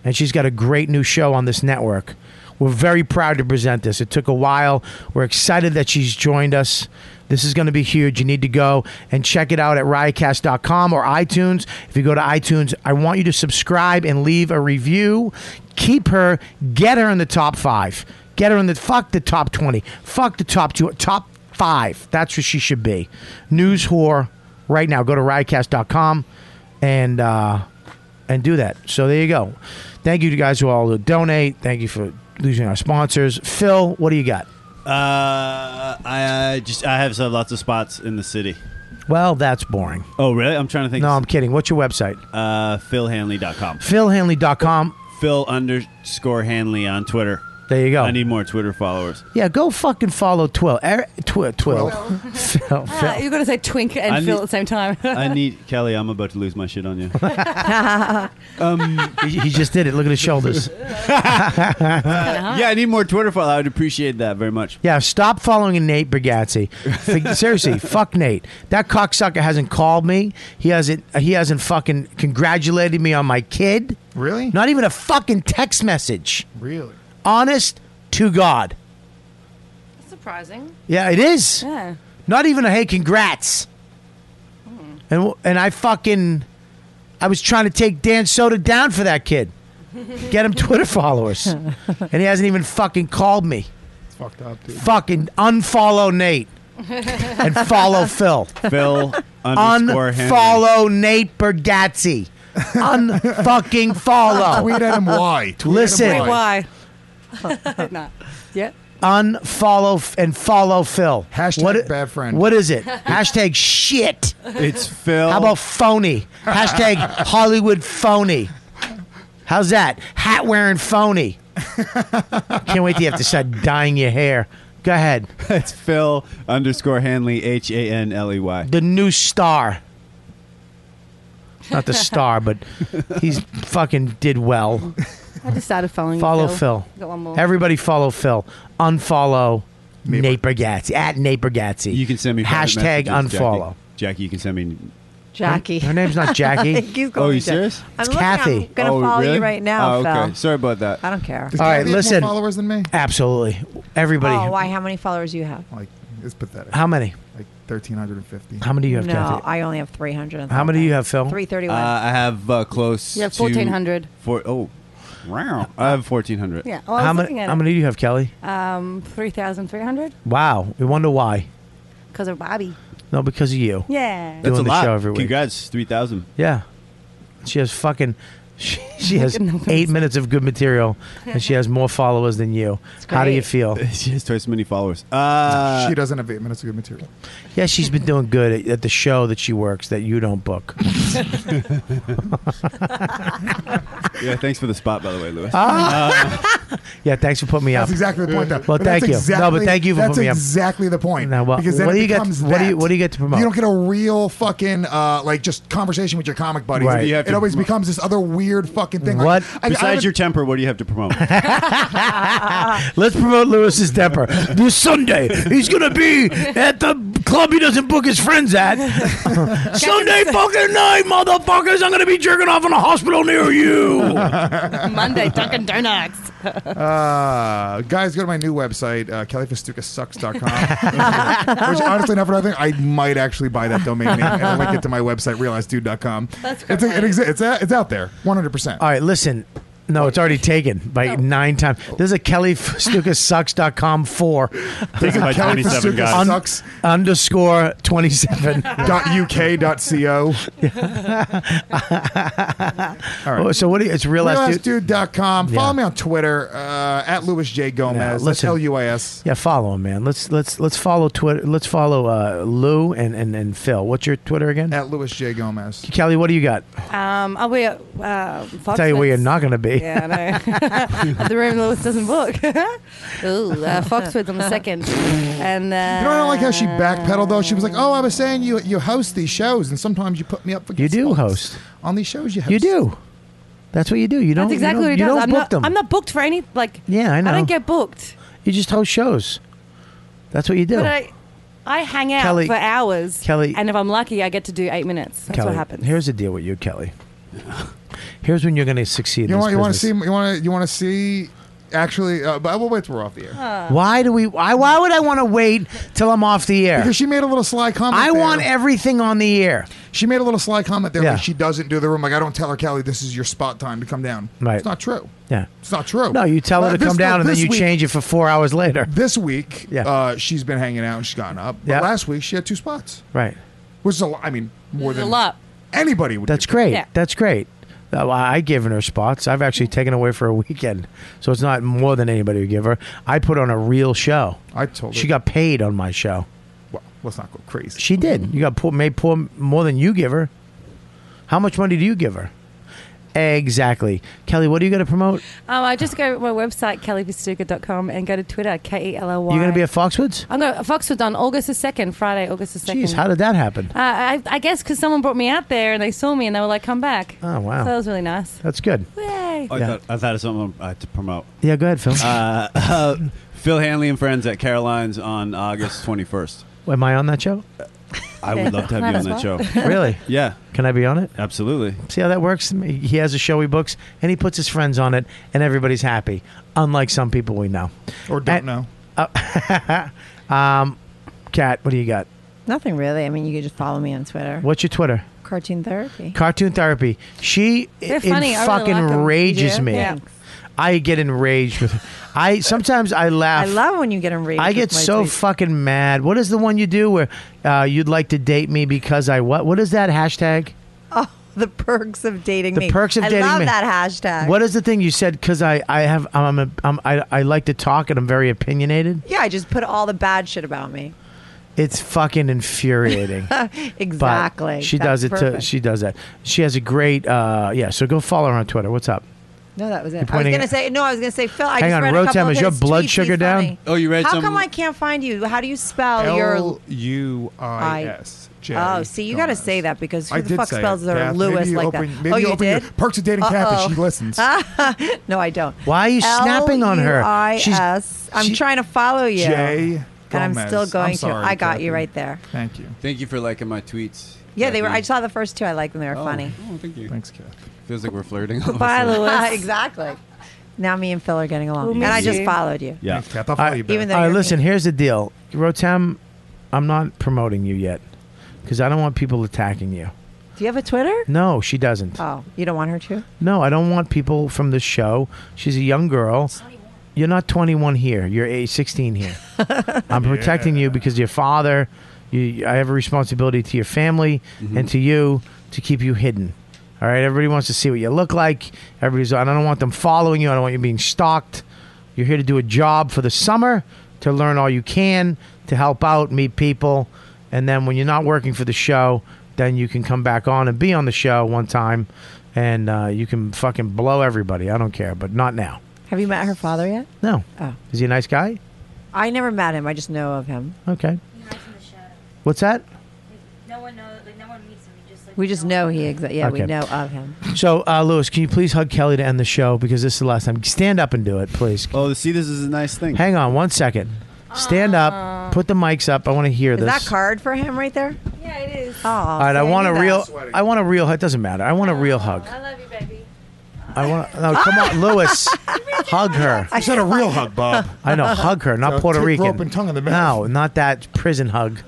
[SPEAKER 13] and she's got a great new show on this network. We're very proud to present this. It took a while. We're excited that she's joined us. This is going to be huge. You need to go and check it out at riotcast.com or iTunes. If you go to iTunes, I want you to subscribe and leave a review. Keep her, get her in the top five. Get her in the fuck the top 20. Fuck the top two, top five. That's where she should be. News whore right now. Go to riotcast.com and uh, and do that. So there you go. Thank you to guys who all donate. Thank you for losing our sponsors. Phil, what do you got?
[SPEAKER 9] Uh, I uh, just I have so lots of spots in the city.
[SPEAKER 13] Well, that's boring.
[SPEAKER 9] Oh, really? I'm trying to think.
[SPEAKER 13] No, I'm kidding. What's your website?
[SPEAKER 9] Uh, PhilHanley.com.
[SPEAKER 13] PhilHanley.com.
[SPEAKER 9] Phil underscore Hanley on Twitter.
[SPEAKER 13] There you go.
[SPEAKER 9] I need more Twitter followers.
[SPEAKER 13] Yeah, go fucking follow Twill. Er, Twill. Twill. <laughs> Phil.
[SPEAKER 2] Ah,
[SPEAKER 13] Phil.
[SPEAKER 2] you're going to say twink and
[SPEAKER 9] I
[SPEAKER 2] Phil at
[SPEAKER 9] need-
[SPEAKER 2] the same time.
[SPEAKER 9] I need Kelly. I'm about to lose my shit on you.
[SPEAKER 2] um,
[SPEAKER 13] he, he just did it. Look at his shoulders.
[SPEAKER 9] yeah, I need more Twitter followers. I would appreciate that
[SPEAKER 13] <laughs>
[SPEAKER 9] very much.
[SPEAKER 13] Yeah, stop following Nate Bargatze.
[SPEAKER 7] <laughs>
[SPEAKER 13] F- Seriously, fuck Nate. That cocksucker hasn't called me. He hasn't. He hasn't fucking congratulated me on my kid. Really? Not even a fucking text message.
[SPEAKER 7] Really?
[SPEAKER 13] Honest to God.
[SPEAKER 2] Surprising.
[SPEAKER 13] Yeah, it is.
[SPEAKER 2] Yeah. Hmm.
[SPEAKER 13] Not even a hey, congrats. And and I fucking, I was trying to take Dan Soda down for that
[SPEAKER 2] <laughs>
[SPEAKER 13] kid, get him Twitter followers, and he hasn't even fucking called me.
[SPEAKER 7] It's fucked up, dude.
[SPEAKER 13] Fucking unfollow Nate and
[SPEAKER 2] <laughs>
[SPEAKER 13] follow Phil. <laughs>
[SPEAKER 9] Phil underscore Hanley.
[SPEAKER 13] unfollow Nate Bergazzi. Unfucking
[SPEAKER 2] <laughs>
[SPEAKER 13] follow. <laughs>
[SPEAKER 7] Tweet at him why. Tweet at him
[SPEAKER 13] Listen.
[SPEAKER 7] why. Tweet
[SPEAKER 2] Not. Yeah.
[SPEAKER 13] Unfollow f- and follow Phil. Hashtag what, bad friend. Oh. What <laughs> is it? Hashtag shit.
[SPEAKER 9] It's Phil.
[SPEAKER 13] How about phony? <laughs> Hashtag Hollywood phony. How's that? Hat wearing <laughs> phony. Can't wait till you have to start dyeing your hair. Go ahead.
[SPEAKER 9] <laughs> It's Phil underscore Hanley H A N L E Y.
[SPEAKER 13] The new star. Not the star,
[SPEAKER 9] <laughs>
[SPEAKER 13] but he's fucking did well.
[SPEAKER 2] I just started following
[SPEAKER 13] Follow
[SPEAKER 2] Phil.
[SPEAKER 13] Phil.
[SPEAKER 2] Got one more.
[SPEAKER 13] Everybody follow Phil. Unfollow Nate Bargatze. At Nate Bargatze.
[SPEAKER 9] You can send me private
[SPEAKER 13] Hashtag
[SPEAKER 9] messages, Jackie.
[SPEAKER 13] unfollow.
[SPEAKER 9] Jackie. you can send me.
[SPEAKER 12] Jackie.
[SPEAKER 13] Her name's
[SPEAKER 2] <laughs>
[SPEAKER 13] not Jackie.
[SPEAKER 12] <laughs> He's
[SPEAKER 9] Oh,
[SPEAKER 12] calling
[SPEAKER 9] you
[SPEAKER 12] me Jack-
[SPEAKER 9] serious?
[SPEAKER 12] I'm looking, I'm gonna
[SPEAKER 9] Oh,
[SPEAKER 12] follow
[SPEAKER 9] really?
[SPEAKER 12] you right now,
[SPEAKER 9] Oh, okay.
[SPEAKER 12] Phil.
[SPEAKER 9] Sorry about that.
[SPEAKER 12] I don't care.
[SPEAKER 13] All right, listen.
[SPEAKER 7] followers than me?
[SPEAKER 13] Absolutely. Everybody.
[SPEAKER 12] Oh, why? How many followers do you have?
[SPEAKER 7] Like, it's pathetic.
[SPEAKER 13] How many?
[SPEAKER 7] Like 1,350.
[SPEAKER 13] How many do you have,
[SPEAKER 12] no,
[SPEAKER 13] Kathy?
[SPEAKER 12] I only have 300.
[SPEAKER 13] How many do you have, Phil?
[SPEAKER 12] 331.
[SPEAKER 9] Uh, I have uh, close.
[SPEAKER 12] You have
[SPEAKER 9] to
[SPEAKER 12] 1400.
[SPEAKER 9] Four, oh, wow. I have 1,400.
[SPEAKER 2] Yeah. Well, I was
[SPEAKER 13] how many?
[SPEAKER 2] looking at
[SPEAKER 13] How
[SPEAKER 2] it.
[SPEAKER 13] many do you have, Kelly?
[SPEAKER 2] Um, 3,300
[SPEAKER 13] Wow. We wonder why.
[SPEAKER 2] because of Bobby.
[SPEAKER 13] No, because of you.
[SPEAKER 2] Yeah.
[SPEAKER 9] That's
[SPEAKER 13] Doing
[SPEAKER 9] a
[SPEAKER 13] the
[SPEAKER 9] lot.
[SPEAKER 13] show every week.
[SPEAKER 9] Congrats, 3,000.
[SPEAKER 13] Yeah. She has fucking <laughs> She, she has eight minutes of good material, and she has more followers than you. How do you feel?
[SPEAKER 9] <laughs> She has twice as many followers. Uh,
[SPEAKER 13] <laughs>
[SPEAKER 7] she doesn't have eight minutes of good material.
[SPEAKER 13] Yeah, she's been doing good at, at the show that she works that you don't book.
[SPEAKER 9] yeah, thanks for the spot, by the way, Lewis.
[SPEAKER 13] Ah. yeah, thanks for putting me
[SPEAKER 7] That's
[SPEAKER 13] up.
[SPEAKER 7] exactly the point, though.
[SPEAKER 13] Well,
[SPEAKER 7] But
[SPEAKER 13] thank
[SPEAKER 7] that's
[SPEAKER 13] you. no, but
[SPEAKER 7] exactly-
[SPEAKER 13] thank you for
[SPEAKER 7] that's
[SPEAKER 13] putting me up.
[SPEAKER 7] exactly the point.
[SPEAKER 13] No, well,
[SPEAKER 7] because then
[SPEAKER 13] what
[SPEAKER 7] it
[SPEAKER 13] do you get?
[SPEAKER 7] becomes
[SPEAKER 13] What do you
[SPEAKER 7] that.
[SPEAKER 13] What do you get to promote?
[SPEAKER 7] You don't get a real fucking uh, like just conversation with your comic buddies.
[SPEAKER 13] Right. You have
[SPEAKER 7] It
[SPEAKER 13] to
[SPEAKER 7] always
[SPEAKER 13] promote-
[SPEAKER 7] becomes this other weird fucking thing. Like,
[SPEAKER 13] What?
[SPEAKER 7] I- I
[SPEAKER 9] Besides
[SPEAKER 7] haven't-
[SPEAKER 9] your temper, what do you have to
[SPEAKER 13] <laughs>
[SPEAKER 9] promote?
[SPEAKER 13] Let's promote Lewis's temper. This Sunday, he's gonna be at the club he doesn't book his friends at. Sunday fucking night, motherfuckers! I'm gonna be jerking off in a hospital near you.
[SPEAKER 2] Monday, Dunkin' Donuts.
[SPEAKER 7] Uh, guys, go to my new website, uh, kellyfestukasucks.com. <laughs> which, honestly, not for nothing, I might actually buy that domain name and link it to my website, realizedude.com. That's it's, it exi- it's, out- it's out there, 100%.
[SPEAKER 13] All right, listen. No, it's already taken by nine times. This is a kellyfstucassucks.com four.
[SPEAKER 7] Taken by 27 guys.
[SPEAKER 13] Sucks. Underscore <laughs> 27.
[SPEAKER 7] dot UK dot
[SPEAKER 13] <laughs>
[SPEAKER 7] CO. All
[SPEAKER 13] Oh, so what do you, it's real ass dude.
[SPEAKER 7] RealizeDude.com. Follow
[SPEAKER 13] Yeah.
[SPEAKER 7] me on Twitter, uh, at Louis J. Gomez. That's
[SPEAKER 13] listen.
[SPEAKER 7] L-U-I-S.
[SPEAKER 13] Yeah, follow him, man. Let's let's let's follow Twitter. Let's follow uh, Lou and, and and Phil. What's your Twitter again?
[SPEAKER 7] At Louis J. Gomez.
[SPEAKER 13] Kelly, what do you got?
[SPEAKER 2] Um, I'll be at uh, Fox
[SPEAKER 13] Tell you where you're not going to be.
[SPEAKER 2] Yeah, I know. <laughs> At the room Lewis doesn't book. <laughs> Ooh, uh, <laughs> Foxwoods on the second. And uh,
[SPEAKER 7] You know, I don't like how she backpedaled though. She was like, "Oh, I was saying you you host these shows, and sometimes you put me up for
[SPEAKER 13] You do host.
[SPEAKER 7] on these shows. You host.
[SPEAKER 13] You do. That's what you do. You don't.
[SPEAKER 2] That's exactly
[SPEAKER 13] you
[SPEAKER 2] what he
[SPEAKER 13] don't,
[SPEAKER 2] does.
[SPEAKER 13] You don't
[SPEAKER 2] I'm
[SPEAKER 13] book
[SPEAKER 2] not.
[SPEAKER 13] them.
[SPEAKER 2] I'm not booked for any. Like,
[SPEAKER 13] Yeah, I know.
[SPEAKER 2] I don't get booked.
[SPEAKER 13] You just host shows. That's what you do.
[SPEAKER 2] But I, I hang out
[SPEAKER 13] Kelly-
[SPEAKER 2] for hours.
[SPEAKER 13] Kelly-
[SPEAKER 2] and if I'm lucky, I get to do eight minutes. That's
[SPEAKER 13] Kelly,
[SPEAKER 2] what happens.
[SPEAKER 13] Here's the deal with you, Kelly. Here's when you're going to succeed. in
[SPEAKER 7] You
[SPEAKER 13] this
[SPEAKER 7] want you want to
[SPEAKER 13] business.
[SPEAKER 7] see you want to you want to see actually? Uh, but we'll wait till we're off the air.
[SPEAKER 2] Uh.
[SPEAKER 13] Why do we? Why, why would I want to wait till I'm off the air?
[SPEAKER 7] Because she made a little sly comment.
[SPEAKER 13] I
[SPEAKER 7] there.
[SPEAKER 13] want everything on the air.
[SPEAKER 7] She made a little sly comment there.
[SPEAKER 13] Yeah.
[SPEAKER 7] Like she doesn't do the room. Like I don't tell her, Kelly, this is your spot time to come down.
[SPEAKER 13] Right.
[SPEAKER 7] It's not true.
[SPEAKER 13] Yeah.
[SPEAKER 7] It's not true.
[SPEAKER 13] No, you tell her
[SPEAKER 7] Uh,
[SPEAKER 13] to
[SPEAKER 7] this-
[SPEAKER 13] come down, and then
[SPEAKER 7] this
[SPEAKER 13] you
[SPEAKER 7] week-
[SPEAKER 13] change it for four hours
[SPEAKER 7] <laughs>
[SPEAKER 13] later.
[SPEAKER 7] This week, uh, she's been hanging out and she's gotten up. But
[SPEAKER 13] Yeah.
[SPEAKER 7] last week she had two spots,
[SPEAKER 13] Right.
[SPEAKER 7] which is a lot. I mean, more
[SPEAKER 2] It's a
[SPEAKER 7] than
[SPEAKER 2] lot.
[SPEAKER 7] anybody would.
[SPEAKER 13] That's great.
[SPEAKER 2] Yeah.
[SPEAKER 13] That's great. Uh, I- I've given her spots. I've actually taken away for a weekend, so it's not more than anybody would give her. I put on a real show.
[SPEAKER 7] I told her.
[SPEAKER 13] she got paid on my show.
[SPEAKER 7] Well, let's not go crazy.
[SPEAKER 13] She did. You got poor, made poor more than you give her. How much money do you give her? Exactly, Kelly. What are you going to promote?
[SPEAKER 2] Um, I just go to my website kellypistuka.com and go to Twitter K E L L Y.
[SPEAKER 13] You're going to be at Foxwoods.
[SPEAKER 2] I'm going to Foxwoods on August the second, Friday, August the second.
[SPEAKER 13] Jeez, how did that happen?
[SPEAKER 2] Uh, I, I guess because someone brought me out there and they saw me and they were like, "Come back."
[SPEAKER 13] Oh, wow.
[SPEAKER 2] So that was really nice.
[SPEAKER 13] That's good.
[SPEAKER 2] Yay!
[SPEAKER 9] I,
[SPEAKER 13] Yeah.
[SPEAKER 9] thought, I thought of something I had to promote.
[SPEAKER 13] Yeah, go ahead, Phil.
[SPEAKER 9] Uh, uh, Phil Hanley and friends at Caroline's on August 21st.
[SPEAKER 13] Am I on that
[SPEAKER 2] <laughs>
[SPEAKER 13] show?
[SPEAKER 9] I would love to have you on that show.
[SPEAKER 13] really?
[SPEAKER 9] Yeah,
[SPEAKER 13] Can I be on it?
[SPEAKER 9] absolutely.
[SPEAKER 13] See how that works? He has a show he books, and he puts his friends on it, and everybody's happy. Unlike some people we know.
[SPEAKER 7] Or don't
[SPEAKER 13] And-
[SPEAKER 7] know.
[SPEAKER 13] Um, Kat, what do you got?
[SPEAKER 12] Nothing really. I mean, you could just follow me on Twitter.
[SPEAKER 13] What's your Twitter?
[SPEAKER 12] Cartoon therapy.
[SPEAKER 13] Cartoon Therapy. She
[SPEAKER 12] They're
[SPEAKER 13] it
[SPEAKER 12] funny. I really
[SPEAKER 13] fucking
[SPEAKER 12] like 'em.
[SPEAKER 13] rages
[SPEAKER 12] You do?
[SPEAKER 13] me.
[SPEAKER 12] Yeah.
[SPEAKER 13] I get enraged with. <laughs> I sometimes I laugh.
[SPEAKER 12] I love when you get enraged.
[SPEAKER 13] I
[SPEAKER 12] with
[SPEAKER 13] get
[SPEAKER 12] my
[SPEAKER 13] so
[SPEAKER 12] tweets.
[SPEAKER 13] fucking mad. What is the one you do where uh, you'd like to date me because I what? What is that hashtag?
[SPEAKER 12] oh, the perks of dating
[SPEAKER 13] The
[SPEAKER 12] me.
[SPEAKER 13] perks of
[SPEAKER 12] I
[SPEAKER 13] dating
[SPEAKER 12] love
[SPEAKER 13] me.
[SPEAKER 12] that hashtag.
[SPEAKER 13] What is the thing you said? Because I I have I'm, a, I'm I I like to talk and I'm very opinionated.
[SPEAKER 12] Yeah, I just put all the bad shit about me. <laughs>
[SPEAKER 13] It's fucking infuriating. But
[SPEAKER 12] exactly.
[SPEAKER 13] she
[SPEAKER 12] That's
[SPEAKER 13] does it. To,
[SPEAKER 12] perfect.
[SPEAKER 13] she does that. She has a great. Uh, yeah. So go follow her on Twitter. What's up?
[SPEAKER 12] No, that was
[SPEAKER 13] You're
[SPEAKER 12] it. I was
[SPEAKER 13] pointing
[SPEAKER 12] gonna
[SPEAKER 13] at-
[SPEAKER 12] say no. I was gonna say Phil. I
[SPEAKER 13] Hang
[SPEAKER 12] just
[SPEAKER 13] on,
[SPEAKER 12] read a couple
[SPEAKER 13] Rotem,
[SPEAKER 12] of
[SPEAKER 13] is your
[SPEAKER 12] his
[SPEAKER 13] blood
[SPEAKER 12] tweets.
[SPEAKER 13] sugar
[SPEAKER 12] He's
[SPEAKER 13] down?
[SPEAKER 12] funny.
[SPEAKER 9] Oh, you read
[SPEAKER 12] How
[SPEAKER 9] some-
[SPEAKER 12] come I can't find you? How do you spell your?
[SPEAKER 7] L U I S J.
[SPEAKER 12] Oh, see, you got to say that because who
[SPEAKER 7] I
[SPEAKER 12] the
[SPEAKER 7] did
[SPEAKER 12] fuck
[SPEAKER 7] say
[SPEAKER 12] spells
[SPEAKER 7] it,
[SPEAKER 12] their
[SPEAKER 7] Kath.
[SPEAKER 12] Lewis
[SPEAKER 7] Maybe you
[SPEAKER 12] like
[SPEAKER 7] open-
[SPEAKER 12] that?
[SPEAKER 7] maybe
[SPEAKER 12] oh,
[SPEAKER 7] you
[SPEAKER 12] you,
[SPEAKER 7] open your-
[SPEAKER 12] did.
[SPEAKER 7] Perks of Dating Kath if she
[SPEAKER 12] Uh-oh. Ah,
[SPEAKER 7] listens.
[SPEAKER 12] <laughs> no, I don't.
[SPEAKER 13] Why are you snapping on her? She's-
[SPEAKER 12] L-U-I-S. I'm trying to follow you.
[SPEAKER 7] J.
[SPEAKER 12] and I'm
[SPEAKER 9] Gomez.
[SPEAKER 12] still
[SPEAKER 9] I'm
[SPEAKER 12] going
[SPEAKER 9] sorry,
[SPEAKER 12] to. I got
[SPEAKER 9] Kathy.
[SPEAKER 12] you right there.
[SPEAKER 7] Thank you.
[SPEAKER 9] Thank you for liking my tweets.
[SPEAKER 12] Yeah, they were.
[SPEAKER 9] Kathy.
[SPEAKER 12] I saw the first two. I liked them. They were
[SPEAKER 9] Oh,
[SPEAKER 12] funny.
[SPEAKER 9] Oh, thank you.
[SPEAKER 7] Thanks, Kath.
[SPEAKER 9] Feels like we're flirting. <laughs>
[SPEAKER 12] Goodbye,
[SPEAKER 9] all of a sudden.
[SPEAKER 12] Lewis. exactly. Now me and Phil are getting along,
[SPEAKER 9] We'll
[SPEAKER 12] and I
[SPEAKER 9] miss
[SPEAKER 12] just
[SPEAKER 9] you.
[SPEAKER 12] followed you.
[SPEAKER 9] Yeah.
[SPEAKER 7] Kath, I'll follow you back.
[SPEAKER 12] Even though
[SPEAKER 13] All right,
[SPEAKER 12] you're
[SPEAKER 13] listen. Here's the deal, Rotem. I'm not promoting you yet because I don't want people attacking you.
[SPEAKER 12] Do you have a Twitter?
[SPEAKER 13] No, she doesn't.
[SPEAKER 12] Oh, you don't want her to?
[SPEAKER 13] No, I don't want people from the show. She's a young girl. You're not 21 here. You're age 16 here. I'm protecting you because your father. You, I have a responsibility to your family and to you to keep you hidden. All right, everybody wants to see what you look like. Everybody's. I don't want them following you. I don't want you being stalked. You're here to do a job for the summer to learn all you can to help out, meet people, and then when you're not working for the show, then you can come back on and be on the show one time, and uh, you can fucking blow everybody. I don't care, but not now.
[SPEAKER 12] Have you met her father yet?
[SPEAKER 13] No.
[SPEAKER 12] Oh.
[SPEAKER 13] Is he a nice guy?
[SPEAKER 12] I never met him. I just know of him.
[SPEAKER 13] Okay. What's that?
[SPEAKER 12] We just know he exists. Yeah, we
[SPEAKER 13] Okay.
[SPEAKER 12] know of him.
[SPEAKER 13] So, uh, Lewis, can you please hug Kelly to end the show because this is the last time. Stand up and do it, please.
[SPEAKER 9] Oh, see, this is a nice thing.
[SPEAKER 13] Hang on one second. Stand up. Put the mics up. I want to hear
[SPEAKER 12] Is
[SPEAKER 13] this.
[SPEAKER 12] that card for him right there? Yeah, it is. Oh,
[SPEAKER 13] All right, I want a real. I want a real. It doesn't matter. I want a real hug. I love you, baby. I want. No, come on, Lewis. hug her.
[SPEAKER 2] I said a real hug, Bob.
[SPEAKER 13] I know. Hug her, not
[SPEAKER 2] So
[SPEAKER 13] Puerto
[SPEAKER 2] tip,
[SPEAKER 13] Rican.
[SPEAKER 2] rope, and tongue in the
[SPEAKER 13] no, not that
[SPEAKER 34] <laughs>
[SPEAKER 13] prison hug.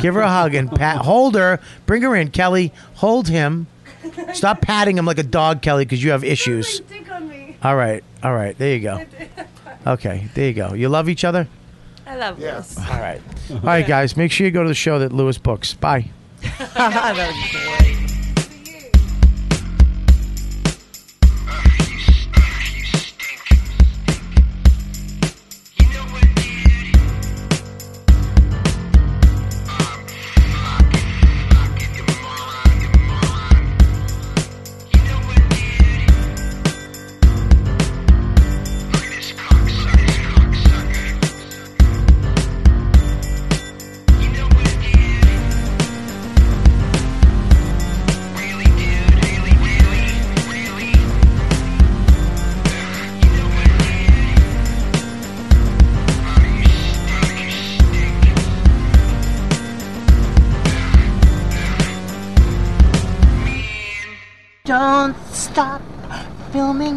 [SPEAKER 13] Give her a hug and pat. Hold her. Bring her in, Kelly. Hold him. Stop patting him like a dog, Kelly, because you have issues. All right. All right. There
[SPEAKER 34] <laughs>
[SPEAKER 13] you go. Okay. There you go. You love each other.
[SPEAKER 34] I love this.
[SPEAKER 13] All right. All right, guys. Make sure you go to the show that Lewis books. Bye.
[SPEAKER 35] Don't stop filming